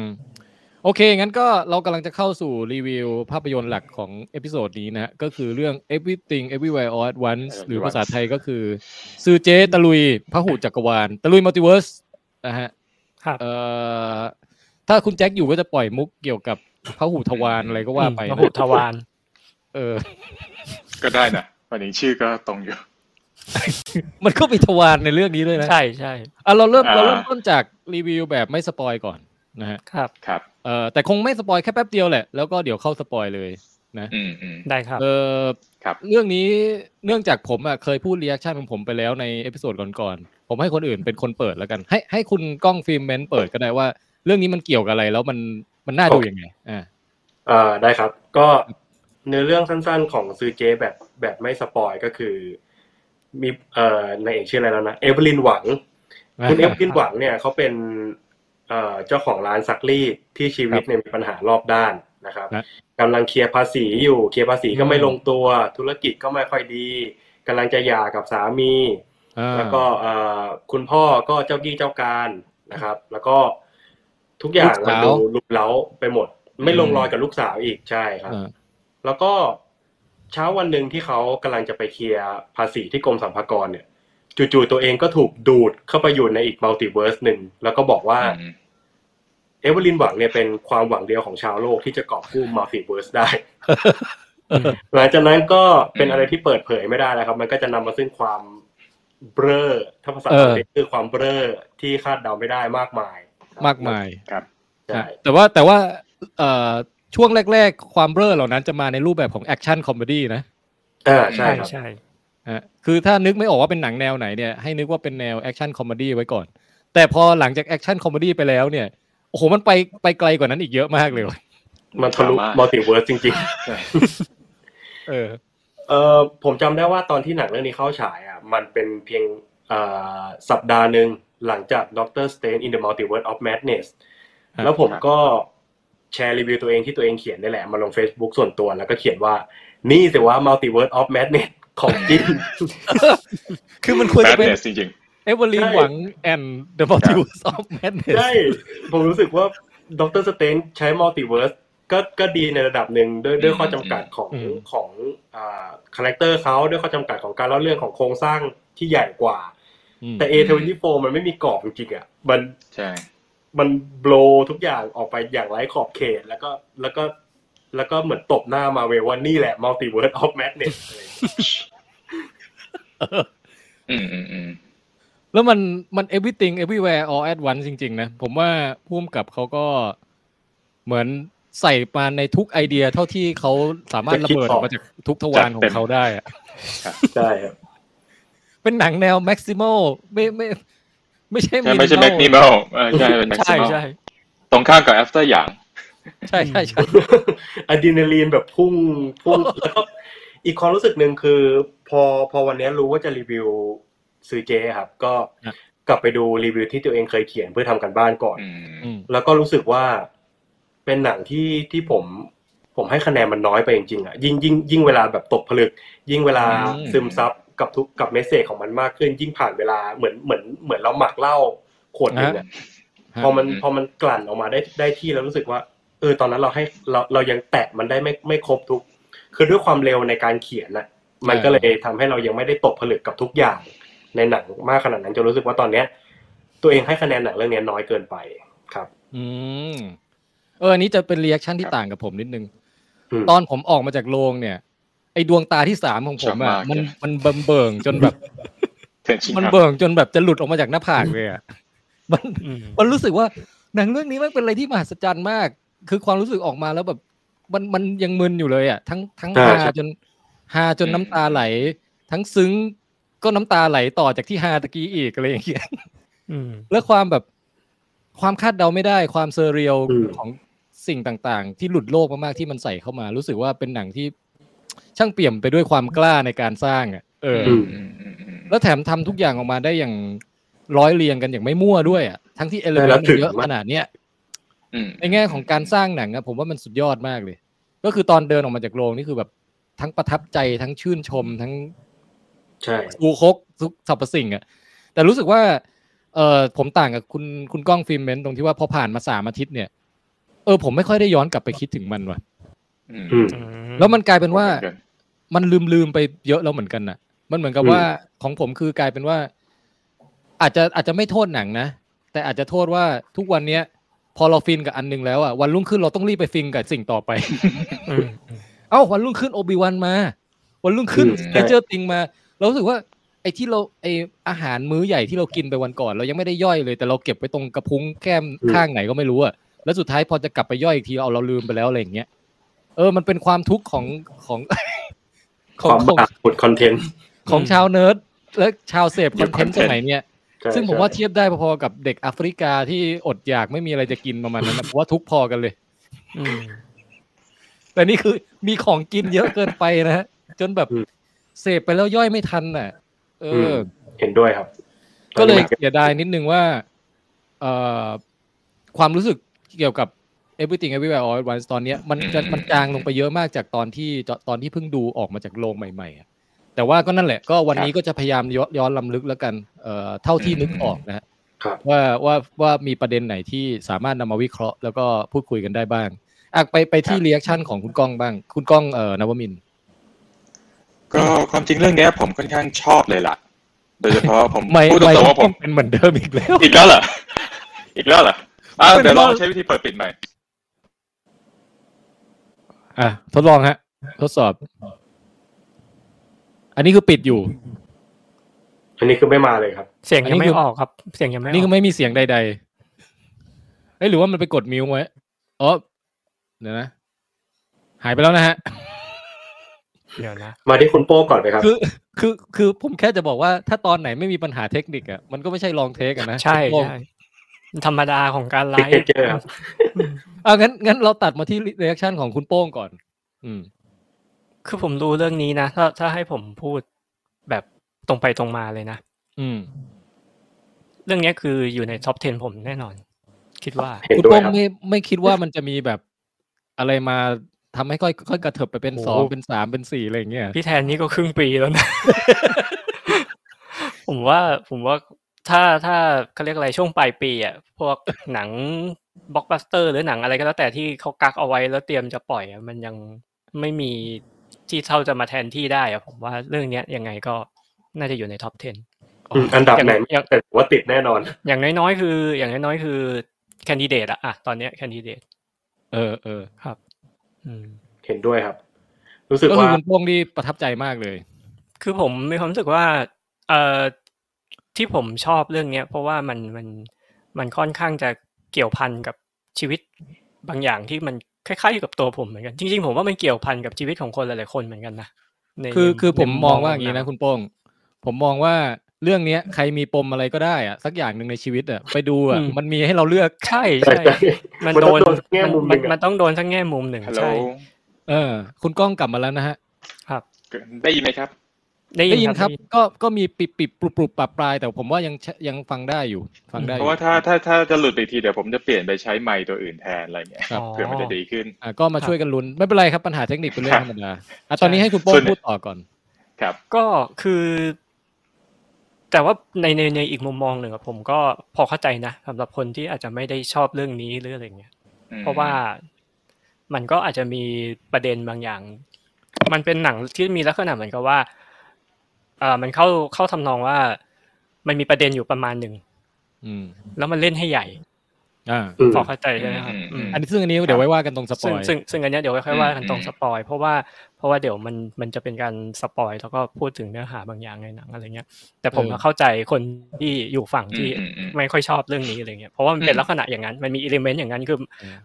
B: โอเค งั้นก็เรากำลังจะเข้าสู่รีวิวภาพยนตร์หลักของเอพิโซดนี้นะฮะก็คือเรื่อง Everything Everywhere All at Once หรือภาษาไทยก็คือซือเจตะลุยพหูจักรวาลตะลุยมัลติเวิร์สนะฮะ
C: ครับ
B: เอ่อถ้าคุณแจ็คอยู่ก็จะปล่อยมุกเกี่ยวกับพระหูทวารอะไรก็ว่าไป
C: อืม
B: นะ
C: มหุทวาร
B: เออ
E: ก็ได้นะวันนี้ชื่อก็ตรงอยู่
B: มันก็มีทวารในเรื่องนี้ด้วยนะ
C: ใช่ใช่
B: อ่ะเราเริ่ม
E: อ่า
B: เราเริ่มต้นจากรีวิวแบบไม่สปอยก่อนนะฮะ
C: ครับ
E: ครับ
B: เอ่อแต่คงไม่สปอยแค่แป๊บเดียวแหละ แล้วก็เดี๋ยวเข้าสปอยเลย
E: อืมอืม
C: ได้ครับ
B: เออ
E: ครับ
B: เรื่องนี้เนื่องจากผมอ่ะเคยพูดรีแอคชั่นของผมไปแล้วในเอพิโซดก่อนๆผมให้คนอื่นเป็นคนเปิดแล้วกัน ให้ให้คุณกล้องฟิล์มเมนต์เปิดก็ได้ว่า เรื่องนี้มันเกี่ยวกับอะไรแล้วมันมันน่าดูยังไงอ่า
D: อ่าได้ครับก็เนื้อเรื่องสั้นๆของซือเจแบบแบบไม่สปอยก็คือ มีเอ่อนายเอกชื่ออะไรแล้วนะเอเวลินหวัง คุณเอเว ลินหวังเนี่ยเขาเป็นเอ่อเจ้าของร้านซักรีดที่ชีวิตเนี่ยมีปัญหารอบด้านนะครับ
B: นะ
D: กำลังเคลียร์ภาษีอยู่เคลียร์ภาษีก็ไม่
B: อืม
D: ลงตัว ธุรกิจก็ไม่ค่อยดีกำลังจะหย่ากับสามี
B: อ่า
D: แล้วก็เอ่อคุณพ่อก็เจ้ากี้เจ้าการนะครับ แล้วก็ทุกอย่างมัน
B: ลู
D: ดู
B: กสาว
D: ลุกเล้าไปหมด ไม่
B: อืม
D: ลงรอยกับลูกสาวอีกใช่ครับ
B: อ่า
D: แล้วก็เช้าวันหนึ่งที่เขากำลังจะไปเคลียร์ภาษีที่กรมสรรพากรเนี่ยจู่ๆตัวเองก็ถูกดูดเข้าไปอยู่ในอีกมัลติเวิร์สหนึ่งแล้วก็บอกว่า
E: อืม
D: เอเวอร์ลินหวังเนี่ยเป็นความหวังเดียวของชาวโลกที่จะกอบกู้มัลติเวิร์สได้ หลังจากนั้นก็เป็นอะไรที่เปิดเผยไม่ได้นะครับ มันก็จะนำมาซึ่งความเบ้อถ้าภาษา
B: เออ
D: อังกฤษคือความเบ้อที่คาดเดาไม่ได้มากมาย
B: มากมาย
D: ใช่
B: แต่ว่าแต่ว่าเอ่อช่วงแรก ๆ ความเบ้อเหล่านั้นจะมาในรูปแบบของแอคชั่นคอมเมดี้นะ
D: อ่าใช่ครับ
C: ใช่
B: ฮะคือถ้านึกไม่ออกว่าเป็นหนังแนวไหนเนี่ยให้นึกว่าเป็นแนวแอคชั่นคอมเมดี้ไว้ก่อน แต่พอหลังจากแอคชั่นคอมเมดี้ไปแล้วเนี่ยโอ้โหมันไปไปไกลกว่านั้นอีกเยอะมากเลยว่ะ
D: มันทะลุมัลติเวิร์สจริง ๆ
B: เออ
D: เออผมจำได้ว่าตอนที่หนังเรื่องนี้เข้าฉายอ่ะมันเป็นเพียงเอ่อสัปดาห์หนึ่งหลังจาก Doctor Strange in the Multiverse of Madness
B: ครับ
D: แล้วผมก็แชร์รีวิวตัวเองที่ตัวเองเขียนนี่แหละมาลง Facebook ส่วนตัวแล้วก็เขียนว่า นี่สิว่า Multiverse of Madness ของ จริง
B: คือมันควร
E: แบ
B: จะ
E: ด
B: เป็น
E: เนสจริง
B: เอเวอร์ลีน
D: ใช่
B: หวังแอนด์เดอะมัลติเวิร์สออฟแมดเนส
D: ได้ ผมรู้สึกว่า Doctor Strange ใช้ Multiverse ก็ก็ดีในระดับหนึ่งด้วยด้วยข้อจำกัดของของคาแรคเตอร์เขาด้วยข้อจำกัดของการเล่าเรื่องของโครงสร้างที่ใหญ่กว่า แต่ A24 มันไม่มีกรอบจริงๆอ่ะ มัน
E: ๆ ใช่
D: มันโบลทุกอย่างออกไปอย่างไร้ขอบเขต แล้วก็ แล้วก็ แล้วก็เหมือนตบหน้ามาเวลว่านี่แหละ Multiverse of Madness อะไรอย่างเงี้ย
E: อืมอืมอืม
B: แล้วมันมัน everything everywhere all at once จริง ๆ นะ ผมว่าพ่วมกับเขาก็เหมือนใส่มาในทุกไอเดียเท่าที่เขาสามารถระเบิดออกมาจากทุกทวารของเขาได้อะ
D: ใช่ครับ
B: เป็นหนังแนว maximal ไม่ไม่ไม่ใช่
E: ใช่ไม่ใช่
B: minimal
E: แม็กนิมอลใช่เป็นแม็ก
C: ใช่
E: นิมอล
C: ใช่
E: ตรงข้ามกับ after อย่าง
B: ใช่ใช่ใช่
D: อะดรีนาลีนแบบพุ่งพุ่ง แล้วก็อีกความรู้สึกหนึ่งคือ พอพอวันนี้รู้ว่าจะรีวิวซื้อเจครับ ก็กลับไปดูรีวิวที่ตัวเองเคยเขียนเพื่อทำกันบ้านก่อน
E: อืม
B: อืม
D: แล้วก็รู้สึกว่าเป็นหนังที่ที่ผมผมให้คะแนนมันน้อยไปจริงๆอ่ะยิ่งยิ่งยิ่งเวลาแบบตกผลึก ยิ่งเวลาซึมซับกับทุกกับเมสเซจของมันมากขึ้น ยิ่งผ่านเวลาเหมือนเหมือนเหมือนเราหมักเหล้าขวดหนึงอ่ะ
B: ฮะ
D: พอมันพอมันกลั่นออกมาได้ได้ที่แล้วรู้สึกว่า เออตอนนั้นเราให้เราเรายังแตะมันได้ไม่ไม่ครบทุก คือด้วยความเร็วในการเขียนน่ะ มันก็เลยทำให้เรายังไม่ได้ตกผลึกกับทุกอย่าง ในหนังมากขนาดนั้นจนรู้สึกว่าตอนเนี้ย ตัวเองให้คะแนนหนังเรื่องเนี้ยน้อยเกินไปครับ
B: อืมเอออันนี้จะเป็น reaction ที่ต่างกับผมนิดนึง
D: อืม
B: ตอนผมออกมาจากโรงเนี่ย ไอ้ดวงตาที่สามของผม
E: ชอบ
B: อ่ะ
E: มาก
B: มัน
E: เลย
B: มันเบิ่มเบิ่งจนแบบ
E: เทรนชิ่ง
B: มัน
E: ครับ
B: เบิ่งจนแบบจะหลุดออกมาจากหน้าผากเลยอ่ะมัน
C: อืม
B: มันรู้สึกว่าหนังเรื่องนี้มันเป็นอะไรที่มหัศจรรย์มาก คือความรู้สึกออกมาแล้วแบบ มันมันยังมึนอยู่เลยอ่ะทั้งทั้ง
D: ใช่
B: ฮา
D: ใช่
B: จนฮาจนน้ำตาไหล ทั้งซึ้งก็น้ำตาไหลต่อจากที่ฮาตะกี้อีกอะไรอย่างเงี้ย
C: อืม
B: แล้วความแบบความคาดเดาไม่ได้ความเซอร์เรียล
D: อืม
B: ของสิ่งต่างๆ ที่หลุดโลกมากๆที่มันใส่เข้ามา รู้สึกว่าเป็นหนังที่ช่างเปี่ยมไปด้วยความกล้าในการสร้างอ่ะเอออ
E: อืมอืมอืมอืม
B: แล้วแถมทำทุกอย่างออกมาได้อย่างร้อยเรียงกันอย่างไม่มั่วด้วยอ่ะทั้งที่เอล
D: ใช่
B: เม
D: แล้
B: น
D: ว
B: ต์
D: ถึง
B: เยอะ
D: มาก
B: ขนาดเนี้ย
E: อืม
B: ในแง่ของการสร้างหนังอะผมว่ามันสุดยอดมากเลย ก็คือตอนเดินออกมาจากโรงนี่คือแบบทั้งประทับใจทั้งชื่นชมทั้ง
D: ใช่
B: ซูคกทุกสรรพสิ่งอ่ะแต่รู้สึกว่าเออผมต่างกับคุณคุณก้องฟิล์มเมนต์ตรงที่ว่าพอผ่านมาสามอาทิตย์เนี่ยเออผมไม่ค่อยได้ย้อนกลับไปคิดถึงมันว่ะ
E: อืม
D: อืม
B: แล้วมันกลายเป็นว่า
E: เกิน
B: มันลืมลืมๆไปเยอะแล้วเหมือนกันน่ะ มันเหมือนกับ
D: อืม
B: ว่าของผมคือกลายเป็นว่า อาจจะอาจจะไม่โทษหนังนะ แต่อาจจะโทษว่าทุกวันเนี้ย พอเราฟินกับอันหนึงแล้วอ่ะวันรุ่งขึ้นเราต้องรีบไปฟินกับสิ่งต่อไป
C: อืม
B: เอ้าวันรุ่งขึ้นโอบิวันมา วันรุ่งขึ้น
D: อืม
B: ส
D: ใช่
B: เตเจอร์ติงมา เรารู้สึกว่าไอ้ที่เราไอ้อาหารมื้อใหญ่ที่เรากินไปวันก่อน เรายังไม่ได้ย่อยเลย แต่เราเก็บไว้ตรงกระพุ้งแก้มข้างไหนก็ไม่รู้อะแล้วสุดท้ายพอจะกลับไปย่อยอีกทีเอาเราลืมไปแล้วอะไรอย่างเงี้ยเออมันเป็นความทุกข์ของของ
D: ความบากบุดคอนเทนต์
B: ของ
C: อืม
B: ชาวเนิร์ดและชาวเสพคอนเทนต์ส
E: content
B: มัยเนี้ย
D: ใช่
B: ซึ่งผมว่า
D: ใช่
B: เทียบได้พอๆกับเด็กแอฟริกาที่อดอยากไม่มีอะไรจะกินประมาณนั้นนะ ผมว่าทุกข์พอกันเลย
C: อืม
B: แต่นี่คือมีของกินเยอะเกินไปนะฮะจนแบบเสพไปแล้วย่อยไม่ทันน่ะ เอออ
D: เห็นด้วยครับ
B: ก็เลยเสียดายนิดนึงว่าเอ่อความรู้สึกเกี่ยวกับ Everything Everywhere All at Once ตอนเนี้ยมันจะ
E: อืม
B: มันจางลงไปเยอะมากจากตอนที่ตอนที่เพิ่งดูออกมาจากโรงใหม่ๆอะแต่ว่าก็นั่นแหละ ก็วันนี้ก็จะพยายามย้อนย้อนลำลึกแล้วกันเอ่อเท่าที่นึกออกนะฮะ
D: ครับ
B: ว่าว่าว่ามีประเด็นไหนที่สามารถนำมาวิเคราะห์แล้วก็พูดคุยกันได้บ้างอ่ะไปไปที่รีแอคชั่นของคุณก้องบ้าง คุณก้องเอ่อนวมินทร์
E: ก็ความจริงเรื่องเนี้ยผมค่อนข้างชอบเลยล่ะ โดยเฉพาะผม
B: ไม่
E: พูดตร
B: ไม่
E: งๆว่าผ
B: ต้อ
E: ม
B: งเป็นเหมือนเดิมอีกแล้ว
E: อีกแล้วเหรอ อีกแล้วเหรออ้าว
B: เป็น
E: เดี๋ยวลอง
B: ว่า
E: ใช้วิธีเปิดปิดใหม่
B: อ่ะทดลองฮะ ทดสอบ อันนี้คือปิดอยู่
D: อันนี้คือไม่มาเลยครับ
C: เสียง
B: อัน
C: ยัง
B: นี้
C: ไม่
B: คือ
C: ออกครับ เสียงยังไม่อ
B: นี่
C: อ
B: ก็
C: ก
B: ไม่มีเสียงใดๆเอ้ยหรือว่ามันไปกดมิวไว้อ๋อเดี๋ยวนะ หายไปแล้วนะฮะ
C: เดี๋ยวนะ
D: มาที่คุณโป้ก่อนเลยครับ
B: คือ คือ คือผมแค่จะบอกว่า ถ้าตอนไหนไม่มีปัญหาเทคนิคอะมันก็ไม่ใช่ลองเทคอะนะ
C: ใช่
B: ผม
C: ใช่ธรรมดาของการไลฟ์
D: Signature ครับ
B: เอางั้น งั้นเราตัดมาที่เรีแอคชั่นของคุณโป้งก่อน อืม
C: คือผมดูเรื่องนี้นะถ้าถ้าให้ผมพูดแบบตรงไปตรงมาเลยนะ
B: อืม
C: เรื่องเนี้ยคืออยู่ในท็อป 10 ผมแน่นอน คิดว่า
D: เห็น
B: คุณ
D: ด้ว
B: โป้
D: ย
B: ง
D: ครับ
B: ไม่ ไม่คิดว่ามันจะมีแบบ อะไรมาทำให้ค่อยค่อยกระเถิบไปเป็น
C: โอ้
B: สอง เป็นสาม เป็นสี่อะไรอย่างเงี้ย
C: พี่แทนนี่ก็ครึ่งปีแล้วนะ ผมว่าผมว่าถ้าถ้าเขาเรียกอะไรช่วงปลายปีอ่ะพวก หนังบล็อกบัสเตอร์หรือหนังอะไรก็แล้วแต่ที่เขากักเอาไว้แล้วเตรียมจะปล่อยอะมันยังไม่มีที่เท่าจะมาแทนที่ได้อะผมว่าเรื่องเนี้ยยังไงก็น่าจะอยู่ในท็อป 10
D: อืมอันดับไหน
C: อย่าง
D: แต่ว่าติดแน่นอน
C: อย่างน้อยๆคือ อย่างน้อยๆคือแคนดิเดตอะอะตอนเนี้ยแคนดิเดต
B: เออเออ
C: อืม
D: เห็นด้วยครับ รู้สึก
B: ก็คือ
D: ว่า
B: คุณโป้งนี่ประทับใจมากเลย
C: คือผมมีความรู้สึกว่าเอ่อที่ผมชอบเรื่องเนี้ย เพราะว่ามันมันมันค่อนข้างจะเกี่ยวพันกับชีวิตบางอย่างที่มันคล้ายๆกับตัวผมเหมือนกัน จริง ๆ ผมว่ามันเกี่ยวพันกับชีวิตของคนหลายๆคนเหมือนกันนะใน
B: คือ
C: ใน
B: คือผม
C: ใน
B: มองว่าอย่างนี้นะ
C: ข
B: คุณโป้ง ผมมองว่าเรื่องเนี้ยใครมีปมอะไรก็ได้อะสักอย่างหนึ่งในชีวิตอะไปดูอะมันมีให้เราเลือก
C: ใช่ใช่มันโดน
D: มันต้องโดนสักแง่มุมหนึ่
C: มัน
D: งอะ
C: มันต้องโดนทั้งแง่มุมหนึ่ง
E: ฮัลโหล
C: ใช่
B: เออ คุณก้องกลับมาแล้วนะฮะ
C: ครับ
E: ได้ยินไหมครับ
C: ได้
B: ได้ยินครับ
C: ได้ยิน
B: ก็ก็มีปิดปิดปลุบปลุบปรับปลายแต่ผมว่ายังยังฟังได้อยู่ ฟังได้อ
E: เพ
B: ยู่
E: ราะว่าถ้าถ้าถ้าจะหลุดไปทีเดี๋ยวผมจะเปลี่ยนไปใช้ไมค์ตัวอื่นแทนอะไรเงี้ย
B: ครับ
C: อ๋อ
E: เผื่อมันจะดีขึ้น
B: อ่ะก็มาช่วยกันลุ้นไม่เป็นไรครับปัญหาเทคนิคเป็นเรื่อง
E: ค
B: ธ
E: รั
B: ร
E: บ
B: รมดาอ่ะตอนนี้ให้คุณโป้
E: ส่
B: ง
E: วน
B: พูดต่อก่อน
E: ครับ
C: ก็คือ แต่ว่าในในในอีกมุมมองหนึ่งอะผมก็พอเข้าใจนะสำหรับคนที่อาจจะไม่ได้ชอบเรื่องนี้หรืออะไรเงี้ย
E: อืม
C: เพราะว่ามันก็อาจจะมีประเด็นบางอย่าง มันเป็นหนังที่มีลักษณะเหมือนกับว่าเอ่อมันเข้าเข้าทำนองว่า มันมีประเด็นอยู่ประมาณหนึ่ง
B: อืม
C: แล้วมันเล่นให้ใหญ่
B: อ่า
D: อืม
C: พอเข้าใจใช่ไหมครับ
E: อืม
C: อืม
B: อันนี้ซึ่งอันนี้เดี๋ยวไว้ว่ากันตรงสป
C: ซึ่
B: อง ย
C: ซึ่งซึ่งอันเนี้ยเดี๋ยวค่อยๆว่ากันตรง
E: อืม
C: สปอยเพราะว่าเพราะว่าเดี๋ยวมันมันจะเป็นการสปอยแล้วก็พูดถึงเนื้อหาบางอย่างในหนังอะไรเงี้ย แต่ผม
B: เออ
C: ก็เข้าใจคนที่อยู่ฝั่งที่
E: อืมอืมอืม
C: ไม่ค่อยชอบเรื่องนี้อะไรเงี้ยเพราะว่ามันเป็น
E: อืม
C: ลักษณะอย่างนั้นมันมีอิเลเมนต์อย่างนั้นคือ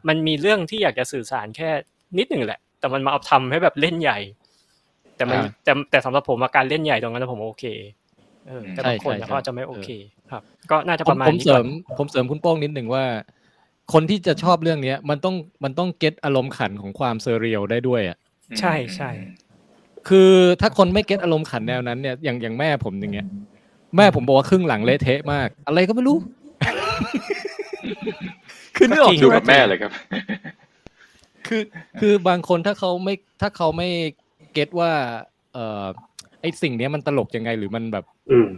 C: มันมีเรื่องที่อยากจะสื่อสารแค่นิดหนึ่งแหละ แต่มันมาเอาทำให้แบบเล่นใหญ่ แต่มัน
B: อ่า
C: แต่แต่สำหรับผมอะการเล่นใหญ่ตรงนั้นอะผมโอเคเออแต่บางคน
B: ใช่ใช่
C: เขาอาจจะไม่
B: ใช่
C: โอเค ครับ ก็น่าจะ
B: ผม
C: ประมาณ
B: ผม
C: นี้
B: เสริ
C: ก่อน
B: มผมเสริมคุณโป้งนิดหนึ่งว่า คนที่จะชอบเรื่องเนี้ยมันต้องมันต้องเก็ตอารมณ์ขันของความเซเรียลได้ด้วยอ่ะ
C: ใช่ใช่
B: คือถ้าคนไม่เก็ตอารมณ์ขันแนวนั้นเนี่ยอย่างอย่างแม่ผมอย่างเงี้ย แม่ผมบอกว่าครึ่งหลังเละเทะมาก อะไรก็ไม่รู้ คือนึกออก
E: ดู
B: ใช่ไหม
E: กับแม่เลยครับ
B: คือคือบางคนถ้าเขาไม่ถ้าเขาไม่เก็ตว่า เออไอสิ่งเนี้ยมันตลกยังไงหรือมันแบบ
D: อืม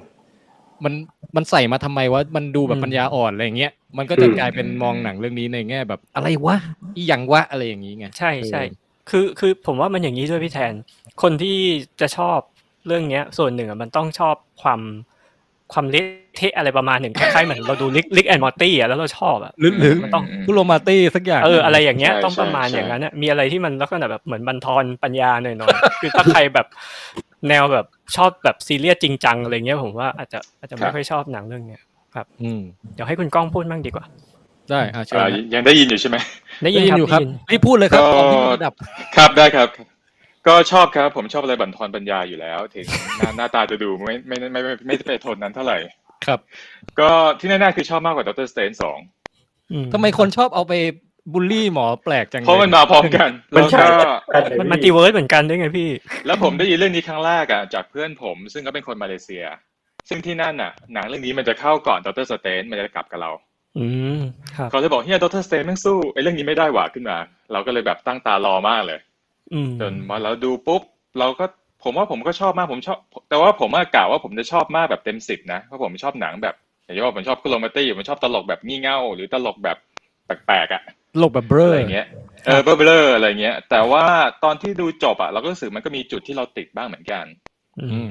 B: มันมันใส่มาทำไมวะมันดูแบบปัญญาอ่อนอะไรอย่างเงี้ยมันก็จะ
D: อืม
B: กลายเป็นมองหนังเรื่องนี้ในแง่แบบ อะไรวะอีหยังวะอะไรอย่างงี้ไง
C: ใช่ใช่
B: เออ
C: คือคือผมว่ามันอย่างนี้ด้วยพี่แทน คนที่จะชอบเรื่องเนี้ย ส่วนหนึ่งอะมันต้องชอบความความเละเทะอะไรประมาณหนึ่งคล้ายๆเหมือนเราดูลิกลิกแอนมอร์ตี้อะแล้วเราชอบอะ
B: หรือหรือ
C: มันต้อง
B: ผู้โรมาตี้สักอย่าง
C: เอออะไรอย่างเงี้ย
E: ใช่
C: ต้องประมาณ
E: ใช่
C: อย่างนั้นน่ะมีอะไรที่มันลักษณะแบบเหมือนบันทอนปัญญาหน่อยๆ คือถ้าใครแบบแนวแบบชอบแบบซีเรียสจริงจังอะไรเงี้ยผมว่าอาจจะอาจจะไม่ค่อยชอบหนังเรื่องเนี้ย
B: อืม
C: เดี๋ยวให้คุณก้องพูดบ้างดีกว่า
B: ได้อ่ะเชิญ
E: อ่ายังได้ยินอยู่ใช่ไหม
C: ได้
B: ได้
C: ยิน
B: ยิน
C: ครั
B: อ
C: บ
B: ยู่ครับ
C: ได้ยิน
B: รีบพูดเลยครับ
E: ก็
B: ของที่มันระดับ
E: ครับได้ครับ ก็ชอบครับ ผมชอบอะไรบั่นทอนปัญญาอยู่แล้ว ถึงหน้า หน้าตาจะดูไม่ไม่ไม่ไม่ไม่ไม่ไปโทนนั้นเท่าไหร่
B: ครับ
E: ก็ที่แน่ๆคือชอบมากกว่าดรสเตนสอง
C: อื
B: ทำไมคนชอบเอาไปบูลลี่หมอแปลกจังลย
E: เพราะมันมาพร้อม กัน แล้วก็
C: มันมันตีเวิร์สเหมือนกันด้วยไงพี่
E: แล้วผมได้ยินเรื่องนี้ครั้งแรกอ่ะจากเพื่อนผม ซึ่งก็เป็นคนมาเลเซีย ซึ่งที่นั่นน่ะ หนังเรื่องนี้มันจะเข้าก่อนดรสเตนมันจะกลับกับเรา
C: อืมครับ
E: เขาจะบอกเฮียดรสเตนแม่งสู้ไอ้เรื่องนี้ไม่ได้หว่าขึ้นมา เราก็เลยแบบตั้งตารอมากเลย
C: อืม
E: จนมาเราดูปุ๊บ เราก็ผมว่าผมก็ชอบมากผมชอบ แต่ว่าผมอะกล่าวว่าผมจะชอบมากแบบเต็มสิบนะเพราะผมชอบหนังแบบอย่างที่ว่าผมชอบคุโรมาตี้ผมชอบตลกแบบงี่เง่าหรือตลกแบบแปลกๆอะ
B: หลบแบบเบลอ
E: อะไร
B: อ
E: เงี้ยเออเบลอๆอะไรเงี้ย แต่ว่าตอนที่ดูจบอะเราก็รู้สึกมันก็มีจุดที่เราติดบ้างเหมือนกัน
C: อื
B: อืม
C: ม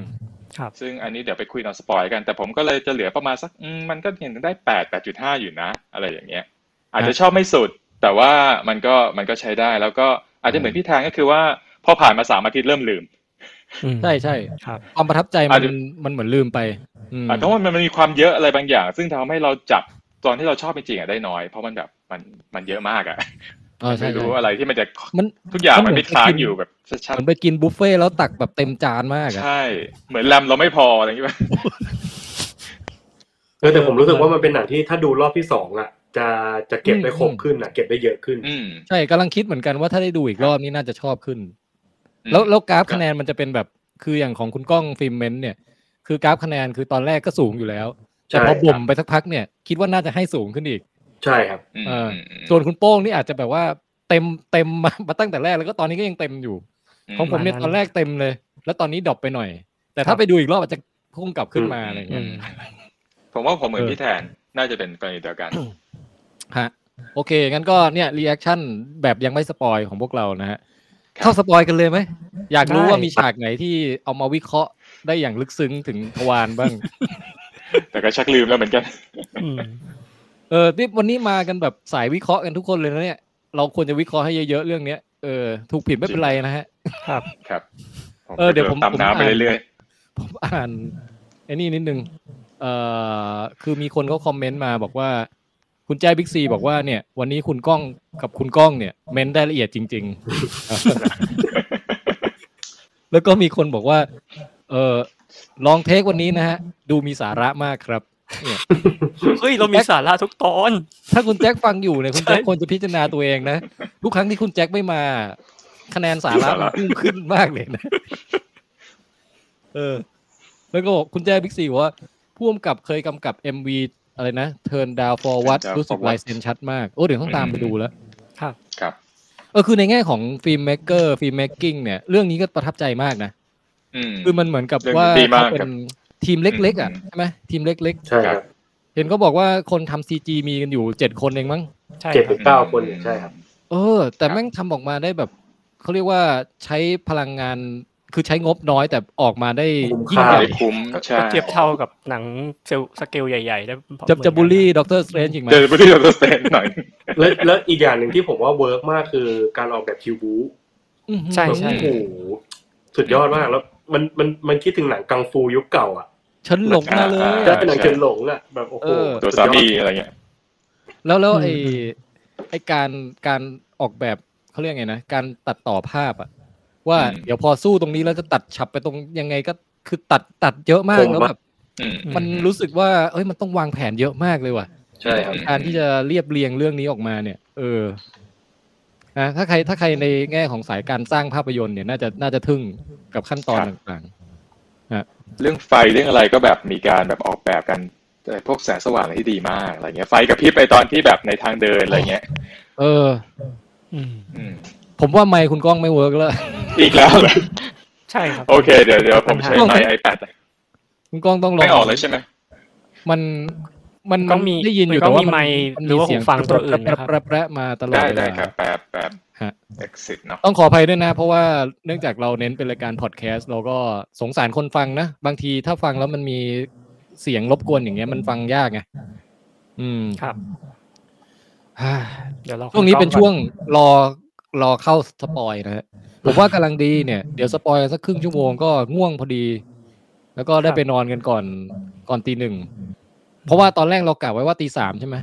C: ครับ
E: ซึ่งอันนี้เดี๋ยวไปคุยนอนสปอยกัน แต่ผมก็เลยจะเหลือประมาณสักอืมมันก็ยังได้แปดแปดจุดห้าอยู่นะ อะไรอย่างเงี้ย อาจจะชอบไม่สุด แต่ว่ามันก็มันก็ใช้ได้แล้วก็อาจจะเหมือนพี่ทางก็คือว่าพอผ่านมาสามอาทิตย์เริ่มลืม
C: อืม
B: ใช่ใช่
C: ครับ
B: ความประทับใจมั
E: อ่ะ
B: น
E: เดี๋ยว
B: มันเหมือนลืมไปอืม
E: อ่ะเพราะว่ามันมันมีความเยอะอะไรบางอย่าง ซึ่งทำให้เราจับตอนที่เราชอบจริงๆอ่ะได้น้อย เพราะมันแบบมันมันเยอะมากอ่ะ
B: อ่าใช่
E: ไม่
B: ใช่
E: รู้อะไรที่มันจะ
B: มัน
E: ทุกอย่าง
B: มั
E: มันน
B: เหมื
E: ไม่
B: อน
E: ค้าง
B: กิน
E: อยู่แบบชัด
B: เหมือนไปกินบุฟเฟ่ต์แล้วตักแบบเต็มจานมาก
E: ๆ
B: อะ
E: ใช่ เหมือนแรมเราไม่พออะไรอย่างเงี้ย
D: เออแต่ผมรู้สึกว่ามันเป็นหนังที่ถ้าดูรอบที่สองอ่ะ จะจะเก็บได้ครบ
B: อืม
D: ขึ้นอ่ะ เก็บได้เยอะขึ้น
E: อืม
B: ใช่กำลังคิดเหมือนกันว่าถ้าได้ดูอีกรอบนี้น่าจะชอบขึ้น
E: อืม
B: แล้วแล้วกราฟ
E: ครับ
B: คะแนนมันจะเป็นแบบคืออย่างของคุณก้องฟิล์มเมนต์เนี่ย คือกราฟคะแนนคือตอนแรกก็สูงอยู่แล้ว แต่
D: ใช่
B: พอบ่ม
D: ครับ
B: ไปสักพักเนี่ย คิดว่าน่าจะให้สูงขึ้นอีก
D: ใช่ครับ
E: อืม
B: เออ
E: ม
B: ส่วนคุณโป้งนี่อาจจะแบบว่าเต็มเต็มมา มาตั้งแต่แรกแล้วก็ตอนนี้ก็ยังเต็มอยู่
E: ม
B: ของผมเนี่ย
C: ประ
B: ตอ
C: มาณ
B: น
C: นั้
B: แร
C: น
B: กเต็มเลย แล้วตอนนี้ดรอปไปหน่อย แต่
C: ครั
B: ถ้า
C: บ
B: ไปดูอีกรอบอาจจะพุ่งกลับขึ้นมาอะไร
C: อื
B: เงี้ย
C: ม
E: ผมว่าผมเหมือนพี่แทนน่าจะเป็นกรณีเดียวกัน
B: ฮะโอเค งั้นก็เนี่ยรีแอคชั่นแบบยังไม่สปอยของพวกเรานะฮะ
E: ครับ
B: เข้าสปอยกันเลยไหมอยากรู้
C: ได้
B: ว่ามีฉากไหนที่เอามาวิเคราะห์ได้อย่างลึกซึ้งถึงทวารบ้าง
E: แต่ก็ชักลืมแล้วเหมือนกัน
C: อืม
B: เออนี่วันนี้มากันแบบสายวิเคราะห์กันทุกคนเลยนะเนี่ย เราควรจะวิเคราะห์ให้เยอะๆเรื่องเนี้ย เออ ถูกผิดไม่เป็นไรนะฮะ
C: ครับ
E: ครับ
B: เออเดี๋ยวผม
E: ตามน้ำไป
B: ผมอ่าน
E: เรื่อย
B: ผมอ่านไอ้นี่นิดนึง เอ่อ คือมีคนเขาคอมเมนต์มาบอกว่า คุณแจ้บิ๊กซีบอกว่าเนี่ย วันนี้คุณก้องกับคุณก้องเนี่ย เม้นได้ละเอียดจริง ๆ แล้วก็มีคนบอกว่า เออลองเทควันนี้นะฮะ ดูมีสาระมากครับ
C: เฮ้ยเรามีสาระทุกตอน
B: ถ้าคุณแจ็คฟังอยู่เนี่ยคุณแจ็ค
C: ใช่
B: ควรจะพิจารณาตัวเองนะทุกครั้งที่คุณแจ็คไม่มา คะแนนสาระมันพุ่งขึ้นมากเลยนะเออ แล้วก็บอกคุณแจ็คบิ๊กซีบอกว่าพ่วมกับเคยกำกับ MV อะไรนะ Turn Down For What รู้สึกลายเซ็นชัดมาก โอ้ เดี๋ยวต้องตามไปดูแล้ว
E: ๆครับ
B: เออ คือในแง่ของฟิล์มเมกเกอร์ฟิล์มเมกกิ้งเนี่ย เรื่องนี้ก็ประทับใจมากนะ
E: อืม
B: คือมันเหมือนกับ
E: เรื่องนี้
B: ว่า
E: ดีมาก
B: เขาเป็
E: ครั
B: น
E: บ
B: ทีมเล็ก ๆ อ่ะ
E: อืม
B: ใช่ไหมทีมเล็ก
D: ใช่ครับ
B: ๆ เห็นก็บอกว่าคนทำซีจีมีกันอยู่เจ็ดคนเองมั้ง
C: ใช่
D: เจ็ด
C: ค
D: ถึ
C: รับ
D: งเก้าคนเนี่ยใช่ครับ
B: เออ แต่
E: ครับ
B: แม่งทำออกมาได้แบบเขาเรียกว่าใช้พลังงาน คือใช้งบน้อยแต่ออกมาได้
D: คุ้ม
B: ยิ่ง
D: ค่า
B: ใหญ่
E: ได้คุ้ม
C: ก็
E: ใช่
C: ก็เทียบเท่ากับหนังเซลล์สเกลใหญ่ๆได้พอ
B: จะ
C: เหมือนกั
B: จะ
C: น
B: บูลลี่ด็อกเตอร์สเตรนจริงไหม
E: เจอไปที่เราต้องเซนหน่อย
D: แล้วแล้วอีกอย่างหนึ่งที่ผมว่าเวิร์กมากคือการออกแบบคิวบู
B: อืม
C: ใช่ใช่
D: โอ้โหสุดยอดมากแล้วมันมันมันคิดถึงหนังกังฟูยุคเก่าอ่ะ
B: ฉันหลงมาเลย
E: ใช่
D: ได้เป็นหนังเจนหลงอ่ะแบบโอ้โห
B: เออ
E: ตัว
D: ด
E: สาย
D: อด
E: มีอะไรเงี้ย
B: แล้วแล้วไอ
C: อืม
B: ไอการการออกแบบเขาเรียกไงนะ การตัดต่อภาพอะว่า
E: อืม
B: เดี๋ยวพอสู้ตรงนี้แล้วจะตัดฉับไปตรงยังไงก็คือตัดตัดเยอะมาก
D: ผมว่า
B: แล้วแบบ
E: อืม
B: มันรู้สึกว่าเอ้ยมันต้องวางแผนเยอะมากเลยว่ะ
D: ใช่ครับ
B: การที่จะเรียบเรียงเรื่องนี้ออกมาเนี่ย เออนะถ้าใครถ้าใครในแง่ของสายการสร้างภาพยนตร์เนี่ยน่าจะน่าจะทึ่งกับขั้นตอนต่าง
E: เรื่องไฟเรื่องอะไรก็แบบมีการแบบออกแบบกันแต่พวกแสงสว่างอะไรที่ดีมากอะไรเงี้ยไฟกับพริบไปตอนที่แบบในทางเดินอะไรเงี้ย
B: ๆ เออ
C: อืม
E: อืม
B: ผมว่าไมค์คุณกล้องไม่เวิร์กแล้ว
E: อีกแล้วเหรอ
C: ใช่ครับ
E: โอเคเดี๋ยวเดี๋ยวผมใช้ไมค์ไอแพด
B: คุณกล้องต้องลอง
E: ไม่ออกเลยใช่ไหม
B: มันมัน
C: ก็มี
B: ได้ยินอยู่
C: มันก็
B: แต่ว่า
C: มีไมค์
B: น
C: หรือว่าหูฟังตัวอื่น
B: แปร
C: นะครับ
B: แปรแปรมาตลอด
E: ได้
B: เวลา
E: ได้ครับแปบแปบ
B: ฮะ
E: exit เนาะ
B: ต้องขออภัยด้วยนะ เพราะว่าเนื่องจากเราเน้นเป็นรายการพอดแคสต์เราก็สงสารคนฟังนะ บางทีถ้าฟังแล้วมันมีเสียงรบกวนอย่างเงี้ยมันฟังยากไงอืม
C: ครับ เดี๋ยวเรา
B: ช่วงนี้เป็นช่วง
C: ก่อ
B: รอรอเข้าสปอยนะฮะผมว่ากำลังดีเนี่ย เดี๋ยวสปอยกันสักครึ่งชั่วโมงก็ง่วงพอดี แล้วก็ได้ไปนอนกันก่อนก่อนตีหนึ่ง เพราะว่าตอนแรกเรากะไว้ว่าตีสามใช่ไหม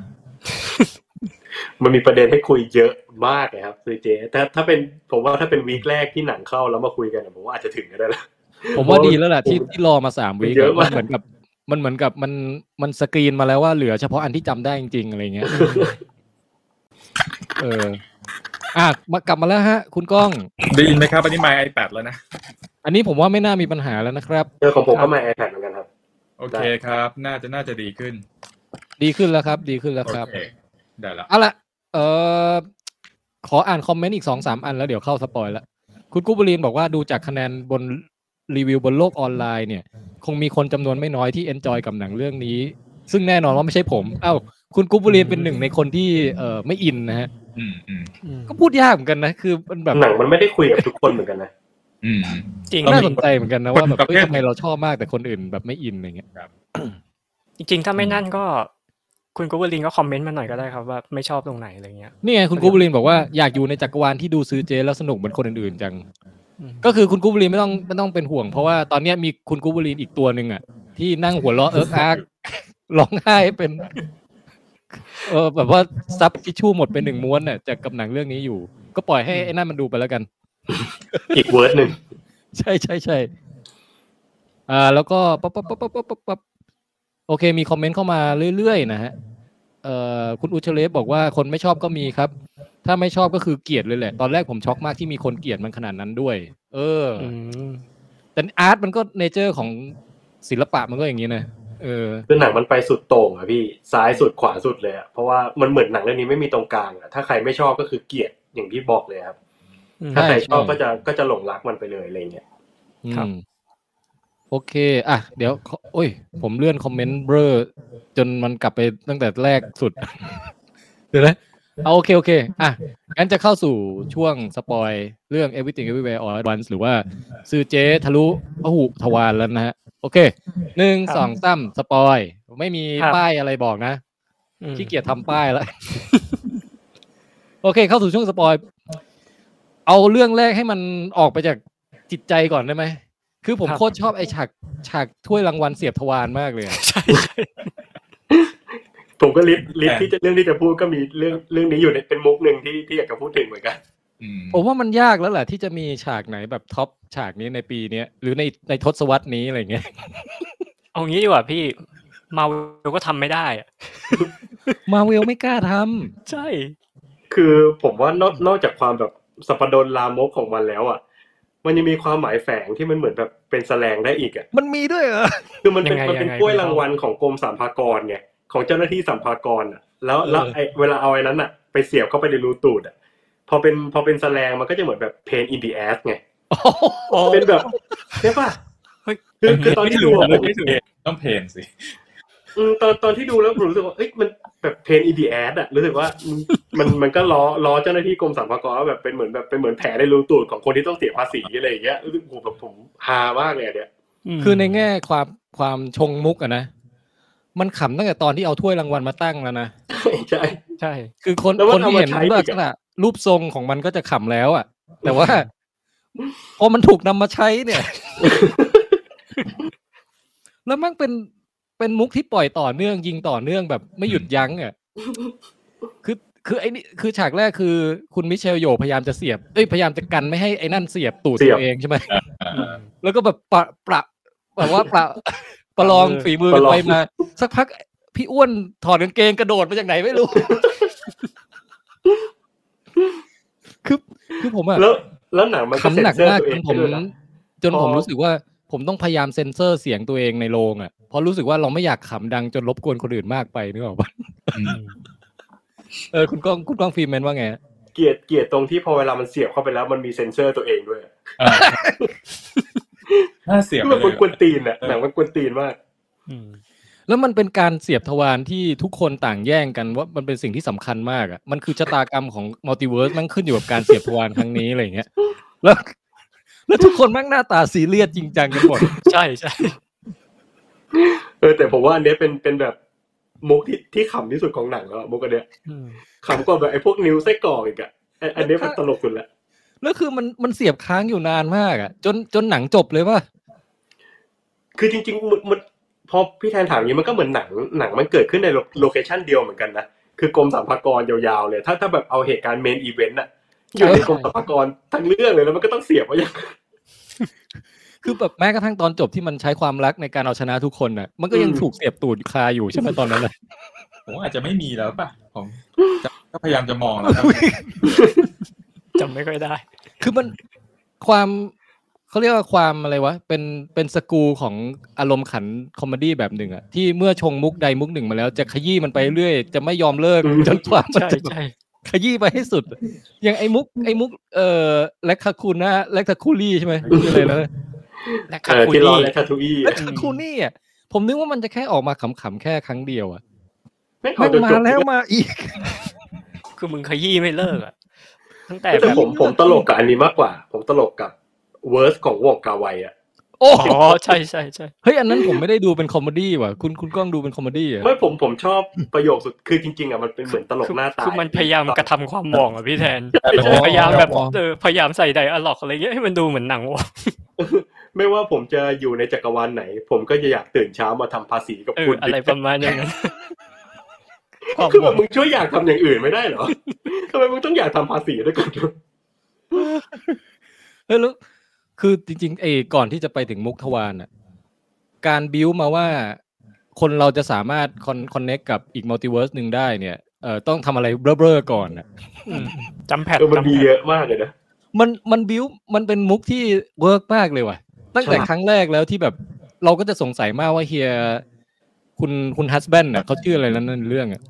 D: มันมีประเด็นให้คุยเยอะมากเลยครับซีเจถ้าถ้าเป็นผมว่าถ้าเป็นวีคแรกที่หนังเข้าแล้วมาคุยกันอะผมว่าอาจจะถึงก็ได้ละ
B: ผมว่าดีแล้วแหละที่ที่รอมาสามวีค
D: เยอะ
B: มั
D: มาน ก
B: เหมือนกับมันเหมือนกับมันมันสกรีนมาแล้วว่าเหลือเฉพาะอันที่จำได้จริงๆอะไรเงี้ยเอออ่ะมากลับมาแล้วฮะ คุณก้อง
F: ได้ยินไหมครับ อันนี้ไมค์ไอแปดแล้วนะ
B: อันนี้ผมว่าไม่น่ามีปัญหาแล้วนะครับ
D: เรื่องของผมก็มา iPad เหมือนกันครับ
F: โอเคครับ น่าจะน่าจะดีขึ้น
B: ดีขึ้นแล้วครับ ดีขึ้นแล้ว
F: โอ
B: ครับ
F: เค ได้ละ
B: เอาละเออขออ่านคอมเมนต์อีกสองสามอันแล้วเดี๋ยวเข้าสปอยละคุณกุบลีนบอกว่าดูจากคะแนนบนรีวิวบนโลกออนไลน์เนี่ย คงมีคนจำนวนไม่น้อยที่เอนจอยกับหนังเรื่องนี้ ซึ่งแน่นอนว่าไม่ใช่ผม เอ้า คุณกุบลีนเป็นหนึ่งในคนที่เออไม่อินนะฮะ
F: อืมอืม
C: อืม
B: ก็พูดยากเหมือนกันนะ คือมันแบบ
D: หนังมันไม่ได้คุยกับทุกคนเหมือนกันนะ
F: อืม
C: จริง
F: ต้อ
B: น่า
F: มี
B: สนใจเหมือนกันนะว่าแบบ
F: คนประ
B: เอ้
F: เภท
B: ยทำไมเราชอบมากแต่คนอื่นแบบไม่อินอะไรเงี้ย
C: จริงๆ ถ้าไม่นั่นก็ คุณกูเบลินก็คอมเมนต์มาหน่อยก็ได้ครับว่าไม่ชอบตรงไหนอะไรเงี้ย
B: นี่ไงคุณกุบลีนบอกว่าอยากอยู่ในจักรวาลที่ดูซื้อเจแล้วสนุกเหมือนคนอื่นๆจัง
C: อืม
B: ก็คือคุณกูบลีนไม่ต้องไม่ต้องเป็นห่วง เพราะว่าตอนเนี้ยมีคุณกูบลีนอีกตัวหนึ่งอ่ะ ที่นั่งหัวเราะเอิร์กอาร์ก ร้องไห้เป็น เออแบบว่าซับทิชชู่หมดเป็นหนึ่งม้วนน่ะจากกับหนังเรื่องนี้อยู่ ก็ปล่อยให้ไอ้นั่นมันดูไปแล้วกัน
D: อีกเวิร์ดหนึ่ง
B: ใช่ใช่ใช่อ่า แล้วก็ปั๊บปั๊บปั๊บปั๊บปั๊บปั๊บปั๊บโอเค มีคอมเมนต์เข้ามาเรื่อยๆนะฮะเอ่อคุณอุชเลฟบอกว่าคนไม่ชอบก็มีครับ ถ้าไม่ชอบก็คือเกลียดเลยแหละ ตอนแรกผมช็อกมากที่มีคนเกลียดมันขนาดนั้นด้วย เอออ
C: อืม
B: แต่อาร์ตมันก็เนเจอร์ของศิลปะมันก็อย่างนี้นะเออ
D: คือหนังมันไปสุดโต่งอะพี่ ซ้ายสุดขวาสุดเลยอะเพราะว่ามันเหมือนหนังเรื่องนี้ไม่มีตรงกลางอะถ้าใครไม่ชอบก็คือเกลียดอย่างที่บอกเลยครับ
C: อืม
D: ถ้าใครชอบ
B: ใช่
D: ก็จะก็จะหลงรักมันไปเลยอะไรเงี้ย
C: ครับ
B: อืมโอเค อ่ะ เดี๋ยวขอโอ้ย ผมเลื่อนคอมเมนต์เบลอจนมันกลับไปตั้งแต่แรกสุด เดี๋ยวนะเอาโอเค โอเค อ่ะ งั้นจะเข้าสู่ช่วงสปอยเรื่อง everything everywhere all at once หรือว่าซือเจทะลุพหุทวารแล้วนะฮะ โอเคหนึ่ง
C: ครับ
B: สองสามสปอย ไม่มี
C: ครับ
B: ป้ายอะไรบอกนะ
C: อืม
B: ขี้เกียจทำป้ายแล้ว โอเค เข้าสู่ช่วงสปอยเอาเรื่องแรกให้มันออกไปจากจิตใจก่อนได้ไหม คือผมโคตรชอบไอฉากฉากถ้วยรางวัลเสียบทวารมากเลยอะ
C: ใช่ใช่
D: ผมก็ลิสต์ลิสต์ที่จะเรื่องที่จะพูดก็มีเรื่องเรื่องนี้อยู่ในเป็นมุกหนึ่งที่ที่อยากจะพูดถึงเหมือนกัน
F: อืม
B: ผมว่ามันยากแล้วแหละที่จะมีฉากไหนแบบท็อปฉากนี้ในปีเนี้ยหรือในในทศวรรษนี้อะไรเงี้ย
C: เอางี้ดีกว่าพี่มาเวลก็ทำไม่ได้อะ
B: มาเวลไม่กล้าทำ
C: ใช่
D: คือผมว่านอกนอกจากความแบบสัปดนลามกของมันแล้วอ่ะ มันยังมีความหมายแฝงที่มันเหมือนแบบเป็นแสลงได้อีกอ่ะ
B: มันมีด้วยเหรอ
D: คือมันเป็นมันเป็นกล้วยรางวัลของกรมสรรพากรไงของเจ้าหน้าที่สรรพากรอ่ะ แล้วแล้วไอเวลาเอาไอ้นั้นอ่ะ ไปเสียบเข้าไปในรูตูดอ่ะพอเป็นพอเป็นแสลงมันก็จะเหมือนแบบเพนอินดีแอสไง
C: โอ้
D: เป็นแบบ ใช่ป่ะ
C: เฮ้ย
D: คือคือตอนที่ดูอะ
F: ไม่ถูกไม่ถูกต้องเพนสิ
D: อืมตอนตอนที่ดูแล้วผมรู้สึกว่าเอ้ยมัน แบบเพนอีดีแอดอะรู้สึกว่า มันมันมันก็ล้อล้อเจ้าหน้าที่กรมสรรพากรว่าแบบเป็นเหมือนแบบเป็นเหมือนแผลในรูตูดของคนที่ต้องเสียภาษีอะไรอย่างเงี้ยรู้สึกโอ้โหแบบผมฮามากเลยอะเนี่ย
C: ม
B: คือในแง่ความความชงมุกอะนะ มันขำตั้งแต่ตอนที่เอาถ้วยรางวัลมาตั้งแล้วนะ
D: ใช่
C: ใช่
B: คือคน
D: แล้วมั
B: คน น
D: เอา
B: ที่
D: มา
B: เห็น
D: ใช้อีกอะ
B: ลักษณะรูปทรงของมันก็จะขำแล้วอ่ะ แต่ว่า พอมันถูกนำมาใช้เนี่ย แล้วมันเป็นเป็นมุกที่ปล่อยต่อเนื่อง ยิงต่อเนื่องแบบไม่หยุดยั้งอ่ะคือคือไอ้นี่คือฉากแรกคือ คุณมิเชลโยพยายามจะเสียบเอ้ยพยายามจะกันไม่ให้ไอ้นั่นเสียบตูดตัวเองใช่ไหม
F: อ่า
B: แล้วก็แบบประประแบบว่าประ ประลอง
C: ประลอง
B: ฝีมือ
D: ประลอง
B: ไปมา สักพักพี่อ้วนถอดกางเกงกระโดดมาจากไหนไม่รู้ คือคือผมอะ
D: แล้วแล้วหนังมันก็
B: คำ
D: เซ็
B: ห
D: น
B: นัก
D: เซอร์
B: มาก
D: ตั
B: จ
D: วเอน ง
B: ผม
D: ด้วยนะ
B: จนผม
D: พอ
B: รู้สึกว่า ผมต้องพยายามเซ็นเซอร์เสียงตัวเองในโรงอะเพราะรู้สึกว่าเราไม่อยากขำดังจนรบกวนคนอื่นมากไปนึกออกปะเออคุณกล้องคุณกล้องฟิล์มแมนว่าไงฮะ
D: เกลียดเกลียดตรงที่พอเวลามันเสียบเข้าไปแล้วมันมีเซ็นเซอร์ตัวเองด้วย
F: อ่า น่าเสียบ
D: คือ
F: ไป
D: มัน
F: เลย
D: กวนๆตีนอะหนังมันกวนตีนมาก
C: อืม
B: แล้วมันเป็นการเสียบทวารที่ทุกคนต่างแย่งกันว่ามันเป็นสิ่งที่สำคัญมากอะมันคือชะตากรรมของมัลติเวิร์สมันขึ้นอยู่กับการเสียบทวารครั้งนี้อะไรอย่างเงี้ยแล้ว แล้วทุกคนแม่งหน้าตาซีเรียสจริงจังกันหมด
C: ใช่ใช่
D: เออแต่ผมว่าอันเนี้ยเป็นเป็นแบบมุกที่ที่ขำที่สุดของหนังแล้วอะมุกอันเนี้ย
C: อืม
D: ขำกว่าแบบไอ้พวกนิ้วไส้กรอกอีกอะไอ้อันเนี้ยมันตลกสุดละ
B: แล้วคือมันมันเสียบค้างอยู่นานมากอะจนจนหนังจบเลยว่า
D: คือจริงๆมันมันพอพี่แทนถามอย่างนี้มันก็เหมือนหนังหนังมันเกิดขึ้นในโลโลเคชันเดียวเหมือนกันนะคือกรมสรรพากรยาวๆเลย ถ้าถ้าแบบเอาเหตุการณ์เมนอีเวนต์อะอยู่ในกรมสรรพากรทั้งเรื่องเลยแล้วมันก็ต้องเสียบไว้อย่าง
B: คือแบบแม้กระทั่งตอนจบที่มันใช้ความรักในการเอาชนะทุกคนน่ะ มันก็ยัง
D: อืม
B: ถูกเสียบตูดคาอยู่ใช่ไหมตอนนั้นน่ะ
F: ผมว่าอาจจะไม่มีแล้วป่ะผมจะก็พยายามจะมองแล้วนะ
C: จำไม่ค่อยได้
B: คือมันความเขาเรียกว่าความอะไรวะ เป็นเป็นสกรูของอารมณ์ขันคอมเมดี้แบบหนึ่งอะที่เมื่อชงมุกใดมุกหนึ่งมาแล้ว จะขยี้มันไปเรื่อย จะไม่ยอมเลิก
D: อืม
B: จนกว่ามัน
C: ใช่
B: จะ
C: ใช่
B: ขยี้ไปให้สุด อย่างไอ้มุกไอ้มุกเอ่อแลคคาคูน่าแลคคาคูลี่ใช่ไหมชื่ออะไรนะ
C: และคา
D: เออ
C: คุ
D: ที่รอ
C: นี่
D: และทาทูอี้
B: แลคคาคูนี่อะผมนึกว่ามันจะแค่ออกมาขำๆแค่ครั้งเดียวอะ
D: ไม่งเอา
B: แม่ง
D: จน
B: มา
D: จบ
B: แล้วมาอีก
C: คือมึงขยี้ไม่เลิกอ่ะ ตั้งแต่แบ
D: แต่
C: บ
D: ผมผมตลกกับอันนี้มากกว่า ผมตลกกับเวอร์สของวงกาไวอะ
B: โอ้
C: อ๋อ ใช่ใช่ใช่
B: เฮ้ยอันนั้นผมไม่ได้ดูเป็นคอมเมดี้ว่ะคุณคุณกล้องดูเป็นคอมเมดี้อะ
D: ไม่ผมผมชอบประโยคสุดคือจริงๆอะมันเป็นเหมือนตลก
C: คือ
D: หน้าตาย
C: คือมันพยายามกระทำความหว่องอ่ะพี่แทน
F: แต่ผม
C: พยายามแบบ
F: มอง
C: เออพยายามใส่ไดอะล็อกอะไรเงี้ยให้มันดูเหมือนหนังวะ
D: ไม่ว่าผมจะอยู่ในจักรวาลไหน ผมก็จะอยากตื่นเช้ามาทำภาษีกับ
C: เออ
D: คุณ
C: อะไรประมาณอย่างนั้น
B: ความ
D: คือ
B: ห
D: แบ
B: วั
D: บ
B: ง
D: มึงช่วยอยากทำอย่างอื่นไม่ได้เหรอ ทำไมมึงต้องอยากทำภาษีด้วยกันด้วย
B: เฮ้ยแล้วคือจริงๆเออก่อนที่จะไปถึงมุกทวารน่ะการบิวมาว่าคนเราจะสามารถคอนคอนเน็กกับอีกมัลติเวิร์สหนึ่งได้เนี่ยเอ่อต้องทำอะไรเบ้อๆก่อนน่ะ
C: อืมจำแพด
D: เออมัน
C: จำแพ
D: มี
C: ด
D: เยอะมากเลยนะ
B: มันมันบิวมันเป็นมุกที่เวิร์กมากเลยว่ะ ตั้งแต่
D: ใช่
B: ครั้งแรกแล้วที่แบบเราก็จะสงสัยมากว่าเฮียคุณคุณฮัสแบนน่ะเขาชื่ออะไรนั้นในเรื่องอะ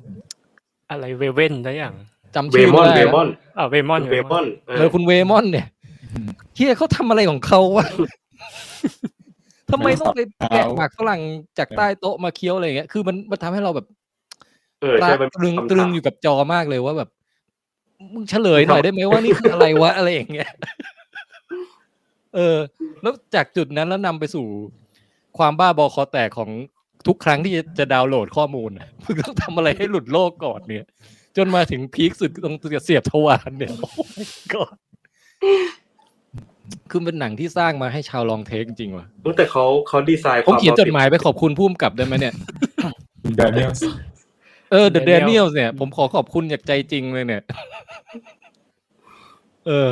C: อะไรเวเว่นได้อย่าง
B: จำ
D: เว
B: ชื่อ
D: มอ
B: ไม่
D: น
B: ได้
D: เวม
B: แล้ว
D: อน
C: อ่าเวมอน
D: เวมอนเอ
B: เอ
D: อ
B: อคุณเวมอนเนี่ยเฮียเขาทำอะไรของเขา วะ ทำไมต้องไปแกะหมากฝรั่งจากใต้โต๊ะมาเคี้ยวอะไรอย่างเงี้ย คือมันมันทำให้เราแบบ
D: เออใช่มัน
B: ตรึง
D: คำถาม
B: ตรึงอยู่กับจอมากเลยว่าแบบ มึงเฉลยหน่อยได้ไหมว่านี่คืออะไรวะ อะไรอย่างเงี้ย เออ แล้วจากจุดนั้นแล้วนำไปสู่ความบ้าบอคอแตกของทุกครั้งที่จะจะดาวน์โหลดข้อมูลอะ มึงต้องทำอะไรให้หลุดโลกก่อนเนี่ย จนมาถึงพีคสุดตรงเสียบทวารเนี่ย โอ้ my god คือเป็นหนังที่สร้างมาให้ชาวลองเทคจริงๆว่ะ
D: เออแต่เขาเขาดีไซน์ค
B: ผม
D: วาม
B: เขียนจดหมายไปขอบคุณผู้กำกับได้ไหมเนี่ย
F: คุณแดเนียล
B: เออ The
C: Daniel
B: Daniels เนี่ย ผมขอขอบคุณจากใจจริงเลยเนี่ย เออ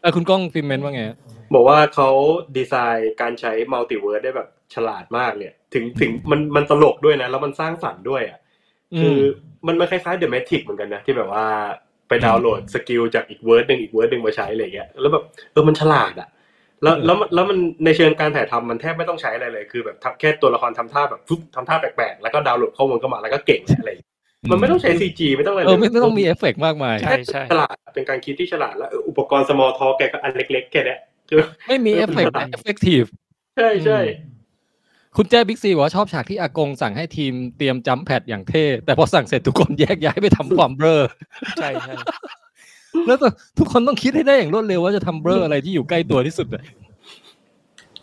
B: เออคุณก้องฟิมเมนต์ว่าไงฮะ
D: บอกว่าเขาดีไซน์การใช้มัลติเวิร์สได้แบบฉลาดมากเนี่ย ถึงถึงมันมันตลกด้วยนะ แล้วมันสร้างสรรค์ด้วยอ่ะคือมันมันคล้ายๆเดอะแมทริกเหมือนกันนะ ที่แบบว่าไปดาวน์โหลดสกิลจากอีกเวิร์ดหนึ่งอีกเวิร์ดหนึ่งมาใช้อะไรเงี้ยแล้วแบบเออมันฉลาดอ่ะ แล้วแล้วมันแล้วมันในเชิงการถ่ายทำมันแทบไม่ต้องใช้อะไรเลย คือแบบทำแค่ตัวละครทำท่าแบบปุ๊บทำท่าแปลกๆ แล้วก็ดาวน์โหลดข้อมูลเข้ามาแล้วก็เก่งอะไรอย่างเงี้ยมันไม่ต้องใช้ซีจีไม่ต้องอะไรล
B: เอย อไม่ไม่ต้องมีเอฟเฟกต์มากมาย
C: ใช่ใช่
D: ฉลาดเป็นการคิดที่ฉลาดแล้วเอออุปกรณ์ small talk แกก็อันเล็กๆแค่เนี้ยคือ
B: ไม่มีเอฟเฟกต์เอฟเฟกตีฟ
D: ใช่ใช่
B: คุณแจ้บิ๊กซีบอกว่าชอบฉากที่อากงสั่งให้ทีมเตรียมจัมป์แพดอย่างเท่ แต่พอสั่งเสร็จทุกคนแยกย้ายไปทำความเบลอ
C: ใช่ใช่
B: แล้วต้องทุกคนต้องคิดให้ได้อย่างรวดเร็วว่าจะทำเบลออะไรที่อยู่ใกล้ตัวที่สุดอะ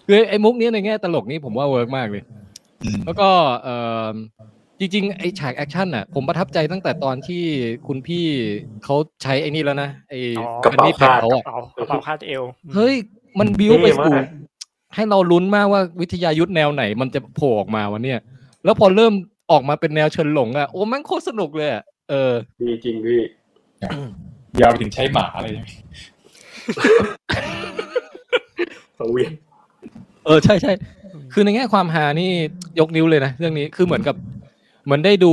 B: คือไอ้มุกเนี้ยในแง่ตลกนี้ผมว่าเวิร์กมากเลย
F: อืม
B: แล้วก็เอิ่มจริงๆไอ้ฉากแอคชั่นอ่ะ ผมประทับใจตั้งแต่ตอนที่คุณพี่เขาใช้ไอ้นี่แล้วนะไอ้
C: อ๋อก
D: ระเป๋า
B: แผ่นเขาอะ
C: เป๋ากระเป๋าคาดเอว
B: เฮ้ย มันบิวไป
D: เท่
B: สู่
D: มาก
B: ให้เราลุ้นมากว่าวิทยายุทธแนวไหน มันจะโผล่ออกมาวันเนี้ยแล้วพอเริ่มออกมาเป็นแนวเชิญหลงอ่ะโอ้แม่งโคตรสนุกเลยอะเออ
D: ดีจริงพี่
F: ยาวไปถึงใช้หมาอะไรอย่างเงี้ย
D: สังเวียน
B: เออใช่ใช่คือในแง่ความหานี่ยกนิ้วเลยนะเรื่องนี้คือเหมือนกับ เหมือนได้ดู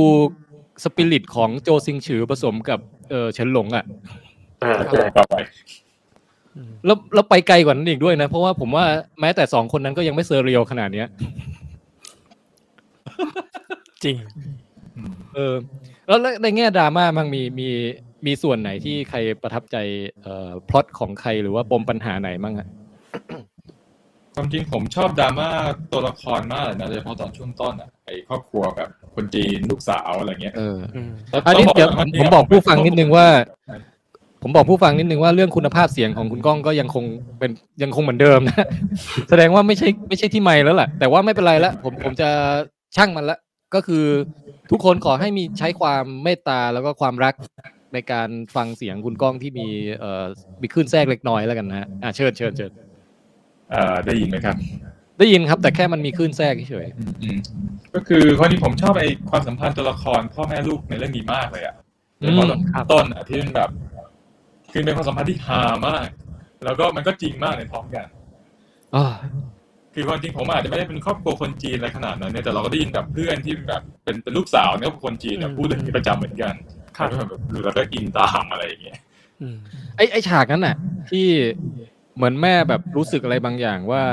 B: สปิริตของโจซิงฉือผสมกับเออเฉินหลงอ่ะ
D: อ่าใช่
F: ต่อไป
C: อืม
B: แล้วแล้วไปไกลกว่านั้นอีกด้วยนะ เพราะว่าผมว่าแม้แต่สองคนนั้นก็ยังไม่เซอร์เรียลขนาดเนี้ย
C: จริง
F: อืม
B: เออแล้วแล้วในแง่ดราม่ามันมีมีมีส่วนไหนที่ใครประทับใจเอ่อพล็อตของใครหรือว่าปมปัญหาไหนมั่งอะ
F: ความจริงผมชอบดราม่าตัวละครมากเลยนะโดยเฉพาะตอนช่วงต้นอ่ะไอครอบครัวแบบคนจีนลูกสาวอะไรเงี้ย
B: เออ
C: อืม
F: แล้ว
B: อันนี้เดี๋ยว
F: ต้ง
B: ผมบอกผู้ฟังนิดนึงว่า ผมบอกผู้ฟังนิดนึงว่าเรื่องคุณภาพเสียงของคุณก้องก็ยังคงเป็นยังคงเหมือนเดิมนะ แสดงว่าไม่ใช่ไม่ใช่ที่ไม่แล้วล่ะ แต่ว่าไม่เป็นไรละผมผมจะช่างมันละ ก็คือทุกคนขอให้มีใช้ความเมตตาแล้วก็ความรักในการฟังเสียงคุณก้องที่มีเอ่อมีขึ้นแทรกเล็กน้อยแล้วกันนะฮะอ่ะเชิญเชิญเชิญ
F: เอ่อได้ยินไหมครับ
B: ได้ยินครับ แต่แค่มันมีขึ้นแทรกเฉย
F: อืมอืมก็คือข้อนี้ผมชอบไอ้ความสัมพันธ์ตัวละครพ่อแม่ลูกในเรื่องนี้มากเลยอ่ะ
B: ๆอื
F: ตอน
B: ม
C: ครับ
F: ต้นอ่ะที่มันแบบคือเป็นความสัมพันธ์ที่ฮามาก แล้วก็มันก็จริงมากในพร้อมกัน
B: อ่า
F: คือความจริงผมอาจจะไม่ได้เป็นครอบครัวคนจีนอะไรขนาดนั้นเนี่ยแต่เราก็ได้ยินแบบเพื่อนที่แบบเป็นเป็นลูกสาวเนี่ยคนจีนเนี่ย
C: อืม
F: พูดเรื่องนี้ประจำเหมือนกัน
C: ครับ
F: แล้วก็แบบเราก็อินตามอะไรอย่างเงี้ย
C: อืม
B: ไอไอฉากนั้นน่ะ ที่เหมือนแม่แบบรู้สึกอะไรบางอย่างว่า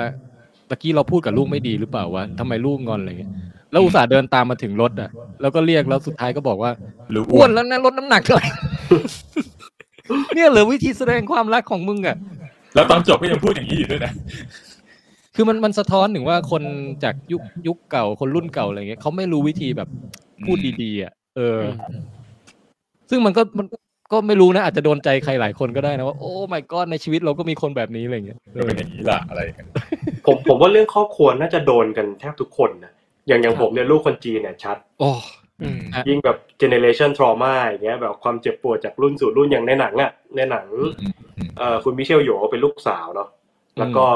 B: ตะกี้เราพูดกับลูกไม่ดีหรือเปล่าวะทำไมลูกงอนอะไรอย่างเงี้ยแล้วอุตส่าห์เดินตามมาถึงรถอ่ะ แล้วก็เรียกแล้วสุดท้ายก็บอกว่า
F: หรืออ้
B: อ้
F: ว
B: วน นแล้วนะลดน้ำหนักเลย เนี่ยเหรอวิธีแสดงความรักของมึงอ่ะ
F: แล้วตอนจบก็ยังพูดอย่างนี้อยู่ด้วยนะ
B: คือมันมันสะท้อนถึงว่าคนจากยุคยุคเก่าคนรุ่นเก่าอะไรเงี้ยเขาไม่รู้วิธีแบบพูดดีๆอ่ะเออ ซึ่งมันก็มันก็ไม่รู้นะ อาจจะโดนใจใครหลายคนก็ได้นะว่าโอ้ my god ในชีวิตเราก็มีคนแบบนี้อะไรเงี้ย
F: ก็เป็นอย่างนี้ล่ะอะไรอย่างเงี้ย
D: ผมผมว่าเรื่องครอบครัวน่าจะโดนกันแทบทุกคนนะอย่างอย่างผมเนี่ยลูกคนจีนเนี่ยชัด
B: โอ้
C: อืม
D: ยิ่งแบบเจเนเรชันทรมาอย่างเงี้ยแบบความเจ็บปวดจากรุ่นสู่รุ่นอย่างในหนังอ่ะในหนังเอ่อคุณมิเชลโยเป็นลูกสาวเนาะแล้วก็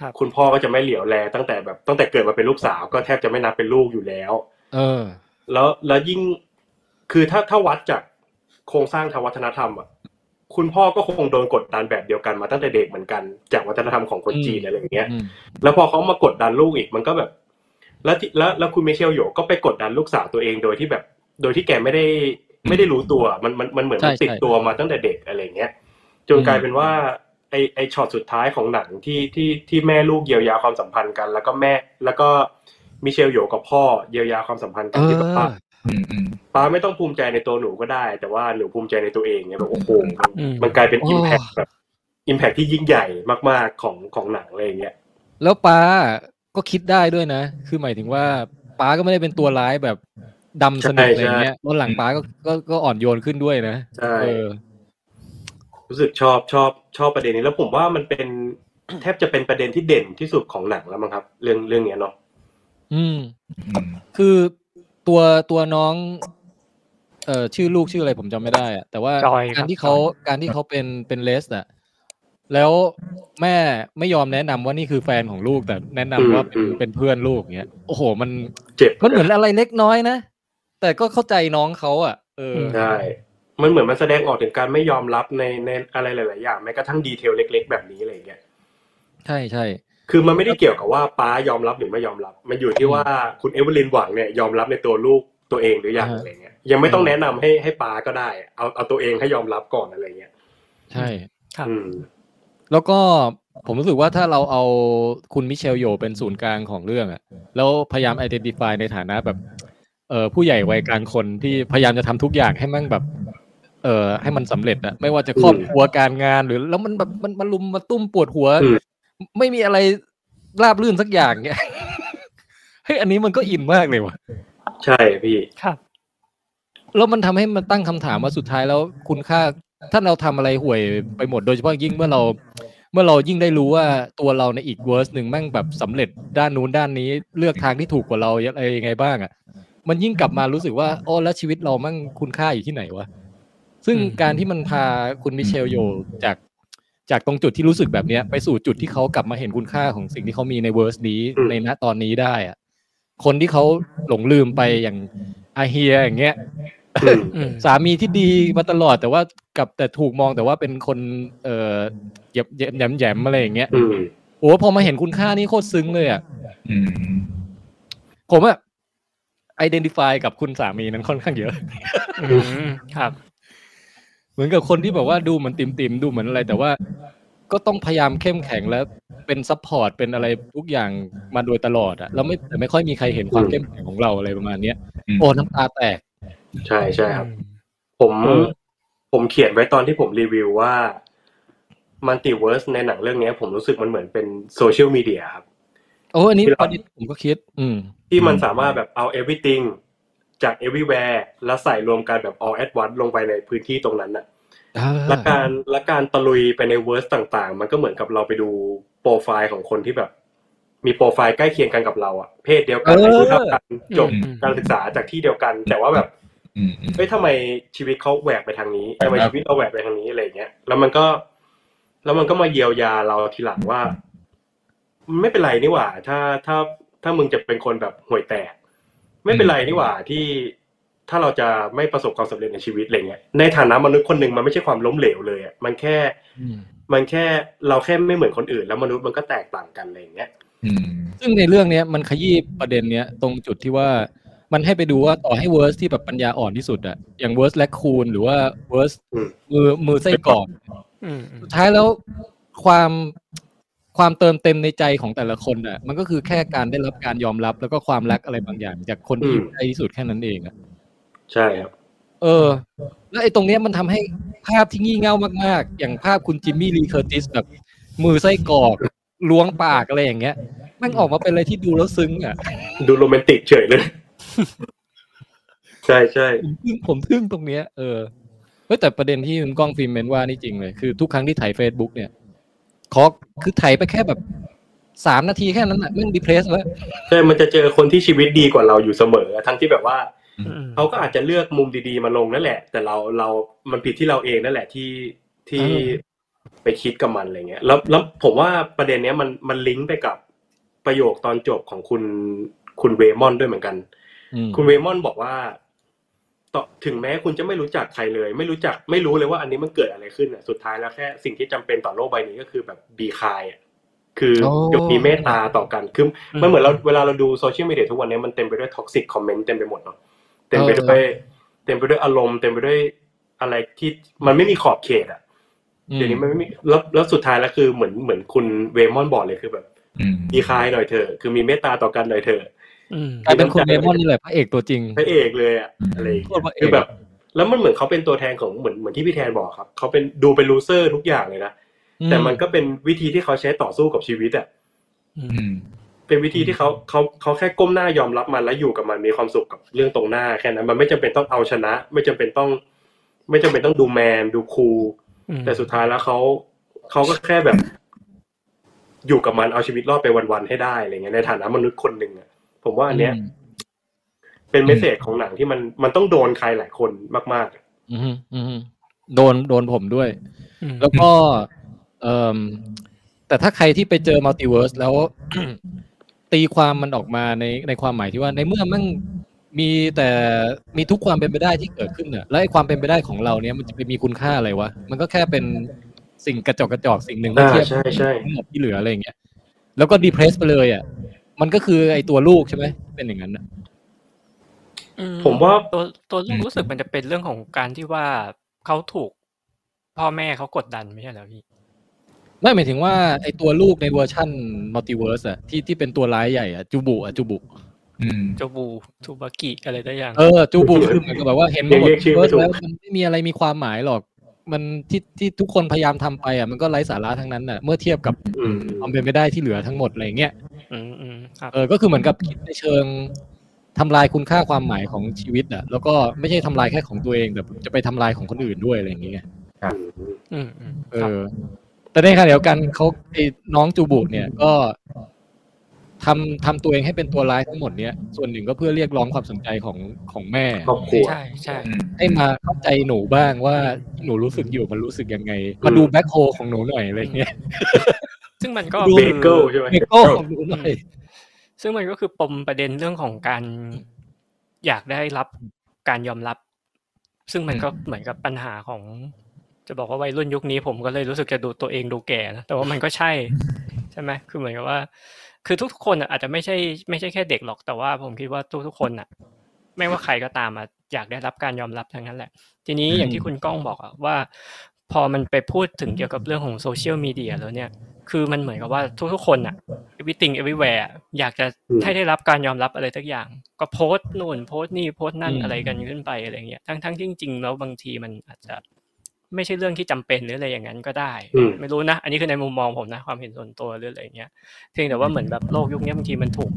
C: ครับ
D: คุณพ่อก็จะไม่เหลียวแล ตั้งแต่แบบตั้งแต่เกิดมาเป็นลูกสาวก็แทบจะไม่นับเป็นลูกอยู่แล้ว
B: เออ
D: แล้วแล้วยิ่งคือถ้าถ้าวัดจากโครงสร้างทางวัฒนธรรมอ่ะคุณพ่อก็คงโดนกดดันแบบเดียวกันมาตั้งแต่เด็กเหมือนกันจากวัฒนธรรมของคนจีน
B: อืม
D: อะไรอย่างเงี้ย
B: อืม
D: แล้วพอเขามากดดันลูกอีกมันก็แบบ แล้วที่แล้วแล้วคุณมิเชลโยก็ไปกดดันลูกสาวตัวเองโดยที่แบบ โดยที่แกไม่ได้ไม่ได้รู้ตัวมันมันมันเหมือนมันติดตัวมาตั้งแต่เด็กอะไรเงี้ยจนกลายเป็นว่าไอไอช็อตสุดท้ายของหนังที่ที่ที่แม่ลูกเยียวยาความสัมพันธ์กัน แล้วก็แม่ แล้วก็มิเชลโยกับพ่อเยียวยาความสัมพันธ์กั
B: เอน อ
D: ที่แบบว่า
F: อืมอืม
D: ป้าไม่ต้องภูมิใจในตัวหนูก็ได้ แต่ว่าหนูภูมิใจในตัวเองเนี่ยแบบโอ้โหมัน
C: อืม
D: มันกลายเป็นอิมแพคแบบอิมแพคที่ยิ่งใหญ่มากๆของของหนังอะไรเงี้ย
B: แล้วป้าก็คิดได้ด้วยนะ คือหมายถึงว่าป้าก็ไม่ได้เป็นตัวร้ายแบบดำสนิทอะไรเงี้ยแล้วหลังป้าก็ก็ก็อ่อนโยนขึ้นด้วยนะ
D: ใช่
B: เออ
D: รู้สึกชอบชอบชอบประเด็นนี้แล้วผมว่ามันเป็น แทบจะเป็นประเด็นที่เด่นที่สุดของหนังแล้วมั้งครับ เรื่องเรื่องเนี้ยเนาะ
B: อืม
F: อืม
B: คือตัวตัวน้อง เอ่อชื่อลูกชื่ออะไรผมจำไม่ได้อะแต่ว่า
C: จอย
B: การ
C: คั
B: ร
C: บ
B: ที่เขาการที่เขาเป็นเป็นเลสอะแล้วแม่ไม่ยอมแนะนำว่านี่คือแฟนของลูกแต่แนะนำว่าเป็นเป็นเพื่อนลูกเงี้ยโอ้โห มัน
D: เจ็บ
B: มันเหมือนอะไรเล็กน้อยนะ แต่ก็เข้าใจน้องเขาอะเออ
C: อืม
D: ใช่มันเหมือนมันแสดงออกถึงการไม่ยอมรับในในอะไรหลาย ๆ อย่างแม้กระทั่งดีเทลเล็ก ๆ แบบนี้อะไรอย่างเงี้ย
B: ใช่ใช่
D: คือมันไม่ได้เกี่ยวกับว่าป้ายอมรับหรือไม่ยอมรับ มันอยู่ที่ว่าคุณเอเวอร์ลินหวังเนี่ยยอมรับในตัวลูกตัวเองหรือยัง
B: อ่า
D: อะไรเงี้ยยังไม่ต้องแนะนำให้ให้ป้าก็ได้อะเอาเอาตัวเองให้ยอมรับก่อนอะไรเงี้ย
B: ใช่
C: ครับ
D: อืม
B: แล้วก็ผมรู้สึกว่าถ้าเราเอาคุณมิเชลโยเป็นศูนย์กลางของเรื่องอะแล้วพยายาม identify ในฐานะแบบเออผู้ใหญ่วัยกลางคนที่พยายามจะทำทุกอย่างให้มันแบบเออให้มันสำเร็จอะไม่ว่าจะครอบครัวการงานหรือ แล้วมันแบบมันมาลุมมาตุ้มปวดหัว
D: อืม
B: ไม่มีอะไรราบรื่นสักอย่างเนี่ย ให้ ฮ้ยอันนี้มันก็อินมากเลยว่ะ
D: ใช่พี่
C: ครับ
B: แล้วมันทำให้มันตั้งคำถามว่าสุดท้ายแล้วคุณค่า ถ้าเราทำอะไรห่วยไปหมดโดยเฉพาะยิ่งเมื่อเรา เมื่อเรายิ่งได้รู้ว่าตัวเราในอีกเวอร์สหนึ่งแม่งแบบสำเร็จด้านนู้นด้านนี้เลือกทางที่ถูกกว่าเราอะไรยังไงบ้างอะ่ะ มันยิ่งกลับมารู้สึกว่าอ๋อแล้วชีวิตเรามั่งคุณค่าอยู่ที่ไหนวะซึ่ง
F: อืม
B: การที่มันพาคุณมิเชลโยจากจากตรงจุดที่รู้สึกแบบเนี้ย ไปสู่จุดที่เขากลับมาเห็นคุณค่าของสิ่งที่เขามีในเวอร์สนี้
D: อืม
B: ในณตอนนี้ได้อะคนที่เขาหลงลืมไปอย่างอาเฮียอย่างเงี้ย
D: อืม
C: อืม
B: สามีที่ดีมาตลอดแต่ว่ากลับแต่ถูกมองแต่ว่าเป็นคนเออเหย็บเหย็บแหยมแหยมอะไรอย่างเงี้ย
D: อืม
B: โอ้พอมาเห็นคุณค่านี่โคตรซึ้งเลยอ่ะ
F: อืม
B: ผมอะไอดีนิฟายกับคุณสามีนั้นค่อนข้างเยอะ
C: อืมครับ
B: เหมือนกับคนที่แบบว่าดูเหมือนติ่มติมๆดูเหมือนอะไร แต่ว่าก็ต้องพยายามเข้มแข็งและเป็นซัพพอร์ตเป็นอะไรทุกอย่างมาโดยตลอดอะแล้วไม่แต่ไม่ค่อยมีใครเห็นความเข้มแข็งของเราอะไรประมาณเนี้ย
F: อืม
B: โอ้น้ำตาแตก
D: ใช่ใช่ครับ ผม
B: เออ
D: ผมเขียนไว้ตอนที่ผมรีวิวว่ามันติเวิร์สในหนังเรื่องเนี้ย ผมรู้สึกมันเหมือนเป็นโซเชียลมีเดียครับ
B: โอ้อันนี้ประเด็นผมก็คิด อืม
D: ที่มันสามารถแบบเอา everything จาก everywhere แล้วใส่รวมกันแบบ all at once ลงไปในพื้นที่ตรงนั้นน่ะ และการและการตะลุยไปในเวิร์สต่างๆ มันก็เหมือนกับเราไปดูโปรไฟล์ของคนที่แบบ มีโปรไฟล์ใกล้เคียงกันกับเราอะเพศเดียวกัน
B: เออ
D: อายุเท่ากันจบ
F: อืม
D: การศึกษาจากที่เดียวกัน แต่ว่าแบบ
F: อืมอืม
D: เฮ้ยทำไมชีวิตเขาแหวกไปทางนี้
F: แปลก
D: ทำไม
F: ครับ
D: ชีวิตเราแหวกไปทางนี้อะไรอย่างเงี้ย แล้วมันก็ แล้วมันก็มาเยียวยาเราทีหลังว่า ไม่เป็นไรนี่หว่า ถ้าถ้าถ้ามึงจะเป็นคนแบบห่วยแตก ไม่เป็นไรนี่หว่าที่ถ้าเราจะไม่ประสบความสำเร็จในชีวิตอะไรเงี้ย ในฐานะมนุษย์คนหนึ่งมันไม่ใช่ความล้มเหลวเลยอะมันแค่
B: อืม
D: มันแค่เราแค่ไม่เหมือนคนอื่น แล้วมนุษย์มันก็แตกต่างกันอะไรอย่างเงี้ย
F: อืม
B: ซึ่งในเรื่องเนี้ยมันขยี้ประเด็นเนี้ยตรงจุดที่ว่ามันให้ไปดูว่าต่อให้เวอร์สที่แบบปัญญาอ่อนที่สุดอะอย่างเวอร์สแลคคูนหรือว่าเวอร์ส
D: อืม
B: มือมือไส้กรอก
C: อืมอืม
B: สุดท้ายแล้วความความเติมเต็มในใจของแต่ละคนอะมันก็คือแค่การได้รับการยอมรับแล้วก็ความรักอะไรบางอย่าง จากคนที่อยู่ใกล้ที่สุดแค่นั้นเองอะ
D: ใช่ครับ
B: เออ แล้วไอ้ตรงเนี้ยมันทำให้ภาพที่งี่เง่ามากๆ อย่างภาพคุณจิมมี่ลีเคอร์ติสแบบมือไส้กรอกล้วงปากอะไรอย่างเงี้ยแมันออกมาเป็นอะไรที่ดูแล้วซึ้งอะ
D: ดูโรแมนติกเฉยเลย ใช่ใช่
B: ผมทึ่งผมทึ่งตรงเนี้ยเออเฮ้ยแต่ประเด็นที่คุณก้องฟิล์มเมนว่านี่จริงเลยคือทุกครั้งที่ถ่าย Facebook เนี่ยขอคือถ่ายไปแค่แบบสามนาทีแค่นั้นแหละไม่ดีเพรสแล้ว
D: ใช่ มันจะเจอคนที่ชีวิตดีกว่าเราอยู่เสมอ ทั้งที่แบบว่า
C: อืม
D: เขาก็อาจจะเลือกมุมดีๆมาลงนั่นแหละ แต่เราเรา มันผิดที่เราเองนั่นแหละที่ที่
B: เออ
D: ไปคิดกับมันอะไรเงี้ย แล้วแล้วผมว่าประเด็นเนี้ยมันมันลิงก์ไปกับประโยคตอนจบของคุณคุณเวมอนด้วยเหมือนกัน
B: อืม
D: คุณเวมอนบอกว่าต่อถึงแม้คุณจะไม่รู้จักใครเลย ไม่รู้จักไม่รู้เลยว่าอันนี้มันเกิดอะไรขึ้นอ่ะสุดท้ายแล้วแค่สิ่งที่จำเป็นต่อโลกใบนี้ก็คือแบบบีคายอ่ะคือจงมีเมตตาต่อกันคือ มันเหมือนเราเวลาเราดูโซเชียลมีเดียทุกวันนี้มันเต็มไปด้วยท็อกซิ c คอมเมนต์เต็มไปหมดเนาะเต็มไปด้วยเต็มไปด้วยอารมณ์เต็มไปด้วยอะไรที่มันไม่มีขอบเขตอ่ะเดี๋ยวนี้มันไม่มีแล้วแล้วสุดท้ายแล้วคือเหมือนเหมือนคุณเวมอนบอกเลยคือแบบ
F: อืม
D: บีคายหน่อยเถอะคือมีเมตตาต่อกันหน่อยเถอะ
C: อืม
B: กลายเป็นคุณเลมอนนี่แหละพระเอกตัวจริง
D: พระเอกเลยอ่ะอะไรอย่างเงี้ย
B: โคตรพระเอ
D: คือก แบบแล้วมันเหมือนเขาเป็นตัวแทนของเหมือนเหมือนที่พี่แทนบอกครับเขาเป็นดูเป็นลูเซอร์ทุกอย่างเลยนะ
B: อื
D: แต่มันก็เป็นวิธีที่เขาใช้ต่อสู้กับชีวิตอ่ะ
C: อืม
F: อืม
D: เป็นวิธีที่เขาเขาเขาแค่ก้มหน้ายอมรับมันแล้วอยู่กับมันมีความสุขกับเรื่องตรงหน้าแค่นั้นมันไม่จำเป็นต้องเอาชนะ ไม่จำเป็นต้อง ไม่จำเป็นต้องดูแมนดูคูล
C: อืม
D: แต่สุดท้ายแล้วเขาเขาก็แค่แบบ อยู่กับมันเอาชีวิตรอดไปวันๆให้ได้อะไรเงี้ยในฐานะมนุษย์คนหนึ่งอ่ะผมว่าอันเนี้ย เป็นเมสเซจของหนังที่มันมันต้องโดนใครหลายคนมากๆอะ
B: อืมอืมโดนโดนผมด้วย
C: อืม
B: แล้วก็เอ่มแต่ถ้าใครที่ไปเจอมัลติเวิร์สแล้ว ตีความมันออกมาในในความหมายที่ว่าในเมื่อมันมีแต่มีทุกความเป็นไปได้ที่เกิดขึ้นเนี่ยแล้วไอ้ความเป็นไปได้ของเราเนี่ยมันจะไปมีคุณค่าอะไรวะ มันก็แค่เป็นสิ่งกระจอกกระจอกสิ่งหนึ่งเมื่อ
D: อ่า
B: เทียบ
D: ใช่ใช่
B: ทั้งหมดที่เหลืออะไรอย่างเงี้ยแล้วก็ดีเพรสไปเลยอ่ะมันก็คือไอ้ตัวลูกใช่ไหมเป็นอย่างนั้นน่ะ
C: อื
D: ผมว่า
C: ตัวตัวลูกรู้สึกมันจะเป็นเรื่องของการที่ว่าเขาถูก พ่อแม่เขากดดันไม่ใช่เหรอพี่
B: ไม่หมายถึงว่าไอตัวลูกในเวอร์ชั่นมัลติเวิร์สอะที่ที่เป็นตัวร้ายใหญ่อะจูบุอะจูบุ
F: อืม
C: โจบูทูบากิอะไรได้ยัง
B: เออจูบูคือเหมือนกับแบบว่าเห็นหม
D: ยัง
B: ด
D: เรียกชื่อ
B: เวิ
D: ไม่
B: ร์ส
D: ถูก
B: แล้วมันไม่มีอะไรมีความหมายหรอก มันที่ที่ทุกคนพยายามทำไปอ่ะมันก็ไร้สาระทั้งนั้นน่ะเมื่อเทียบกับ
D: อืม
B: ความเป็นไปได้ที่เหลือทั้งหมดอะไรอย่างเงี้ย
C: อืมอืมครับ
B: เออก็คือเหมือนกับคิดในเชิงทำลายคุณค่าความหมายของชีวิตอะแล้วก็ไม่ใช่ทำลายแค่ของตัวเองแต่จะไปทำลายของคนอื่นด้วยอะไรอย่างเงี้ย
C: อืมอืม
B: เอ
C: ครับ
B: อ แต่ในขณะเดียวกันเขาไอ้น้องจูบุเนี่ยก็ทำทำตัวเองให้เป็นตัวร้ายทั้งหมดเนี้ยส่วนหนึ่งก็เพื่อเรียกร้องความสนใจของของแม่
D: ครอบครัว
C: ใช่ใช่
E: อืม
B: ให้มาเข้าใจหนูบ้างว่าที่หนูรู้สึกอยู่มันรู้สึกยังไง มาดูแบ็คโฮของหนูหน่อยอะไรอย่างเงี้ย
C: ซึ่งมันก็
D: เบ
C: คือ
D: เกิลใช่ไหม
B: เมโก้ของหนูหน่อย
C: ซึ่งมันก็คือปมประเด็นเรื่องของการอยากได้รับการยอมรับ ซึ่งมันก็เหมือนกับปัญหาของ จะบอกว่าวัยรุ่นยุคนี้ผมก็เลยรู้สึกจะดูตัวเองดูแก่นะแต่ว่ามันก็ใช่ ใช่ไหมคือเหมือนกับว่า คือทุกๆคนอะอาจจะไม่ใช่ไม่ใช่แค่เด็กหรอกแต่ว่าผมคิดว่าทุกๆคนอ่ะ ไม่ว่าใครก็ตามอะอยากได้รับการยอมรับทั้งนั้นแหละ ทีนี้อย่างที่คุณก้องบอกอะว่า พอมันไปพูดถึงเกี่ยวกับเรื่องของโซเชียลมีเดียแล้วเนี่ย คือมันเหมือนกับว่าทุกๆคนอะ everything everywhere อะอยากจะให้ได้รับการยอมรับอะไรสักอย่าง ก็โพสต์นู่นโพสต์นี่โพสต์นั่น
B: อืม
C: อะไรกันขึ้นไปอะไรเงี้ยทั้งทั้งๆที่จริงๆแล้วบางทีมันอาจจะไม่ใช่เรื่องที่จำเป็นหรืออะไรอย่างนั้นก็ได้
D: อืม
C: ไม่รู้นะ อันนี้คือในมุมมองผมนะ ความเห็นส่วนตัวหรืออะไรเงี้ย เพียงแต่ว่าเหมือนแบบโลกยุคนี้บางทีมันถูก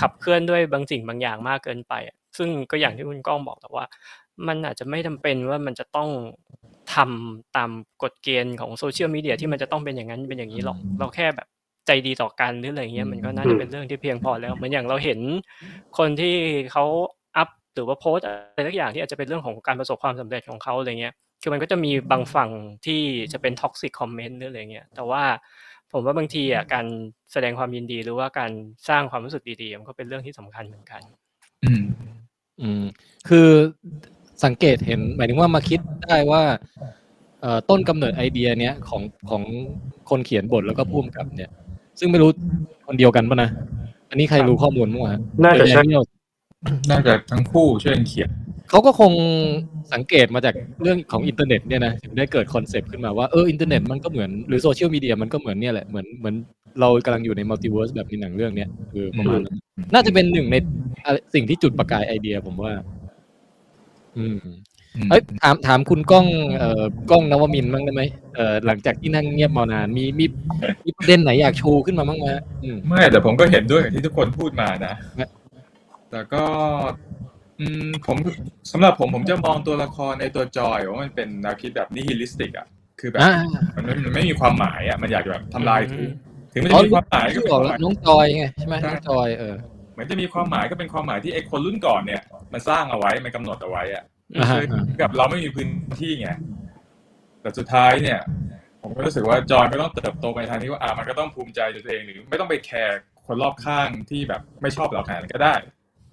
C: ขับเคลื่อนด้วยบางสิ่งบางอย่างมากเกินไปอะซึ่งก็อย่างที่คุณก้องบอกแต่ว่า มันอาจจะไม่จำเป็นว่ามันจะต้องทำตามกฎเกณฑ์ของโซเชียลมีเดียที่มันจะต้องเป็นอย่างนั้นเป็นอย่างนี้หรอก เราแค่แบบใจดีต่อกันหรืออะไรเงี้ยมันก็น่าจะเป็นเรื่องที่เพียงพอแล้ว เหมือนอย่างเราเห็นคนที่เขาอัพหรือว่าโพสต์อะไรสักอย่างที่อาจจะเป็นเรื่องของการประสบความสำเร็จของเขาอะไรเงี้ย คือมันก็จะมีบางฝั่งที่จะเป็นท็อกซิ c คอมเมนต์หรืออะไรเงี้ย แต่ว่าผมว่าบางทีอ่ะการแสดงความยินดีหรือว่าการสร้างความรู้สึกดีๆ มันก็เป็นเรื่องที่สำคัญเหมือนกัน
E: อืม
B: อืมคือสังเกตเห็นหมายถึงว่ามาคิดได้ว่าเอ่อต้นกำเนิดไอเดียเนี้ยของของคนเขียนบทแล้วก็พ่วงกับเนี่ย ซึ่งไม่รู้คนเดียวกันปะนะ อันนี้ใครรู้ข้อมูลมั้งฮะ
D: น่าจะใช่
B: เดเนียล
E: น่าจะทั้งคู่ช่วยกันเขียน
B: เขาก็คงสังเกตมาจากเรื่องของอินเทอร์เน็ตเนี่ยนะถึงได้เกิดคอนเซปต์ขึ้นมาว่าเอออินเทอร์เน็ตมันก็เหมือนหรือโซเชียลมีเดียมันก็เหมือนเนี่ยแหละเหมือนเหมือนเรากำลังอยู่ในมัลติเวิร์สแบบในหนังเรื่องเนี้ยคือประมาณนั้นน่าจะเป็นหนึ่งในอะไรสิ่งที่จุดประกายไอเดียผมว่า อืม
E: อืม
B: เอ้ยถามถามคุณก้องเอ่อคุณก้องนวมินทร์บ้างได้ไหมเอ่อหลังจากที่นั่งเงียบมานานมีมีมีประเด็นไหนอยากชูขึ้นมาบ้างไหมฮะอืม
E: ไม่แต่ผมก็เห็นด้วยกับที่ทุกคนพูดมานะ
B: นะ
E: แต่ก็ อืมผมสำหรับผมผมจะมองตัวละครในตัวจอยว่ามันเป็นแนวคิดแบบนิฮิลิสติกอ่ะ คือแบบ
B: อ่า
E: มันไม่มันไม่มีความหมายอ่ะ มันอยากจะแบบทำลายทุกข์ถึงมัน
B: อ๋อ
E: จะมีความหมายก็
B: ชื่อ
E: เป็
B: ออ
E: นค
B: ก
E: วามห
B: แล้ว
E: มาย
B: น้องจอยไงใช่ไหมน้องจอยเออ
E: เหมือนจะมีความหมายก็เป็นความหมายที่ไอ้คนรุ่นก่อนเนี่ย มันสร้างเอาไว้มันกำหนดเอาไว้อะ
B: อ่าฮะ
E: คือกับเราไม่มีพื้นที่ไงแต่สุดท้ายเนี่ย ผมก็รู้สึกว่าจอยก็ต้องเติบโตไปทางที่ว่าอ่ามันก็ต้องภูมิใจในตัวเองหรือ ไม่ต้องไปแคร์คนรอบข้างที่แบบไม่ชอบเราขนาดนั้นก็ได้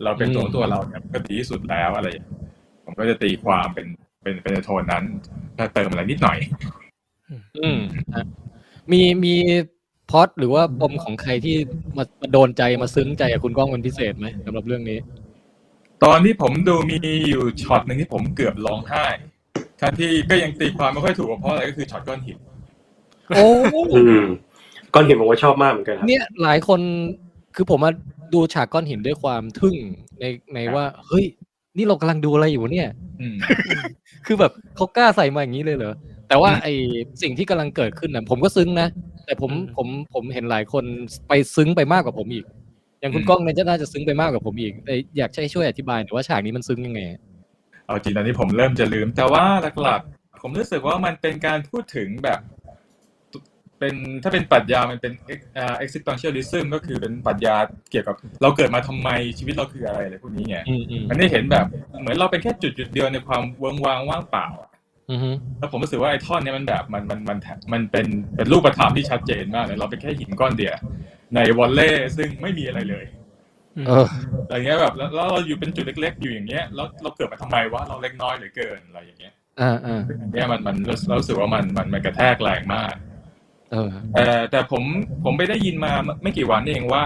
E: เราเป็นตัวของตัวเราเนี่ยก็ดีที่สุดแล้วอะไรอย่างเงี้ยผมก็จะตีความเป็นเป็นเป็นในโทนนั้น ถ้าเติมอะไรนิดหน่อย
B: อืมฮะมีมีพล็อดหรือว่าปมของใครที่มามาโดนใจมาซึ้งใจกับคุณก้องเป็นพิเศษไหมสำหรับเรื่องนี้
E: ตอนที่ผมดูมีอยู่ช็อตหนึ่งที่ผมเกือบร้องไห้ทั้งที่ก็ยังตีความไม่ค่อยถูกว่าเพราะอะไรก็คือช็อตก้อนหิน
B: โอ้
D: อืมก้อนหินผมก็ชอบมากเหมือนกันครั บ
B: เนี่ยหลายคนคือผมมาดูฉากก้อนหินด้วยความทึ่งในในว่า เฮ้ย นี่เรากำลังดูอะไรอยู่เนี่ย
E: อืม
B: คือแบบเขากล้าใส่มาอย่างนี้เลยเหรอ แต่ว่าไอสิ่งที่กำลังเกิดขึ้นน่ะผมก็ซึ้งนะ แต่ผม
C: อืม
B: ผมผมเห็นหลายคนไปซึ้งไปมากกว่าผมอีก อย่างคุณ
E: อืม
B: ก้องเนี่ยน่าจะซึ้งไปมากกว่าผมอีกแต่อยากให้ช่วยอธิบายหน่อยว่าฉากนี้มันซึ้งยังไงอะ
E: เอาจริงตอนนี้ผมเริ่มจะลืม แต่ว่าหลักๆ ผมรู้สึกว่ามันเป็นการพูดถึงแบบ เป็นถ้าเป็นปรัชญา มันเป็น ex- อ่า existentialism ก็คือเป็นปรัชญาเกี่ยวกับ เราเกิดมาทำไมชีวิตเราคืออะไรอะไรพวกนี้ไง
B: อืมอืม
E: มันได้เห็นแบบเหมือนเราเป็นแค่จุดจุดๆเดียวในความเวิงวางว่างเปล่าอะ
B: อือฮึ
E: แล้วผมรู้สึกว่าไอ้ท่อนเนี้ยมันแบบมันมันมันมันเป็นเป็นรูปธรรมที่ชัดเจนมากเลยเราเป็นแค่หินก้อนเดียวในวอลเล่ซึ่งไม่มีอะไรเลย
B: เออ
E: อะไรเงี้ยแบบแล้วแล้วเราอยู่เป็นจุดเล็ก ๆ อยู่อย่างเงี้ยแล้วเราเกิดมาทำไมวะเราเล็กน้อยเหลือเกินอะไรอย่างเงี้ย
B: อ่าอ่า
E: อันเนี้ยมันมันเรารู้สึกว่ามันมันมันกระแทกแรงมาก
B: เออ
E: เออแต่ผมผมไปได้ยินมาไม่ไม่กี่วันเองว่า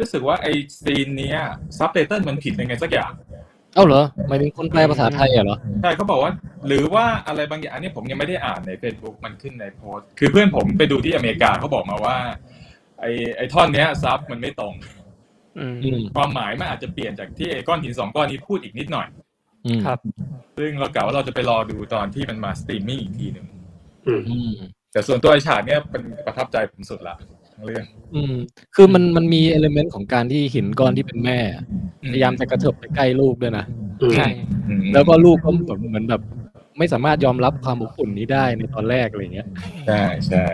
E: รู้สึกว่าไอ้ซีนเนี้ยซับไตเติลมันผิดยังไงสักอย่าง
B: เอ้าเหรอหมายถึงคนแปลภาษาไทยอะเหรอ
E: ใช่เขาบอกว่า หรือว่าอะไรบางอย่างอันนี้ผมยังไม่ได้อ่านใน Facebook มันขึ้นในโพสต์ คือเพื่อนผมไปดูที่อเมริกาเขาบอกมาว่า ไอ้ไอ้ท่อนเนี้ยซับมันไม่ตรง
C: อืม
B: อืม
E: ความหมายมันอาจจะเปลี่ยนจากที่ไอ้ก้อนหินสองก้อนนี้พูดอีกนิดหน่อย
B: อืม
C: ครับ
E: ซึ่งเรากะว่าเราจะไปรอดูตอนที่มันมาสตรีมมิ่งอีกทีหนึ่ง
D: อืม
B: อืม
E: แต่ส่วนตัวไอ้ฉากเนี้ยเป็นประทับใจผมสุดละ
F: ทั้งเรื่อง
B: อืม คือมันมันมีเอลเมนต์ของการที่หินก้อนที่เป็นแม่อะพยายามจะกระเถิบไปใกล้ลูกด้วยนะ
D: อืม
C: ใช่
F: อืม
B: แล้วก็ลูกก็แบบเหมือนแบบ ไม่สามารถยอมรับความอบอุ่นนี้ได้ในตอนแรกอะไรเงี้ย
F: ใช่ใช่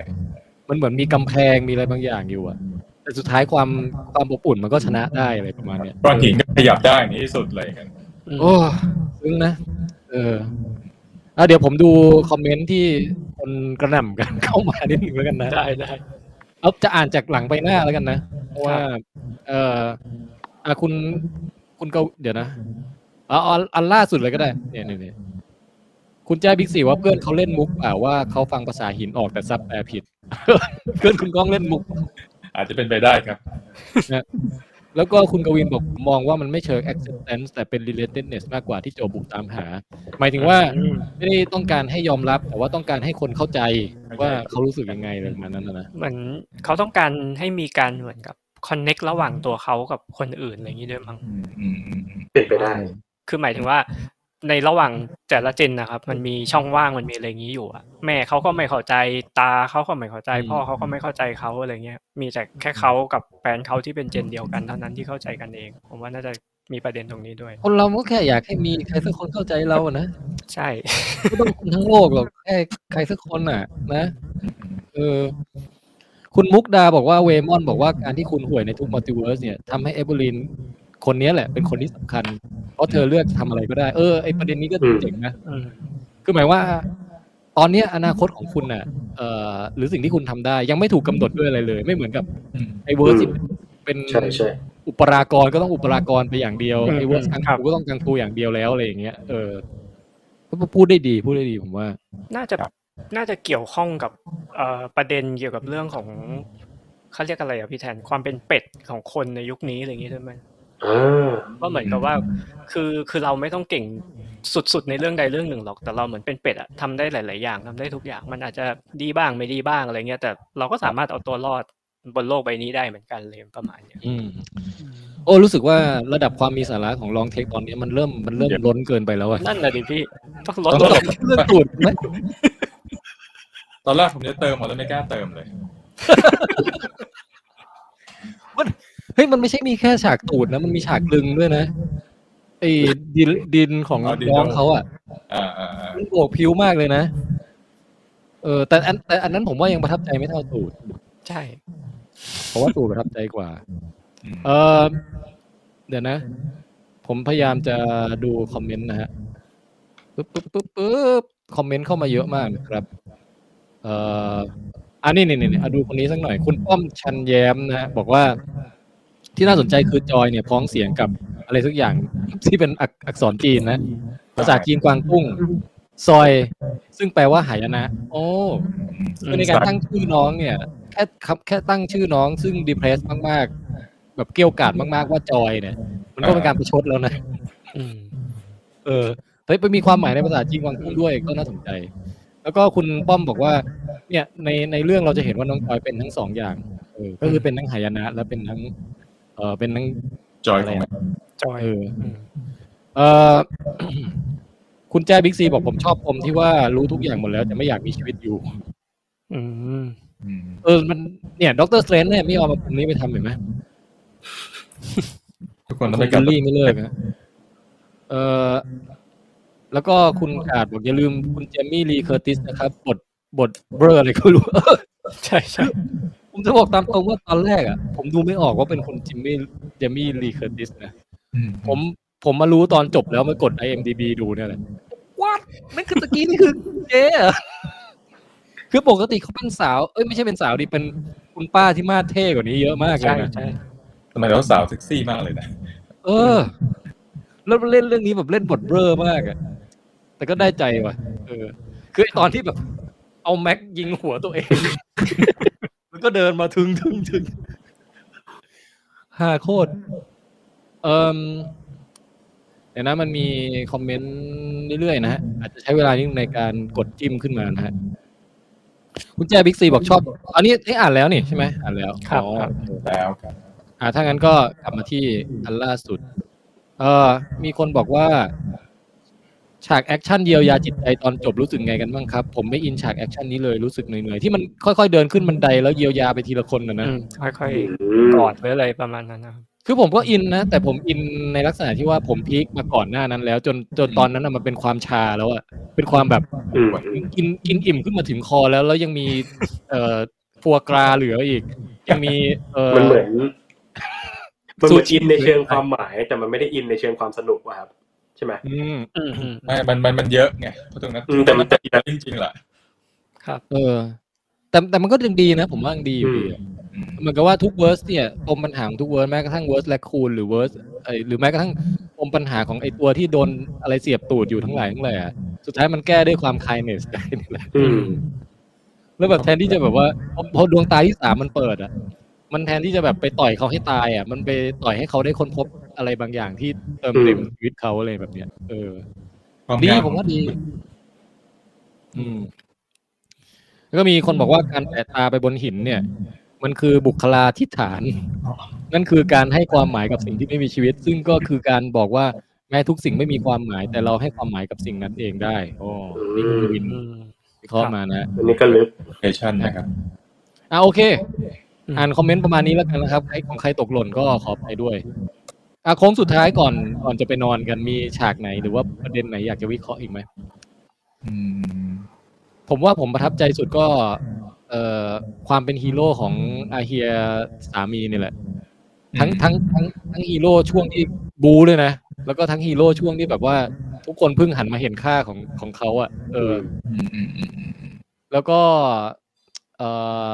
B: มันเหมือนมีกำแพงมีอะไรบางอย่างอยู่อะแต่สุดท้ายความความอบอุ่นมันก็ชนะได้อะไรประมาณเนี้ย
F: ก้อนหินก็ขยับได้ในที่สุดเลยกัน
C: อืม
B: โอ้ซึ้งนะ เอออ่ะเดี๋ยวผมดูคอมเมนต์ที่คนกระหน่ำกันเข้ามานิดนึงแล้วกันนะ
C: ได้ได้
B: เอาจะอ่านจากหลังไปหน้าแล้วกันนะเพราะว่า เอ่ออ่ะคุณคุณก็เดี๋ยวนะเอาเอาอันล่าสุดเลยก็ได้เนี่ยเนี่ยเนี่ยคุณแจ้บิ๊กซีว่าเพื่อนเขาเล่นมุกอ่าว่าเขาฟังภาษาหินออกแต่ซับแปลผิด เพื่อนคุณก้องเล่นมุก
F: อาจจะเป็นไปได้ครับ
B: แล้วก็คุณกวินบอกมองว่ามันไม่เชิง acceptance แต่เป็น relatedness มากกว่าที่โจบุกตามหา หมายถึงว่า
C: อืม
B: ไม่ได้ต้องการให้ยอมรับ แต่ว่าต้องการให้คนเข้าใจว่าเขารู้สึกยังไงอะไรประมาณนั้นนะนะ
C: เหมือนเขาต้องการให้มีการเหมือนกับคอนเน็กระหว่างตัวเขากับคนอื่นอะไรอย่างนี้ด้วยมั้ง
F: อืมอืมอืมอืม
D: เป็นไปได้
C: คือหมายถึงว่าในระหว่างแต่ละเจนนะครับ มันมีช่องว่างมันมีอะไรอย่างนี้อยู่อะแม่เขาก็ไม่เข้าใจตาเขาก็ไม่เข้าใจ พ่อเขาก็ไม่เข้าใจเขาอะไรเงี้ยมีแต่แค่เขากับแฟนเขาที่เป็นเจนเดียวกันเท่านั้นที่เข้าใจกันเอง ผมว่าน่าจะมีประเด็นตรงนี้ด้วย
B: คนเราก็แค่อยากให้มีใครสักคนเข้าใจเราอะนะ
C: ใช่
B: ไม่ต้องคนทั้งโลกหรอกแค่ใครสักคนน่ะ นะเออคุณมุกดาบอกว่าเวมอนบอกว่าการที่คุณห่วยในทุกมัลติเวิร์สเนี่ยทำให้เอเบอรินคนเนี้ยแหละเป็นคนที่สำคัญ เพราะเธอเลือกทำอะไรก็ได้ เออไอประเด็นนี้ก็
D: อืม
B: เจ๋งนะ
C: อืม
B: คือหมายว่า ตอนเนี้ยอนาคตของคุณน่ะเอ่อหรือสิ่งที่คุณทำได้ ยังไม่ถูกกำหนดด้วยอะไรเลย ไม่เหมือนกับ
F: อืม
B: ไอเวอร์สที่
D: อืม
B: เป็น
D: ใช่ใช่
B: อุปรากรก็ต้องอุปรากรไปอย่างเดียว
F: อืม
B: ไอเวอร์สกังฟูก็ต้องกังฟูอย่างเดียวแล้วอะไรอย่างเงี้ยเออก็พูดได้ดีพูดได้ดีผมว่า
C: น่าจะน่าจะเกี่ยวข้องกับเอ่อประเด็นเกี่ยวกับเรื่องของเขาเรียกอะไรอะพี่แทนความเป็นเป็ดของคนในยุคนี้อะไรอย่างนี้ด้วยไหม
D: อ่า
C: ว่าเหมือนกับว่า คือคือเราไม่ต้องเก่งสุดๆในเรื่องใดเรื่องหนึ่งหรอก แต่เราเหมือนเป็นเป็ดอะทำได้หลาย ๆ อย่างทำได้ทุกอย่าง มันอาจจะดีบ้างไม่ดีบ้างอะไรเงี้ยแต่เราก็สามารถเอาตัวรอดบนโลกใบนี้ได้เหมือนกันเลยประมาณเนี้ย
B: อืมโอ้รู้สึกว่าระดับความมีสาระของลองเทคตอนนี้มันเริ่มมันเริ่มล้นเกินไปแล้วอะ
C: นั่นแหละดิพี่ต้องลด
F: ต้
C: ล
F: องล
C: ง
F: ด
B: เรื่องตูดไหม
F: ตอนแรกผมจะเติมหมดแล้วไม่กล้าเติมเลย
B: เฮ้ยมันไม่ใช่มีแค่ฉากตูดนะมันมีฉากลึงด้วยนะไอ้ดินดินของ
F: อ๋อดิน
B: น้องเขาอะ
F: อ่าอ่าอ่า
B: มันโบกผิวมากเลยนะ เออแต่อันแต่อันนั้นผมว่ายังประทับใจไม่เท่าตูด
C: ใช่
B: เพราะว่าตูดประทับใจกว่า
F: อืม
B: เออเดี๋ยวนะ ผมพยายามจะดูคอมเมนต์นะฮะปึ๊บปึ๊บปึ๊บปึ๊บคอมเมนต์เข้ามาเยอะมากนะครับ เอ่ออันนี้นี่นี่นี่อ่ะดูคนนี้สักหน่อย คุณป้อมชันแย้มนะฮะบอกว่า ที่น่าสนใจคือจอยเนี่ยพ้องเสียงกับอะไรสักอย่างที่เป็นอักอักษรจีนนะ ภาษาจีนกวางตุ้ง ซอย ซึ่งแปลว่าหายนะ โอ้ คือในการตั้งชื่อน้องเนี่ยแค่คำแค่ตั้งชื่อน้องซึ่งด p เพรสมากๆ แบบเกรี้ยวกราดมากๆว่าจอยเนี่ย มันก็เป็นการประชดแล้วนะ
C: อืม
B: เออเฮ้ยไปมีความหมายในภาษาจีนกวางตุ้งด้วยก็น่าสนใจ แล้วก็คุณป้อมบอกว่า เนี่ยในในเรื่องเราจะเห็นว่าน้องจอยเป็นทั้งสองอย่างเออก็คือเป็นทั้งหายนะ และเป็นทั้ง เออเป็นทั้ง
F: จอย
B: อะไร
F: ของมั
B: อะ
F: น
C: จอย
B: เออ
C: ม
B: เออ คุณแจ้บิ๊กซีบอกผมชอบผมที่ว่ารู้ทุกอย่างหมดแล้วจะไม่อยากมีชีวิตอยู่
C: อืม
F: อืม
B: เออมันเนี่ยด็อกเตอร์สเตรนเนี่ยไม่เอามาปุ่มนี้ไปทำเห็นไหม
F: ทุกคนต้อง
B: คุ
F: ไป
B: ณ
F: กั
B: บิ
F: น
B: ลลี่ไม่เลิกนะเออแล้วก็คุณกาดบอกอย่าลืมคุณเจมี่ลีเคอร์ติสนะครับ บทบทเบลออะไรก็ไม่รู้
C: ใช่ใช่
B: ผมจะบอกตามตรงว่าตอนแรกอ่ะ ผมดูไม่ออกว่าเป็นคนจิมมี่เจมี่ลีเคอร์ติสนะ
F: อืม
B: ผมผมมารู้ตอนจบแล้วมากด IMDB ดูเนี่ยแหละว้านั่นคือตะกี้นี่คือ เจ๊เหรอคือปกติเขาเป็นสาว เอ้ยไม่ใช่เป็นสาวดิเป็นคุณป้าที่มาสเท่กว่านี้เยอะมากเล
C: ใช่
B: ยนะ
C: ใช่
F: ทำไมเราสาวเซ็กซี่มากเลยนะ
B: เออ แล้วเล่นเรื่องนี้แบบเล่นบทเบ้อมากอะแต่ก็ได้ใจว่ะ เออ คือไอ้ตอนที่แบบ เอาแม็กยิงหัวตัวเอง มันก็เดินมาถึงถึงถึงฮ่าโคตร เออเดี๋ยวนะมันมีคอมเมนต์เรื่อยๆนะฮะ อาจจะใช้เวลานิดนึงในการกดจิ้มขึ้นมานะฮะ คุณแจบิ๊กซีบอกชอบ อันนี้ได้อ่านแล้วนี่ใช่ไหมอ่านแล้ว
C: ครับ
B: อ๋อ
C: ครับ
F: แล้วครับ
B: อ่าถ้างั้นก็กลับมาที่อันล่าสุด เออมีคนบอกว่า ฉากแอคชั่นเยียวยาจิตใจตอนจบรู้สึกไงกันบ้างครับ ผมไม่อินฉากแอคชั่นนี้เลยรู้สึกเหนื่อยๆที่มันค่อยๆเดินขึ้นบันไดแล้วเยียวยาไปทีละคนนะนะ
C: อืมค่อย
D: ม
C: ๆกอดไว้เลยประมาณนั้นนะครับ
B: คือผมก็อินนะ แต่ผมอินในลักษณะที่ว่าผมพีคมาก่อนหน้านั้นแล้ว จนจนตอนนั้นน่ะมันเป็นความชาแล้วอะเป็นความแบบ
D: อืม
B: กินกินอิ่มขึ้นมาถึงคอแล้ว แล้วยังมีเอ่อฟัวกราเหลืออีก ยังมีเอ่อ
D: มันเหมือนมันเหมือน
B: ซูชิ
D: อินในเชิงความหมาย แต่มันไม่ได้อินในเชิงความสนุกว่ะครับ ใช่ไหม
B: อืม
C: อืมอืม
E: ไม่มันมันมันเยอะไงเพราะตรงนั้น
D: อืมแต่มันแต่
E: จริงๆแหละ
C: ครับ
B: เออ แต่แต่มันก็ยังดีนะ ผมว่ายังดีอยู่ดีอะ
E: อืม
B: เหมือนกับว่าทุกเวอร์สเนี่ยปมปัญหาของทุกเวอร์สแม้กระทั่งเวอร์สแลคคูนหรือเวอร์สไอหรือแม้กระทั่งปมปัญหาของไอตัวที่โดนอะไรเสียบตูดอยู่ทั้งหลายทั้งแหล่อะสุดท้ายมันแก้ด้วยความคายเนสได้นี่แหละ
D: อืม
B: แล้วแบบแทนที่จะแบบว่าพอพอดวงตาที่สามมันเปิดอ่ะ มันแทนที่จะแบบไปต่อยเขาให้ตายอ่ะ มันไปต่อยให้เขาได้ค้นพบอะไรบางอย่างที่เติมเต็ม
D: อืม
B: ชีวิตเขาอะไรแบบเนี้ย เออ
E: คว
B: ดี
E: ย
B: ผมว่าดี อืม แล้วก็มีคนบอกว่าการแตะตาไปบนหินเนี่ย มันคือบุคลาธิฐาน นั่นคือการให้ความหมายกับสิ่งที่ไม่มีชีวิต ซึ่งก็คือการบอกว่าแม้ทุกสิ่งไม่มีความหมาย แต่เราให้ความหมายกับสิ่งนั้นเองได้โอ้นี่คือวิน
C: อืม
B: วิเคราะห์มานะ
D: อันนี้ก็ลึก
E: เอชั่นนะครับ
B: อ่ะโอเค
C: อืม
B: อ่านคอมเมนต์ประมาณนี้แล้วกันนะครับใครของใครตกหล่นก็ขอไปด้วย อ่ะโค้งสุดท้ายก่อนก่อนจะไปนอนกันมีฉากไหน หรือว่าประเด็นไหนอยากจะวิเคราะห์อีกไหม
E: อืม
B: ผมว่าผมประทับใจสุดก็ เอ่อความเป็นฮีโร่ของอาเฮียสามีนี่แหละ ทั้งทั้งทั้งทั้งฮีโร่ช่วงที่บูด้วยนะ แล้วก็ทั้งฮีโร่ช่วงที่แบบว่า ทุกคนเพิ่งหันมาเห็นค่าของของเขาอะเออ
E: อืมอืมอืมอืม
B: แล้วก็เอ่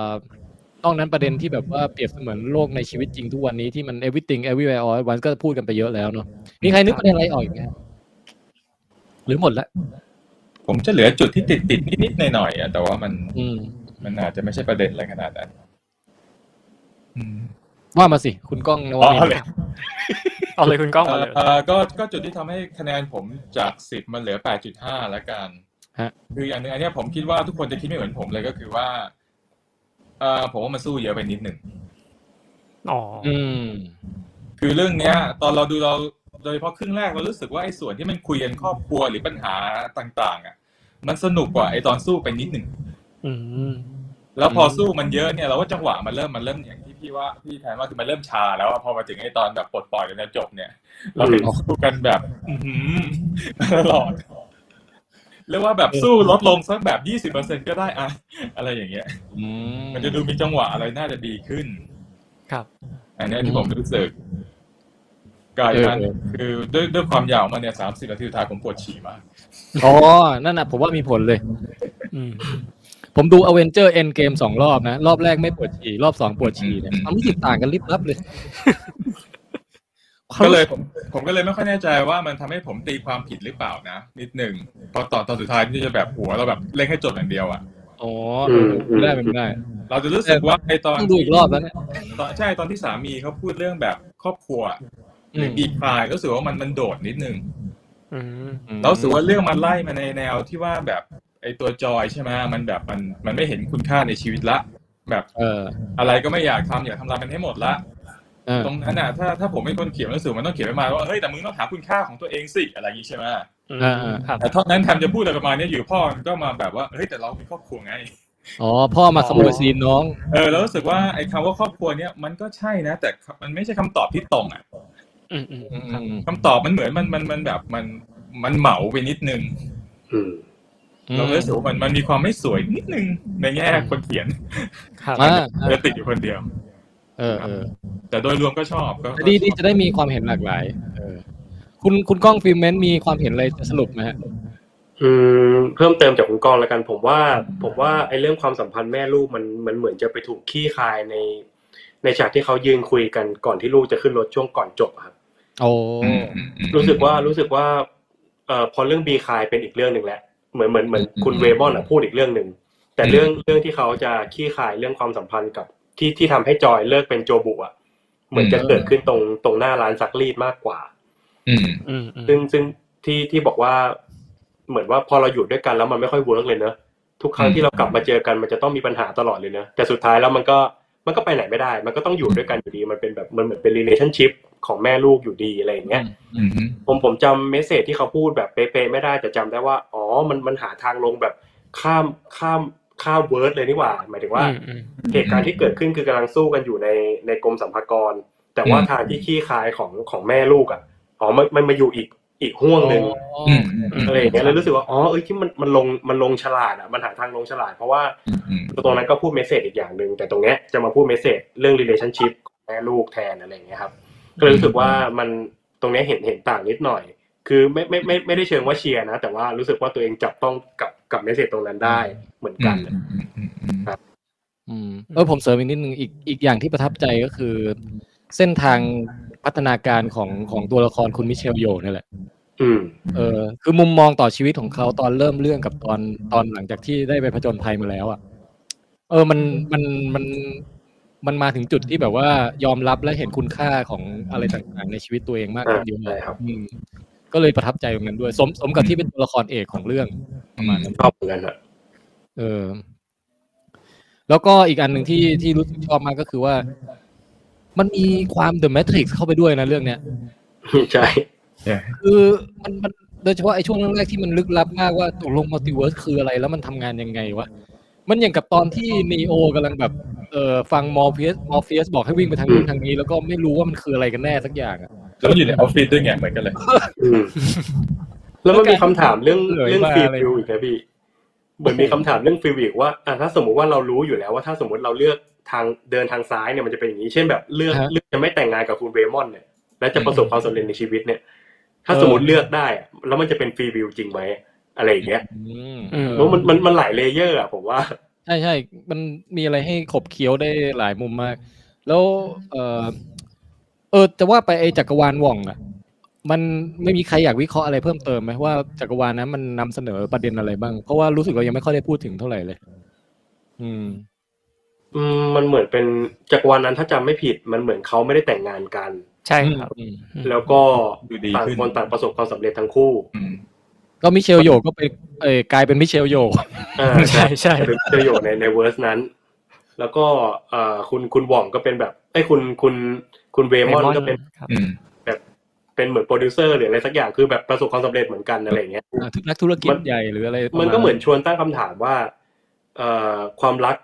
B: อนอกนั้นประเด็นที่แบบว่าเปรียบเสมือนโลกในชีวิตจริงทุกวันนี้ที่มัน everything everywhere all at once ก็พูดกันไปเยอะแล้วเนาะมีใครนึกประเด็นอะไรออกอีกไหมครับหรือหมดละ
E: ผมจะเหลือจุดที่ติดติดนิดนิดๆหน่อยหน่อยๆอ่ะแต่ว่ามัน
B: อืม
E: มันอาจจะไม่ใช่ประเด็นอะไรขนาดนั้นอืม
B: ว่ามาสิ คุณก้องนว
E: อ๋อ
B: มิน
E: เอา
B: ทร์
C: เอาเล
E: เลย
C: ยคุณก้องมาเลย
E: เอ่อก็ก็จุดที่ทำให้คะแนนผมจากสิบมันเหลือแปดจุดห้าละกัน
B: ฮะ
E: คืออย่างหนึงอันเนี้ยผมคิดว่าทุกคนจะคิดไม่เหมือนผมเลยก็คือว่าเอ่อผมว่ามันสู้เยอะไปนิดหนึ่ง
C: อ๋ออ
B: อืม
E: คือเรื่องเนี้ย ตอนเราดูเราโดยเฉพาะครึ่งแรกเรารู้สึกว่าไอ้ส่วนที่มันคุยกันครอบครัวหรือปัญหาต่าง ๆ อ่ะ มันสนุกกว่าไอ้ตอนสู้ไปนิดหนึ่ง
C: อืม
E: แล้วพออ
B: ม
E: สู้มันเยอะเนี่ยเราว่าจังหวะมันเริ่มมันเริ่มอย่างที่พี่ว่าพี่แทนว่าคือมันเริ่มชาแล้วอะพอมาถึงไอ้ตอนแบบปลดปล่อยกันจะจบเนี่ย เราเห็นสู้กันแบบ อื้อ หือตลอดเรียกว่าแบบสู้ลดลงสักแบบยี่สิบเปอร์เซ็นก็ได้อะอะไรอย่างเงี้ย
B: อืม
E: มันจะดูมีจังหวะอะไรน่าจะดีขึ้น
C: ครับ
E: อันเนี้ย
B: อื
E: ที่
B: ม
E: ผมรู้สึกกลายเป็น
B: เออ
E: คือด้วยด้วยความยาวมันเนี่ยสามสิบนาทีสุดท้ายผมปวดฉี่มาก
B: อ๋อ นั่นน่ะผมว่ามีผลเลย
C: อืม
B: ผมดู Avenger Endgame สองรอบนะ รอบแรกไม่ปวดฉี่ รอบสองปวดฉี่เนี่ยความรู้สึกต่างกันลิบลับเลย
E: ก็เลยผมผมก็เลยไม่ค่อยแน่ใจว่ามันทำให้ผมตีความผิดหรือเปล่านะ นิดหนึ่งเพราะตอนตอนสุดท้ายที่จะแบบหัวเราแบบเล่งให้จบอย่างเดียวอ่ะ
B: อ๋อเออไม่ได้ไม่ได้
E: เราจะรู้สึกว่าไอตอน
B: ต้องดูอีกรอบแล้วเนี่ย
E: ตอนใช่ตอนที่สามีเขาพูดเรื่องแบบครอบครัวหรือ
B: ม
E: ดีพายรู้สึกว่ามันมันโดดนิดนึง
C: อืม
E: เรารู้สึกว่าเรื่องมันไล่มาในแนวที่ว่าแบบไอตัวจอยใช่ไหมมันแบบมันมันไม่เห็นคุณค่าในชีวิตละ แบบ
B: เออ
E: อะไรก็ไม่อยากทำอยากทำลายมันให้หมดละ
B: เออ
E: ตรงนั้นน่ะถ้าถ้าผมเป็นคนเขียนรู้สึกมันต้องเขียนประมาณว่าเฮ้ยแต่มึงต้องหาคุณค่าของตัวเองสิอะไรอย่างงี้ใช่ไหม
C: อื
B: อ่า
C: ม ครับ
E: แต่เท่านั้นแทมจะพูดอะไรประมาณเนี้ยอยู่พ่อมันก็มาแบบว่าเฮ้ยแต่เรามีครอบครัวไง
B: อ๋อ พ่อมาขโมยซีนน้อง
E: เออแล้วรู้สึกว่าไอ้คำว่าครอบครัวเนี่ยมันก็ใช่นะ แต่มันไม่ใช่คำตอบที่ตรงอ่ะ
C: อืมอืมครับ
E: คำตอบมันเหมือนมันมันมันแบบมันมันเหมาไปนิดนึง
D: อืม
E: เรารู้สึกว่ามันมันมีความไม่สวยนิดนึงในแง่คนเขียน
C: ครับ
B: อ่า
E: จะติดอยู่คนเดียว
B: เออเออ
E: แต่โดยรวมก็ชอบก็ก็
B: ดีดีจะได้มีความเห็นหลากหลายเออคุณคุณก้องฟิล์มเมนต์มีความเห็นอะไรจะสรุปไหมฮะ
D: อืมเพิ่มเติมจากคุณกองแล้วกัน ผมว่า ผมว่าไอ้เรื่องความสัมพันธ์แม่ลูกมันมันเหมือนจะไปถูกขี้คายใน ในฉากที่เขายืนคุยกันก่อนที่ลูกจะขึ้นรถช่วงก่อนจบอะครับ
B: โอ้
E: อืมอืมอืม
D: รู้สึกว่ารู้สึกว่าเอ่อพอเรื่องบีคายเป็นอีกเรื่องหนึ่งแล้วเหมือนเหมือนเหมือน
E: อืม
D: คุณเวบอนอะพูดอีกเรื่องหนึ่งแต่เรื่องเรื่องที่เขาจะขี้คายเรื่องความสัมพันธ์กับที่ที่ทำให้จอยเลิกเป็นโจบุอะเหมือนจะ
E: อืม
D: เกิดขึ้นตรงตรงหน้าร้านซักรีดมากกว่า
E: อืม
C: อืมอืม
D: ซึ่งซึ่งที่ที่บอกว่าเหมือนว่าพอเราอยู่ด้วยกันแล้วมันไม่ค่อยเวิร์กเลยเนอะทุกครั้งที่เรากลับมาเจอกันมันจะต้องมีปัญหาตลอดเลยเนอะแต่สุดท้ายแล้วมันก็มันก็ไปไหนไม่ได้ มันก็ต้องอยู่ด้วยกันอยู่ดีมันเป็นแบบมันเหมือนเป็น relationship ของแม่ลูกอยู่ดีอะไรอย่างเงี้ย
F: อืมอืม
D: ผมผมจำเมสเซจที่เขาพูดแบบเป๊ะๆไม่ได้แต่จำได้ว่า อ๋อมันมันหาทางลงแบบข้ามข้ามข้ามเวิร์ดเลยนี่หว่า หมายถึงว่า
C: อืมอืม
D: เหตุการณ์ที่เกิดขึ้นคือกำลังสู้กันอยู่ในในกรมสัมภากร แต่ว่าทางที่ขี้คายของของแม่ลูกอ่ะอ๋อมันมันมาอยู่อีกอีกห่วงหนึ่ง
F: อืมอืม
D: อะไรอย่างเงี้ยแล้วรู้สึกว่าอ๋อเอ้ยที่มันมันลงมันลงฉลาดอ่ะมันหาทางลงฉลาด เพราะว่า
F: อืม
D: ตรงนั้นก็พูดเมสเซจอีกอย่างหนึ่งแต่ตรงเนี้ยจะมาพูดเมสเซจเรื่อง relationship ของแม่ลูกแทนอะไรอย่างเงี้ยครับก็เลยรู้สึกว่ามันตรงเนี้ยเห็นเห็นต่างนิดหน่อย คือไม่ไม่ไม่ไม่ได้เชิงว่าเชียร์นะ แต่ว่ารู้สึกว่าตัวเองจับต้องกับกับเมสเซจตรงนั้นได้เหมือน
F: อื
D: กัน
F: มอืมอืมอืม
B: อืมเออผมเสริมอีกนิดนึงอีกอีกอย่างที่ประทับใจก็คือ เส้นทางพัฒนาการของของตัวละครคุณมิเชลโยนี่แหละ
D: อืม
B: เออคือมุมมองต่อชีวิตของเขาตอนเริ่มเรื่องกับตอนตอนหลังจากที่ได้ไปผจญภัยมาแล้วอ่ะเออมันมันมันมันมาถึงจุดที่แบบว่ายอมรับและเห็นคุณค่าของอะไรต่างๆ ในชีวิตตัวเองมากขึ้นเยอะเล
D: ใช่
B: ย
D: ครับ
B: อืมก็เลยประทับใจตรงนั้นด้วย สมสมกับที่เป็นตัวละครเอกของเรื่องประมาณนั้น
D: ชอบเหมือนกันอะ
B: เออ แล้วก็อีกอันหนึ่งที่ที่รู้สึกชอบมากก็คือว่า มันมีความ The Matrix เข้าไปด้วยนะเรื่องเนี้ย
D: ใช่
B: คือมันมันโดยเฉพาะไอ้ช่วงแรกๆที่มันลึกลับมากว่าตกลงมัลติเวิร์สคืออะไรแล้วมันทำงานยังไงวะ มันอย่างกับตอนที่นีโอกำลังแบบเออฟังมอร์เฟียสมอร์เฟียสบอกให้วิ่งไปทางนู้นทางนี้ แล้วก็ไม่รู้ว่ามันคืออะไรกันแน่สักอย่างอะ
F: แล้วอยู่ในออฟฟิศด้วยไงเหมือนกันเลย
D: อืม แล้วมันมีคำถามเรื่อง
B: เหนื่อย
D: เรื่อง
B: มาก
D: ฟิล
B: เลย
D: วิวอีกนะพี่ เหมือนมีคำถามเรื่องฟิลวิวว่าอ่ะถ้าสมมุติว่าเรารู้อยู่แล้วว่าถ้าสมมติเราเลือกทางเดินทางซ้ายเนี่ยมันจะเป็นอย่างนี้ เช่นแบบเลือกเลือกจะไม่แต่งงานกับคุณเวมอนเนี่ย แล้วจะประสบความสำเร็จในชีวิตเนี่ย ถ้าสมมติเลือกได้อะแล้วมันจะเป็นฟิลวิวจริงไหมอะไรอย่างเงี้ย
B: อืม
C: อืม
D: แล้วมันมันมันหลายเลเยอร์อะผมว่า
B: ใช่ใช่มันมีอะไรให้ขบเคี้ยวได้หลายมุมมาก แล้ว เออเออจะว่าไปไอจักรวาลว่องอะมันไม่มีใครอยากวิเคราะห์อะไรเพิ่มเติมไหมว่าจักรวาลนั้นมันนำเสนอประเด็นอะไรบ้าง เพราะว่ารู้สึกเรายังไม่ค่อยได้พูดถึงเท่าไหร่เลย อืม
D: อืมมันเหมือนเป็นจักรวาลนั้นถ้าจำไม่ผิด มันเหมือนเขาไม่ได้แต่งงานกัน
C: ใช่ครับ
B: อืม
C: อืม
D: แล้วก็
F: ดูดี
D: ต่าง
F: ขึ้น
D: คนต่างประสบความสำเร็จทั้งคู่
F: อืม
B: ก็มิเชลโยก็ไปเออกลายเป็นมิเชลโย
D: อ่า
C: ใช่ใช่
D: เป็นประโยชน์ในในเวอร์สนั้น แล้วก็เอ่อคุณคุณหว่องก็เป็นแบบไอ้ยคุณคุณคุณเวมอน
C: Raymond
D: ก็เป็น
C: ครับ
F: อืม
D: เป็นเหมือนโปรดิวเซอร์หรืออะไรสักอย่างคือแบบประสบความสำเร็จเหมือนกันอะไรอย่างเงี้ย
B: อ่าทุกนักธุรกิจ
D: มัน
B: ใหญ่หรืออะไรประาณ
D: มันก็เหมือนชวนตั้งคำถามว่าเอ่อความรัก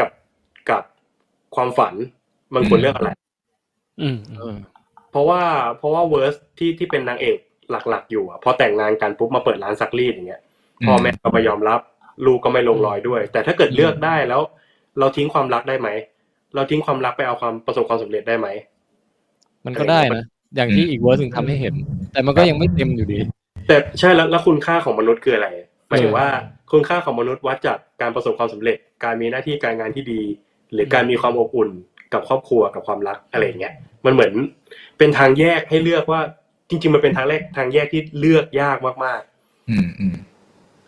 D: กับกับความฝันมันควรเลือกอะไร
C: อืม
B: เออ
D: เพราะว่าเพราะว่าเวอร์สที่ที่เป็นนางเอกหลักๆ อยู่อะพอแต่งงานกันปุ๊บมาเปิดร้านซักรีดอย่างเงี้ย พ่อแม่ก็ไม่ยอมรับ ลูกก็ไม่ลงรอยด้วย แต่ถ้าเกิดเลือกได้แล้ว เราทิ้งความรักได้ไหม เราทิ้งความรักไปเอาความประสบความสำเร็จได้ไหม
B: มันก็ได้นะอย่างที่อีกเวอร์สหนึ่งทำให้เห็น แต่มันก็ยังไม่เต็มอยู่ดี
D: แต่ใช่แล้วแล้วคุณค่าของมนุษย์คืออะไรหมายถึงว่าคุณค่าของมนุษย์วัดจากการประสบความสำเร็จ การมีหน้าที่การงานที่ดี หรือการมีความอบอุ่นกับครอบครัวกับความรักอะไรอย่างเงี้ยมันเหมือนเป็นทางแยกให้เลือกว่าจริง ๆ มันเป็นทางแรกทางแยกที่เลือกยากมาก
F: อืมอืม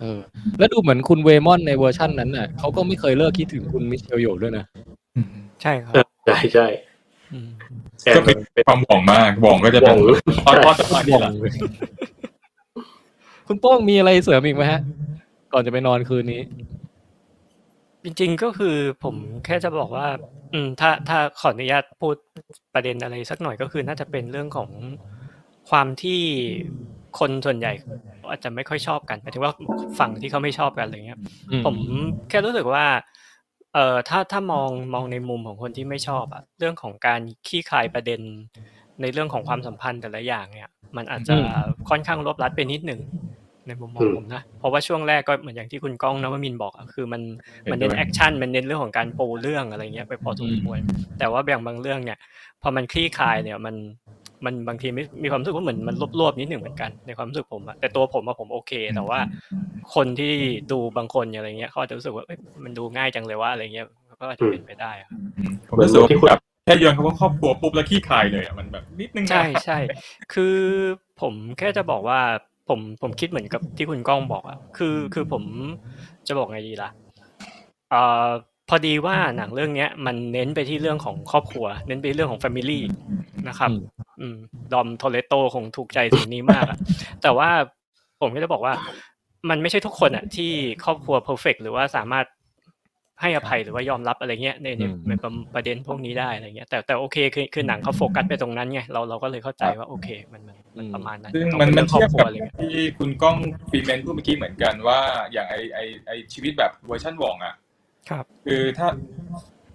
B: เออแล้วดูเหมือนคุณเวมอนในเวอร์ชั่นนั้นน่ะเขาก็ไม่เคยเลิกคิดถึงคุณมิเชลโยด้วยนะ
F: อืม
C: ใช่ครับ
D: ๆใช่ใช่
C: อืม
D: แอบ
F: ก็เป็นความหวังมากหวังก็จะ
D: ห
F: เป็
D: วัน ง
F: ตอนตอนจังหวะนี้แหละ
B: คุณโป้งมีอะไรเสริมอีกไหมฮะ ก่อนจะไปนอนคืนนี้
C: จริงๆก็คือผมแค่จะบอกว่า อืมถ้าถ้าขออนุญาตพูดประเด็นอะไรสักหน่อยก็คือน่าจะเป็นเรื่องของความที่คนส่วนใหญ่อาจจะไม่ค่อยชอบกันหมายถึงว่าฝั่งที่เขาไม่ชอบกันอะไรเงี้ย ผมแค่รู้สึกว่า เอ่อ ถ้า ถ้ามอง มองในมุมของคนที่ไม่ชอบอะเรื่องของการขี้คายประเด็น ในเรื่องของความสัมพันธ์แต่ละอย่างเนี่ย มันอาจจะ
B: อืม
C: ค่อนข้างลบลัดไปนิดหนึ่งในมุมมองผมนะ เพราะว่าช่วงแรกก็เหมือนอย่างที่คุณก้องนวมินทร์บอกอะคือมัน มันเน้นแอคชั่น มันเน้นเรื่องของการปูเรื่องอะไรเงี้ยไปพอสมควร แต่ว่าแบ่งบางเรื่องเนี่ย พอมันคลี่คลายเนี่ย มัน มันบางทีไม่มีความรู้สึกว่าเหมือนมันรวบๆนิดหนึ่งเหมือนกัน ในความรู้สึกผมอะแต่ตัวผมอะผมโอเค แต่ว่า คนที่ดูบางคนอะไรเงี้ยเขาอาจจะรู้สึกว่าเอ้ยมันดูง่ายจังเลยว่าอะไรเงี้ยก็อาจจะเป็นไปได้ครับ
F: ผมรู้สึกว่าแบบแค่โยนเขาว่าครอบครัวปุ๊บแล้วขี้คายเลยอ่ะมันแบบนิดนึงนะ
C: ใช่ใช่คือผมแค่จะบอกว่าผมผมคิดเหมือนกับที่คุณก้องบอกอะคือคือผมจะบอกไงดีล่ะเอ่อพอดีว่าหนังเรื่องเนี้ย มันเน้นไปที่เรื่องของครอบครัว เน้นไปเรื่องของแฟมิลี่นะครับ อืมดอมโทเลโตคงถูกใจสิ่งนี้มากอะ แต่ว่าผมก็จะบอกว่า มันไม่ใช่ทุกคนอะที่ครอบครัวเพอร์เฟกหรือว่าสามารถ ให้อภัยหรือว่ายอมรับอะไรเงี้ยในใน
B: อืม
C: ในประประเด็นพวกนี้ได้อะไรเงี้ยแต่แต่โอเคคือคือหนังเขาโฟกัสไปตรงนั้นไงเราเราก็เลยเข้าใจว่าโอเคมันมันมันประมาณนั้น
F: ซึ่ง
C: ต้อง
F: มัน
C: ป็
F: มัน
C: ครอบ
F: เทียบ
C: ครัว
F: กับ
C: อะไรเงี้ย
F: ที่คุณก้องฟีเมนพูดเมื่อกี้เหมือนกันว่า อย่างไอไอไอชีวิตแบบเวอร์ชันหว่องอ่ะ
C: ครับ
F: คือถ้า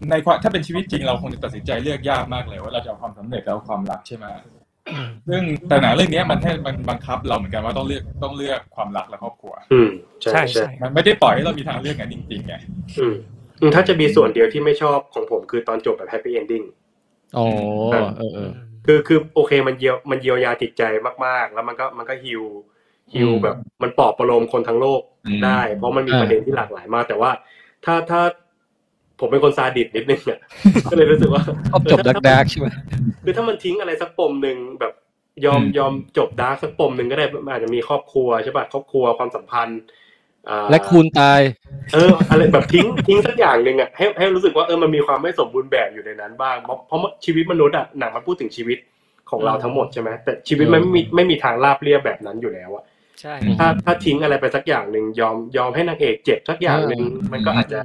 F: ในความถ้าเป็นชีวิตจริงเราคงจะตัดสินใจเลือกยากมากเลย ว่าเราจะเอาความสำเร็จแล้วความรักใช่ไหมซึ่งแต่หนังเรื่องเนี้ยมันให้มันบังคับเราเหมือนกันว่าต้องเลือกต้องเลือกความรักและครอบครัว
D: อืมใช่
C: ใช่
D: ใช่
C: ใช่
F: มันไม่ได้ปล่อยให้เรามีทางเลือกกันจริงๆไง
D: อืมอืมถ้าจะมีส่วนเดียวที่ไม่ชอบของผมคือตอนจบแบบแฮปปี้เอนดิ้ง
B: อ๋อเออเออ
D: คือคือโอเคมันเยียวมันเยียวยาจิตใจมาก ๆ แล้วมันก็มันก็ฮิวฮิว
B: อืม
D: แบบมันปลอบประโลมคนทั้งโลกได้ เพราะมันมี
B: อ่า
D: ประเด็นที่หลากหลายมาก แต่ว่าถ้าถ้าผมเป็นคนซาดิสนิดนึงอ่ะ ก็เลยรู้สึกว่า
B: ชอบจบ
D: เออถ้า
B: ดาร์กๆใช่ไหม
D: คือถ้ามันทิ้งอะไรสักปมหนึ่งแบบยอมยอมจบดาร์กสักปมหนึ่งก็ได้มันอาจจะมีครอบครัวใช่ป่ะครอบครัวความสัมพันธ์อ่า
B: และคูณตาย
D: เอออะไรแบบทิ้งทิ้งสักอย่างหนึ่งอ่ะให้ให้รู้สึกว่าเออมันมีความไม่สมบูรณ์แบบอยู่ในนั้นบ้างเพราะเพราะชีวิตมนุษย์อ่ะหนังมันพูดถึงชีวิตของเราทั้งหมดใช่ไหมแต่ชีวิตมันไม่มีไม่มีทางราบเรียบแบบนั้นอยู่แล้วอะ
C: ใช่
B: อืม
D: ถ้าถ้าทิ้งอะไรไปสักอย่างหนึ่งยอมยอมให้นางเอกเจ็บสักอย่างหนึ่งมันก็อาจจะ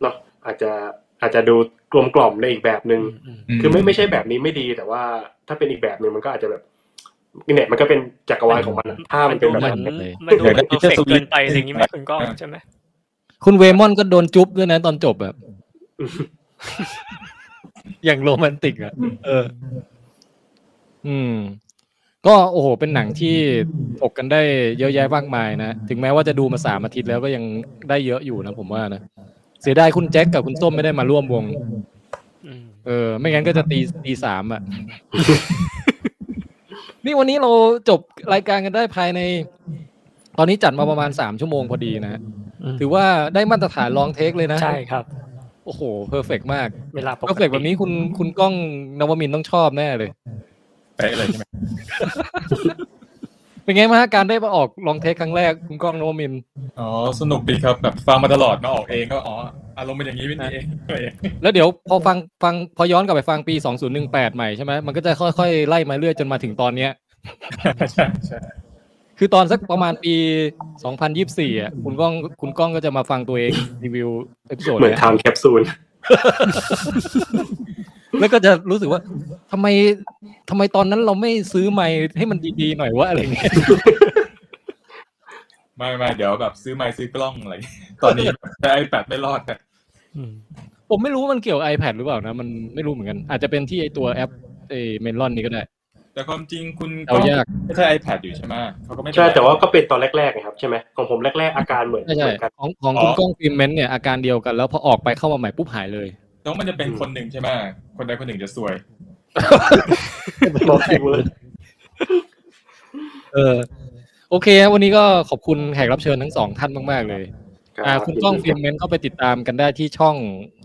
D: เนาะอาจจะอาจจะดูกลมกล่อมในอีกแบบหนึ่ง
C: อืม
D: คือไม่ไม่ใช่แบบนี้ไม่ดีแต่ว่าถ้าเป็นอีกแบบหนึ่งมันก็อาจจะแบบเนี่ยมันก็เป็นจักรวาลของมันอะถ้ามันเป็นแบบ
C: มั
D: นั้น น
C: ดูเหมือนมันดูเหมือนเพอร์เฟกต์เกินไปอะไรอย่างนี้ไหมคุณก้องใช่ไหม
B: คุณเวมอนก็โดนจุ๊บด้วยนะตอนจบแบบ อย่างโรแมนติกอ่ะ เออ อืม ก็โอ้โห เป็นหนังที่ถกกันได้เยอะแยะมากมายนะ ถึงแม้ว่าจะดูมาสามอาทิตย์แล้วก็ยังได้เยอะอยู่นะผมว่านะ เสียดายคุณแจ็คกับคุณส้มไม่ได้มาร่วมวง
C: อืม
B: เออ ไม่งั้นก็จะตีตีสาม อ่ะ นี่วันนี้เราจบรายการกันได้ภายใน ตอนนี้จัดมาประมาณสามชั่วโมงพอดีนะ ถือว่าได้มาตรฐานลองเทคเลยนะ
C: ใช่ครับ
B: โอ้โห เพอร์เฟกมาก
C: เวลาปก
B: เพอร์เฟก
C: ติ
B: แบบนี้คุณคุณกล้องนวมินทร์ต้องชอบแน่เลย
F: เป๊ะเลยใช่ไหม
B: เป็นไงมางฮะการได้มาออกลองเทคครั้งแรกคุณกล้องนวมินทร์
F: อ๋อสนุกดีครับแบบฟังมาตลอดมาออกเองก็อ๋ออารมณ์เป็นอย่างนี้เป็นอย่างนี้เอง
B: แล้วเดี๋ยวพอฟังฟังพอย้อนกลับไปฟังปี 2018 ใหม่ใช่ไหมมันก็จะค่อยๆ ไล่มาเรื่อยจนมาถึงตอนเนี้ย
F: ใช่ใช่
B: คือตอนสักประมาณปี 2024อ่ะคุณกล้องคุณกล้องก็จะมาฟังตัวเองรีวิวเอพิโซด
D: เหมือน
B: เนี้ย
D: ทำแคปซูล
B: แล้วก็จะรู้สึกว่าทำไมทำไมตอนนั้นเราไม่ซื้อไมค์ให้มันดีๆหน่อยวะอะไรเงี้ย
F: ไม่ไม่เดี๋ยวแบบซื้อไมค์ซื้อกล้องอะไร ตอนนี้แต่ไอแปดไม่รอดอะ
C: อืม
B: ผมไม่รู้ว่ามันเกี่ยว iPad หรือเปล่านะ มันไม่รู้เหมือนกัน อาจจะเป็นที่ไอตัวแอปไอเมลอนนี้ก็ได้
F: แต่ความจริงคุณ
B: เอายาก
F: ไม่ใช่ iPad อยู่ใช่ไหมเขาก็ไม่เป็นไร
D: ใช่แต่ว่าก็เป็นตอนแรกๆนะครับใช่ไหมของผมแรกๆอาการเหมือน
B: ใช่
D: เห
B: ใช่
D: มือนกัน
B: ของของ
F: อ๋อ
B: คุณกล้องฟิล์มเมนต์เนี่ยอาการเดียวกันแล้วพอออกไปเข้ามาใหม่ปุ๊บหายเลย
F: ต้องมันจะเป็นคนหนึ่งใช่ไหมคนใดคนหนึ่งจะซวย
D: Multiverse
B: เออโอเคฮะวันนี้ก็ขอบคุณแขกรับเชิญทั้งสองท่านมาก ๆ เลย
D: รับ
B: อ่าคุณกล้องฟิล์มเมนต์ก็ไปติดตามกันได้ที่ช่อง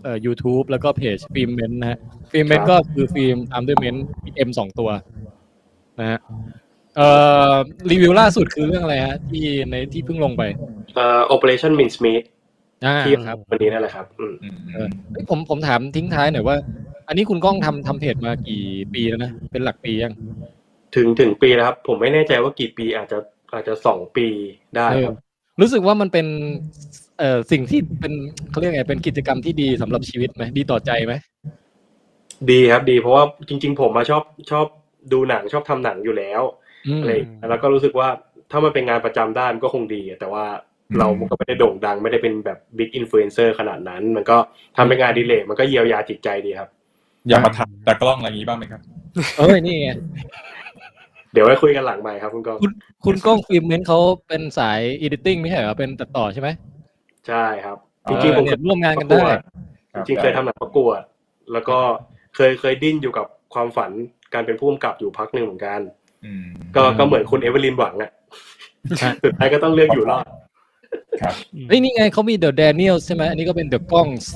B: เอ่อ YouTube แล้วก็เพจฟิล์มเมนต์นะฮะฟิล์มเมนต์ก็คือฟิล์มตามด้วยเมนต์เอ็มสองตัวนะฮะเอ่อรีวิวล่าสุดคือเรื่องอะไรฮะที่ในที่เพิ่งลงไป
D: เอ่อ Operation Min Smith
B: อ่า
D: ที่
B: ครับ
D: วันนี้นั่นแหละครับอืม
F: อืม
B: เออ เอ้ยผมผมถามทิ้งท้ายหน่อยว่า อันนี้คุณก้องทำทำเพจมากี่ปีแล้วนะ เป็นหลักปียัง
D: ถึงถึงปีแล้วครับ ผมไม่แน่ใจว่ากี่ปีอาจจะอาจจะสองปีได้ครับ
B: รู้สึกว่ามันเป็นเอ่อสิ่งที่เป็นเขาเรียกไงเป็นกิจกรรมที่ดีสำหรับชีวิตไหมดีต่อใจไหม
D: ดีครับดีเพราะว่าจริง ๆ ผมมาชอบชอบดูหนังชอบทำหนังอยู่แล้ว
B: อืม
D: อะไรอย่างเงี้ยแล้วก็รู้สึกว่าถ้ามันเป็นงานประจำได้มันก็คงดีอะแต่ว่าเราก็ไม่ได้โด่งดัง ไม่ได้เป็นแบบบิ๊กอินฟลูเอนเซอร์ขนาดนั้น มันก็ทำเป็นงานอดีเลยมันก็เยียวยาจิตใจดีครับ
F: อย่ามาทักแต่กล้องอะไรอย่างนี้บ้างไหมครับ
B: เอ้ยนี่ไง
D: เดี๋ยวไว้คุยกันหลังใหม่ครับคุณกล้อง
B: คุณก้องฟิล์มเมนต์เขาเป็นสาย editing ไม่ใช่เหรอเป็นตัดต่อใช่ไหม
D: ใช่ครับ
F: เออ
D: จริงๆผม
B: เออ
D: ก็
B: เนี่ยร่วมงานกันได้
D: จริงๆเคยทำหนังประกวด แล้วก็เคยเคยดิ้นอยู่กับความฝันการเป็นผู้กำกับอยู่พักหนึ่งเหมือนกัน
F: อืม
D: ก็
B: อืม
D: ก็เหมือนคุณเอเวอร์ลินหวังอะ
B: ฮะ
D: สุดท้ายก็ต้องเลือกอยู่ รอด
B: เฮ้ยนี่ไงเขามี The Daniel ใช่ไหมอันนี้ก็เป็น The g o n g s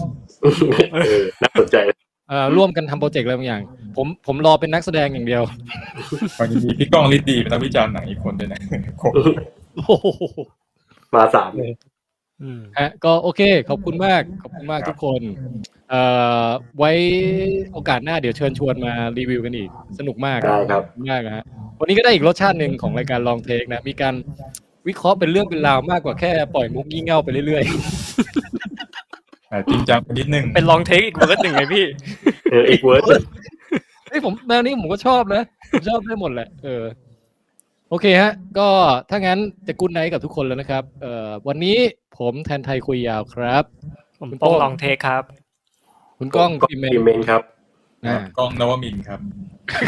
D: เออน่าสนใจ
B: เอ่อร่วมกันทำโปรเจกต์อะไรบางอย่าง ผมผมรอเป็นนักแสดงอย่างเดียว
F: วันนี้มีพี่ก้องฤทธิ์ดีเป็นนักวิจารณ์หนังอีกคนด้วยนะ โอ้โห
D: มาสาม
C: อืม
B: ฮะก็โอเค ขอบคุณมาก ขอบคุณมากทุกคนเอ่อไว้โอกาสหน้าเดี๋ยวเชิญชวนมารีวิวกันอีก สนุกมาก
D: ได้ครับ
B: ขอบคุณมากนะฮะวันนี้ก็ได้อีกรสชาติหนึ่งของรายการลองเทคนะ มีการวิเคราะห์เป็นเรื่องเป็นราวมากกว่าแค่ปล่อยมุกงี่เง่าไปเรื่อย
F: อ่าจริงจังไปนิดนึง
C: เป็นลองเทคอีกเวิร์ดหนึ่งไงพี่
D: เอออีกเวอร์ส
B: เอ้ยผมแนวนี้ผมก็ชอบนะผมชอบได้หมดแหละเออโอเคฮะ ก็ถ้างั้นจะกุดไนท์กับทุกคนแล้วนะครับ เอ่อวันนี้ผมแทนไทยคุยยาวครับ
C: ผมโป้งลองเทคครับ
B: คุณก้องพิมเมน
D: อีเมนครับ
B: อ่า
F: กล้องนวมินทร์ครับ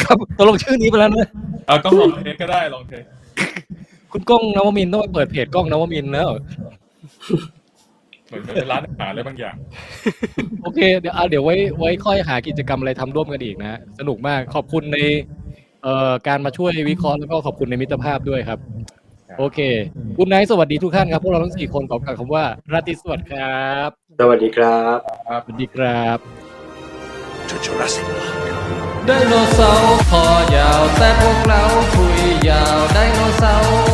B: ครับตกลงชื่อนี้ไปแล้วนะ
F: เอากล้องลองเทสก็ได้ลองเทส
B: คุณก้องนวมินทร์ต้องไปเปิดเพจก้องนวมินทร์แล้ว
F: เหมือนเป็นร้านอาหารอะไรบางอย่าง
B: โอเคเดี๋ยวอ่ะเดี๋ยวไว้ไว้ค่อยหากิจกรรมอะไรทำร่วมกันอีกนะฮะสนุกมากขอบคุณในเอ่อการมาช่วยวิเคราะห์แล้วก็ขอบคุณในมิตรภาพด้วยครับ
F: ครับ
B: โอเคคุณนายสวัสดีทุกท่านครับพวกเราทั้งสี่คนขอกล่าวคำว่าราตรีสวัสดิ์ครับ
D: สวัสดีครับ
B: สวัสดีครับ
A: Chochorasen.
B: ไดโนเสาร์คอยาวแต่พวกเราคุยยาวไดโนเสาร์